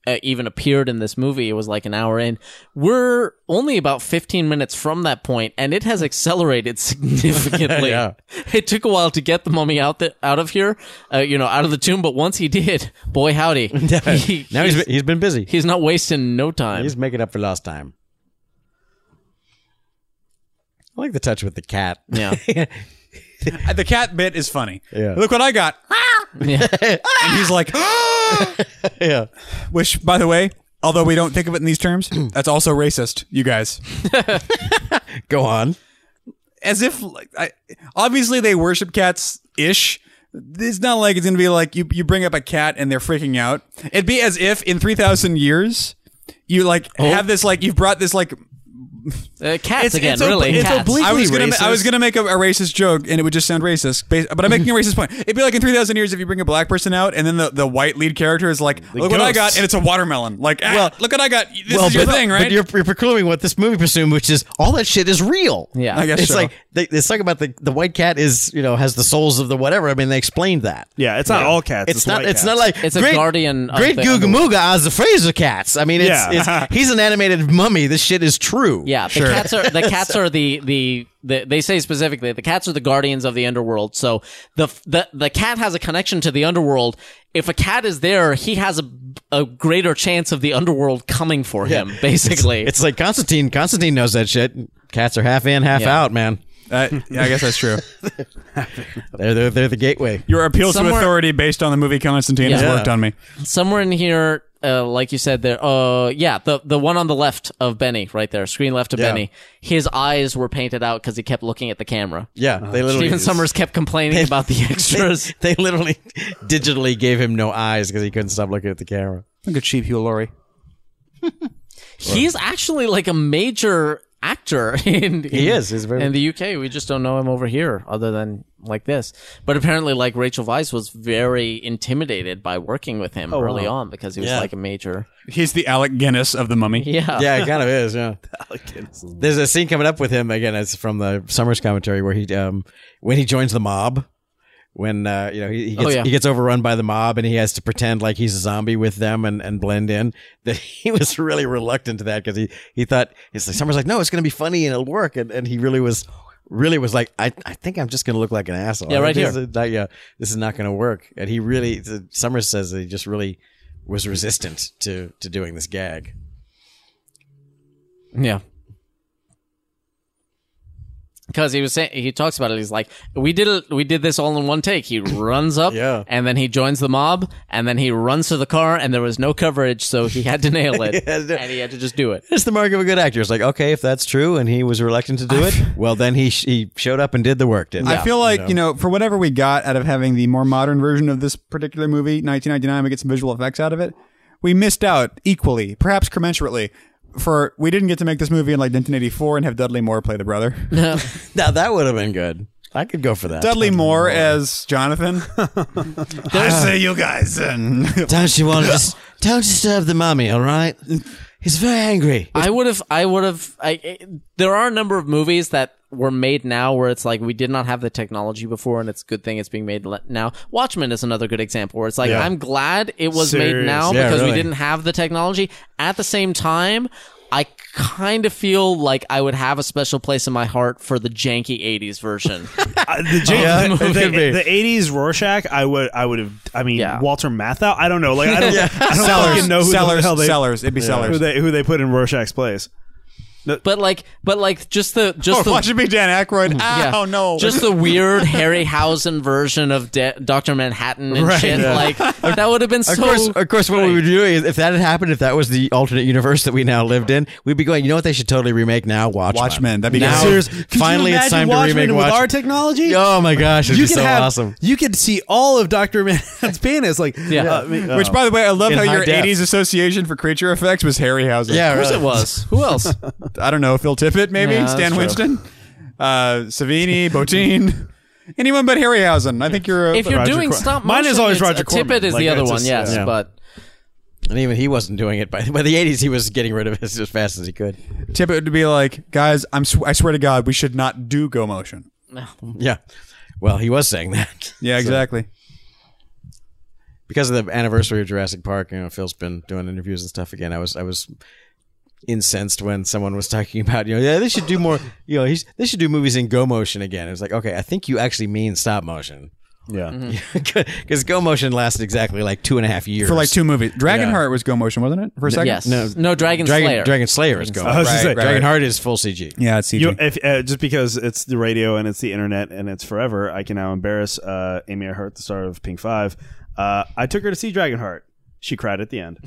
[SPEAKER 2] uh, even appeared in this movie. It was like an hour in. We're only about fifteen minutes from that point, and it has accelerated (laughs) significantly.
[SPEAKER 4] Yeah.
[SPEAKER 2] It took a while to get the mummy out the, out of here, uh, you know, out of the tomb. But once he did, boy
[SPEAKER 4] (laughs)
[SPEAKER 2] howdy, he,
[SPEAKER 4] Now he's been, he's been busy.
[SPEAKER 2] he's not wasting no time.
[SPEAKER 4] He's making up for lost time. I like the touch with the cat.
[SPEAKER 2] yeah.
[SPEAKER 3] (laughs)
[SPEAKER 1] Uh, The cat bit is funny.
[SPEAKER 4] Yeah.
[SPEAKER 1] Look what I got.
[SPEAKER 2] yeah.
[SPEAKER 1] (laughs) And he's like, "Ah!"
[SPEAKER 4] (laughs) yeah.
[SPEAKER 1] which, by the way, although we don't think of it in these terms, (clears throat) that's also racist, you guys.
[SPEAKER 4] (laughs) Go on.
[SPEAKER 1] As if, like, I, obviously they worship cats ish. It's not like it's going to be like you, you bring up a cat and they're freaking out. Oh. It'd be as if in 3,000 years, you like have this, like, you've brought this, like,
[SPEAKER 2] Uh, cats
[SPEAKER 3] It's-
[SPEAKER 2] again,
[SPEAKER 3] it's ob-
[SPEAKER 2] really.
[SPEAKER 3] it's
[SPEAKER 2] cats.
[SPEAKER 3] oblique-
[SPEAKER 1] I was
[SPEAKER 3] Completely
[SPEAKER 1] gonna ma- I was
[SPEAKER 3] racist.
[SPEAKER 1] gonna make a, a racist joke and it would just sound racist, ba- but I'm making a racist point. It'd be like in 3,000 years if you bring a black person out and then the, the white lead character is like, look what I
[SPEAKER 3] ghosts.
[SPEAKER 1] got and it's a watermelon. Like, ah,
[SPEAKER 4] Well-
[SPEAKER 1] look what I got. This
[SPEAKER 4] well,
[SPEAKER 1] is your
[SPEAKER 4] but,
[SPEAKER 1] thing,
[SPEAKER 4] but
[SPEAKER 1] right?
[SPEAKER 4] you're, you're precluding what this movie presumed, which is all that shit is real.
[SPEAKER 2] Yeah.
[SPEAKER 1] I guess
[SPEAKER 4] it's
[SPEAKER 1] so.
[SPEAKER 4] like they, they talk about the the white cat is you know has the souls of the whatever. I mean, they explained that.
[SPEAKER 3] Yeah, it's not all cats.
[SPEAKER 4] It's,
[SPEAKER 3] It's,
[SPEAKER 4] not.
[SPEAKER 3] white
[SPEAKER 4] It's
[SPEAKER 3] cats.
[SPEAKER 4] not like
[SPEAKER 2] It's a
[SPEAKER 4] great,
[SPEAKER 2] guardian of
[SPEAKER 4] Great
[SPEAKER 2] the
[SPEAKER 4] Goo
[SPEAKER 2] underworld.
[SPEAKER 4] Gamuga as the Fraser cats. I mean, it's,
[SPEAKER 3] Yeah.
[SPEAKER 4] it's he's an animated mummy. This shit is true.
[SPEAKER 2] Yeah, the cats are
[SPEAKER 3] (laughs)
[SPEAKER 2] the cats are the, the the they say specifically the cats are the guardians of the underworld. So the the the cat has a connection to the underworld. If a cat is there, he has a a greater chance of the underworld coming for him. Basically,
[SPEAKER 4] It's like Constantine. Constantine knows that shit. Cats are half in, half
[SPEAKER 2] Yeah.
[SPEAKER 4] out, man.
[SPEAKER 1] Uh, yeah, I guess that's true.
[SPEAKER 4] They're they're, they're the gateway.
[SPEAKER 1] (laughs) Your appeal
[SPEAKER 2] Somewhere-
[SPEAKER 1] to authority based on the movie Constantine has
[SPEAKER 2] Yeah.
[SPEAKER 1] worked on me.
[SPEAKER 2] somewhere in here, uh, like you said, there. Uh, yeah, the the one on the left of Benny, right there, screen left of Benny. His eyes were painted out because he kept looking at the camera.
[SPEAKER 3] Oh,
[SPEAKER 4] Yeah, they literally.
[SPEAKER 2] Stephen Summers kept
[SPEAKER 3] (laughs)
[SPEAKER 2] complaining about the extras.
[SPEAKER 4] (laughs) They literally (laughs) digitally gave him no eyes because he couldn't stop looking at the camera.
[SPEAKER 1] Look at cheap Hugh Laurie.
[SPEAKER 2] He's actually like a major actor (laughs) in, he
[SPEAKER 4] is. He's very-
[SPEAKER 2] in the UK. We just don't know him over here, other than like this. But apparently, like Rachel Weisz was very intimidated by working with him early on because he was
[SPEAKER 4] Oh, Yeah.
[SPEAKER 2] like a major.
[SPEAKER 1] He's the Alec Guinness of the Mummy.
[SPEAKER 2] Yeah,
[SPEAKER 4] Yeah, it kind of
[SPEAKER 2] (laughs)
[SPEAKER 4] is. Yeah. There's a scene coming up with him again. It's from the Summers commentary where he, um, when he joins the mob, when uh, you know he, he gets
[SPEAKER 2] Oh, yeah.
[SPEAKER 4] he gets overrun by the mob and he has to pretend like he's a zombie with them and, and blend in. That (laughs) he was really reluctant to that because he he thought it's like Summers like no, it's going to be funny and it'll work, and, and he really was. Really was like I. I think I'm just gonna look like an asshole.
[SPEAKER 2] Yeah, right
[SPEAKER 4] This
[SPEAKER 2] here.
[SPEAKER 4] is not- yeah, this is not gonna work. And he really, Summers says that he just really was resistant to to doing this gag.
[SPEAKER 2] Yeah. Because he was saying, he talks about it. He's like, "We did it. We did this all in one take."
[SPEAKER 4] (laughs)
[SPEAKER 2] He runs up,
[SPEAKER 4] Yeah.
[SPEAKER 2] and then he joins the mob, and then he runs to the car, and there was no coverage, so he had to nail
[SPEAKER 4] (laughs)
[SPEAKER 2] it,
[SPEAKER 4] had to-
[SPEAKER 2] and he had to just do it.
[SPEAKER 4] It's the mark of a good actor. It's like, okay, if that's true, and he was reluctant to do it, well, then he sh- he showed up and did the work. Didn't he?
[SPEAKER 1] I feel like, you know, for whatever we got out of having the more modern version of this particular movie, 1999, we get some visual effects out of it, we missed out equally, perhaps commensurately. For we didn't get to make this movie in like 1984 and have Dudley Moore play the brother.
[SPEAKER 2] (laughs)
[SPEAKER 4] now that would have been good. I could go for that.
[SPEAKER 1] Dudley Moore as (laughs) Jonathan. (laughs) I say you guys. (laughs) And
[SPEAKER 4] Don't you want to just don't disturb the mummy? All right, he's very angry.
[SPEAKER 2] I would have, I would have, I, it- there are a number of movies that were made now where it's like we did not have the technology before and it's a good thing it's being made le- now. Watchmen is another good example where it's like I'm glad it was made
[SPEAKER 3] Serious.
[SPEAKER 2] now
[SPEAKER 4] Yeah,
[SPEAKER 2] because we
[SPEAKER 4] really.
[SPEAKER 2] didn't have the technology. At the same time, I kind of feel like I would have a special place in my heart for the janky 80s
[SPEAKER 4] (laughs)
[SPEAKER 2] version.
[SPEAKER 3] Uh, the, J- (laughs)
[SPEAKER 4] yeah,
[SPEAKER 3] the,
[SPEAKER 4] it could be.
[SPEAKER 3] the, the 80s Rorschach, I would, I would have. I mean,
[SPEAKER 2] Yeah.
[SPEAKER 3] Walter Matthau. I don't know.
[SPEAKER 1] (laughs)
[SPEAKER 3] Like, I don't, I don't fucking know who
[SPEAKER 1] Sellers,
[SPEAKER 3] the hell they,
[SPEAKER 1] Sellers. It'd be
[SPEAKER 3] who
[SPEAKER 1] Sellers.
[SPEAKER 3] they who they put in Rorschach's place.
[SPEAKER 2] but like but like just the just
[SPEAKER 1] Oh,
[SPEAKER 2] the
[SPEAKER 1] watch it be Dan Aykroyd.
[SPEAKER 2] Yeah.
[SPEAKER 1] Oh no!
[SPEAKER 2] Just the weird Harryhausen version of De- Doctor Manhattan and shit. Like that would have been so.
[SPEAKER 4] Of course, of course. What we would do is, if that had happened, if that was the alternate universe that we now lived in, we'd be going. You know what? They should totally remake now. Watchmen.
[SPEAKER 1] Watchmen, that'd be
[SPEAKER 4] now.
[SPEAKER 1] good.
[SPEAKER 3] Serious- could you
[SPEAKER 4] Finally, it's
[SPEAKER 3] imagine
[SPEAKER 4] time to
[SPEAKER 3] Watchmen
[SPEAKER 4] remake
[SPEAKER 3] with our
[SPEAKER 4] Watchmen.
[SPEAKER 3] technology.
[SPEAKER 4] Oh my gosh, it'd
[SPEAKER 3] you
[SPEAKER 4] be
[SPEAKER 3] could
[SPEAKER 4] so
[SPEAKER 3] have,
[SPEAKER 4] awesome.
[SPEAKER 3] You could see all of Doctor Manhattan's (laughs) penis. Like, uh,
[SPEAKER 2] Yeah.
[SPEAKER 3] I mean,
[SPEAKER 1] Which, by the way, I love
[SPEAKER 4] In
[SPEAKER 1] how
[SPEAKER 4] high
[SPEAKER 1] your
[SPEAKER 4] def.
[SPEAKER 1] '80s association for creature effects was Harryhausen.
[SPEAKER 4] Yeah,
[SPEAKER 2] Of course
[SPEAKER 4] really.
[SPEAKER 2] it
[SPEAKER 3] (laughs)
[SPEAKER 2] was. Who else?
[SPEAKER 1] I don't know, Phil Tippett, maybe
[SPEAKER 2] Yeah, that's
[SPEAKER 1] Stan
[SPEAKER 2] true.
[SPEAKER 1] Winston, uh,
[SPEAKER 2] (laughs)
[SPEAKER 1] Savini, Botine, anyone but Harryhausen. I think you're. A,
[SPEAKER 2] If you're
[SPEAKER 3] Roger
[SPEAKER 2] doing
[SPEAKER 3] Cor-
[SPEAKER 2] stop motion,
[SPEAKER 3] Mine is always
[SPEAKER 2] it's-
[SPEAKER 3] Roger
[SPEAKER 2] uh, Tippett
[SPEAKER 3] Corman.
[SPEAKER 2] is
[SPEAKER 3] Like,
[SPEAKER 2] the other
[SPEAKER 3] it's
[SPEAKER 2] one.
[SPEAKER 3] just-
[SPEAKER 2] yes,
[SPEAKER 3] yeah.
[SPEAKER 2] but
[SPEAKER 4] And even he wasn't doing it by (laughs) by the '80s. He was getting rid of it as fast as he could.
[SPEAKER 1] Tippett would be like, guys, I'm sw- I swear to God, we should not do go motion.
[SPEAKER 4] Yeah. Well, he was saying that.
[SPEAKER 1] Yeah, exactly.
[SPEAKER 4] (laughs) because of the anniversary of Jurassic Park, you know, Phil's been doing interviews and stuff again. I was I was incensed when someone was talking about, you know, yeah, they should do more, you know, he's, they should do movies in go motion again. It was like, okay, I think you actually mean stop motion. (laughs)
[SPEAKER 3] yeah.
[SPEAKER 1] Mm-hmm.
[SPEAKER 4] Because go motion lasted exactly like two and a half years.
[SPEAKER 1] Mm. For like two movies, Dragonheart was go motion, wasn't it? For a second,
[SPEAKER 2] yes, no, Dragon
[SPEAKER 4] Dragon
[SPEAKER 2] Slayer.
[SPEAKER 4] Dragon Slayer is go
[SPEAKER 3] I was
[SPEAKER 4] motion.
[SPEAKER 3] just
[SPEAKER 1] Right,
[SPEAKER 3] saying,
[SPEAKER 1] right.
[SPEAKER 4] Dragon Heart is full CG.
[SPEAKER 1] Yeah, it's CG.
[SPEAKER 3] You, if, uh, just because it's the radio and it's the internet and it's forever, I can now embarrass uh, Amy Hurt, the star of Pink Five. Uh, I took her to see Dragonheart. She cried at
[SPEAKER 1] (laughs)
[SPEAKER 3] the end.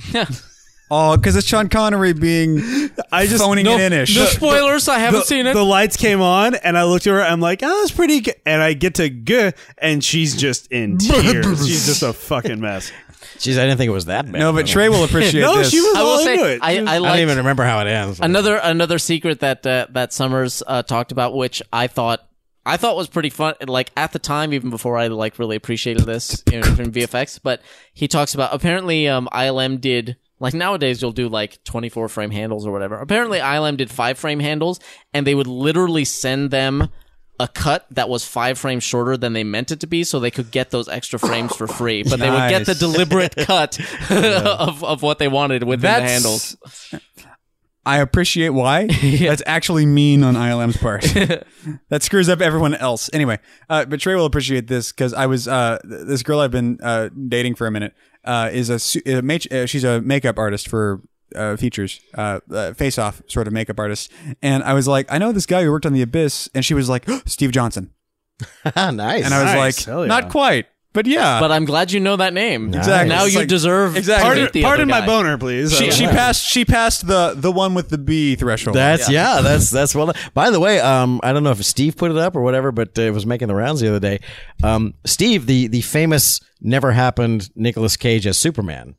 [SPEAKER 1] oh, because it's Sean Connery being
[SPEAKER 2] (laughs)
[SPEAKER 3] I just
[SPEAKER 1] phoning
[SPEAKER 3] no,
[SPEAKER 1] it in ish.
[SPEAKER 2] No spoilers. I haven't
[SPEAKER 3] the,
[SPEAKER 2] seen it.
[SPEAKER 3] the lights came on, and I looked at her. I'm like, "Oh, that's
[SPEAKER 1] (laughs)
[SPEAKER 3] pretty good." And I get to g, and she's just in tears. she's just a fucking mess.
[SPEAKER 4] Jeez, I didn't think it was that bad.
[SPEAKER 1] No, but Trey will appreciate
[SPEAKER 3] No,
[SPEAKER 1] this.
[SPEAKER 3] she was
[SPEAKER 2] I
[SPEAKER 3] all
[SPEAKER 2] will say,
[SPEAKER 3] into it.
[SPEAKER 2] I, I,
[SPEAKER 4] I don't
[SPEAKER 2] liked-
[SPEAKER 4] even remember how it ends.
[SPEAKER 2] Another another secret that uh, that Summers uh, talked about, which I thought I thought was pretty fun. Like at the time, even before I like really appreciated this in, in VFX, but he talks about apparently um, ILM did like nowadays you'll do like 24 frame handles or whatever. Apparently ILM did five frame handles, and they would literally send them a cut that was five frames shorter than they meant it to be, so they could get those extra frames for free. But they would get the
[SPEAKER 1] Nice. (laughs)
[SPEAKER 2] deliberate cut (laughs) of, of what they wanted within the
[SPEAKER 1] That's
[SPEAKER 2] handles.
[SPEAKER 1] (laughs) I appreciate
[SPEAKER 3] (laughs)
[SPEAKER 1] why. That's actually mean on ILM's part. that screws up everyone else. Anyway, uh, but Trey will appreciate this because I was uh, th- this girl I've been uh, dating for a minute uh, is a, su- a ma- uh, she's a makeup artist for uh, features, uh, uh, face off sort of makeup artist, and I was like, I know this guy who worked on The Abyss, and she was like, Steve Johnson,
[SPEAKER 4] (laughs) nice.
[SPEAKER 1] and I was
[SPEAKER 3] Nice. Hell
[SPEAKER 1] like,
[SPEAKER 3] yeah.
[SPEAKER 1] not quite, but yeah.
[SPEAKER 2] but I'm glad you know that name.
[SPEAKER 1] Exactly.
[SPEAKER 2] Now
[SPEAKER 1] It's
[SPEAKER 2] you
[SPEAKER 1] like-
[SPEAKER 2] deserve
[SPEAKER 1] Exactly.
[SPEAKER 2] to
[SPEAKER 1] Pardon-
[SPEAKER 2] meet the
[SPEAKER 3] Pardon
[SPEAKER 2] other guy.
[SPEAKER 3] my boner, please.
[SPEAKER 1] she,
[SPEAKER 3] Uh,
[SPEAKER 1] she passed. She passed the the one with the B threshold.
[SPEAKER 4] That's yeah. That's that's well. By the way, um, I don't know if Steve put it up or whatever, but uh, it was making the rounds the other day. Um, Steve, the the famous never happened Nicolas Cage as Superman.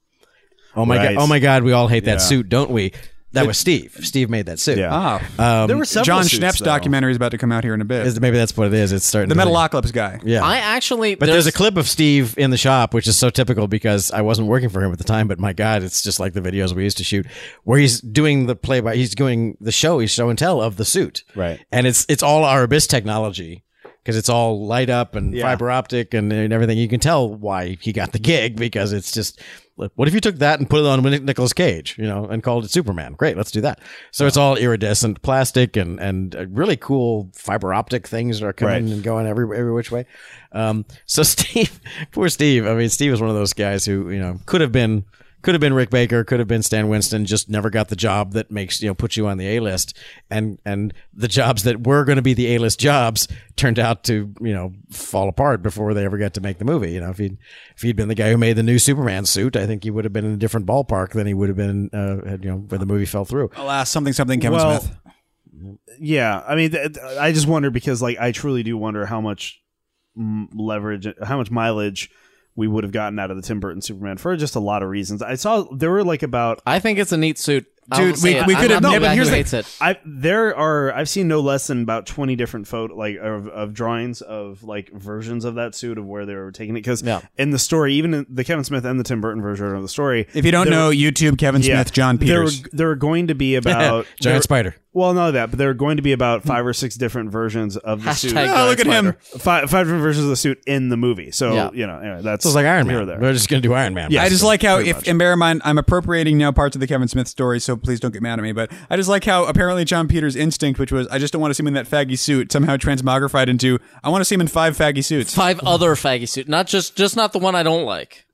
[SPEAKER 4] Oh my
[SPEAKER 3] Right.
[SPEAKER 4] god! Oh my god! We all hate that
[SPEAKER 3] Yeah.
[SPEAKER 4] suit, don't we? That was Steve. Steve made that suit.
[SPEAKER 3] Yeah.
[SPEAKER 1] Ah,
[SPEAKER 3] there were several
[SPEAKER 1] John
[SPEAKER 3] suits,
[SPEAKER 1] Schnepp's
[SPEAKER 3] though.
[SPEAKER 1] documentary is about to come out here in a bit.
[SPEAKER 4] Is- Maybe that's what it is. It's starting
[SPEAKER 1] the
[SPEAKER 4] to
[SPEAKER 1] Metalocalypse guy.
[SPEAKER 4] Yeah.
[SPEAKER 2] I actually,
[SPEAKER 4] but there's, a clip of Steve in the shop, which is so typical because I wasn't working for him at the time. But my God, it's just like the videos we used to shoot, where he's doing the play by, he's doing the show, he's show and tell of the suit,
[SPEAKER 3] Right.
[SPEAKER 4] And it's it's all our abyss technology because it's all light up and
[SPEAKER 3] Yeah.
[SPEAKER 4] fiber optic and, and everything. You can tell why he got the gig because it's just. like, What if you took that and put it on Nic- Nicolas Cage, you know, and called it Superman? Great, let's do that. So it's all iridescent plastic and and uh, really cool fiber optic things that are coming
[SPEAKER 3] Right.
[SPEAKER 4] and going every every which way. Um, so (laughs) Steve, poor Steve. I mean, Steve was one of those guys who you know could have been could have been Rick Baker, could have been Stan Winston, just never got the job that makes you know puts you on the A list, and and the jobs that were going to be the A list jobs turned out to you know fall apart before they ever got to make the movie. You know, if he would if he'd been the guy who made the new Superman suit, I think he would have been in a different ballpark than he would have been uh, had, you know where the movie fell through.
[SPEAKER 1] Alas, something, something, Kevin
[SPEAKER 3] Well,
[SPEAKER 1] Smith.
[SPEAKER 3] Yeah, I mean, th- th- I just wonder because, like, I truly do wonder how much mm, leverage, how much mileage we would have gotten out of the Tim Burton Superman for just a lot of reasons. I saw there were like about
[SPEAKER 2] I think it's a neat suit, I'll
[SPEAKER 1] Dude,
[SPEAKER 2] say
[SPEAKER 1] we-
[SPEAKER 2] it.
[SPEAKER 1] we
[SPEAKER 2] I'm
[SPEAKER 1] could've-
[SPEAKER 2] not
[SPEAKER 1] no,
[SPEAKER 2] the
[SPEAKER 1] but
[SPEAKER 2] guy
[SPEAKER 1] here's
[SPEAKER 2] who
[SPEAKER 1] the-
[SPEAKER 2] hates it.
[SPEAKER 3] I there are I've seen no less than about twenty different photo like of, of drawings of like versions of that suit of where they were taking it because
[SPEAKER 2] Yeah.
[SPEAKER 3] in the story even in the Kevin Smith and the Tim Burton version of the story
[SPEAKER 1] If you don't
[SPEAKER 3] there-
[SPEAKER 1] know, YouTube Kevin
[SPEAKER 3] yeah,
[SPEAKER 1] Smith, John
[SPEAKER 3] there
[SPEAKER 1] Peters.
[SPEAKER 3] were there were going to
[SPEAKER 4] (laughs)
[SPEAKER 3] be about
[SPEAKER 4] Giant
[SPEAKER 3] there-
[SPEAKER 4] spider.
[SPEAKER 3] Well, not that, but there are going to be about five or six different versions of the suit.
[SPEAKER 2] Hashtag Oh,
[SPEAKER 1] look at him. Spider.
[SPEAKER 3] Five, five different versions of the suit in the movie. So
[SPEAKER 2] Yeah.
[SPEAKER 3] you know, anyway, that's
[SPEAKER 4] So it's like Iron Man.
[SPEAKER 3] here or there.
[SPEAKER 4] They're just going to do Iron Man.
[SPEAKER 3] Yeah.
[SPEAKER 1] I just like how,
[SPEAKER 3] pretty
[SPEAKER 1] if
[SPEAKER 3] much.
[SPEAKER 1] and bear in mind, I'm appropriating now parts of the Kevin Smith story, so please don't get mad at me. But I just like how apparently John Peters' instinct, which was I just don't want to see him in that faggy suit, somehow transmogrified into I want to see him in five faggy suits.
[SPEAKER 2] Five other faggy suit, not just just not the one I don't like.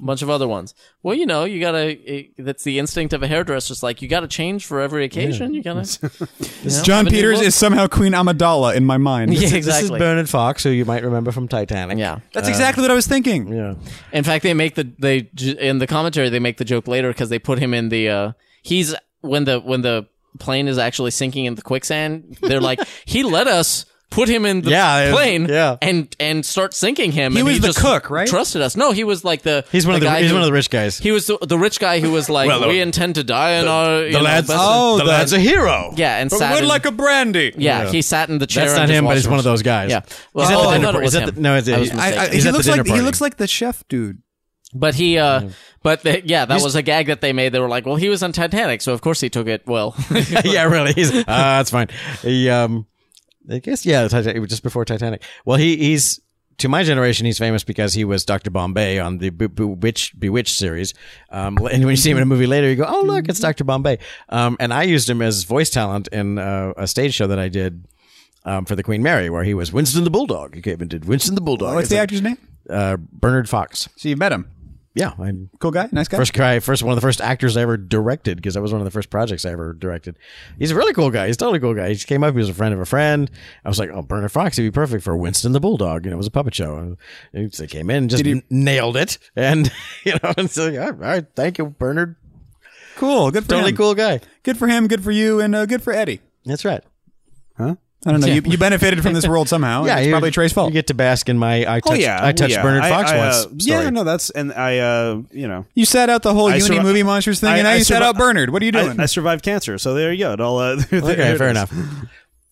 [SPEAKER 2] A bunch of other ones. Well, you know, you gotta. It, that's the instinct of a hairdresser. It's like you gotta change for every occasion.
[SPEAKER 1] (laughs)
[SPEAKER 2] You gotta. you know, have
[SPEAKER 1] John
[SPEAKER 2] a new
[SPEAKER 1] Peters
[SPEAKER 2] look.
[SPEAKER 1] is somehow Queen Amidala in my mind.
[SPEAKER 2] Yeah,
[SPEAKER 4] This is
[SPEAKER 2] exactly.
[SPEAKER 4] Bernard Fox, who you might remember from Titanic.
[SPEAKER 2] Yeah.
[SPEAKER 1] That's exactly what I was thinking.
[SPEAKER 4] Yeah.
[SPEAKER 2] In fact, they make the they j- in the commentary they make the joke later because they put him in the uh he's when the when the plane is actually sinking in the quicksand. They're
[SPEAKER 4] (laughs)
[SPEAKER 2] like he let us put him in the
[SPEAKER 4] Yeah, it-
[SPEAKER 2] plane
[SPEAKER 4] yeah.
[SPEAKER 2] and and start sinking him. He and
[SPEAKER 1] was
[SPEAKER 2] he
[SPEAKER 1] the
[SPEAKER 2] just
[SPEAKER 1] cook, right?
[SPEAKER 2] Trusted us. No, he was like the
[SPEAKER 4] He's one of the-
[SPEAKER 2] guy
[SPEAKER 4] he's
[SPEAKER 2] who-
[SPEAKER 4] one of the rich guys.
[SPEAKER 2] He was the, the rich guy who was like we intend to die in our you know, best-
[SPEAKER 1] Oh,
[SPEAKER 4] the
[SPEAKER 1] the-
[SPEAKER 4] lad's a hero.
[SPEAKER 2] yeah and sat
[SPEAKER 1] Would
[SPEAKER 2] in-
[SPEAKER 1] like a brandy.
[SPEAKER 2] yeah, he sat in the chair. and
[SPEAKER 4] That's not
[SPEAKER 2] just
[SPEAKER 4] him, but
[SPEAKER 2] watched
[SPEAKER 4] he's
[SPEAKER 2] him.
[SPEAKER 4] one of those guys.
[SPEAKER 2] Yeah.
[SPEAKER 4] He's at
[SPEAKER 2] Well,
[SPEAKER 4] the
[SPEAKER 2] oh, I
[SPEAKER 4] dinner
[SPEAKER 2] thought it
[SPEAKER 4] par-
[SPEAKER 2] was
[SPEAKER 4] is that
[SPEAKER 2] him.
[SPEAKER 4] the- no, it's-
[SPEAKER 2] I was
[SPEAKER 4] I- I-
[SPEAKER 1] I, I,
[SPEAKER 2] mistaken.
[SPEAKER 1] he
[SPEAKER 4] He's at the
[SPEAKER 1] looks like
[SPEAKER 4] dinner
[SPEAKER 1] he
[SPEAKER 4] party.
[SPEAKER 1] looks like the chef dude.
[SPEAKER 2] But he, uh, but the, yeah, that was a gag that they made. They were like, well, he was on Titanic, so of course he took it well. (laughs)
[SPEAKER 4] (laughs) yeah, really. He's uh, that's fine. He, um, I guess yeah, Titanic, it was just before Titanic. Well, he he's to my generation, he's famous because he was Doctor Bombay on the Be- Bewitched, Bewitched series. Um, (laughs) and when you see him in a movie later, you go, "Oh, look, it's Doctor Bombay." Um, and I used him as voice talent in uh, a stage show that I did. Um, for the Queen Mary, where he was Winston the Bulldog. He came and did Winston the Bulldog.
[SPEAKER 1] What's
[SPEAKER 4] It's
[SPEAKER 1] Oh, the
[SPEAKER 4] like,
[SPEAKER 1] actor's name?
[SPEAKER 4] Uh, Bernard Fox.
[SPEAKER 1] So you've met him.
[SPEAKER 4] Yeah, I
[SPEAKER 1] Cool guy, nice guy.
[SPEAKER 4] First guy, first one of the first actors I ever directed because that was one of the first projects I ever directed. He's a really cool guy. He's a totally cool guy. He just came up. He was a friend of a friend. I was like, oh, Bernard Fox, he'd be perfect for Winston the Bulldog. You know, it was a puppet show. And he came in, and just n- nailed it, and (laughs) you know, and so all right, thank you, Bernard.
[SPEAKER 1] cool, good for
[SPEAKER 4] Totally
[SPEAKER 1] him.
[SPEAKER 4] cool guy.
[SPEAKER 1] Good for him. Good for you, and uh, good for Eddie.
[SPEAKER 4] That's right.
[SPEAKER 3] Huh?
[SPEAKER 1] I don't know. You, you benefited from this world
[SPEAKER 3] (laughs)
[SPEAKER 1] somehow. Yeah, it's
[SPEAKER 4] you're-
[SPEAKER 1] probably Trey's fault.
[SPEAKER 4] You get to bask in my I touched,
[SPEAKER 3] Oh yeah,
[SPEAKER 4] I touched
[SPEAKER 3] yeah.
[SPEAKER 4] Bernard
[SPEAKER 3] I-
[SPEAKER 4] Fox
[SPEAKER 3] I, uh,
[SPEAKER 4] once. story.
[SPEAKER 3] Yeah, no, that's and I, uh, you know,
[SPEAKER 1] You sat out the whole
[SPEAKER 3] I
[SPEAKER 1] Unity
[SPEAKER 3] survi-
[SPEAKER 1] movie monsters thing,
[SPEAKER 3] I-
[SPEAKER 1] and now
[SPEAKER 3] I
[SPEAKER 1] you sat
[SPEAKER 3] survi-
[SPEAKER 1] out Bernard. What are you doing?
[SPEAKER 3] I, I survived cancer, so there you go. It all, uh, (laughs)
[SPEAKER 4] Okay, fair enough.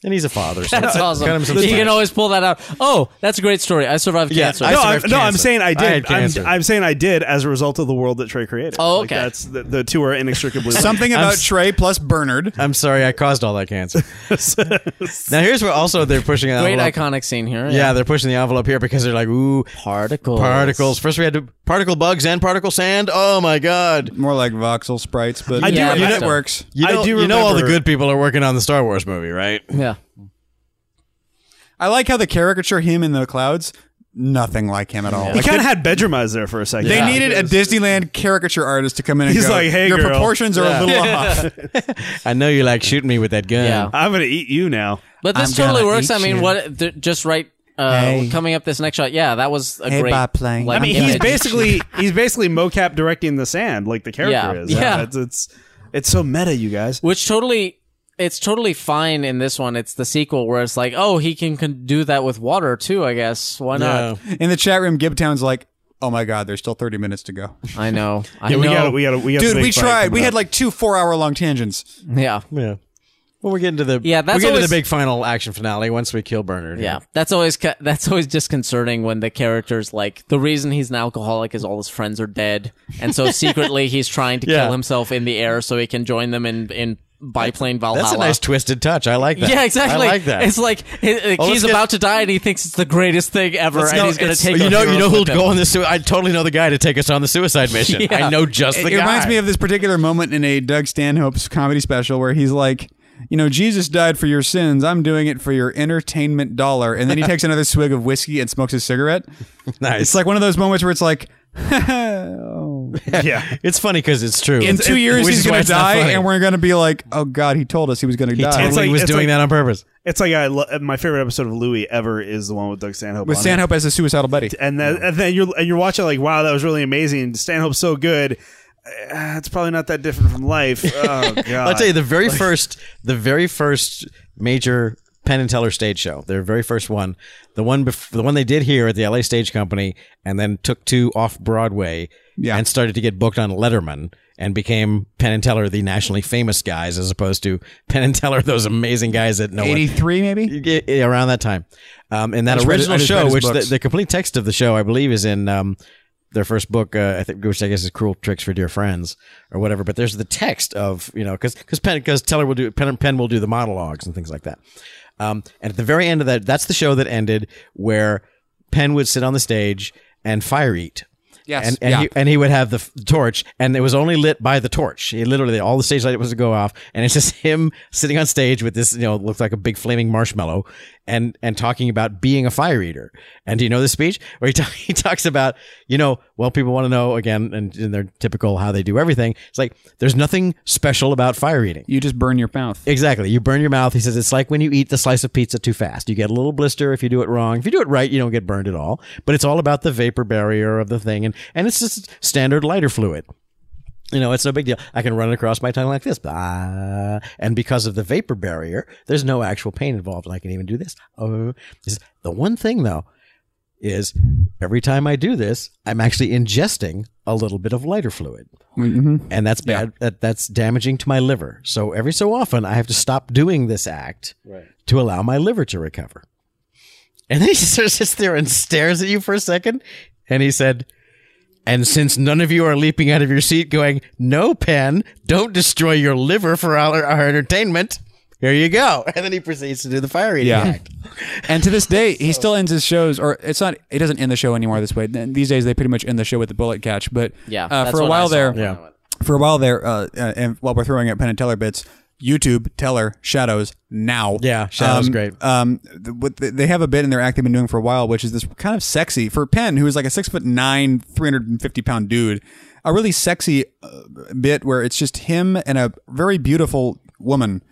[SPEAKER 4] And he's a father.
[SPEAKER 2] (laughs)
[SPEAKER 4] So
[SPEAKER 2] That's awesome.
[SPEAKER 4] Cut him some
[SPEAKER 2] you
[SPEAKER 4] slack. (laughs)
[SPEAKER 2] can always pull that out. Oh, that's a great story. I survived
[SPEAKER 4] Yeah,
[SPEAKER 2] cancer.
[SPEAKER 4] I
[SPEAKER 3] no,
[SPEAKER 4] survived
[SPEAKER 3] I'm, no, I'm
[SPEAKER 4] cancer.
[SPEAKER 3] saying I
[SPEAKER 4] I
[SPEAKER 3] did.
[SPEAKER 4] had cancer.
[SPEAKER 3] I'm, I'm saying I did as a result of the world that Trey created.
[SPEAKER 2] Oh,
[SPEAKER 3] Like,
[SPEAKER 2] okay.
[SPEAKER 3] that's the, the two are
[SPEAKER 4] (laughs)
[SPEAKER 3] inextricably linked.
[SPEAKER 1] (laughs) Something about Trey plus Bernard.
[SPEAKER 4] I'm sorry I caused all that cancer.
[SPEAKER 3] (laughs)
[SPEAKER 4] now here's what also they're pushing an
[SPEAKER 2] Great
[SPEAKER 4] envelope.
[SPEAKER 2] iconic scene here.
[SPEAKER 4] Yeah, they're pushing the envelope here because they're like, ooh,
[SPEAKER 2] Particles.
[SPEAKER 4] particles. First we had to particle bugs and particle sand. Oh my god.
[SPEAKER 1] More like voxel sprites, but
[SPEAKER 3] I
[SPEAKER 1] I
[SPEAKER 3] do
[SPEAKER 1] yeah,
[SPEAKER 2] remember-
[SPEAKER 1] that works.
[SPEAKER 4] You
[SPEAKER 3] I
[SPEAKER 4] know,
[SPEAKER 3] do
[SPEAKER 4] you know all the
[SPEAKER 3] remember-
[SPEAKER 4] good people are working on the Star Wars movie, right?
[SPEAKER 2] Yeah.
[SPEAKER 1] I like how the caricature him in the clouds. Nothing like him at all.
[SPEAKER 3] He
[SPEAKER 1] Like,
[SPEAKER 3] kind of had bedroom eyes there for a second.
[SPEAKER 1] they
[SPEAKER 2] Yeah.
[SPEAKER 1] needed a Disneyland caricature artist to come in and
[SPEAKER 3] He's
[SPEAKER 1] go,
[SPEAKER 3] like, "Hey,
[SPEAKER 1] your
[SPEAKER 3] girl."
[SPEAKER 1] proportions are a
[SPEAKER 4] Yeah.
[SPEAKER 1] little off.
[SPEAKER 3] (laughs)
[SPEAKER 4] I know you like shooting me with that gun.
[SPEAKER 2] Yeah.
[SPEAKER 3] I'm gonna eat you now.
[SPEAKER 2] But this
[SPEAKER 1] I'm
[SPEAKER 2] totally
[SPEAKER 1] gonna
[SPEAKER 2] works. I
[SPEAKER 1] eat
[SPEAKER 2] mean,
[SPEAKER 1] you.
[SPEAKER 2] what th- just right uh,
[SPEAKER 1] Hey.
[SPEAKER 2] coming up this next shot. Yeah, that was a
[SPEAKER 1] Hey,
[SPEAKER 2] great
[SPEAKER 1] Bob Plank.
[SPEAKER 2] Like,
[SPEAKER 1] I
[SPEAKER 3] I mean,
[SPEAKER 2] image.
[SPEAKER 3] he's basically he's basically mocap directing the sand, like the character
[SPEAKER 2] Yeah.
[SPEAKER 3] is. Uh,
[SPEAKER 2] Yeah.
[SPEAKER 3] it's, it's it's so meta, you guys.
[SPEAKER 2] which totally it's totally fine in this one. It's the sequel where it's like, oh, he can, can do that with water too. I guess why
[SPEAKER 4] Yeah.
[SPEAKER 2] not?
[SPEAKER 1] In the chat room, Gibtown's like, oh my god, there's still 30 minutes to go.
[SPEAKER 2] I know. I
[SPEAKER 3] we
[SPEAKER 2] know.
[SPEAKER 3] got we got we got
[SPEAKER 1] Dude, we tried. We had like two four-hour-long
[SPEAKER 4] Uh,
[SPEAKER 1] tangents.
[SPEAKER 2] yeah.
[SPEAKER 4] Yeah. Well, we're getting to the
[SPEAKER 2] Yeah, that's
[SPEAKER 4] we're getting
[SPEAKER 2] always-
[SPEAKER 4] to the big final action finale once we kill Bernard.
[SPEAKER 2] Yeah, that's always ca- (laughs) that's always disconcerting when the character's like the reason he's an alcoholic is all his friends are dead, and
[SPEAKER 4] (laughs)
[SPEAKER 2] so secretly he's trying to
[SPEAKER 4] Yeah.
[SPEAKER 2] kill himself in the air so he can join them in in biplane Valhalla.
[SPEAKER 4] That's
[SPEAKER 2] (laughs)
[SPEAKER 4] a nice twisted touch. I like that.
[SPEAKER 2] yeah, exactly.
[SPEAKER 4] I like that.
[SPEAKER 2] It's like it- it-
[SPEAKER 4] Oh, let's
[SPEAKER 2] he's
[SPEAKER 4] get-
[SPEAKER 2] about to die, and he thinks it's the greatest thing ever,
[SPEAKER 4] It's
[SPEAKER 2] and
[SPEAKER 4] no-
[SPEAKER 2] he's going to
[SPEAKER 4] it's-
[SPEAKER 2] take.
[SPEAKER 4] you
[SPEAKER 2] our
[SPEAKER 4] know you
[SPEAKER 2] heroes
[SPEAKER 4] know who'll
[SPEAKER 2] with him.
[SPEAKER 4] go on the sui- I totally know the guy to take us on the suicide mission. (laughs)
[SPEAKER 2] Yeah.
[SPEAKER 4] I know just the
[SPEAKER 1] It,
[SPEAKER 4] guy.
[SPEAKER 1] reminds me of this particular moment in a Doug Stanhope's comedy special where he's like, you know, Jesus died for your sins. I'm doing it for your entertainment dollar. And then
[SPEAKER 4] (laughs)
[SPEAKER 1] he takes another swig of whiskey and smokes a cigarette.
[SPEAKER 4] nice.
[SPEAKER 1] It's like one of those moments where it's like,
[SPEAKER 3] like yeah.
[SPEAKER 4] It's funny because it's true.
[SPEAKER 1] in two years
[SPEAKER 4] which
[SPEAKER 1] he's
[SPEAKER 4] is why
[SPEAKER 1] gonna
[SPEAKER 4] it's not
[SPEAKER 1] die,
[SPEAKER 4] funny.
[SPEAKER 1] and we're gonna be like, oh god, he told us he was gonna
[SPEAKER 4] he
[SPEAKER 1] die.
[SPEAKER 4] totally
[SPEAKER 3] It's like-
[SPEAKER 4] was
[SPEAKER 3] it's
[SPEAKER 4] doing
[SPEAKER 3] like-
[SPEAKER 4] that on purpose.
[SPEAKER 3] It's like I lo- my favorite episode of Louis ever is the one with Doug Stanhope.
[SPEAKER 1] With
[SPEAKER 3] on it.
[SPEAKER 1] Stanhope as a suicidal buddy.
[SPEAKER 3] and then and then you're and you're watching like, wow, that was really amazing. Stanhope's so good. Uh, it's probably not that different from life.
[SPEAKER 1] (laughs)
[SPEAKER 3] Oh god,
[SPEAKER 4] I'll tell you the very first, the very first major Penn and Teller stage show, their very first one, the one bef- the one they did here at the LA Stage Company, and then took to off Broadway,
[SPEAKER 1] Yeah.
[SPEAKER 4] and started to get booked on Letterman, and became Penn and Teller the nationally famous guys, as opposed to Penn and Teller those amazing guys that no one
[SPEAKER 1] Eighty three, maybe?
[SPEAKER 4] Yeah, yeah, around that time. Um, and that
[SPEAKER 1] just read his-
[SPEAKER 4] original
[SPEAKER 1] I just read
[SPEAKER 4] show,
[SPEAKER 1] his
[SPEAKER 4] which the,
[SPEAKER 1] books.
[SPEAKER 4] the complete text of the show, I believe, is in um, their first book. Uh, I think, which I guess is "Cruel Tricks for Dear Friends" or whatever. But there's the text of you know because because Penn because Teller will do Penn, Penn will do the monologues and things like that. Um, and at the very end of that, that's the show that ended where Penn would sit on the stage and fire eat.
[SPEAKER 1] Yes.
[SPEAKER 4] And, and,
[SPEAKER 1] Yeah.
[SPEAKER 4] he, and he would have the f- torch, and it was only lit by the torch. He literally all the stage light was to go off, and it's (laughs) just him sitting on stage with this, you know, looks like a big flaming marshmallow, and and talking about being a fire eater. And do you know this speech where he, (laughs) ta- he talks about, you know, well, people want to know again, and in their typical how they do everything. It's like there's nothing special about fire eating.
[SPEAKER 1] You just burn your mouth.
[SPEAKER 4] Exactly. You burn your mouth. He says it's like when you eat the slice of pizza too fast. You get a little blister if you do it wrong. If you do it right, you don't get burned at all. But it's all about the vapor barrier of the thing, and and it's just standard lighter fluid. You know, it's no big deal. I can run it across my tongue like this, Bah. and because of the vapor barrier, there's no actual pain involved, and I can even do this. Oh, He says, the one thing though is every time I do this, I'm actually ingesting a little bit of lighter fluid and that's bad. That, that's damaging to my liver. So every so often, I have to stop doing this act to allow my liver to recover. And then he (laughs) sort of sits there and stares at you for a second, and he said, "And since none of you are leaping out of your seat, going, no, Penn, don't destroy your liver for our, our entertainment." Here you go. (laughs) And then he proceeds to do the fire eating
[SPEAKER 1] Yeah.
[SPEAKER 4] act.
[SPEAKER 1] And to this day, he still ends his shows, or it's not. It doesn't end the show anymore this way. Th- These days, they pretty much end the show with the bullet catch. But
[SPEAKER 2] Yeah,
[SPEAKER 1] uh,
[SPEAKER 2] that's
[SPEAKER 1] for a
[SPEAKER 2] what I
[SPEAKER 1] while
[SPEAKER 2] saw
[SPEAKER 1] there,
[SPEAKER 2] when I went.
[SPEAKER 1] for a while there, uh, uh, and while we're throwing at Penn and Teller bits, YouTube Teller Shadows now.
[SPEAKER 4] Yeah, Shadows
[SPEAKER 1] um,
[SPEAKER 4] great.
[SPEAKER 1] Um, th- what th- they have a bit in their act they've been doing for a while, which is this kind of sexy for Penn, who is like a six foot nine, three hundred and fifty pound dude. A really sexy uh, bit where it's just him and a very beautiful woman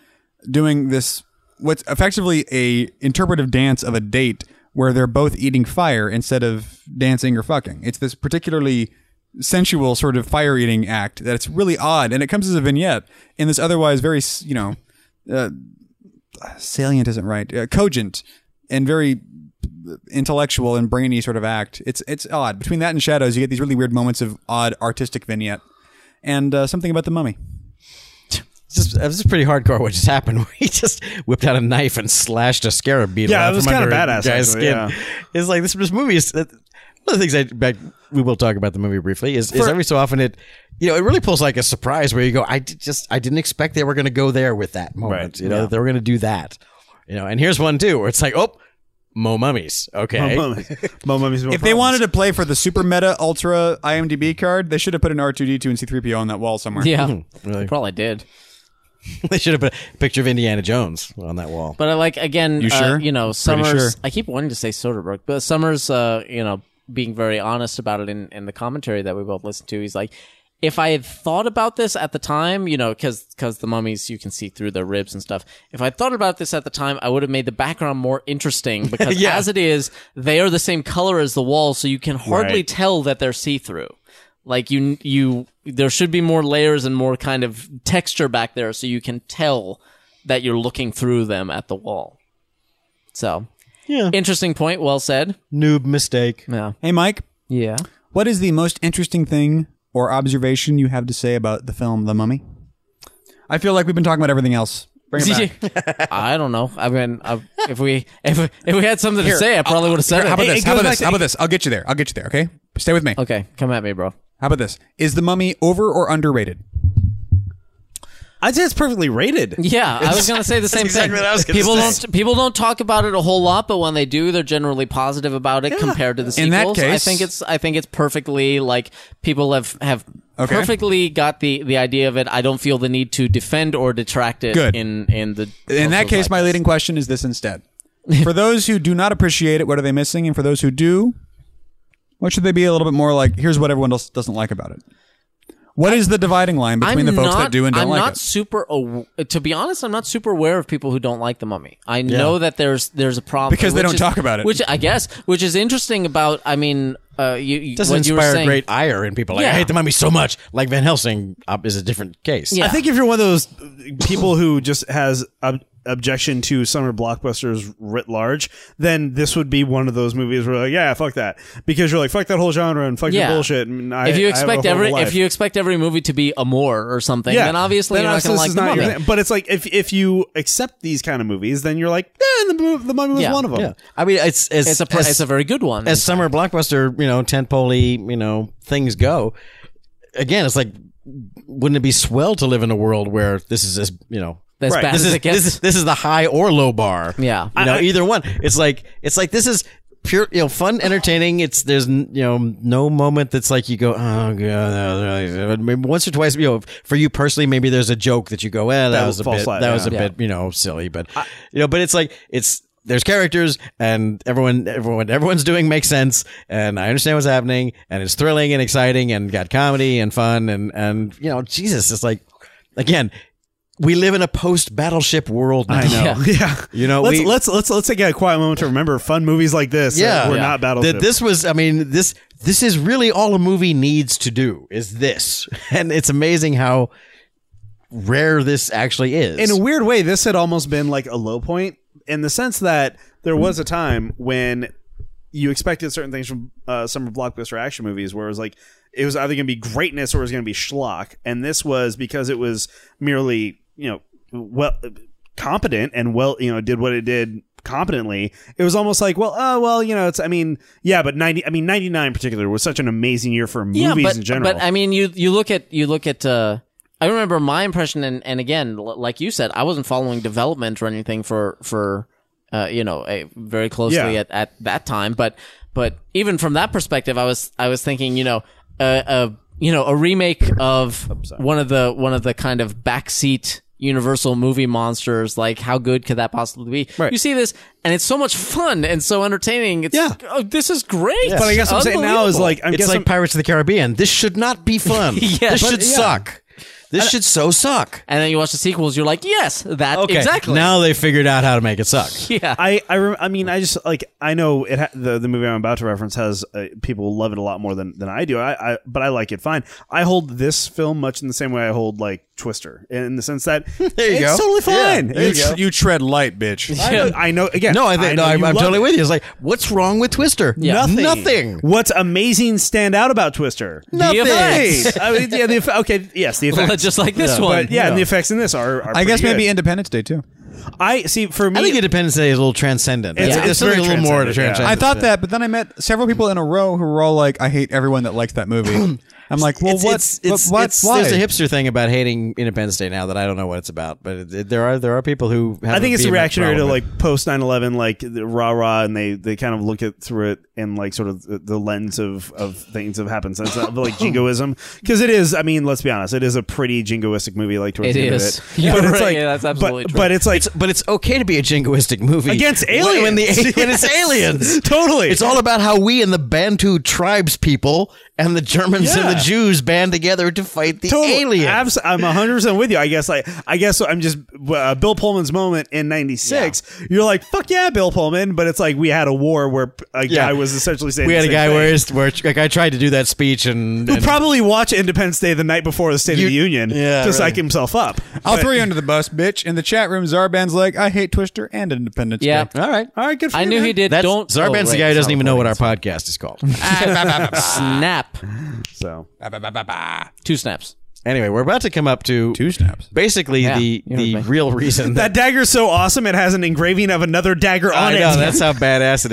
[SPEAKER 1] doing this what's effectively a interpretive dance of a date where they're both eating fire instead of dancing or fucking. It's this particularly sensual sort of fire eating act that's really odd and it comes as a vignette in this otherwise very, s- you know, salient isn't right, uh, cogent and very intellectual and brainy sort of act. It's it's odd. Between that and Shadows, you get these really weird moments of odd artistic vignette and uh, something about the mummy.
[SPEAKER 4] It's just, it was just pretty hardcore what just happened. (laughs) He just whipped out a knife and slashed a scarab beetle.
[SPEAKER 3] Yeah,
[SPEAKER 4] out
[SPEAKER 3] it was
[SPEAKER 4] from
[SPEAKER 3] kinda
[SPEAKER 4] under a
[SPEAKER 3] badass,
[SPEAKER 4] guy's
[SPEAKER 3] actually,
[SPEAKER 4] skin.
[SPEAKER 3] yeah.
[SPEAKER 4] It's like this, this movie is. One of the things I back, we will talk about the movie briefly is, is every so often it, you know, it really pulls like a surprise where you go, I did just I didn't expect they were going to go there with that moment.
[SPEAKER 3] Right,
[SPEAKER 4] you know, they were going to do that. You know, and here's one too where it's like, oh, mo mummies. Okay,
[SPEAKER 3] Mo mummies. Mo mummies.
[SPEAKER 1] If they wanted to play for the super meta ultra IMDb card, they should have put an R2D2 and C3PO on that wall somewhere.
[SPEAKER 2] Yeah,
[SPEAKER 4] Hmm.
[SPEAKER 2] they probably did.
[SPEAKER 4] (laughs) they should have put a picture of Indiana Jones on that wall.
[SPEAKER 2] But I like again,
[SPEAKER 1] You
[SPEAKER 2] uh,
[SPEAKER 1] sure?
[SPEAKER 2] you know, Summers.
[SPEAKER 1] sure.
[SPEAKER 2] I keep wanting to say Soderbergh, but Summers, uh, you know, being very honest about it in, in the commentary that we both listened to, he's like, if I had thought about this at the time, you know, because the mummies you can see through their ribs and stuff. If I thought about this at the time, I would have made the background more interesting because
[SPEAKER 4] Yeah.
[SPEAKER 2] as it is, they are the same color as the wall, so you can hardly
[SPEAKER 3] Right.
[SPEAKER 2] tell that they're see through. Like you, you, there should be more layers and more kind of texture back there, so you can tell that you're looking through them at the wall. So,
[SPEAKER 4] Yeah.
[SPEAKER 2] interesting point. Well said.
[SPEAKER 4] Noob mistake.
[SPEAKER 2] Yeah.
[SPEAKER 1] Hey, Mike,
[SPEAKER 2] Yeah.
[SPEAKER 1] what is the most interesting thing or observation you have to say about the film The Mummy? I feel like we've been talking about everything else. Bring
[SPEAKER 2] (laughs)
[SPEAKER 1] it back.
[SPEAKER 2] I don't know. I mean, I, if we if we- if we had something to say, I probably would have said
[SPEAKER 1] How about
[SPEAKER 2] it.
[SPEAKER 1] this? How about this? How about this? I'll get you there. I'll get you there. Okay, stay with me.
[SPEAKER 2] Okay, come at
[SPEAKER 1] (laughs)
[SPEAKER 2] me, bro.
[SPEAKER 1] How about this? Is the mummy over or underrated?
[SPEAKER 3] I'd say it's perfectly rated.
[SPEAKER 2] Yeah, I was gonna say the same
[SPEAKER 4] exactly
[SPEAKER 2] thing.
[SPEAKER 4] what I was gonna
[SPEAKER 2] people
[SPEAKER 4] say.
[SPEAKER 2] don't people don't talk about it a whole lot, but when they do, they're generally positive about it compared to the sequels.
[SPEAKER 1] In that
[SPEAKER 2] I
[SPEAKER 1] case-
[SPEAKER 2] think it's I think it's perfectly like people have have
[SPEAKER 1] Okay.
[SPEAKER 2] perfectly got the the idea of it. I don't feel the need to defend or detract it.
[SPEAKER 1] Good.
[SPEAKER 2] In in the
[SPEAKER 1] In that case, my leading question is this instead. For those who do not appreciate it, what are they missing? And for those who do, what should they be a little bit more like? Here's what everyone else doesn't like about it. What is the dividing line between the folks that do and don't
[SPEAKER 2] I'm
[SPEAKER 1] like
[SPEAKER 2] not
[SPEAKER 1] it?
[SPEAKER 2] super. Aw- to be honest, I'm not super aware of people who don't like the mummy. I know that there's there's a problem
[SPEAKER 1] Because they
[SPEAKER 2] which
[SPEAKER 1] don't
[SPEAKER 2] is-
[SPEAKER 1] talk about it.
[SPEAKER 2] which I guess, which is interesting about. I mean, uh, you, you
[SPEAKER 4] doesn't
[SPEAKER 2] what you were
[SPEAKER 4] inspire
[SPEAKER 2] saying,
[SPEAKER 4] great ire in people. Like,
[SPEAKER 2] Yeah.
[SPEAKER 4] I hate the mummy so much. Like Van Helsing uh, is a different case.
[SPEAKER 2] Yeah.
[SPEAKER 4] Yeah.
[SPEAKER 3] I think if you're one of those people who just has ob- objection to summer blockbusters writ large, then this would be one of those movies where like, yeah, fuck that, because you're like, fuck that whole genre and fuck
[SPEAKER 2] Yeah.
[SPEAKER 3] your bullshit. And I,
[SPEAKER 2] if you
[SPEAKER 3] I have a
[SPEAKER 2] expect
[SPEAKER 3] whole
[SPEAKER 2] every
[SPEAKER 3] life.
[SPEAKER 2] if you expect every movie to be a more or something, then obviously
[SPEAKER 3] Then
[SPEAKER 2] you're not
[SPEAKER 3] obviously
[SPEAKER 2] going
[SPEAKER 3] this
[SPEAKER 2] to like the
[SPEAKER 3] is not your
[SPEAKER 2] mummy.
[SPEAKER 3] thing. But it's like if if you accept these kind of movies, then you're like, yeah, the, mo- the mummy was
[SPEAKER 2] Yeah.
[SPEAKER 3] one of them.
[SPEAKER 4] Yeah. I mean, it's as,
[SPEAKER 2] It's a pr-
[SPEAKER 4] as,
[SPEAKER 2] it's a very good one.
[SPEAKER 4] as summer blockbuster, you know, tentpole, you know, things go. Again, it's like, wouldn't it be swell to live in a world where this is as you know,
[SPEAKER 2] As
[SPEAKER 3] Right.
[SPEAKER 2] bad
[SPEAKER 4] this
[SPEAKER 2] as
[SPEAKER 4] is
[SPEAKER 2] it gets.
[SPEAKER 4] this is this is the high or low bar.
[SPEAKER 2] Yeah.
[SPEAKER 4] you know, either one. It's like it's like this is pure, you know, fun, entertaining. It's there's n- you know no moment that's like you go oh god. no, no, no." Maybe once or twice, you know, for you personally, maybe there's a joke that you go, eh, that,
[SPEAKER 3] That
[SPEAKER 4] was a
[SPEAKER 3] false
[SPEAKER 4] bit,
[SPEAKER 3] flat,
[SPEAKER 4] that
[SPEAKER 3] yeah.
[SPEAKER 4] was a
[SPEAKER 2] Yeah.
[SPEAKER 4] bit, you know, silly, but you know, but it's like it's. There's characters and everyone, everyone, everyone's doing makes sense, and I understand what's happening, and it's thrilling and exciting, and got comedy and fun, and and you know, Jesus, it's like, again, we live in a post battleship world now.
[SPEAKER 2] (laughs)
[SPEAKER 3] I know. Yeah.
[SPEAKER 4] (laughs) You
[SPEAKER 3] (laughs)
[SPEAKER 4] know,
[SPEAKER 3] let's
[SPEAKER 4] we-
[SPEAKER 3] let's let's let's take a quiet moment to remember fun movies like this.
[SPEAKER 4] Yeah.
[SPEAKER 3] uh, we're
[SPEAKER 4] Yeah.
[SPEAKER 3] not battleship.
[SPEAKER 4] that this was i mean this this is really all a movie needs to do is this (laughs) and it's amazing how rare this actually is
[SPEAKER 3] in a weird way, this had almost been like a low point in the sense that there was a time when you expected certain things from uh, summer blockbuster action movies, where it was like it was either going to be greatness or it was going to be schlock, and this was because it was merely you know well competent and well you know did what it did competently it was almost like well oh well you know it's i mean yeah but 90 i mean 99 in particular was such an amazing year for movies
[SPEAKER 2] but,
[SPEAKER 3] in general
[SPEAKER 2] But I mean, you you look at you look at. Uh, I remember my impression, and and again, l- like you said, I wasn't following development or anything for for uh, you know a, very closely
[SPEAKER 3] Yeah.
[SPEAKER 2] at, at that time. But but even from that perspective, I was I was thinking, you know, uh, uh, you know, a remake of one of the one of the kind of backseat. Universal movie monsters, like how good could that possibly be? You see this, and it's so much fun and so entertaining. It's,
[SPEAKER 3] Yeah.
[SPEAKER 2] oh, this is great.
[SPEAKER 3] but i guess what i'm saying now is
[SPEAKER 2] Unbelievable.
[SPEAKER 3] like i'm
[SPEAKER 4] it's
[SPEAKER 3] guessing (laughs)
[SPEAKER 4] like pirates of the caribbean this should not be fun
[SPEAKER 2] Yeah,
[SPEAKER 4] this
[SPEAKER 2] but-
[SPEAKER 4] should
[SPEAKER 2] yeah.
[SPEAKER 4] suck This should so suck.
[SPEAKER 2] And then you watch the sequels, you're like, yes, that
[SPEAKER 4] Okay,
[SPEAKER 2] exactly.
[SPEAKER 4] Now they figured out how to make it
[SPEAKER 2] (laughs)
[SPEAKER 4] suck.
[SPEAKER 2] yeah.
[SPEAKER 3] I I, rem- I mean I just like I know it ha- the the movie I'm about to reference has uh, people love it a lot more than, than I do I, I but I like it fine I hold this film much in the same way I hold like Twister in the sense
[SPEAKER 4] (laughs)
[SPEAKER 3] that there
[SPEAKER 4] you
[SPEAKER 3] it's
[SPEAKER 4] go.
[SPEAKER 3] totally fine
[SPEAKER 1] You, tr- you tread light,
[SPEAKER 3] (laughs)
[SPEAKER 1] bitch.
[SPEAKER 3] I, know, I know again
[SPEAKER 4] No, I think no,
[SPEAKER 3] know
[SPEAKER 4] I'm,
[SPEAKER 3] you
[SPEAKER 4] I'm
[SPEAKER 3] love
[SPEAKER 4] totally
[SPEAKER 3] it.
[SPEAKER 4] with you. It's like, what's wrong with Twister?
[SPEAKER 2] Yeah.
[SPEAKER 4] Nothing.
[SPEAKER 2] Nothing.
[SPEAKER 4] Nothing.
[SPEAKER 3] what's amazing stand out about Twister
[SPEAKER 2] The effects.
[SPEAKER 3] I mean, yeah the eff- okay yes
[SPEAKER 4] (laughs)
[SPEAKER 3] the effects
[SPEAKER 2] Just like this
[SPEAKER 3] Yeah,
[SPEAKER 2] one.
[SPEAKER 3] but yeah, and the effects in this are, are
[SPEAKER 1] I guess
[SPEAKER 3] pretty
[SPEAKER 1] maybe
[SPEAKER 3] good.
[SPEAKER 1] Independence Day too.
[SPEAKER 3] I see for me
[SPEAKER 4] I think Independence Day is a little transcendent.
[SPEAKER 3] It's-
[SPEAKER 4] There's
[SPEAKER 3] it's
[SPEAKER 4] something
[SPEAKER 3] very
[SPEAKER 4] a little more to
[SPEAKER 3] transcendent,
[SPEAKER 4] transcendent.
[SPEAKER 3] yeah.
[SPEAKER 1] I thought that, but then I met several people in a row who were all like, "I hate everyone that likes that movie." I'm like, "Well,
[SPEAKER 4] It's-
[SPEAKER 1] what?
[SPEAKER 4] it's-
[SPEAKER 1] but
[SPEAKER 4] it's-
[SPEAKER 1] what?
[SPEAKER 4] it's-
[SPEAKER 1] why?"
[SPEAKER 4] There's a hipster thing about hating Independence Day now that I don't know what it's about, but it, it- there are there are people who. Have
[SPEAKER 3] I think it's a
[SPEAKER 4] a vehement
[SPEAKER 3] reactionary to
[SPEAKER 4] problem with-
[SPEAKER 3] like post 9-11, like the rah rah, and they they kind of look at through it in like sort of the, the lens of of things that have happened since then,
[SPEAKER 4] (laughs)
[SPEAKER 3] of, like jingoism, because it is. I mean, let's be honest, it is a pretty jingoistic movie. Like towards
[SPEAKER 2] It
[SPEAKER 3] the end
[SPEAKER 2] is.
[SPEAKER 3] of
[SPEAKER 4] (laughs)
[SPEAKER 3] it,
[SPEAKER 2] You're
[SPEAKER 3] but it's
[SPEAKER 2] right,
[SPEAKER 3] like
[SPEAKER 2] yeah, that's
[SPEAKER 3] but-
[SPEAKER 2] absolutely
[SPEAKER 3] but,
[SPEAKER 2] true.
[SPEAKER 3] it's like
[SPEAKER 4] but it's okay to be a jingoistic movie
[SPEAKER 3] Against
[SPEAKER 4] when- when, the
[SPEAKER 3] aliens.
[SPEAKER 4] (laughs) when it's aliens.
[SPEAKER 3] (laughs) totally.
[SPEAKER 4] It's all about how we and the Bantu tribes people and the Germans and
[SPEAKER 3] Yeah.
[SPEAKER 4] the Jews band together to fight the
[SPEAKER 3] Totally.
[SPEAKER 4] aliens.
[SPEAKER 3] Abs- I'm 100 percent with you. I guess like I guess I'm just uh, Bill Pullman's moment in '96. You're like fuck yeah, Bill Pullman, but it's like we had a war where a
[SPEAKER 4] Yeah.
[SPEAKER 3] guy was essentially saying
[SPEAKER 4] we
[SPEAKER 3] the
[SPEAKER 4] had a
[SPEAKER 3] same
[SPEAKER 4] guy
[SPEAKER 3] thing.
[SPEAKER 4] where, his, where a guy tried to do that speech and,
[SPEAKER 3] who
[SPEAKER 4] and-
[SPEAKER 3] probably watch Independence Day the night before the State
[SPEAKER 4] You-
[SPEAKER 3] of the Union
[SPEAKER 4] Yeah,
[SPEAKER 3] to
[SPEAKER 4] really.
[SPEAKER 3] psych himself up.
[SPEAKER 1] I'll throw you under the bus, bitch. In the chat room, Zarban's like, "I hate Twister and Independence
[SPEAKER 2] Yeah.
[SPEAKER 1] Day."
[SPEAKER 4] all right.
[SPEAKER 3] All right, good. For
[SPEAKER 2] I
[SPEAKER 3] you,
[SPEAKER 2] knew
[SPEAKER 3] man.
[SPEAKER 2] he did.
[SPEAKER 4] That's,
[SPEAKER 2] Don't.
[SPEAKER 4] Zarban's
[SPEAKER 2] oh,
[SPEAKER 4] the
[SPEAKER 2] right,
[SPEAKER 4] guy who doesn't
[SPEAKER 2] sound
[SPEAKER 4] even know what our
[SPEAKER 2] recording.
[SPEAKER 4] podcast
[SPEAKER 3] (laughs)
[SPEAKER 4] is called. (laughs)
[SPEAKER 2] Snap.
[SPEAKER 3] So
[SPEAKER 2] Two snaps.
[SPEAKER 4] anyway, we're about to come up to
[SPEAKER 1] Two snaps.
[SPEAKER 4] basically
[SPEAKER 2] Yeah,
[SPEAKER 4] the
[SPEAKER 2] you
[SPEAKER 4] the
[SPEAKER 2] were right. (laughs)
[SPEAKER 4] real reason
[SPEAKER 3] that dagger's so awesome; it has an engraving of another dagger on
[SPEAKER 4] I
[SPEAKER 3] it.
[SPEAKER 4] know that's how badass it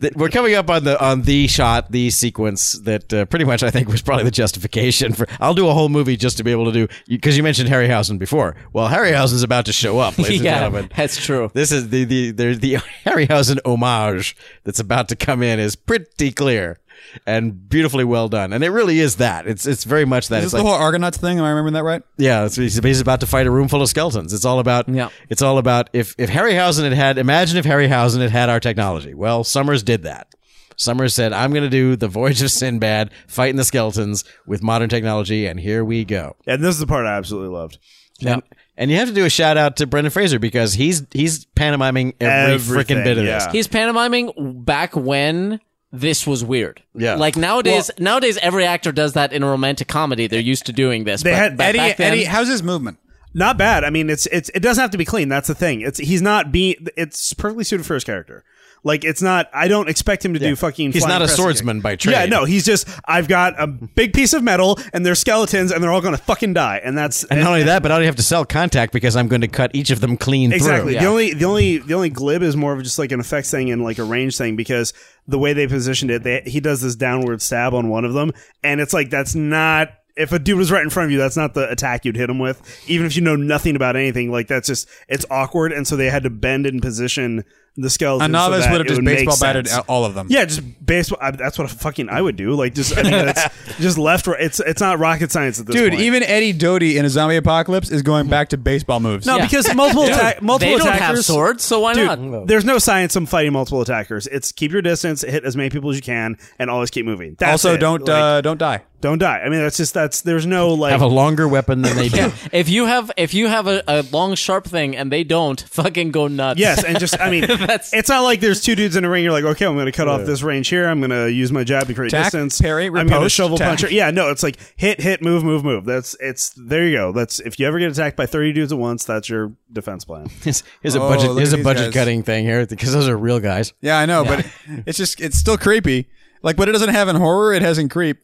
[SPEAKER 2] (laughs)
[SPEAKER 4] Th- We're coming up on the on the shot, the sequence that uh, pretty much I think was probably the justification for. I'll do a whole movie just to be able to do because you mentioned Harryhausen before. Well, Harryhausen's about to show up,
[SPEAKER 2] (laughs)
[SPEAKER 4] ladies
[SPEAKER 2] Yeah,
[SPEAKER 4] and gentlemen.
[SPEAKER 2] that's true.
[SPEAKER 4] This is the the the, the (laughs) Harryhausen homage that's about to come in is pretty clear and beautifully well done, and it really is that. It's it's very much that.
[SPEAKER 1] Is
[SPEAKER 4] it's
[SPEAKER 1] this
[SPEAKER 4] like,
[SPEAKER 1] the whole Argonauts thing? Am I remembering that right?
[SPEAKER 4] yeah, it's, he's, he's about to fight a room full of skeletons. It's all about.
[SPEAKER 2] Yeah.
[SPEAKER 4] It's all about if if Harryhausen had had imagine if Harryhausen had had our technology. Well, Summers did that. Summers said, "I'm going to do the Voyage of Sinbad, fighting the skeletons with modern technology," and here we go.
[SPEAKER 3] and this is the part I absolutely loved.
[SPEAKER 4] Yeah. And, and you have to do a shout out to Brendan Fraser because he's he's pantomiming every
[SPEAKER 3] Everything,
[SPEAKER 4] freaking bit of this.
[SPEAKER 3] yeah.
[SPEAKER 2] He's pantomiming back when this was weird.
[SPEAKER 4] Yeah.
[SPEAKER 2] Like nowadays, nowadays every actor does that in a romantic comedy. They're used to doing this.
[SPEAKER 3] They
[SPEAKER 2] but,
[SPEAKER 3] had
[SPEAKER 2] but
[SPEAKER 1] Eddie,
[SPEAKER 2] back then,
[SPEAKER 1] Eddie, how's his movement?
[SPEAKER 3] Not bad. I mean, it's it's it doesn't have to be clean. That's the thing. It's he's not being. It's perfectly suited for his character. Like it's not. I don't expect him to do fucking.
[SPEAKER 4] He's
[SPEAKER 3] flying
[SPEAKER 4] not a
[SPEAKER 3] crescent kick.
[SPEAKER 4] swordsman by trade.
[SPEAKER 3] Yeah, no. He's just. I've got a big piece of metal, and they're skeletons, and they're all going to fucking die. And that's
[SPEAKER 4] And not only that, but I don't have to sell contact because I'm going to cut each of them clean
[SPEAKER 3] Exactly.
[SPEAKER 4] through.
[SPEAKER 3] The
[SPEAKER 2] Yeah.
[SPEAKER 3] only the only the only glib is more of just like an effects thing and like a range thing because the way they positioned it, they, he does this downward stab on one of them, and it's like that's not. If a dude was right in front of you, that's not the attack you'd hit him with. Even if you know nothing about anything, like that's just it's awkward, and so they had to bend and position the skeleton.
[SPEAKER 1] A novice would have just baseball batted
[SPEAKER 3] out.
[SPEAKER 1] all of them.
[SPEAKER 3] Yeah, just baseball. I, that's what fucking I would do. Like just I mean, that's just left. Right. It's it's not rocket science at this
[SPEAKER 1] Dude,
[SPEAKER 3] point.
[SPEAKER 1] even Eddie Doty in a zombie apocalypse is going back to baseball moves.
[SPEAKER 3] no,
[SPEAKER 2] Yeah.
[SPEAKER 3] because multiple attack, multiple
[SPEAKER 2] they don't
[SPEAKER 3] attackers
[SPEAKER 2] have swords, so why
[SPEAKER 3] Dude,
[SPEAKER 2] not?
[SPEAKER 3] there's no science in fighting multiple attackers. It's keep your distance, hit as many people as you can, and always keep moving. That's
[SPEAKER 1] also,
[SPEAKER 3] it.
[SPEAKER 1] don't
[SPEAKER 3] Like,
[SPEAKER 1] uh, don't die.
[SPEAKER 3] don't die. I mean, that's just that's there's no like
[SPEAKER 4] Have a longer weapon
[SPEAKER 1] (laughs)
[SPEAKER 4] than they (laughs) do.
[SPEAKER 2] If you have if you have a, a long sharp thing and they don't, (laughs) fucking go nuts.
[SPEAKER 3] (laughs) yes, and just I
[SPEAKER 4] (laughs)
[SPEAKER 3] mean, it's not like there's two dudes in a ring. You're like, okay, I'm going to cut off this range here. I'm going to use my jab to create
[SPEAKER 1] Tack,
[SPEAKER 3] distance.
[SPEAKER 1] parry,
[SPEAKER 3] I'm going to
[SPEAKER 1] riposte,
[SPEAKER 3] shovel
[SPEAKER 1] tack.
[SPEAKER 3] puncher. Yeah, no, it's like hit, hit, move, move, move. That's it's there. You go. That's if you ever get attacked by 30 dudes at once, that's your defense plan.
[SPEAKER 4] Here's here's a
[SPEAKER 1] Oh,
[SPEAKER 4] budget.
[SPEAKER 1] look
[SPEAKER 4] Here's
[SPEAKER 1] at
[SPEAKER 4] a
[SPEAKER 1] these
[SPEAKER 4] budget
[SPEAKER 1] guys.
[SPEAKER 4] cutting thing here because those are real guys.
[SPEAKER 1] Yeah, I know, but (laughs) it's just it's still creepy. Like what it doesn't have in horror, it has in creep.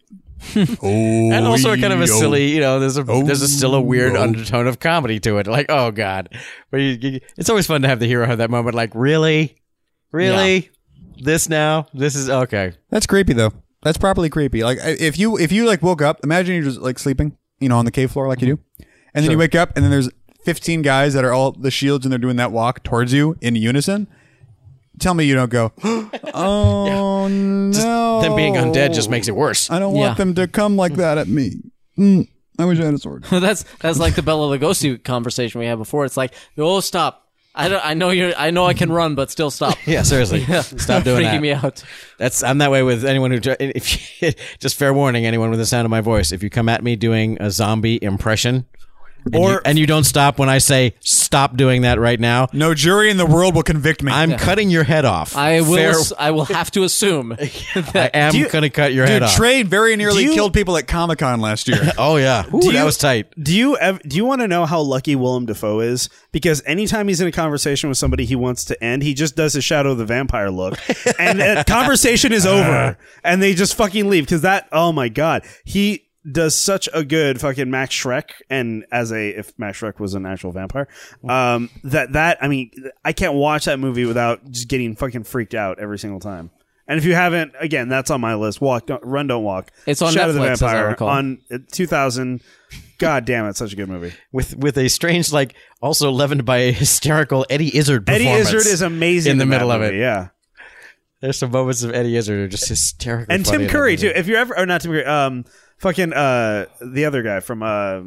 [SPEAKER 1] oh,
[SPEAKER 4] and also kind of a
[SPEAKER 1] yo.
[SPEAKER 4] silly, you know, there's a there's a still a weird undertone of comedy to it. Like, oh god, but you, you- it's always fun to have the hero have that moment. Like, really, really, this now, this is okay.
[SPEAKER 1] That's creepy though. That's properly creepy. Like I- if you if you like woke up, imagine you're just like sleeping, you know, on the cave floor like you do, and then you wake up and then there's 15 guys that are all the shields and they're doing that walk towards you in unison. Tell me you don't go. oh no!
[SPEAKER 4] Them being undead just makes it worse.
[SPEAKER 1] I don't want
[SPEAKER 2] Yeah.
[SPEAKER 1] them to come like that at me. Mm, I wish I had a (laughs) sword.
[SPEAKER 2] (laughs) that's that's like the Bella Lugosi conversation we had before. It's like, oh, stop. I don't. I know you're. I know I can run, but still stop.
[SPEAKER 4] Yeah, seriously, stop doing
[SPEAKER 2] Freaking
[SPEAKER 4] that.
[SPEAKER 2] me out.
[SPEAKER 4] That's I'm that way with anyone who. (laughs) If you, just fair warning, anyone with the sound of my voice, if you come at me doing a zombie impression And,
[SPEAKER 1] Or-
[SPEAKER 4] you, and you don't stop when I say stop doing that right now.
[SPEAKER 1] No jury in the world will convict me.
[SPEAKER 4] I'm cutting your head off.
[SPEAKER 2] I will.
[SPEAKER 4] Fair-
[SPEAKER 2] ass- I will have to assume.
[SPEAKER 4] (laughs) I am
[SPEAKER 3] you-
[SPEAKER 4] gonna cut your head
[SPEAKER 1] Dude,
[SPEAKER 4] off.
[SPEAKER 1] Trey very nearly
[SPEAKER 3] Do you-
[SPEAKER 1] killed people at Comic Con last year.
[SPEAKER 4] oh yeah, Ooh,
[SPEAKER 3] Do
[SPEAKER 4] that
[SPEAKER 3] you-
[SPEAKER 4] was tight.
[SPEAKER 3] Do you ev- do you want to know how lucky Willem Dafoe is? Because anytime he's in a conversation with somebody he wants to end, he just does his Shadow of the Vampire
[SPEAKER 4] (laughs)
[SPEAKER 3] look, and the conversation is
[SPEAKER 4] Uh-huh.
[SPEAKER 3] over, and they just fucking leave. Because that, oh my god, he does such a good fucking Max Shrek, and as a if Max Shrek was an actual vampire, um, that that I mean, I can't watch that movie without just getting fucking freaked out every single time. And if you haven't, again, that's on my list. Walk, don't, run, don't walk.
[SPEAKER 2] It's on
[SPEAKER 3] Shadow of the
[SPEAKER 2] Netflix, as I
[SPEAKER 3] Vampire
[SPEAKER 2] recall.
[SPEAKER 3] on uh, 2000. God damn it, such a good movie.
[SPEAKER 4] With with a strange, like also leavened by (laughs) a hysterical Eddie Izzard.
[SPEAKER 3] Eddie
[SPEAKER 4] performance.
[SPEAKER 3] Izzard is amazing
[SPEAKER 4] in the
[SPEAKER 3] that
[SPEAKER 4] middle of
[SPEAKER 3] movie,
[SPEAKER 4] it.
[SPEAKER 3] Yeah,
[SPEAKER 4] There's some moments of Eddie Izzard are just hysterical.
[SPEAKER 3] and Tim Curry too. If you're ever, or not Tim Curry, um, fucking uh, the other guy from uh,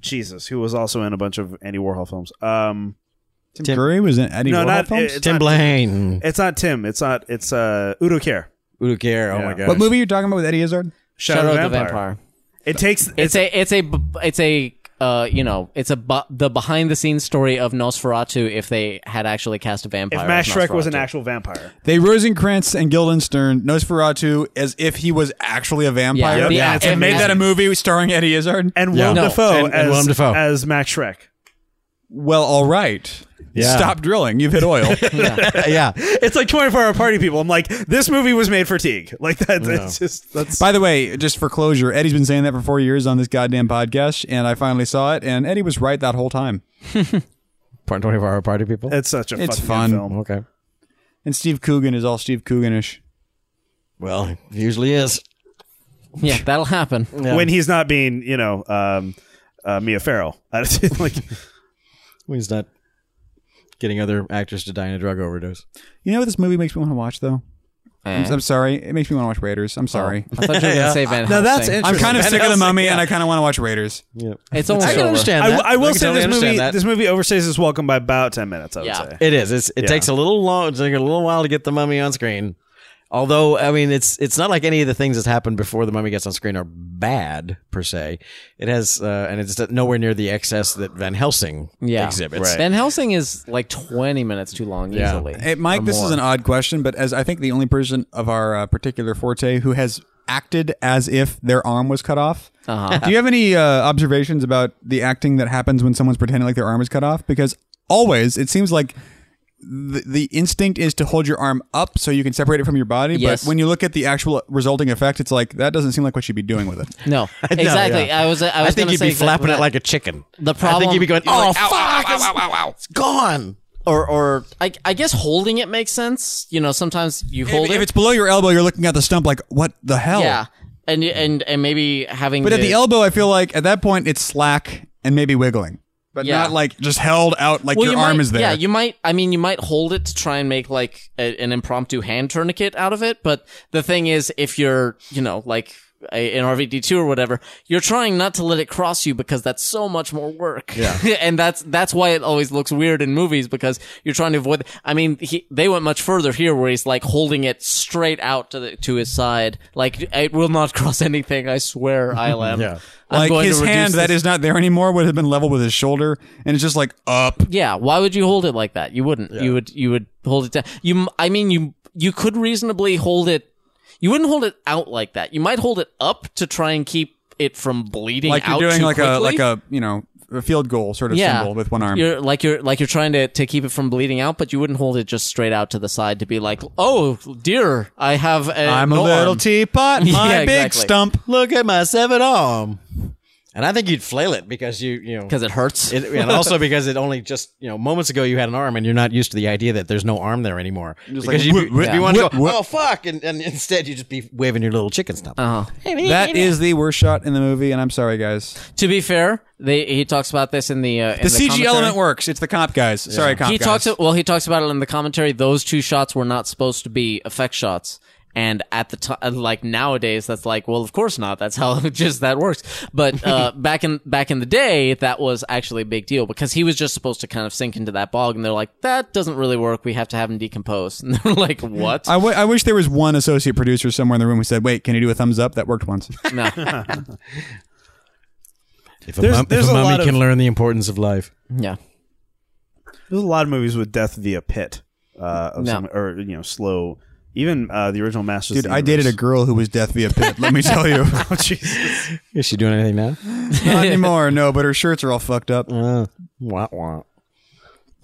[SPEAKER 3] Jesus, who was also in a bunch of Andy Warhol films. Um,
[SPEAKER 1] (laughs) Tim, Curry was in any
[SPEAKER 3] no,
[SPEAKER 1] Warhol
[SPEAKER 3] not
[SPEAKER 1] films?
[SPEAKER 3] it- it's
[SPEAKER 4] Tim
[SPEAKER 3] not-
[SPEAKER 4] Blaine.
[SPEAKER 3] It's not Tim. It's not. It's uh, Udo Kier.
[SPEAKER 4] Udo Kier. Oh
[SPEAKER 3] Yeah.
[SPEAKER 4] my god.
[SPEAKER 1] what movie are you talking about with Eddie Izzard?
[SPEAKER 3] Shadow, of the Vampire. It takes.
[SPEAKER 2] It's a. It's a. b- It's a. Uh, you know, it's a bu- the behind the scenes story of Nosferatu if they had actually cast a vampire.
[SPEAKER 3] if
[SPEAKER 2] as
[SPEAKER 3] Max Shrek was
[SPEAKER 2] Nosferatu.
[SPEAKER 3] an actual vampire,
[SPEAKER 1] They Rosencrantz and Guildenstern Nosferatu as if he was actually a vampire.
[SPEAKER 2] Yeah, Yeah,
[SPEAKER 1] and
[SPEAKER 2] it's and-
[SPEAKER 1] made
[SPEAKER 2] and-
[SPEAKER 1] that a movie starring Eddie Izzard.
[SPEAKER 3] and
[SPEAKER 4] Yeah.
[SPEAKER 3] Willem
[SPEAKER 4] No,
[SPEAKER 3] Dafoe
[SPEAKER 4] and- and
[SPEAKER 3] as
[SPEAKER 4] Willem Dafoe.
[SPEAKER 3] as Max Shrek.
[SPEAKER 1] well, all right.
[SPEAKER 4] Yeah.
[SPEAKER 1] Stop drilling. You've hit oil.
[SPEAKER 4] yeah.
[SPEAKER 3] It's like 24 hour party people. I'm like, this movie was made for Teague. Like that. That's just that's.
[SPEAKER 1] By the way, just for closure, Eddie's been saying that for four years on this goddamn podcast, and I finally saw it, and Eddie was right that whole time.
[SPEAKER 4] Part 24 hour party people.
[SPEAKER 3] It's such a
[SPEAKER 1] It's
[SPEAKER 3] fucking
[SPEAKER 1] fun.
[SPEAKER 3] good film.
[SPEAKER 4] Okay.
[SPEAKER 1] And Steve Coogan is all Steve Cooganish.
[SPEAKER 4] Well, it usually is.
[SPEAKER 2] Yeah, that'll
[SPEAKER 3] (laughs)
[SPEAKER 2] happen.
[SPEAKER 3] when he's not being, you know, um, uh, Mia Farrow. (laughs) I just- like,
[SPEAKER 4] He's not getting other actors to die in a drug overdose.
[SPEAKER 1] You know what this movie makes me want to watch though? I'm,
[SPEAKER 3] Hmm?
[SPEAKER 2] Eh.
[SPEAKER 1] I'm sorry. It makes me want to watch Raiders. I'm sorry.
[SPEAKER 2] I thought you were going to say Van
[SPEAKER 3] Oh. now that's
[SPEAKER 2] Helsing.
[SPEAKER 3] interesting.
[SPEAKER 1] I'm kind of
[SPEAKER 4] Van
[SPEAKER 1] sick of the
[SPEAKER 4] Helsing,
[SPEAKER 1] mummy, and I kind of want to watch Raiders.
[SPEAKER 4] Yeah.
[SPEAKER 2] It's almost
[SPEAKER 4] I can
[SPEAKER 2] over.
[SPEAKER 4] understand
[SPEAKER 3] I,
[SPEAKER 4] that.
[SPEAKER 3] I will
[SPEAKER 4] can
[SPEAKER 3] say
[SPEAKER 4] totally
[SPEAKER 3] this
[SPEAKER 4] understand
[SPEAKER 3] movie.
[SPEAKER 4] that.
[SPEAKER 3] This movie overstays its welcome by about ten minutes. I would
[SPEAKER 2] Yeah.
[SPEAKER 3] say.
[SPEAKER 4] It is. It's, it
[SPEAKER 3] Yeah.
[SPEAKER 4] takes a little long. It took a little while to get the mummy on screen. Although, I mean, it's it's not like any of the things that's happened before the mummy gets on screen are bad per se. It has, uh, and it's nowhere near the excess that Van Helsing
[SPEAKER 2] yeah.
[SPEAKER 4] exhibits.
[SPEAKER 2] Van Helsing is like 20 minutes too long easily.
[SPEAKER 1] Hey, Mike, this is an odd question, but as I think the only person of our uh, particular forte who has acted as if their arm was cut off.
[SPEAKER 2] Uh-huh.
[SPEAKER 1] Do you have any uh, observations about the acting that happens when someone's pretending like their arm is cut off? Because always it seems like the, the instinct is to hold your arm up so you can separate it from your body.
[SPEAKER 2] Yes.
[SPEAKER 1] But when you look at the actual resulting effect, it's like that doesn't seem like what you'd be doing with it.
[SPEAKER 4] (laughs)
[SPEAKER 2] No, exactly.
[SPEAKER 4] yeah.
[SPEAKER 2] I was. I
[SPEAKER 4] I,
[SPEAKER 2] was.
[SPEAKER 4] think
[SPEAKER 2] gonna
[SPEAKER 4] you'd
[SPEAKER 2] say
[SPEAKER 4] be flapping
[SPEAKER 2] exactly
[SPEAKER 4] it like a chicken.
[SPEAKER 2] The
[SPEAKER 4] I
[SPEAKER 2] problem-
[SPEAKER 4] think you'd be going,
[SPEAKER 2] you're
[SPEAKER 4] "Oh
[SPEAKER 2] like, "Ow,
[SPEAKER 4] fuck, it's, it's gone." Or or
[SPEAKER 2] that. I, I guess holding it makes sense. You know, sometimes you hold
[SPEAKER 1] If,
[SPEAKER 2] it.
[SPEAKER 1] if it's below your elbow, you're looking at the stump like, what the hell?
[SPEAKER 2] yeah, and and and maybe having.
[SPEAKER 1] But at the elbow, I feel like at that point it's slack and maybe wiggling, but
[SPEAKER 2] Yeah.
[SPEAKER 1] not like just held out like
[SPEAKER 2] well,
[SPEAKER 1] your
[SPEAKER 2] you
[SPEAKER 1] arm
[SPEAKER 2] might,
[SPEAKER 1] is there.
[SPEAKER 2] Yeah, you might. I mean, you might hold it to try and make like a, an impromptu hand tourniquet out of it. But the thing is, if you're, you know, like a, an RVD two or whatever, you're trying not to let it cross you because that's so much more work. Yeah, (laughs) and that's that's why it always looks weird in movies because you're trying to avoid. I mean, he, they went much further here where he's like holding it straight out to the, to his side, like it will not (laughs) cross anything. I swear,
[SPEAKER 1] (laughs)
[SPEAKER 2] ILM. yeah. I'm
[SPEAKER 1] like
[SPEAKER 2] going to
[SPEAKER 1] his
[SPEAKER 2] reduce
[SPEAKER 1] hand that
[SPEAKER 2] this-
[SPEAKER 1] is not there anymore would have been level with his shoulder, and it's just like up.
[SPEAKER 2] Yeah, why would you hold it like that? You wouldn't. You would. You would hold it down. You. m- I mean, you. You could reasonably hold it. You wouldn't hold it out like that. You might hold it up to try and keep it from bleeding
[SPEAKER 1] like you're
[SPEAKER 2] out
[SPEAKER 1] doing
[SPEAKER 2] too
[SPEAKER 1] like a
[SPEAKER 2] quickly.
[SPEAKER 1] like a you know a field goal sort of
[SPEAKER 2] yeah,
[SPEAKER 1] symbol with one arm.
[SPEAKER 2] You're like you're like you're trying to to keep it from bleeding out, but you wouldn't hold it just straight out to the side to be like, oh dear, I have. A,
[SPEAKER 1] I'm a
[SPEAKER 2] no
[SPEAKER 1] little
[SPEAKER 2] arm." (laughs)
[SPEAKER 1] teapot, my
[SPEAKER 2] Yeah,
[SPEAKER 1] big
[SPEAKER 2] exactly.
[SPEAKER 1] stump.
[SPEAKER 4] look at my seven arm. And I think you'd flail it because you you know
[SPEAKER 2] because it hurts.
[SPEAKER 4] It, and also because it only just you know moments ago you had an arm and you're not used to the idea that there's no arm there anymore. Because
[SPEAKER 1] like,
[SPEAKER 4] you,
[SPEAKER 1] "Whoop, whoop,
[SPEAKER 4] you want
[SPEAKER 1] whoop,
[SPEAKER 4] to go
[SPEAKER 1] whoop."
[SPEAKER 4] oh fuck and, and instead you just be waving your little chicken stump.
[SPEAKER 2] uh-huh.
[SPEAKER 1] That is the worst shot in the movie, and I'm sorry, guys.
[SPEAKER 2] To be fair, they he talks about this in the uh, in
[SPEAKER 1] The, CG
[SPEAKER 2] commentary.
[SPEAKER 1] element works. It's the cop guys. Sorry, cop
[SPEAKER 2] he
[SPEAKER 1] guys.
[SPEAKER 2] talks well he talks about it in the commentary those two shots were not supposed to be effect shots and at the time like nowadays that's like well of course not that's how (laughs) just that works
[SPEAKER 1] (laughs)
[SPEAKER 2] but uh back in back in the day that was actually a big deal because he was just supposed to kind of sink into that bog and they're like that doesn't really work we have to have him decompose (laughs) and they're like what
[SPEAKER 1] I, w- I wish there was one associate producer somewhere in the room who said, "Wait, can you do a thumbs up?" That worked once.
[SPEAKER 2] no
[SPEAKER 4] If a,
[SPEAKER 3] There's-
[SPEAKER 4] mum- if
[SPEAKER 3] there's
[SPEAKER 4] a
[SPEAKER 3] a
[SPEAKER 4] mummy
[SPEAKER 3] lot
[SPEAKER 4] can
[SPEAKER 3] of-
[SPEAKER 4] learn the importance of life,
[SPEAKER 2] Yeah.
[SPEAKER 3] There's a lot of movies with death via pit, uh, of
[SPEAKER 2] No.
[SPEAKER 3] some, or you know, slow. Even uh, the original Masters. of
[SPEAKER 1] Dude,
[SPEAKER 3] the
[SPEAKER 1] I dated a girl who was death via pit. Let me tell (laughs) you.
[SPEAKER 4] is she doing anything now?
[SPEAKER 1] Not anymore, no, but her shirts are all fucked up.
[SPEAKER 4] Uh, wah, wah.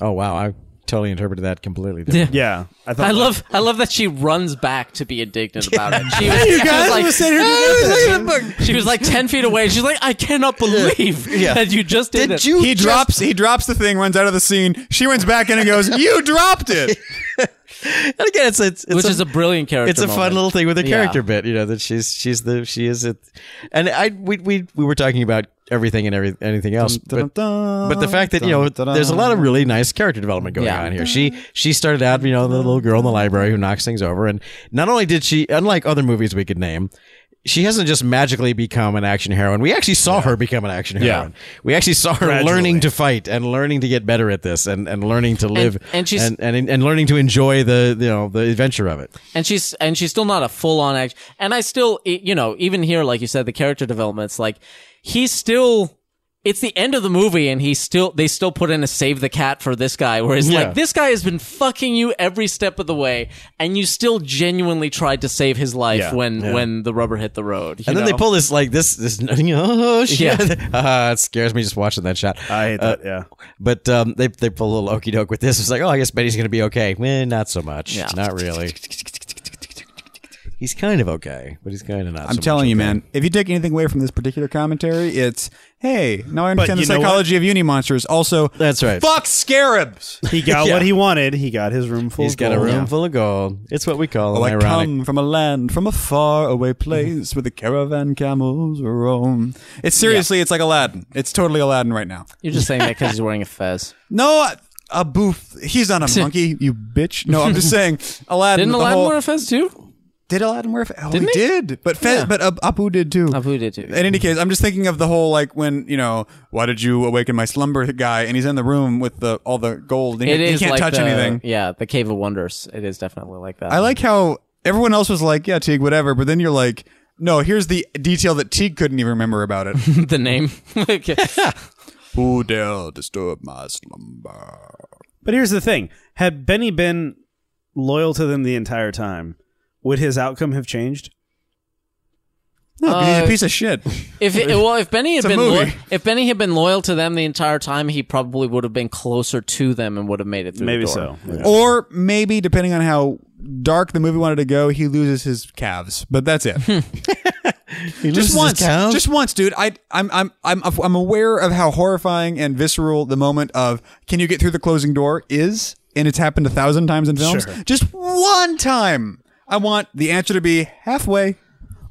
[SPEAKER 4] Oh wow, I totally interpreted that completely.
[SPEAKER 2] Yeah.
[SPEAKER 4] different.
[SPEAKER 3] Yeah, I thought.
[SPEAKER 2] I love I love that she runs back to be indignant about it.
[SPEAKER 1] (laughs)
[SPEAKER 2] She (laughs) was,
[SPEAKER 4] (laughs)
[SPEAKER 2] she
[SPEAKER 1] guys
[SPEAKER 2] was like,
[SPEAKER 1] were sitting (laughs) here
[SPEAKER 2] "Ah,
[SPEAKER 1] doing
[SPEAKER 2] look at the book." she was like ten feet away. She's like, I cannot believe that you just did, it.
[SPEAKER 1] He drops he drops the thing, runs out of the scene. She runs back in and goes, "You dropped it."
[SPEAKER 4] (laughs) And again, it's it's, it's
[SPEAKER 2] Which
[SPEAKER 4] a,
[SPEAKER 2] is a brilliant character.
[SPEAKER 4] it's a fun
[SPEAKER 2] moment.
[SPEAKER 4] little thing with a
[SPEAKER 2] Yeah.
[SPEAKER 4] character bit, you know, that she's she's the she is it, and I we we we were talking about everything and every, anything else,
[SPEAKER 1] (laughs)
[SPEAKER 4] but but the fact that you know there's a lot of really nice character development going
[SPEAKER 2] Yeah.
[SPEAKER 4] on here. She she started out, you know, the little girl in the library who knocks things over, and not only did she, unlike other movies we could name. She hasn't just magically become an action heroine. We actually saw her become an action heroine. We actually saw her
[SPEAKER 3] Gradually.
[SPEAKER 4] learning to fight and learning to get better at this and, and learning to live
[SPEAKER 2] and she's-
[SPEAKER 4] and, and, and learning to enjoy the you know the adventure of it.
[SPEAKER 2] and she's and she's still not a full on act. And I still, i- you know, even here, like you said, the character development's like he's still. It's the end of the movie, and he still they still put in a save the cat for this guy, where it's
[SPEAKER 4] Yeah.
[SPEAKER 2] like this guy has been fucking you every step of the way, and you still genuinely tried to save his life
[SPEAKER 3] Yeah.
[SPEAKER 2] when when the rubber hit the road. you
[SPEAKER 4] And then
[SPEAKER 2] know?
[SPEAKER 4] they pull this like this this (laughs) oh shit (laughs)
[SPEAKER 2] Yeah.
[SPEAKER 4] Ah, it scares me just watching that shot.
[SPEAKER 3] I hate
[SPEAKER 4] Uh,
[SPEAKER 3] that. yeah,
[SPEAKER 4] but um, they they pull a little okey doke with this. It's like oh I guess Betty's gonna be okay. Eh, not so much.
[SPEAKER 2] Yeah.
[SPEAKER 4] Not really. He's kind of okay, but he's kind of not.
[SPEAKER 1] I'm telling you, man. If you take anything away from this particular commentary, it's hey, now I understand the
[SPEAKER 3] you know what?
[SPEAKER 1] psychology of uni monsters. Also,
[SPEAKER 4] That's right.
[SPEAKER 1] Fuck scarabs.
[SPEAKER 3] he
[SPEAKER 2] (laughs)
[SPEAKER 3] got
[SPEAKER 4] Yeah.
[SPEAKER 3] what he wanted. He got his room full.
[SPEAKER 4] He's
[SPEAKER 3] of
[SPEAKER 4] got a
[SPEAKER 3] gold.
[SPEAKER 4] room full of gold. It's what we call
[SPEAKER 1] Oh,
[SPEAKER 4] an
[SPEAKER 1] I
[SPEAKER 4] ironic.
[SPEAKER 1] come from a land, from a far away place where the caravan camels roam. It's seriously, it's like Aladdin. It's totally Aladdin right now.
[SPEAKER 2] You're just saying that because he's wearing a
[SPEAKER 4] (laughs)
[SPEAKER 2] fez.
[SPEAKER 1] No, a boof. He's not
[SPEAKER 2] (laughs)
[SPEAKER 1] a monkey, you bitch. No, I'm just saying Aladdin.
[SPEAKER 2] Didn't
[SPEAKER 1] the
[SPEAKER 2] Aladdin
[SPEAKER 1] whole-
[SPEAKER 2] wear a fez too?
[SPEAKER 1] Did Aladdin wear a fez? Oh,
[SPEAKER 2] Didn't
[SPEAKER 1] he,
[SPEAKER 2] he?
[SPEAKER 1] did. But fez,
[SPEAKER 2] Yeah.
[SPEAKER 1] but Ab- Apu did too.
[SPEAKER 2] Abu did too.
[SPEAKER 1] In any case, I'm just thinking of the whole like when you know why did you awaken my slumber guy, and he's in the room with the all the gold, and he,
[SPEAKER 2] It
[SPEAKER 1] he
[SPEAKER 2] is
[SPEAKER 1] can't
[SPEAKER 2] like
[SPEAKER 1] touch
[SPEAKER 2] the-
[SPEAKER 1] anything.
[SPEAKER 2] Yeah, the Cave of Wonders. It is definitely like that.
[SPEAKER 1] I like how everyone else was like, yeah, Teague, whatever, but then you're like, no, here's the detail that Teague couldn't even remember about
[SPEAKER 2] (laughs)
[SPEAKER 1] it.
[SPEAKER 2] the name.
[SPEAKER 4] (laughs)
[SPEAKER 2] Okay.
[SPEAKER 1] Who dare disturb my slumber?
[SPEAKER 3] But here's the thing: had Benny been loyal to them the entire time, would his outcome have changed?
[SPEAKER 1] No, 'cause he's
[SPEAKER 2] Uh,
[SPEAKER 1] a piece of shit.
[SPEAKER 2] If it, well, if Benny
[SPEAKER 1] It's
[SPEAKER 2] had
[SPEAKER 1] a
[SPEAKER 2] been lo-
[SPEAKER 1] movie.
[SPEAKER 2] if Benny had been loyal to them the entire time, he probably would have been closer to them and would have made it through.
[SPEAKER 3] Maybe
[SPEAKER 2] the door.
[SPEAKER 3] so. Yeah.
[SPEAKER 1] Or maybe, depending on how dark the movie wanted to go, he loses his calves, but that's
[SPEAKER 3] (laughs)
[SPEAKER 1] it. just once, just once, dude. I, I'm, I'm, I'm, I'm aware of how horrifying and visceral the moment of "Can you get through the closing door?" is, and it's happened a thousand times in films.
[SPEAKER 3] Sure.
[SPEAKER 1] Just one time, I want the answer to be halfway.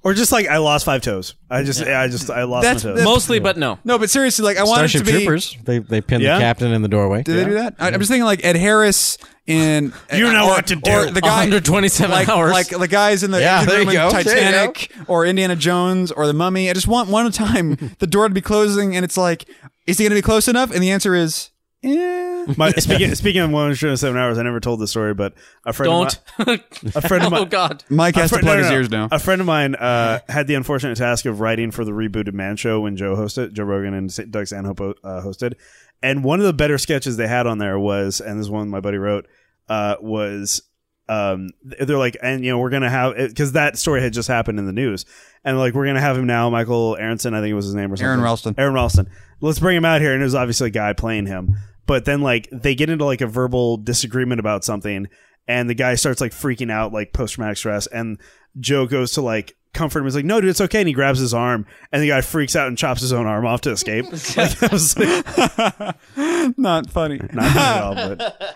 [SPEAKER 3] Or just like I lost five toes. I just, I just, I lost
[SPEAKER 1] That's-
[SPEAKER 3] my toes.
[SPEAKER 1] that's-
[SPEAKER 2] Mostly, but no.
[SPEAKER 1] No, but seriously, like I want it
[SPEAKER 4] Starship
[SPEAKER 1] to be.
[SPEAKER 4] Troopers. They they pin
[SPEAKER 3] Yeah.
[SPEAKER 4] the captain in the doorway.
[SPEAKER 1] Did they do that? I, I'm just thinking like Ed Harris in.
[SPEAKER 3] You know
[SPEAKER 1] or-
[SPEAKER 3] what to do.
[SPEAKER 1] Or the guy,
[SPEAKER 2] 127
[SPEAKER 1] like,
[SPEAKER 2] hours.
[SPEAKER 1] Like the guys in the
[SPEAKER 4] Yeah,
[SPEAKER 1] engine
[SPEAKER 4] there
[SPEAKER 1] room
[SPEAKER 4] you
[SPEAKER 1] in
[SPEAKER 4] go. There you
[SPEAKER 1] Titanic or Indiana Jones or the Mummy. I just want one time the door to be closing, and it's like, is he going to be close enough? And the answer is, eh.
[SPEAKER 2] (laughs)
[SPEAKER 3] My, speaking, speaking of 107 hours, I never told this story, but a friend
[SPEAKER 2] (laughs)
[SPEAKER 1] (laughs)
[SPEAKER 2] Don't.
[SPEAKER 3] of mine, a friend of
[SPEAKER 2] (laughs)
[SPEAKER 3] mine,
[SPEAKER 2] oh God.
[SPEAKER 1] Mike
[SPEAKER 3] a
[SPEAKER 1] has to
[SPEAKER 3] friend-
[SPEAKER 1] plug
[SPEAKER 3] no, no,
[SPEAKER 1] his
[SPEAKER 3] no.
[SPEAKER 1] ears now.
[SPEAKER 3] A friend of mine uh, had the unfortunate task of writing for the rebooted Man Show when Joe hosted, Joe Rogan and Sa- Doug Stanhope uh, hosted, and one of the better sketches they had on there was, and this one my buddy wrote, uh, was um, th- they're like, and you know we're gonna have because that story had just happened in the news, and like we're gonna have him now, Michael Aronson, I think it was his name or something,
[SPEAKER 1] Aaron Ralston.
[SPEAKER 3] Aaron Ralston. Let's bring him out here, and it was obviously a guy playing him. But then like they get into like a verbal disagreement about something, and the guy starts like freaking out, like post traumatic stress, and Joe goes to like comfort him. He's like, "No, dude, it's okay." And he grabs his arm, and the guy freaks out and chops his own arm off to escape. (laughs) like, that was like,
[SPEAKER 1] (laughs) Not funny.
[SPEAKER 3] not good at all, but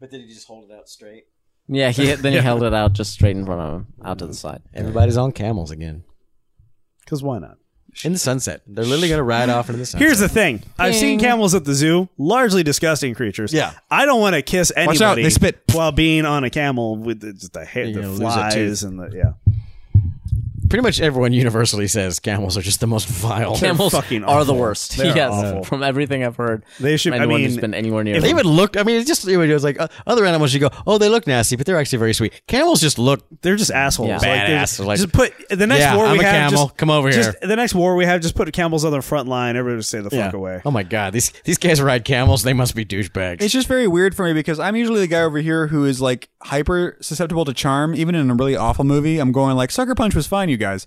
[SPEAKER 4] But did he just hold it out straight?
[SPEAKER 2] Yeah. He then he held it out just straight in front of him, out
[SPEAKER 1] Mm.
[SPEAKER 2] to the side.
[SPEAKER 4] Everybody's on camels again
[SPEAKER 3] because why not?
[SPEAKER 4] in the sunset. They're literally gonna ride off into the sunset.
[SPEAKER 3] Here's the thing: I've seen camels at the zoo, largely disgusting creatures.
[SPEAKER 4] Yeah.
[SPEAKER 3] I don't want to kiss anybody.
[SPEAKER 1] out, they spit.
[SPEAKER 3] while being on a camel with the, just the hair,
[SPEAKER 4] You're
[SPEAKER 3] the
[SPEAKER 4] gonna lose a
[SPEAKER 3] flies, and the yeah.
[SPEAKER 4] pretty much everyone universally says camels are just the most vile.
[SPEAKER 2] Camels
[SPEAKER 3] fucking
[SPEAKER 2] are the
[SPEAKER 3] awful.
[SPEAKER 2] worst.
[SPEAKER 3] They're
[SPEAKER 2] yes,
[SPEAKER 3] awful.
[SPEAKER 2] from everything I've heard.
[SPEAKER 3] They should- I
[SPEAKER 2] Anyone
[SPEAKER 3] mean,
[SPEAKER 2] who's been anywhere near
[SPEAKER 3] if
[SPEAKER 4] (laughs) They
[SPEAKER 2] them.
[SPEAKER 4] even looked. I mean, it's just it was like uh, other animals. You go, oh, they look nasty, but they're actually very sweet. Camels just look.
[SPEAKER 3] They're just assholes.
[SPEAKER 2] Yeah.
[SPEAKER 3] Like, they're just,
[SPEAKER 4] Badasses, like-
[SPEAKER 3] just put the next
[SPEAKER 4] Yeah,
[SPEAKER 3] war
[SPEAKER 4] I'm
[SPEAKER 3] we
[SPEAKER 4] a
[SPEAKER 3] have.
[SPEAKER 4] camel.
[SPEAKER 3] Just,
[SPEAKER 4] Come over
[SPEAKER 3] just-
[SPEAKER 4] here.
[SPEAKER 3] The next war we have, just put camels on the front line. Everybody just stay the fuck away.
[SPEAKER 4] Oh my god, these these guys ride camels. They must be douchebags.
[SPEAKER 1] It's just very weird for me because I'm usually the guy over here who is like hyper susceptible to charm, even in a really awful movie. I'm going like Sucker Punch was fine, you guys.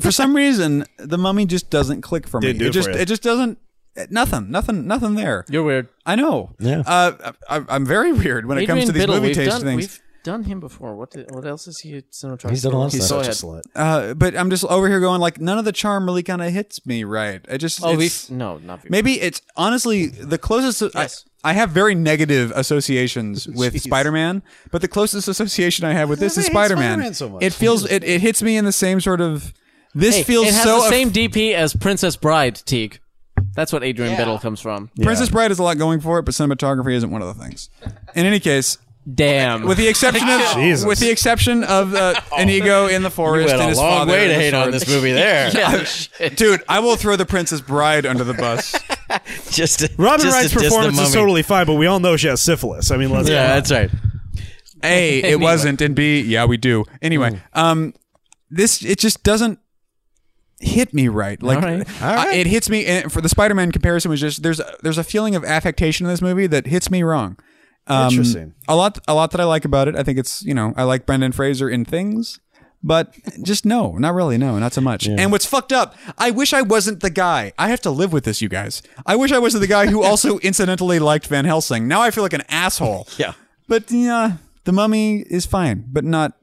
[SPEAKER 1] for some reason, the mummy just doesn't click for me.
[SPEAKER 3] Didn't do it for
[SPEAKER 1] just
[SPEAKER 3] you.
[SPEAKER 1] it just doesn't eh, nothing, nothing, nothing there.
[SPEAKER 2] You're weird.
[SPEAKER 1] I know.
[SPEAKER 4] Yeah.
[SPEAKER 1] Uh, I, I- I'm very weird when it comes
[SPEAKER 2] Adrian
[SPEAKER 1] to these
[SPEAKER 2] Biddle,
[SPEAKER 1] movie
[SPEAKER 2] we've
[SPEAKER 1] taste
[SPEAKER 2] done,
[SPEAKER 1] things.
[SPEAKER 2] We've done him before. What did, what else is he a cinematographer?
[SPEAKER 4] He's done a lot of
[SPEAKER 2] He's
[SPEAKER 4] stuff.
[SPEAKER 2] so ahead.
[SPEAKER 4] slut.
[SPEAKER 1] Uh, but I'm just over here going like none of the charm really kind of hits me right. I just
[SPEAKER 2] Oh,
[SPEAKER 1] it's-
[SPEAKER 2] we've, no, not we've.
[SPEAKER 1] maybe it's honestly the closest.
[SPEAKER 2] Yes.
[SPEAKER 1] I, I have very negative
[SPEAKER 2] (laughs)
[SPEAKER 1] associations with Spider-Man, but the closest association I have with this is
[SPEAKER 3] Everybody hates
[SPEAKER 1] Spider-Man.
[SPEAKER 3] Spider-Man so much.
[SPEAKER 1] It feels it, it hits me in the same sort of. This feels
[SPEAKER 2] it has
[SPEAKER 1] so.
[SPEAKER 2] the
[SPEAKER 1] aff-
[SPEAKER 2] same DP as Princess Bride, Teague. That's what Adrian Biddle comes from.
[SPEAKER 1] Princess Bride has a lot going for it, but cinematography isn't one of the things. In any case,
[SPEAKER 2] Damn.
[SPEAKER 1] with the exception
[SPEAKER 4] (laughs)
[SPEAKER 1] of
[SPEAKER 3] Jesus.
[SPEAKER 1] with the exception of uh, an ego in the forest
[SPEAKER 4] Oh, Went
[SPEAKER 1] and
[SPEAKER 4] a
[SPEAKER 1] his
[SPEAKER 4] long
[SPEAKER 1] father
[SPEAKER 4] way
[SPEAKER 1] and
[SPEAKER 4] to
[SPEAKER 1] the
[SPEAKER 4] hate on
[SPEAKER 1] sword.
[SPEAKER 4] this
[SPEAKER 1] (laughs)
[SPEAKER 4] movie. There,
[SPEAKER 2] (laughs) yeah, shit.
[SPEAKER 1] Dude, I will throw the Princess Bride under the
[SPEAKER 4] (laughs)
[SPEAKER 1] bus.
[SPEAKER 4] (laughs) just to,
[SPEAKER 3] Robin
[SPEAKER 4] just to
[SPEAKER 3] Wright's
[SPEAKER 4] diss the
[SPEAKER 3] performance is
[SPEAKER 4] mummy.
[SPEAKER 3] totally fine, but we all know she has syphilis. I mean, let's
[SPEAKER 4] Yeah, that's right.
[SPEAKER 1] A, it wasn't, and B, yeah, we do. Anyway,
[SPEAKER 4] Mm.
[SPEAKER 1] um, this it just doesn't hit me right. Like
[SPEAKER 2] right.
[SPEAKER 1] I- it hits me. And for the Spider-Man comparison was just there's a, there's a feeling of affectation in this movie that hits me wrong. Um,
[SPEAKER 3] Interesting.
[SPEAKER 1] A lot a lot that I like about it. I think it's you know I like Brendan Fraser in things. But just no, not really, no, not so much. And what's fucked up? I wish I wasn't the guy. I have to live with this, you guys. I wish I wasn't the guy who (laughs) also incidentally liked Van Helsing. Now I feel like an (laughs) asshole.
[SPEAKER 4] Yeah.
[SPEAKER 1] But yeah, the mummy is fine, but not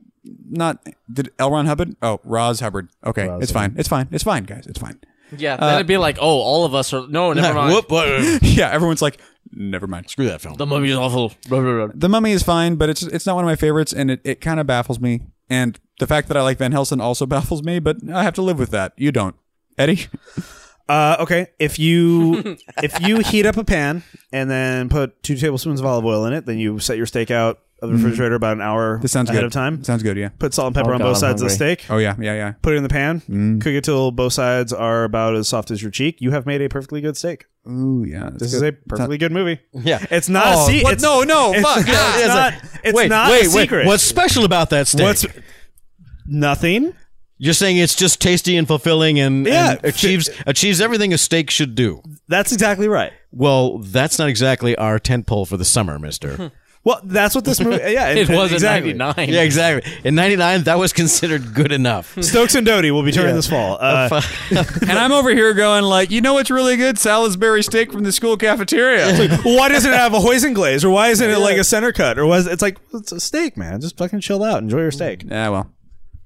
[SPEAKER 1] not did L. Ron Hubbard? Oh, Roz Hubbard. Okay, it's fine. It's fine. It's fine, guys. It's fine. (laughs)
[SPEAKER 2] yeah.
[SPEAKER 3] Uh,
[SPEAKER 2] Then it'd be like, oh, all of us are. No, never mind.
[SPEAKER 4] Whoop, whoop.
[SPEAKER 1] Yeah, everyone's like, never mind. Screw
[SPEAKER 4] Screw
[SPEAKER 1] that.
[SPEAKER 4] that film.
[SPEAKER 2] The movie's awful. Blah, blah, blah.
[SPEAKER 1] The mummy is fine, but it's it's not one of my favorites, and it, it kind of baffles me. And the fact that I like Van Helsing also (laughs) baffles me, but I have to live with that. You don't, Eddie.
[SPEAKER 3] Uh, okay, if you if you heat up a pan and then put two tablespoons of olive oil in it, then you set your steak out of the refrigerator about an hour
[SPEAKER 1] This sounds
[SPEAKER 3] ahead
[SPEAKER 1] good.
[SPEAKER 3] of time.
[SPEAKER 1] Sounds good. Yeah.
[SPEAKER 3] Put salt and pepper
[SPEAKER 2] Oh,
[SPEAKER 3] on
[SPEAKER 2] God,
[SPEAKER 3] both
[SPEAKER 2] I'm
[SPEAKER 3] sides of the
[SPEAKER 2] hungry.
[SPEAKER 3] steak.
[SPEAKER 1] Oh yeah. Yeah yeah.
[SPEAKER 3] Put it in the pan. Cook it till both sides are about as soft as your cheek. You have made a perfectly good steak.
[SPEAKER 1] Ooh yeah.
[SPEAKER 3] This is a perfectly good movie.
[SPEAKER 4] Yeah.
[SPEAKER 3] It's not
[SPEAKER 1] Oh,
[SPEAKER 3] a
[SPEAKER 1] what?
[SPEAKER 3] secret.
[SPEAKER 1] No, no,
[SPEAKER 3] It's,
[SPEAKER 1] fuck.
[SPEAKER 3] It's
[SPEAKER 1] Yeah,
[SPEAKER 4] it's
[SPEAKER 3] not, it's
[SPEAKER 4] wait,
[SPEAKER 3] not
[SPEAKER 4] wait,
[SPEAKER 3] a
[SPEAKER 4] wait.
[SPEAKER 3] secret.
[SPEAKER 4] What's special about that steak?
[SPEAKER 3] What's nothing?
[SPEAKER 4] You're saying it's just tasty and fulfilling and,
[SPEAKER 3] Yeah.
[SPEAKER 4] and achieves achieves everything a steak should do.
[SPEAKER 3] That's exactly right.
[SPEAKER 4] Well, that's not exactly our tent pole for the summer,
[SPEAKER 3] (laughs)
[SPEAKER 4] mister.
[SPEAKER 3] Well, that's what this movie. Yeah,
[SPEAKER 2] It was
[SPEAKER 3] exactly.
[SPEAKER 2] in 99.
[SPEAKER 4] yeah, exactly. In 99, that was considered good enough. (laughs)
[SPEAKER 3] Stokes and Doty will be turning this fall. Uh,
[SPEAKER 1] And I'm over here going like, you know what's really good? Salisbury steak from the school
[SPEAKER 3] (laughs)
[SPEAKER 1] cafeteria.
[SPEAKER 3] Well, why doesn't it have a hoisin glaze, or why isn't it like a center cut, or was it's like it's a steak, man? Just fucking chill out, enjoy your steak.
[SPEAKER 1] yeah. Well.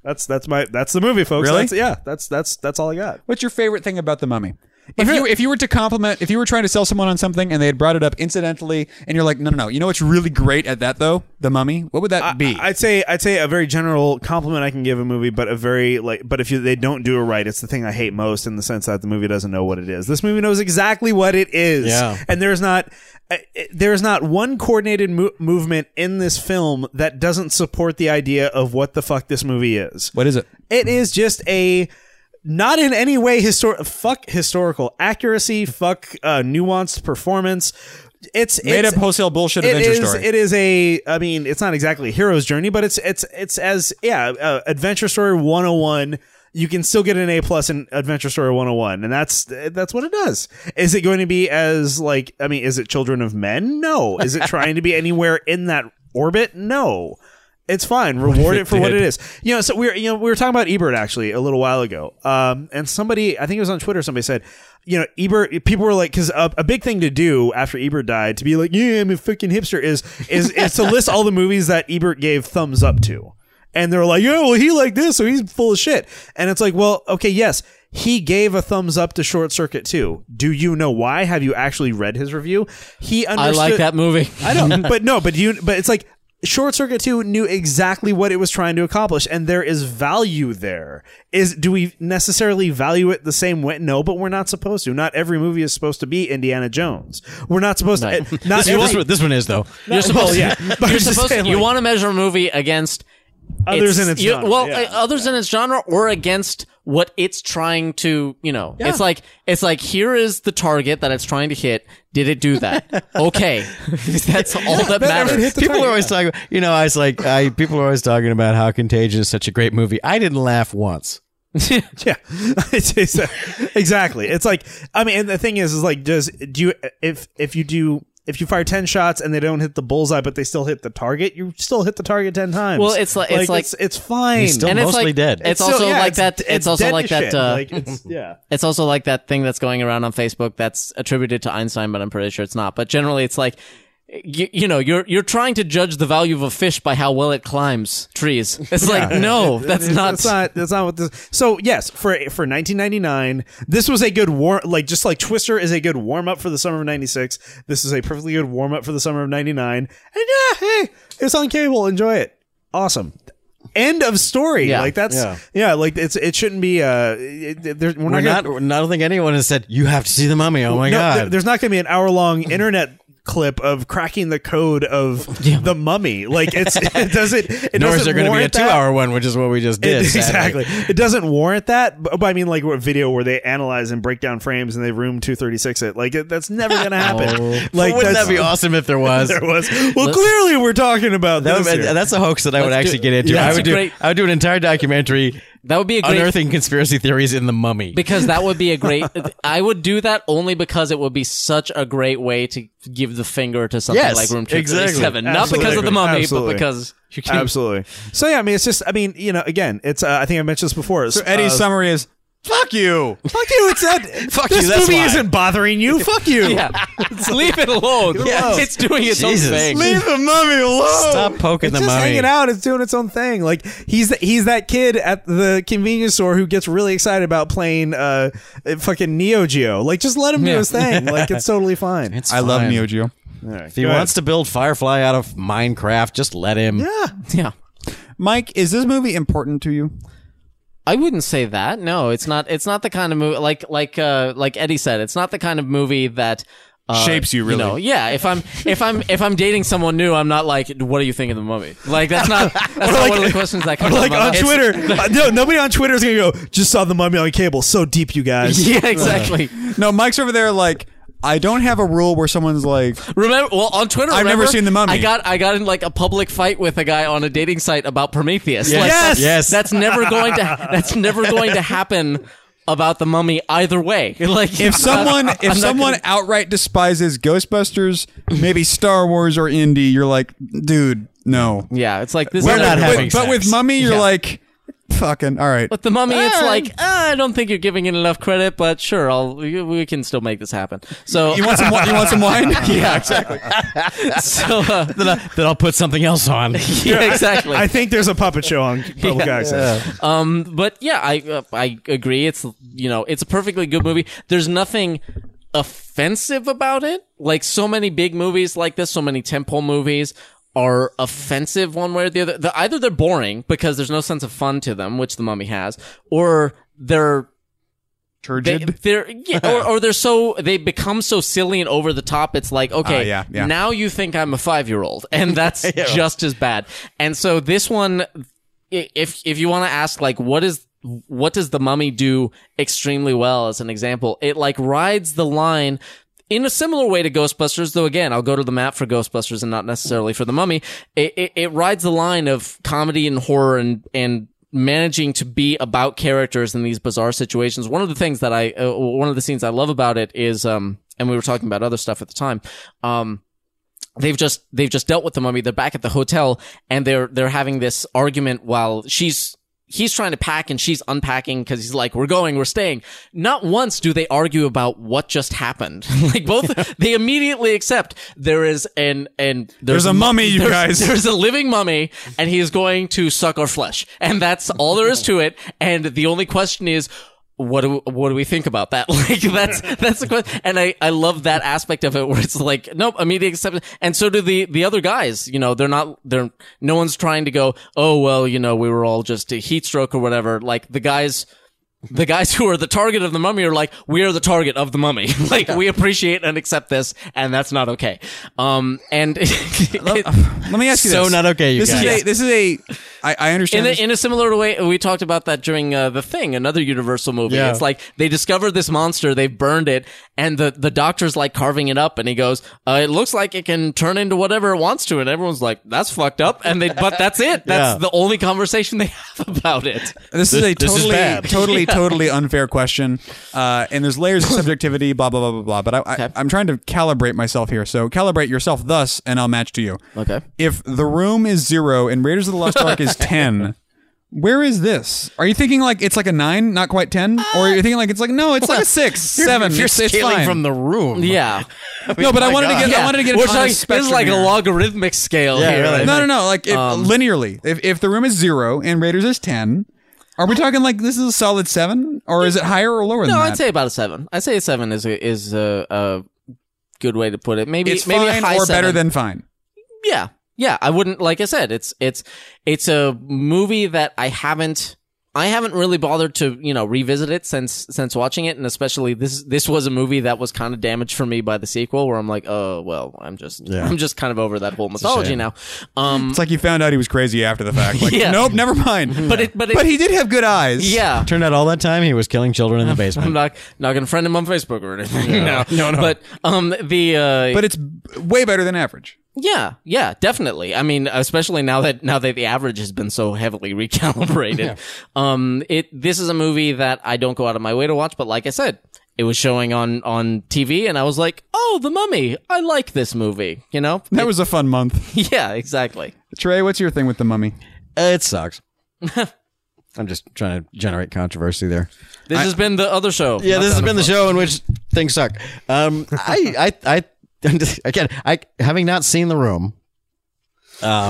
[SPEAKER 3] That's that's my that's the movie, folks.
[SPEAKER 1] Really?
[SPEAKER 3] That's, yeah, that's that's that's all I got.
[SPEAKER 1] What's your favorite thing about the mummy? If you if you were to compliment if you were trying to sell someone on something and they had brought it up incidentally and you're like no no no you know what's really great at that though the mummy what would that be
[SPEAKER 3] I'd say I'd say a very general compliment I can give a movie, but a very like but if you, they don't do it right, it's the thing I hate most in the sense that the movie doesn't know what it is. This movie knows exactly what it is,
[SPEAKER 4] Yeah.
[SPEAKER 3] and there's not uh, there's not one coordinated mo- movement in this film that doesn't support the idea of what the fuck this movie is.
[SPEAKER 1] what is it
[SPEAKER 3] It is just a not in any way histor- fuck historical accuracy, fuck uh, nuanced performance. It's
[SPEAKER 1] made
[SPEAKER 3] it's,
[SPEAKER 1] up wholesale bullshit
[SPEAKER 3] It
[SPEAKER 1] adventure
[SPEAKER 3] is.
[SPEAKER 1] story
[SPEAKER 3] It is a. I mean, it's not exactly a hero's journey, but it's it's it's as yeah, uh, adventure story one hundred and one. You can still get an A plus in Adventure Story 101, and that's that's what it does. Is it going to be as like I mean, is it Children of Men? No. Is it trying to be (laughs) anywhere in that orbit? No. It's fine. Reward it for what it is. You know, so we were you know we were talking about Ebert actually a little while ago. Um, and somebody I think it was on Twitter. Somebody said, you know, Ebert. People were like, because a, a big thing to do after Ebert died to be like, yeah, I'm a fucking hipster is is is to list all the movies that Ebert gave thumbs up to. And they're like, yeah, well, he liked this, so he's full of shit. And it's like, well, okay, yes, he gave a thumbs up to Short Circuit too. Do you know why? Have you actually read his review? He
[SPEAKER 2] I
[SPEAKER 3] understood.
[SPEAKER 2] like that movie.
[SPEAKER 3] I know, but no, but you, but it's like Short Circuit Two knew exactly what it was trying to accomplish, and there is value there. Is do we necessarily value it the same way? No, but we're not supposed to. Not every movie is supposed to be Indiana Jones. We're not supposed
[SPEAKER 2] Right.
[SPEAKER 3] to. (laughs) Not
[SPEAKER 4] (laughs) this,
[SPEAKER 3] every, (laughs)
[SPEAKER 4] one, this one is, though.
[SPEAKER 2] You're supposed (laughs)
[SPEAKER 3] (laughs) well, yeah.
[SPEAKER 2] to.
[SPEAKER 3] But I'm
[SPEAKER 2] You're
[SPEAKER 3] just
[SPEAKER 2] supposed
[SPEAKER 3] saying,
[SPEAKER 2] to you
[SPEAKER 3] like-
[SPEAKER 2] want to measure a movie against
[SPEAKER 3] others in its
[SPEAKER 2] you-
[SPEAKER 3] genre,
[SPEAKER 2] well
[SPEAKER 3] yeah.
[SPEAKER 2] uh, others in its genre or against what it's trying to you know it's like it's like here is the target that it's trying to hit did it do
[SPEAKER 3] (laughs)
[SPEAKER 2] that okay (laughs) that's all that
[SPEAKER 1] it
[SPEAKER 2] matters
[SPEAKER 1] hit the
[SPEAKER 4] people
[SPEAKER 1] target.
[SPEAKER 4] are always talking. You know, I was like, I people are always talking about how Contagion is such a great movie. I didn't laugh once.
[SPEAKER 2] (laughs)
[SPEAKER 3] Yeah, (laughs) It's- it's, uh, exactly. It's like I mean, and the thing is, is like, does do you if if you do if you fire ten shots and they don't hit the bullseye, but they still hit the target, you still hit the target ten times.
[SPEAKER 2] Well, it's like- it's like-
[SPEAKER 3] it's, it's fine.
[SPEAKER 4] He's still
[SPEAKER 2] and it's
[SPEAKER 4] mostly
[SPEAKER 2] like,
[SPEAKER 4] dead.
[SPEAKER 2] It's,
[SPEAKER 3] Still-
[SPEAKER 2] also
[SPEAKER 3] yeah,
[SPEAKER 2] like that. It's, also
[SPEAKER 3] dead
[SPEAKER 2] like
[SPEAKER 3] to
[SPEAKER 2] that.
[SPEAKER 3] shit.
[SPEAKER 2] Uh,
[SPEAKER 3] Like, it's-
[SPEAKER 2] (laughs)
[SPEAKER 3] yeah.
[SPEAKER 2] It's also like that thing that's going around on Facebook that's attributed to Einstein, but I'm pretty sure it's not. But generally, it's like. You, you know you're you're trying to judge the value of a fish by how well it climbs trees. It's like no, that's
[SPEAKER 3] It's-
[SPEAKER 2] not.
[SPEAKER 3] That's not. That's not what this. So yes, for for 1999, this was a good war. Like just like Twister is a good warm up for the summer of '96. This is a perfectly good warm up for the summer of '99. And yeah, hey, it's on cable. Enjoy it. Awesome. End of story.
[SPEAKER 2] Yeah.
[SPEAKER 3] Like that's yeah. Like it's it shouldn't be. Uh, it, it- there, we're,
[SPEAKER 4] We're
[SPEAKER 3] not. Gonna,
[SPEAKER 4] not. I don't think anyone has said you have to see the mummy. Oh my
[SPEAKER 3] no,
[SPEAKER 4] god!
[SPEAKER 3] there- there's not going to be an hour long (laughs) internet clip of cracking the
[SPEAKER 2] (laughs)
[SPEAKER 3] code of the mummy. Like it's it doesn't. It
[SPEAKER 4] Nor
[SPEAKER 3] doesn't
[SPEAKER 4] is there going to be a
[SPEAKER 3] warrant that.
[SPEAKER 4] two-hour one, which is what we just
[SPEAKER 3] It- (laughs)
[SPEAKER 4] did. sadly.
[SPEAKER 3] exactly. It doesn't warrant that, but, but I mean, like a video where they analyze and break down frames and they room two thirty six it. Like it, that's never gonna
[SPEAKER 4] (laughs)
[SPEAKER 3] happen. Like
[SPEAKER 4] Oh. Wouldn't
[SPEAKER 3] that's, (laughs)
[SPEAKER 4] that be awesome if there was?
[SPEAKER 3] There was. Well, clearly we're talking about
[SPEAKER 4] That
[SPEAKER 3] this.
[SPEAKER 4] would-
[SPEAKER 3] (laughs) here.
[SPEAKER 4] that's a hoax that I would
[SPEAKER 2] Let's do-
[SPEAKER 4] actually get into.
[SPEAKER 2] Yeah.
[SPEAKER 4] I
[SPEAKER 2] That's a
[SPEAKER 4] would do.
[SPEAKER 2] great-
[SPEAKER 4] I would do an entire documentary
[SPEAKER 2] that would be a great
[SPEAKER 4] unearthing conspiracy theories in the mummy.
[SPEAKER 2] because that would be a
[SPEAKER 4] (laughs)
[SPEAKER 2] great. I would do that only because it would be such a great way to give the finger to something
[SPEAKER 4] Yes,
[SPEAKER 2] like Room Two Thirty
[SPEAKER 4] exactly.
[SPEAKER 2] Seven. Not because of the
[SPEAKER 3] Absolutely.
[SPEAKER 2] mummy,
[SPEAKER 3] Absolutely.
[SPEAKER 2] but because you can.
[SPEAKER 3] absolutely. So yeah, I mean, it's just. I mean, you know, again, it's. Uh, I think I mentioned this before. So
[SPEAKER 1] Eddie's summary is fuck you.
[SPEAKER 3] (laughs) fuck you. It's that.
[SPEAKER 4] Fuck
[SPEAKER 3] this
[SPEAKER 4] you, that's
[SPEAKER 3] movie
[SPEAKER 4] why.
[SPEAKER 3] isn't bothering
[SPEAKER 4] (laughs)
[SPEAKER 3] you. fuck you.
[SPEAKER 2] (laughs) Yeah, leave it alone.
[SPEAKER 4] alone.
[SPEAKER 2] It's doing its
[SPEAKER 4] Jesus.
[SPEAKER 2] own thing.
[SPEAKER 4] Leave
[SPEAKER 3] the mummy alone.
[SPEAKER 4] Stop poking
[SPEAKER 3] Oh, it's
[SPEAKER 4] the
[SPEAKER 3] just
[SPEAKER 4] mummy.
[SPEAKER 3] hanging out. It's doing its own thing. Like he's the, he's that kid at the convenience store who gets really excited about playing uh fucking Neo Geo. Like just let him do
[SPEAKER 2] Yeah.
[SPEAKER 3] his thing. Like it's totally fine.
[SPEAKER 4] It's
[SPEAKER 1] I love
[SPEAKER 4] fine.
[SPEAKER 1] Neo Geo.
[SPEAKER 4] If he wants to build Firefly out of Minecraft, just let him.
[SPEAKER 3] yeah.
[SPEAKER 2] Yeah,
[SPEAKER 1] Mike, is this movie important to you?
[SPEAKER 2] I wouldn't say that. No, it's not. It's not the kind of movie like like uh like Eddie said. It's not the kind of movie that. Uh,
[SPEAKER 1] Shapes you, really.
[SPEAKER 2] you know, yeah. If I'm if I'm if I'm dating someone new, I'm not like, what do you think of the movie? Like that's not that's not
[SPEAKER 3] like-
[SPEAKER 2] one of the questions that comes
[SPEAKER 3] Like
[SPEAKER 2] up my
[SPEAKER 3] on
[SPEAKER 2] mind.
[SPEAKER 3] Twitter, uh, no, nobody on Twitter is gonna go. Just saw the mummy on cable. So deep, you guys.
[SPEAKER 2] (laughs) Yeah, exactly.
[SPEAKER 1] No, Mike's over there like I don't have a rule where someone's like
[SPEAKER 2] Remember, well, on Twitter,
[SPEAKER 1] I've never
[SPEAKER 2] remember,
[SPEAKER 1] seen The Mummy.
[SPEAKER 2] I got I got in like a public fight with a guy on a dating site about Prometheus. Like,
[SPEAKER 3] Yes.
[SPEAKER 2] that's,
[SPEAKER 4] Yes.
[SPEAKER 2] that's never going to that's never going to happen about the Mummy either way.
[SPEAKER 1] (laughs)
[SPEAKER 2] Like
[SPEAKER 1] if someone if someone outright despises Ghostbusters, maybe Star Wars or indie, you're like, dude, no.
[SPEAKER 2] yeah, it's like this.
[SPEAKER 4] We're
[SPEAKER 2] is
[SPEAKER 4] not
[SPEAKER 2] a-
[SPEAKER 1] But-
[SPEAKER 4] having
[SPEAKER 1] but, with
[SPEAKER 4] sex.
[SPEAKER 1] Mummy, you're
[SPEAKER 2] Yeah.
[SPEAKER 1] like, fucking all right.
[SPEAKER 2] But the mummy, it's
[SPEAKER 4] Ah.
[SPEAKER 2] like ah, I don't think you're giving it enough credit, but sure, I'll we, we can still make this happen. So
[SPEAKER 1] You want some? wi- You want some (laughs) wine?
[SPEAKER 2] yeah, exactly.
[SPEAKER 1] (laughs)
[SPEAKER 2] (laughs) so uh,
[SPEAKER 4] Then, I, then I'll put something else on.
[SPEAKER 2] yeah, exactly.
[SPEAKER 3] I think there's a puppet show on public access.
[SPEAKER 2] Um, but yeah, I uh, I agree. It's you know, it's a perfectly good movie. There's nothing offensive about it. Like so many big movies like this, so many temple movies are offensive one way or the other. The, either they're boring because there's no sense of fun to them, which The Mummy has, or they're they,
[SPEAKER 1] Turgid.
[SPEAKER 2] they're yeah, or, or they're so they become so silly and over the top. It's like okay,
[SPEAKER 1] Ah, yeah, yeah.
[SPEAKER 2] now you think I'm a five year old,
[SPEAKER 1] (laughs)
[SPEAKER 2] and that's just as bad. And so this one, i- if if you want to ask like what is what does the mummy do extremely well as an example, it like rides the line. In a similar way to Ghostbusters, though again, I'll go to the map for Ghostbusters and not necessarily for the Mummy. It, it, it rides the line of comedy and horror and, and managing to be about characters in these bizarre situations. One of the things that I, uh, one of the scenes I love about it is, um, and we were talking about other stuff at the time, um, they've just they've just dealt with the mummy. They're back at the hotel and they're they're having this argument while she's he's trying to pack and she's unpacking because he's like, "We're going, we're staying." Not once do they argue about what just happened. (laughs) like
[SPEAKER 1] (laughs)
[SPEAKER 2] both, they immediately accept there is an and there's,
[SPEAKER 1] a
[SPEAKER 2] mu-
[SPEAKER 1] mummy, you
[SPEAKER 2] there's-
[SPEAKER 1] guys.
[SPEAKER 2] There's a living mummy and he is going to suck our flesh, and that's all there is to it. And the only question is what do what do we think about that? (laughs) Like that's that's the question, and I I love that aspect of it where it's like nope, immediate acceptance, and so do the the other guys. You know, they're not they're no one's trying to go oh well, you know, we were all just a heat stroke or whatever. Like the guys the guys who are the target of the mummy are like, we are the target of the mummy. (laughs) like we appreciate and accept this, and that's not okay. Um, and (laughs)
[SPEAKER 1] Let me ask you
[SPEAKER 4] So
[SPEAKER 1] this.
[SPEAKER 4] not okay, you
[SPEAKER 1] this
[SPEAKER 4] guys.
[SPEAKER 1] is a. This is a. I, I understand.
[SPEAKER 2] in
[SPEAKER 1] this-
[SPEAKER 2] a, in a similar way, we talked about that during uh, the thing, another Universal movie.
[SPEAKER 4] Yeah.
[SPEAKER 2] It's like they discovered this monster, they've burned it, and the the doctor's like carving it up, and he goes, uh, "It looks like it can turn into whatever it wants to," and everyone's like, "That's fucked up," and they, but
[SPEAKER 1] (laughs)
[SPEAKER 2] that's it. That's
[SPEAKER 4] Yeah.
[SPEAKER 2] the only conversation they have about it.
[SPEAKER 1] This is a
[SPEAKER 4] this is
[SPEAKER 1] totally,
[SPEAKER 4] bad.
[SPEAKER 1] (laughs) totally, totally unfair question. Uh, and there's
[SPEAKER 4] (laughs)
[SPEAKER 1] layers of subjectivity, blah, blah, blah, blah, blah. But I, I, I'm trying to calibrate myself here. So calibrate yourself thus, and I'll match to you.
[SPEAKER 2] Okay.
[SPEAKER 1] If the room is zero and Raiders of the Lost Ark
[SPEAKER 4] (laughs)
[SPEAKER 1] is 10, where is this? Are you thinking like it's like a nine, not quite 10? or are you thinking like it's like, no, it's like
[SPEAKER 4] (laughs)
[SPEAKER 1] a six, seven.
[SPEAKER 4] If Uh, you're
[SPEAKER 1] it's, it's
[SPEAKER 4] scaling
[SPEAKER 1] fine.
[SPEAKER 4] from the room.
[SPEAKER 2] Yeah.
[SPEAKER 1] no, but (laughs) I
[SPEAKER 4] my
[SPEAKER 1] wanted
[SPEAKER 4] God.
[SPEAKER 1] to get,
[SPEAKER 2] yeah.
[SPEAKER 1] I wanted to get
[SPEAKER 2] We're
[SPEAKER 1] an honest
[SPEAKER 2] talking- This is
[SPEAKER 1] spectrum
[SPEAKER 2] like
[SPEAKER 1] here.
[SPEAKER 2] a logarithmic scale
[SPEAKER 4] Yeah,
[SPEAKER 2] here.
[SPEAKER 4] really.
[SPEAKER 2] And
[SPEAKER 1] No,
[SPEAKER 2] like-
[SPEAKER 1] no, no. Like if,
[SPEAKER 2] um,
[SPEAKER 1] linearly, if, if the room is zero and Raiders is ten, are we talking like this is a solid seven, or is it higher or lower than
[SPEAKER 2] No,
[SPEAKER 1] that?
[SPEAKER 2] I'd say about a seven. I'd say a seven is a, is a, a good way to put it. Maybe
[SPEAKER 1] it's
[SPEAKER 2] maybe
[SPEAKER 1] fine
[SPEAKER 2] a high
[SPEAKER 1] or better
[SPEAKER 2] seven.
[SPEAKER 1] than fine.
[SPEAKER 2] yeah yeah i wouldn't like i said it's it's it's a movie that i haven't i haven't really bothered to you know revisit it since since watching it and especially this this was a movie that was kind of damaged for me by the sequel where i'm like oh well i'm just i'm just kind of over that whole mythology
[SPEAKER 4] shame.
[SPEAKER 2] now um
[SPEAKER 1] It's like you found out he was crazy after the
[SPEAKER 2] (laughs)
[SPEAKER 1] fact. Like,
[SPEAKER 2] Yeah.
[SPEAKER 1] nope, never mind.
[SPEAKER 2] (laughs) But it- but it-
[SPEAKER 1] he did have good eyes.
[SPEAKER 2] yeah
[SPEAKER 4] Turned out all that time he was killing children in the basement.
[SPEAKER 2] i'm not not gonna friend him on facebook or anything (laughs) no no, no. but um the uh
[SPEAKER 1] but it's b- way better than average.
[SPEAKER 2] Yeah, yeah, definitely. I mean, especially now that now that the average has been so heavily (laughs) recalibrated. Um it this is a movie that I don't go out of my way to watch, but like I said, it was showing on on TV and I was like, "Oh, The Mummy. I like this movie." You know? (laughs)
[SPEAKER 1] That was a fun month.
[SPEAKER 2] yeah, exactly.
[SPEAKER 1] Trey, what's your thing with the mummy?
[SPEAKER 4] It sucks. I'm just trying to generate controversy there.
[SPEAKER 2] This has been the other show.
[SPEAKER 4] Yeah, this has been the show in which things suck. Um, I, I, (laughs) I, again, I having not seen the room.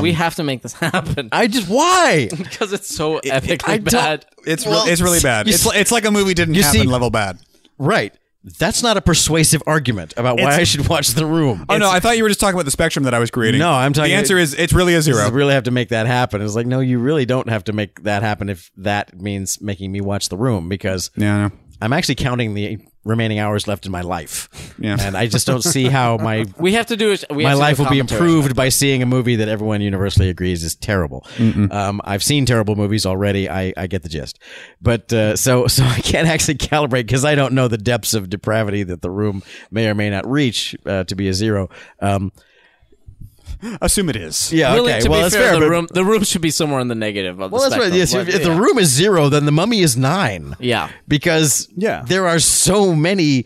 [SPEAKER 2] we have to make this (laughs) happen
[SPEAKER 4] I just why
[SPEAKER 2] because it's so epically
[SPEAKER 4] I don't-
[SPEAKER 2] bad.
[SPEAKER 1] It's
[SPEAKER 4] Well,
[SPEAKER 1] re- it's really bad.
[SPEAKER 4] you
[SPEAKER 1] It's,
[SPEAKER 4] see-
[SPEAKER 1] li- it's like a movie didn't
[SPEAKER 4] you
[SPEAKER 1] happen
[SPEAKER 4] see-
[SPEAKER 1] level bad.
[SPEAKER 4] right. That's not a persuasive argument about why I should watch the room.
[SPEAKER 1] Oh no, I thought you were just talking about the spectrum that I was creating.
[SPEAKER 4] No, I'm talking-
[SPEAKER 1] The answer is it's really a
[SPEAKER 4] You
[SPEAKER 1] zero.
[SPEAKER 4] really have to make that happen. It's like no, you really don't have to make that happen if that means making me watch the room because
[SPEAKER 1] Yeah, I know.
[SPEAKER 4] I'm actually counting the remaining hours left in my life.
[SPEAKER 1] Yeah.
[SPEAKER 4] and I just don't see how
[SPEAKER 1] (laughs)
[SPEAKER 4] my
[SPEAKER 2] We have to do it. We
[SPEAKER 4] my
[SPEAKER 2] have to do
[SPEAKER 4] life will be
[SPEAKER 2] commentary.
[SPEAKER 4] improved by seeing a movie that everyone universally agrees is terrible. Um, I've seen terrible movies already. I, I get the gist, but uh, so (laughs) so I can't actually calibrate because I don't know the depths of depravity that the room may or may not reach uh, to be a zero. Um,
[SPEAKER 1] Assume it is.
[SPEAKER 4] yeah,
[SPEAKER 2] Really,
[SPEAKER 4] okay.
[SPEAKER 2] to
[SPEAKER 4] well,
[SPEAKER 2] be
[SPEAKER 4] that's
[SPEAKER 2] fair,
[SPEAKER 4] fair.
[SPEAKER 2] the
[SPEAKER 4] but-
[SPEAKER 2] room the room should be somewhere in the negative of the
[SPEAKER 4] well, that's right.
[SPEAKER 2] spectrum.
[SPEAKER 4] Yes, if,
[SPEAKER 2] Like,
[SPEAKER 4] if the room is zero, then the mummy is nine.
[SPEAKER 2] yeah.
[SPEAKER 4] because
[SPEAKER 3] Yeah.
[SPEAKER 4] there are so many. You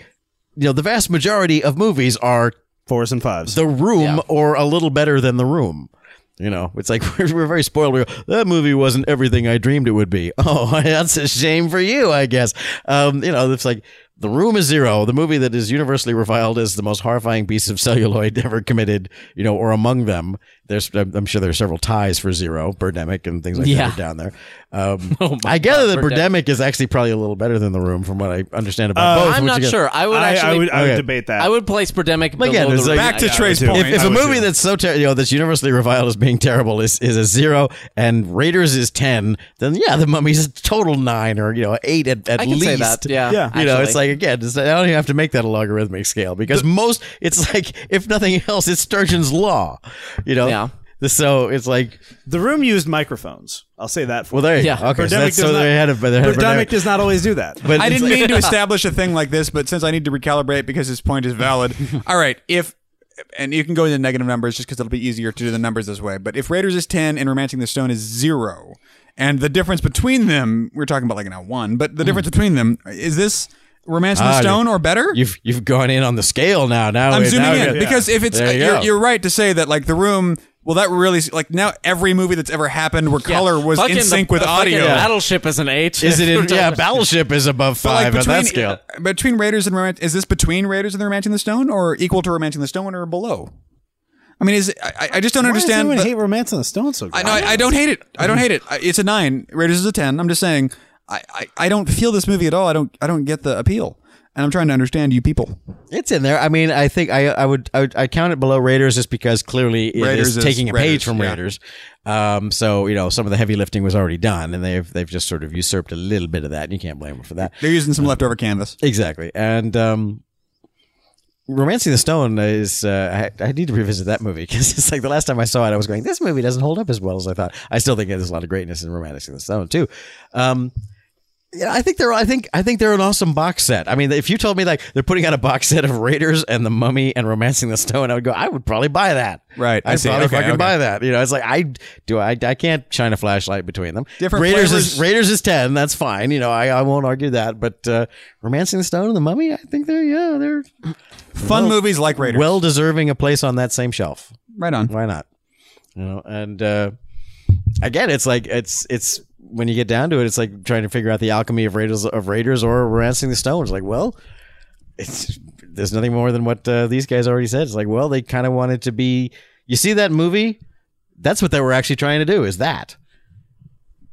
[SPEAKER 4] know, the vast majority of movies are
[SPEAKER 3] Fours and fives.
[SPEAKER 4] the room or a little better than the room. You know, it's like (laughs) we're, we're very spoiled. We go, that movie wasn't everything I dreamed it would be. (laughs) Oh, that's a shame for you, I guess. Um, you know, it's like The Room is Zero, the movie that is universally reviled as the most horrifying piece of (laughs) celluloid ever committed, you know, or among them. There's, I'm I'm sure there are several ties for Zero, Birdemic, and things like
[SPEAKER 2] Yeah.
[SPEAKER 4] that are down there. Um,
[SPEAKER 2] (laughs) Oh my
[SPEAKER 4] I gather
[SPEAKER 2] God,
[SPEAKER 4] that Birdemic. is actually probably a little better than The Room from what I understand about
[SPEAKER 3] Uh,
[SPEAKER 4] both.
[SPEAKER 2] I'm
[SPEAKER 4] which
[SPEAKER 2] not
[SPEAKER 4] again-
[SPEAKER 2] sure. I would
[SPEAKER 3] I,
[SPEAKER 2] actually.
[SPEAKER 3] I would I would
[SPEAKER 4] okay.
[SPEAKER 3] debate that.
[SPEAKER 2] I would place Birdemic below
[SPEAKER 4] yeah, there's
[SPEAKER 2] the
[SPEAKER 4] a-
[SPEAKER 2] room.
[SPEAKER 1] Back to
[SPEAKER 3] I- I
[SPEAKER 1] Trey's
[SPEAKER 3] would do.
[SPEAKER 1] point.
[SPEAKER 4] if, if
[SPEAKER 3] I
[SPEAKER 4] a
[SPEAKER 3] would
[SPEAKER 4] movie
[SPEAKER 3] do.
[SPEAKER 4] that's so ter- you know that's universally reviled as being terrible is is a zero and Raiders is ten, then yeah, the Mummy's a total nine or you know eight at, at
[SPEAKER 2] I can
[SPEAKER 4] least.
[SPEAKER 2] say that. Yeah,
[SPEAKER 3] Yeah.
[SPEAKER 4] You know, it's
[SPEAKER 2] actually.
[SPEAKER 4] like again, it's, I don't even have to make that a logarithmic scale because most, it's like if nothing else, it's Sturgeon's law. You know,
[SPEAKER 2] Yeah.
[SPEAKER 4] So it's like,
[SPEAKER 3] the room used microphones. I'll say that. For
[SPEAKER 4] well, there you
[SPEAKER 2] Yeah.
[SPEAKER 4] go. Okay,
[SPEAKER 3] Birdemic
[SPEAKER 4] so, that's,
[SPEAKER 3] does
[SPEAKER 4] so
[SPEAKER 3] not-
[SPEAKER 4] they had a, they had a
[SPEAKER 3] Birdemic
[SPEAKER 4] Birdemic.
[SPEAKER 3] does not always do that.
[SPEAKER 4] But
[SPEAKER 1] I
[SPEAKER 4] it's
[SPEAKER 1] didn't
[SPEAKER 4] like-
[SPEAKER 1] mean
[SPEAKER 4] (laughs)
[SPEAKER 1] to establish a thing like this, but since I need to recalibrate because his point is
[SPEAKER 4] (laughs)
[SPEAKER 1] valid, all right, if and you can go into negative numbers just because it'll be easier to do the numbers this way. But if Raiders is ten and Romancing the Stone is zero, and the difference between them, we're talking about like now one, but the difference between them is this Romancing
[SPEAKER 4] Hmm. Ah,
[SPEAKER 1] the
[SPEAKER 4] you-
[SPEAKER 1] Stone or better?
[SPEAKER 4] You've you've gone in on the scale now. Now
[SPEAKER 1] I'm
[SPEAKER 4] now
[SPEAKER 1] zooming
[SPEAKER 4] we're-
[SPEAKER 1] in because if it's
[SPEAKER 4] There you
[SPEAKER 1] you are
[SPEAKER 4] go.
[SPEAKER 1] you're right to say that like the room. Well, that really like now every movie that's ever happened where color was
[SPEAKER 2] Fucking
[SPEAKER 1] in
[SPEAKER 2] the-
[SPEAKER 1] sync with
[SPEAKER 2] the fucking
[SPEAKER 1] audio.
[SPEAKER 2] Battleship is an eight.
[SPEAKER 4] Is it
[SPEAKER 1] (laughs)
[SPEAKER 2] (laughs)
[SPEAKER 4] in? Yeah, Battleship is above
[SPEAKER 1] But,
[SPEAKER 4] five
[SPEAKER 1] between,
[SPEAKER 4] on that scale.
[SPEAKER 1] Between Raiders and Romance, is this between Raiders and the Romancing the Stone, or equal to Romancing the Stone, or below? I mean, is I, I just don't understand.
[SPEAKER 3] Why does
[SPEAKER 1] the-
[SPEAKER 3] everyone hate Romance on the Stone so
[SPEAKER 1] I, no, I, I don't hate it. I don't hate it. I, it's a nine. Raiders is a ten. I'm just saying. I, I, I don't feel this movie at all. I don't I don't get the appeal. and I'm trying to understand you people.
[SPEAKER 4] It's in there. I mean, I think I I would I, would, I count it below Raiders just because clearly it
[SPEAKER 1] Raiders
[SPEAKER 4] is
[SPEAKER 1] is
[SPEAKER 4] taking a page
[SPEAKER 1] Raiders,
[SPEAKER 4] from
[SPEAKER 1] yeah.
[SPEAKER 4] Raiders. Um, so you know some of the heavy lifting was already done, and they've they've just sort of usurped a little bit of that. And you can't blame them for that.
[SPEAKER 1] They're using some leftover canvas.
[SPEAKER 4] Exactly. And um, Romancing the Stone is, uh, I, I need to revisit that movie because it's like the last time I saw it, I was going, this movie doesn't hold up as well as I thought. I still think there's a lot of greatness in Romancing the Stone, too. Um, yeah, I think they're. I think. I think they're an awesome box set. I mean, if you told me like they're putting out a box set of Raiders and the Mummy and Romancing the Stone, I would go. I would probably buy that.
[SPEAKER 1] Right, I
[SPEAKER 4] I'd
[SPEAKER 1] see.
[SPEAKER 4] probably
[SPEAKER 1] Okay,
[SPEAKER 4] fucking
[SPEAKER 1] okay.
[SPEAKER 4] buy that. You know, it's like I do. I, I can't shine a flashlight between them.
[SPEAKER 1] Different
[SPEAKER 4] Raiders
[SPEAKER 1] flavors.
[SPEAKER 4] is Raiders is ten. That's fine. You know, I, I won't argue that. But uh, Romancing the Stone and the Mummy, I think they're yeah they're
[SPEAKER 1] Fun movies like Raiders.
[SPEAKER 4] well deserving a place on that same shelf.
[SPEAKER 1] right on.
[SPEAKER 4] (laughs) Why not? You know, and uh, again, it's like it's it's when you get down to it, it's like trying to figure out the alchemy of Raiders of Raiders or Romancing the Stones. Like, well, it's there's nothing more than what uh, these guys already said. It's like, well, they kind of wanted to be. You see that movie? That's what they were actually trying to do. Is that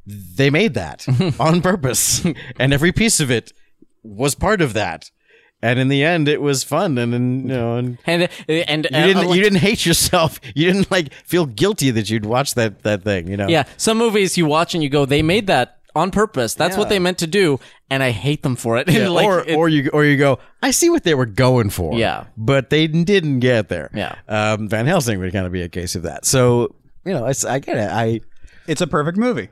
[SPEAKER 4] they made that on purpose, and every piece of it was part of that. And in the end, it was fun, and, and you know, and
[SPEAKER 2] And and uh,
[SPEAKER 4] you didn't you didn't hate yourself. (laughs) You didn't like feel guilty that you'd watch that that thing. You know.
[SPEAKER 2] Yeah, some movies you watch and you go, they made that on purpose. That's what they meant to do, and I hate them for it. (laughs)
[SPEAKER 4] Yeah,
[SPEAKER 2] Like,
[SPEAKER 4] or
[SPEAKER 2] it-
[SPEAKER 4] or you or you go. I see what they were going for.
[SPEAKER 2] Yeah.
[SPEAKER 4] but they didn't get there.
[SPEAKER 2] Yeah.
[SPEAKER 4] um, Van Helsing would kind of be a case of that. So you know, it's, I get it. I
[SPEAKER 1] It's a perfect movie.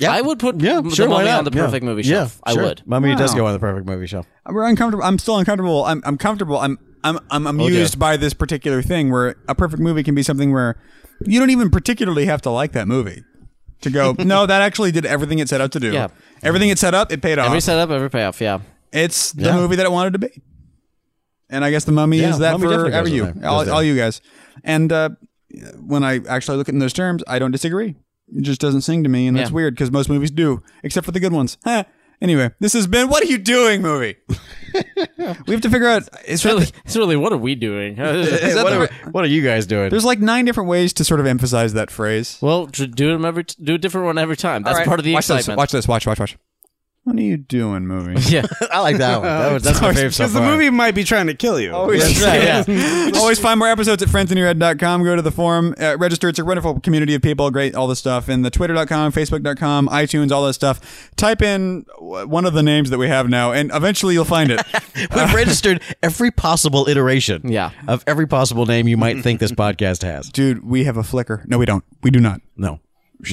[SPEAKER 4] yeah,
[SPEAKER 2] I would put
[SPEAKER 4] yeah,
[SPEAKER 2] The
[SPEAKER 4] sure, why
[SPEAKER 2] Mummy
[SPEAKER 4] not?
[SPEAKER 2] on the
[SPEAKER 4] Yeah.
[SPEAKER 2] perfect movie shelf.
[SPEAKER 4] Yeah,
[SPEAKER 2] I
[SPEAKER 4] sure.
[SPEAKER 2] would.
[SPEAKER 4] Mummy does
[SPEAKER 1] Wow.
[SPEAKER 4] go on the perfect movie shelf.
[SPEAKER 1] We're uncomfortable. I'm still uncomfortable. I'm I'm comfortable. I'm I'm I'm
[SPEAKER 2] Oh,
[SPEAKER 1] amused by this particular thing where a perfect movie can be something where you don't even particularly have to like that movie to
[SPEAKER 2] (laughs)
[SPEAKER 1] go. no, that actually did everything it set out to do.
[SPEAKER 2] Yeah.
[SPEAKER 1] Everything it set up, it paid off.
[SPEAKER 2] Every setup, every payoff.
[SPEAKER 4] (laughs)
[SPEAKER 2] Yeah.
[SPEAKER 1] It's the
[SPEAKER 4] Yeah.
[SPEAKER 1] movie that it wanted to be. And I guess the mummy
[SPEAKER 4] Yeah,
[SPEAKER 1] is that
[SPEAKER 4] Mummy
[SPEAKER 1] for
[SPEAKER 4] definitely goes
[SPEAKER 1] ever
[SPEAKER 4] in
[SPEAKER 1] you,
[SPEAKER 4] there. Goes
[SPEAKER 1] all,
[SPEAKER 4] there.
[SPEAKER 1] all you guys. And uh, when I actually look at it in those terms, I don't disagree. It just doesn't sing to me, and that's
[SPEAKER 2] Yeah.
[SPEAKER 1] weird because most movies do, except for the good ones. (laughs) Huh. Anyway, this has been what are you doing,
[SPEAKER 4] (laughs)
[SPEAKER 1] movie? we have to figure out. It's really
[SPEAKER 2] Really, it's really what are we doing? (laughs)
[SPEAKER 1] is that
[SPEAKER 4] What
[SPEAKER 1] the
[SPEAKER 4] are,
[SPEAKER 1] right-
[SPEAKER 4] what are you guys doing? (laughs)
[SPEAKER 1] there's like nine different ways to sort of emphasize that phrase.
[SPEAKER 2] well, tr- do them every, do a different one every time. That's
[SPEAKER 1] All right,
[SPEAKER 2] part of the
[SPEAKER 1] watch this,
[SPEAKER 2] excitement.
[SPEAKER 1] watch this. Watch. Watch. Watch. What are you doing,
[SPEAKER 4] (laughs)
[SPEAKER 1] movie?
[SPEAKER 2] Yeah.
[SPEAKER 4] I like that one. That was, that's my favorite so
[SPEAKER 3] Because the
[SPEAKER 4] far.
[SPEAKER 3] movie might be trying to kill you.
[SPEAKER 1] Always,
[SPEAKER 2] (laughs)
[SPEAKER 1] Always find more episodes at friendsinyourhead.com. Go to the forum, uh, register. It's a wonderful community of people. Great, all this stuff. And the twitter.com, facebook.com, iTunes, all that stuff. Type in w- one of the names that we have now, and eventually you'll find
[SPEAKER 4] (laughs)
[SPEAKER 1] it.
[SPEAKER 4] We've registered every possible iteration.
[SPEAKER 2] Yeah.
[SPEAKER 4] of every possible name you might think this podcast has.
[SPEAKER 1] Dude, we have a Flickr. No, we don't. We do not.
[SPEAKER 4] No.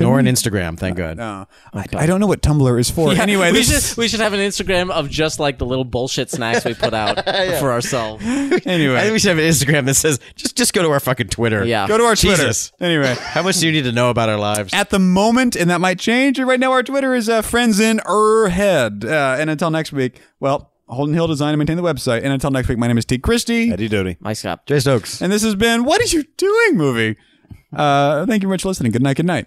[SPEAKER 4] Nor an Instagram, thank Oh, God.
[SPEAKER 1] Uh, I, I don't know what Tumblr is for.
[SPEAKER 2] Yeah,
[SPEAKER 1] anyway,
[SPEAKER 2] (laughs) we
[SPEAKER 1] this
[SPEAKER 2] should we should have an Instagram of just like the little bullshit snacks we put
[SPEAKER 4] (laughs)
[SPEAKER 2] out for ourselves.
[SPEAKER 4] I
[SPEAKER 1] (laughs)
[SPEAKER 4] think
[SPEAKER 1] anyway,
[SPEAKER 4] we should have an Instagram that says just just go to our fucking Twitter.
[SPEAKER 2] Yeah.
[SPEAKER 1] go to our Twitter.
[SPEAKER 4] Jesus.
[SPEAKER 1] Anyway.
[SPEAKER 4] How much do you need to know about our lives?
[SPEAKER 1] At the moment, and that might change. Right now, our Twitter is uh, friends in er head. Uh, and until next week, well, Holden Hill design and maintain the website. And until next week, my name is T. Christie.
[SPEAKER 3] Eddie Doty.
[SPEAKER 2] My Scott.
[SPEAKER 4] Jay Stokes.
[SPEAKER 1] And this has been What Are You Doing Movie? Uh, thank you very much for listening. Good night, good night.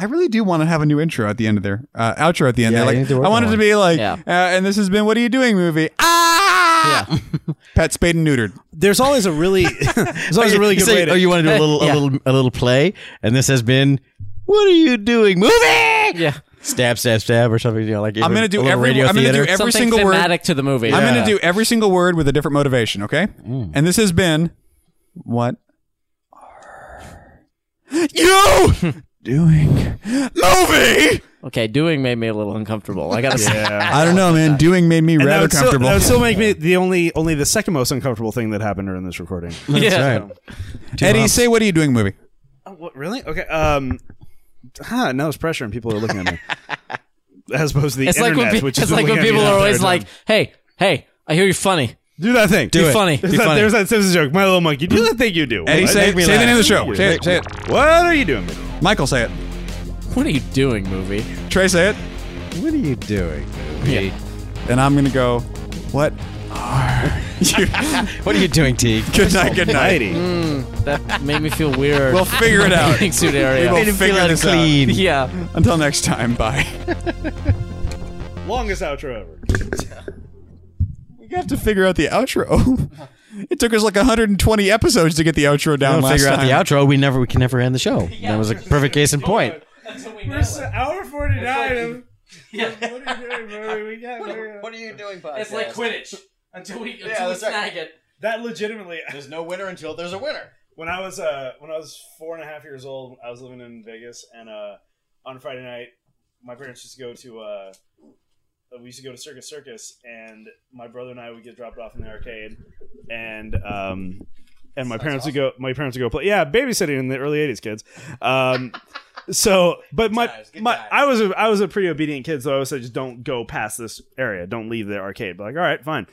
[SPEAKER 1] I really do want to have a new intro at the end of there, uh, outro at the end
[SPEAKER 4] Yeah,
[SPEAKER 1] there. Like,
[SPEAKER 4] you need to work
[SPEAKER 1] I want it
[SPEAKER 4] on
[SPEAKER 1] to
[SPEAKER 4] one.
[SPEAKER 1] be like,
[SPEAKER 2] Yeah.
[SPEAKER 1] uh, and this has been What Are You Doing Movie? Ah!
[SPEAKER 2] Yeah.
[SPEAKER 1] Pet spayed and neutered.
[SPEAKER 3] There's always a really, (laughs) there's always a really
[SPEAKER 4] You
[SPEAKER 3] good
[SPEAKER 4] say,
[SPEAKER 3] way to.
[SPEAKER 4] Oh, you want to do a little
[SPEAKER 2] Yeah.
[SPEAKER 4] a little a little play? And this has been What are you doing? Movie
[SPEAKER 2] Yeah.
[SPEAKER 4] Stab, stab, stab or something, you know, like
[SPEAKER 1] I'm gonna do
[SPEAKER 4] a little
[SPEAKER 1] every-
[SPEAKER 4] radio
[SPEAKER 1] I'm gonna do
[SPEAKER 4] theater.
[SPEAKER 1] Every
[SPEAKER 2] Something
[SPEAKER 1] single word-
[SPEAKER 2] thematic to the movie.
[SPEAKER 1] I'm going
[SPEAKER 4] Yeah.
[SPEAKER 1] to do every single word with a different motivation, okay? And this has been What Are You (laughs) Doing Movie?
[SPEAKER 2] Okay, doing made me a little uncomfortable.
[SPEAKER 1] (laughs)
[SPEAKER 2] I gotta say.
[SPEAKER 1] I don't know, man. Doing made me
[SPEAKER 3] And that
[SPEAKER 1] rather
[SPEAKER 3] would, still,
[SPEAKER 1] comfortable.
[SPEAKER 3] that would (laughs) still make me the only, only the second most uncomfortable thing that happened during
[SPEAKER 2] (laughs)
[SPEAKER 3] this recording.
[SPEAKER 2] yeah.
[SPEAKER 4] That's right.
[SPEAKER 1] Eddie, say What Are You Doing Movie?
[SPEAKER 3] Oh, what, really? Okay. Um, huh, Ah, now there's pressure and people are looking (laughs) at me. As opposed to the
[SPEAKER 2] It's like
[SPEAKER 3] internet,
[SPEAKER 2] when pe-
[SPEAKER 3] which
[SPEAKER 2] it's
[SPEAKER 3] is
[SPEAKER 2] like
[SPEAKER 3] looking
[SPEAKER 2] when
[SPEAKER 3] at me
[SPEAKER 2] people
[SPEAKER 3] the
[SPEAKER 2] are
[SPEAKER 3] entire
[SPEAKER 2] always
[SPEAKER 3] time.
[SPEAKER 2] like, "Hey, hey, I hear you're funny.
[SPEAKER 3] do that thing.
[SPEAKER 2] Be
[SPEAKER 3] Do
[SPEAKER 2] funny."
[SPEAKER 3] There's, that,
[SPEAKER 4] funny.
[SPEAKER 3] there's that Simpsons joke, My Little Monkey. Do that thing you do.
[SPEAKER 1] Eddie,
[SPEAKER 3] What?
[SPEAKER 1] say,
[SPEAKER 3] Make me
[SPEAKER 1] say the
[SPEAKER 3] laugh.
[SPEAKER 1] name of the show.
[SPEAKER 3] Thank
[SPEAKER 1] Say
[SPEAKER 3] you.
[SPEAKER 1] it, say it.
[SPEAKER 3] What are you doing?
[SPEAKER 1] Michael, say it.
[SPEAKER 2] What are you doing, movie?
[SPEAKER 1] Trey, say it.
[SPEAKER 4] What are you doing?
[SPEAKER 2] Yeah.
[SPEAKER 1] And I'm going to go, what?
[SPEAKER 4] What are you doing, Teague?
[SPEAKER 1] Good night, good night.
[SPEAKER 3] Mighty.
[SPEAKER 2] That made me feel weird. (laughs)
[SPEAKER 1] We'll figure it out.
[SPEAKER 2] Bathing suit area.
[SPEAKER 1] We will
[SPEAKER 4] Made him feel
[SPEAKER 1] figure this out.
[SPEAKER 2] (laughs)
[SPEAKER 4] unclean.
[SPEAKER 2] yeah.
[SPEAKER 1] Until next time, bye. (laughs)
[SPEAKER 3] Longest outro ever.
[SPEAKER 1] We have to figure out the outro. (laughs) it took us like 120 episodes to get the outro down
[SPEAKER 4] Don't
[SPEAKER 1] last
[SPEAKER 4] figure out
[SPEAKER 1] time.
[SPEAKER 4] the outro. We never we can never end the show. That was a perfect case in point.
[SPEAKER 3] hour 49.
[SPEAKER 4] What are you doing, podcast?
[SPEAKER 2] It's like Quidditch until we until we
[SPEAKER 4] that's right.
[SPEAKER 2] snag it.
[SPEAKER 3] That legitimately,
[SPEAKER 4] There's no winner until there's a winner.
[SPEAKER 3] when I was uh, when I was four and a half years old, I was living in Vegas, and uh, on Friday night, my parents used to go to uh, we used to go to Circus Circus, and my brother and I would get dropped off in the arcade, and um, and my parents would go, my parents would go play, yeah, babysitting in the early '80s, kids.
[SPEAKER 4] (laughs)
[SPEAKER 3] Um, so, but my
[SPEAKER 4] times, good
[SPEAKER 3] my
[SPEAKER 4] times.
[SPEAKER 3] I was a, I was a pretty obedient kid, so I always said just don't go past this area, don't leave the arcade. But like, all right, fine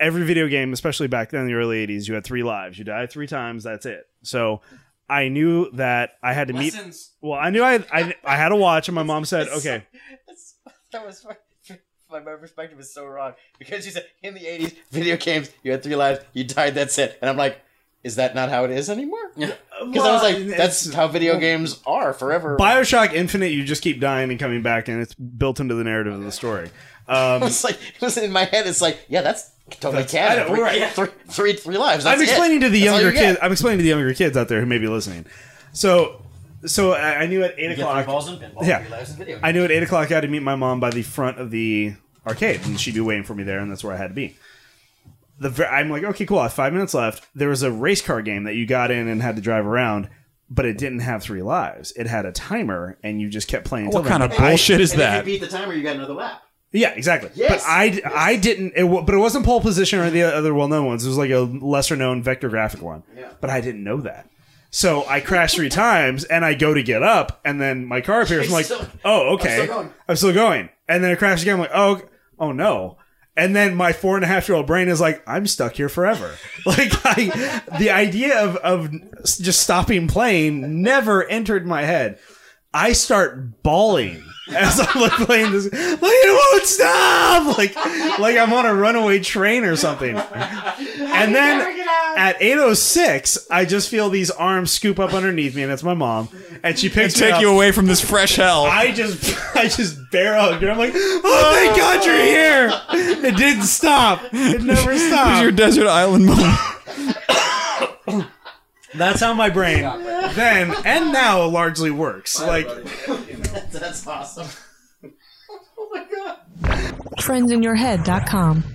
[SPEAKER 3] every video game, especially back then in the early 80s, you had three lives. You died three times, that's it. So I knew that I had to meet.
[SPEAKER 2] Lessons.
[SPEAKER 3] Well, I knew I, I, I had a watch, and my mom said, okay.
[SPEAKER 4] That's, that was my, my my perspective is so wrong because you said in the '80s, video games, you had three lives, you died, that's it, and I'm like, is that not how it is anymore? Because I was like, that's how video games are forever.
[SPEAKER 3] Bioshock Infinite, you just keep dying and coming back, and it's built into the narrative of the story.
[SPEAKER 4] (laughs)
[SPEAKER 3] Um,
[SPEAKER 4] (laughs) It's like it was in my head. It's like, yeah, that's totally canon.
[SPEAKER 3] I know,
[SPEAKER 4] Three,
[SPEAKER 3] right.
[SPEAKER 4] three, three, three lives. That's
[SPEAKER 3] I'm explaining
[SPEAKER 4] it.
[SPEAKER 3] to the
[SPEAKER 4] That's all
[SPEAKER 3] younger
[SPEAKER 4] you get.
[SPEAKER 3] kids. I'm explaining to the younger kids out there who may be listening. So, so I, I knew at eight
[SPEAKER 4] You get three
[SPEAKER 3] o'clock.
[SPEAKER 4] balls and pinball,
[SPEAKER 3] Yeah.
[SPEAKER 4] three lives in video.
[SPEAKER 3] I knew at eight o'clock I had to meet my mom by the front of the arcade, and she'd be waiting for me there, and that's where I had to be. The ver- I'm like, okay, cool. I have five minutes left. There was a race car game that you got in and had to drive around, but it didn't have three lives. It had a timer, and you just kept playing.
[SPEAKER 1] What
[SPEAKER 3] until
[SPEAKER 1] kind
[SPEAKER 3] then.
[SPEAKER 1] of
[SPEAKER 3] I-
[SPEAKER 1] bullshit is
[SPEAKER 4] and
[SPEAKER 1] that?
[SPEAKER 4] If you beat the timer, you got another lap. (laughs)
[SPEAKER 3] yeah, exactly.
[SPEAKER 4] Yes.
[SPEAKER 3] But I, I didn't. It, wa- but it wasn't pole position or the other well known ones. It was like a lesser known vector graphic one. Yeah. But I didn't know that. So I crash three times and I go to get up and then my car appears. I'm like,
[SPEAKER 4] still-
[SPEAKER 3] oh, okay.
[SPEAKER 4] still going.
[SPEAKER 3] I'm still going. And then I crash again. I'm like, oh, ok- oh no. And then my four and a half year old brain is like, I'm stuck here forever. (laughs) like I, the idea of, of s- just stopping playing never entered my head. I start bawling as I'm like playing this. Like it won't stop. Like like I'm on a runaway train or something. And then at 8:06, I just feel these arms scoop up underneath me, and it's my mom, and she picks me
[SPEAKER 1] Take
[SPEAKER 3] up.
[SPEAKER 1] you away from this fresh hell.
[SPEAKER 3] I just (laughs) I just bear hugged her. I'm like, oh thank God you're here. It didn't stop. It (laughs) never
[SPEAKER 1] It was
[SPEAKER 3] stopped.
[SPEAKER 1] your desert island moment.
[SPEAKER 3] That's how my brain then and now largely works. Like
[SPEAKER 4] That's awesome.
[SPEAKER 5] friendsinyourhead.com.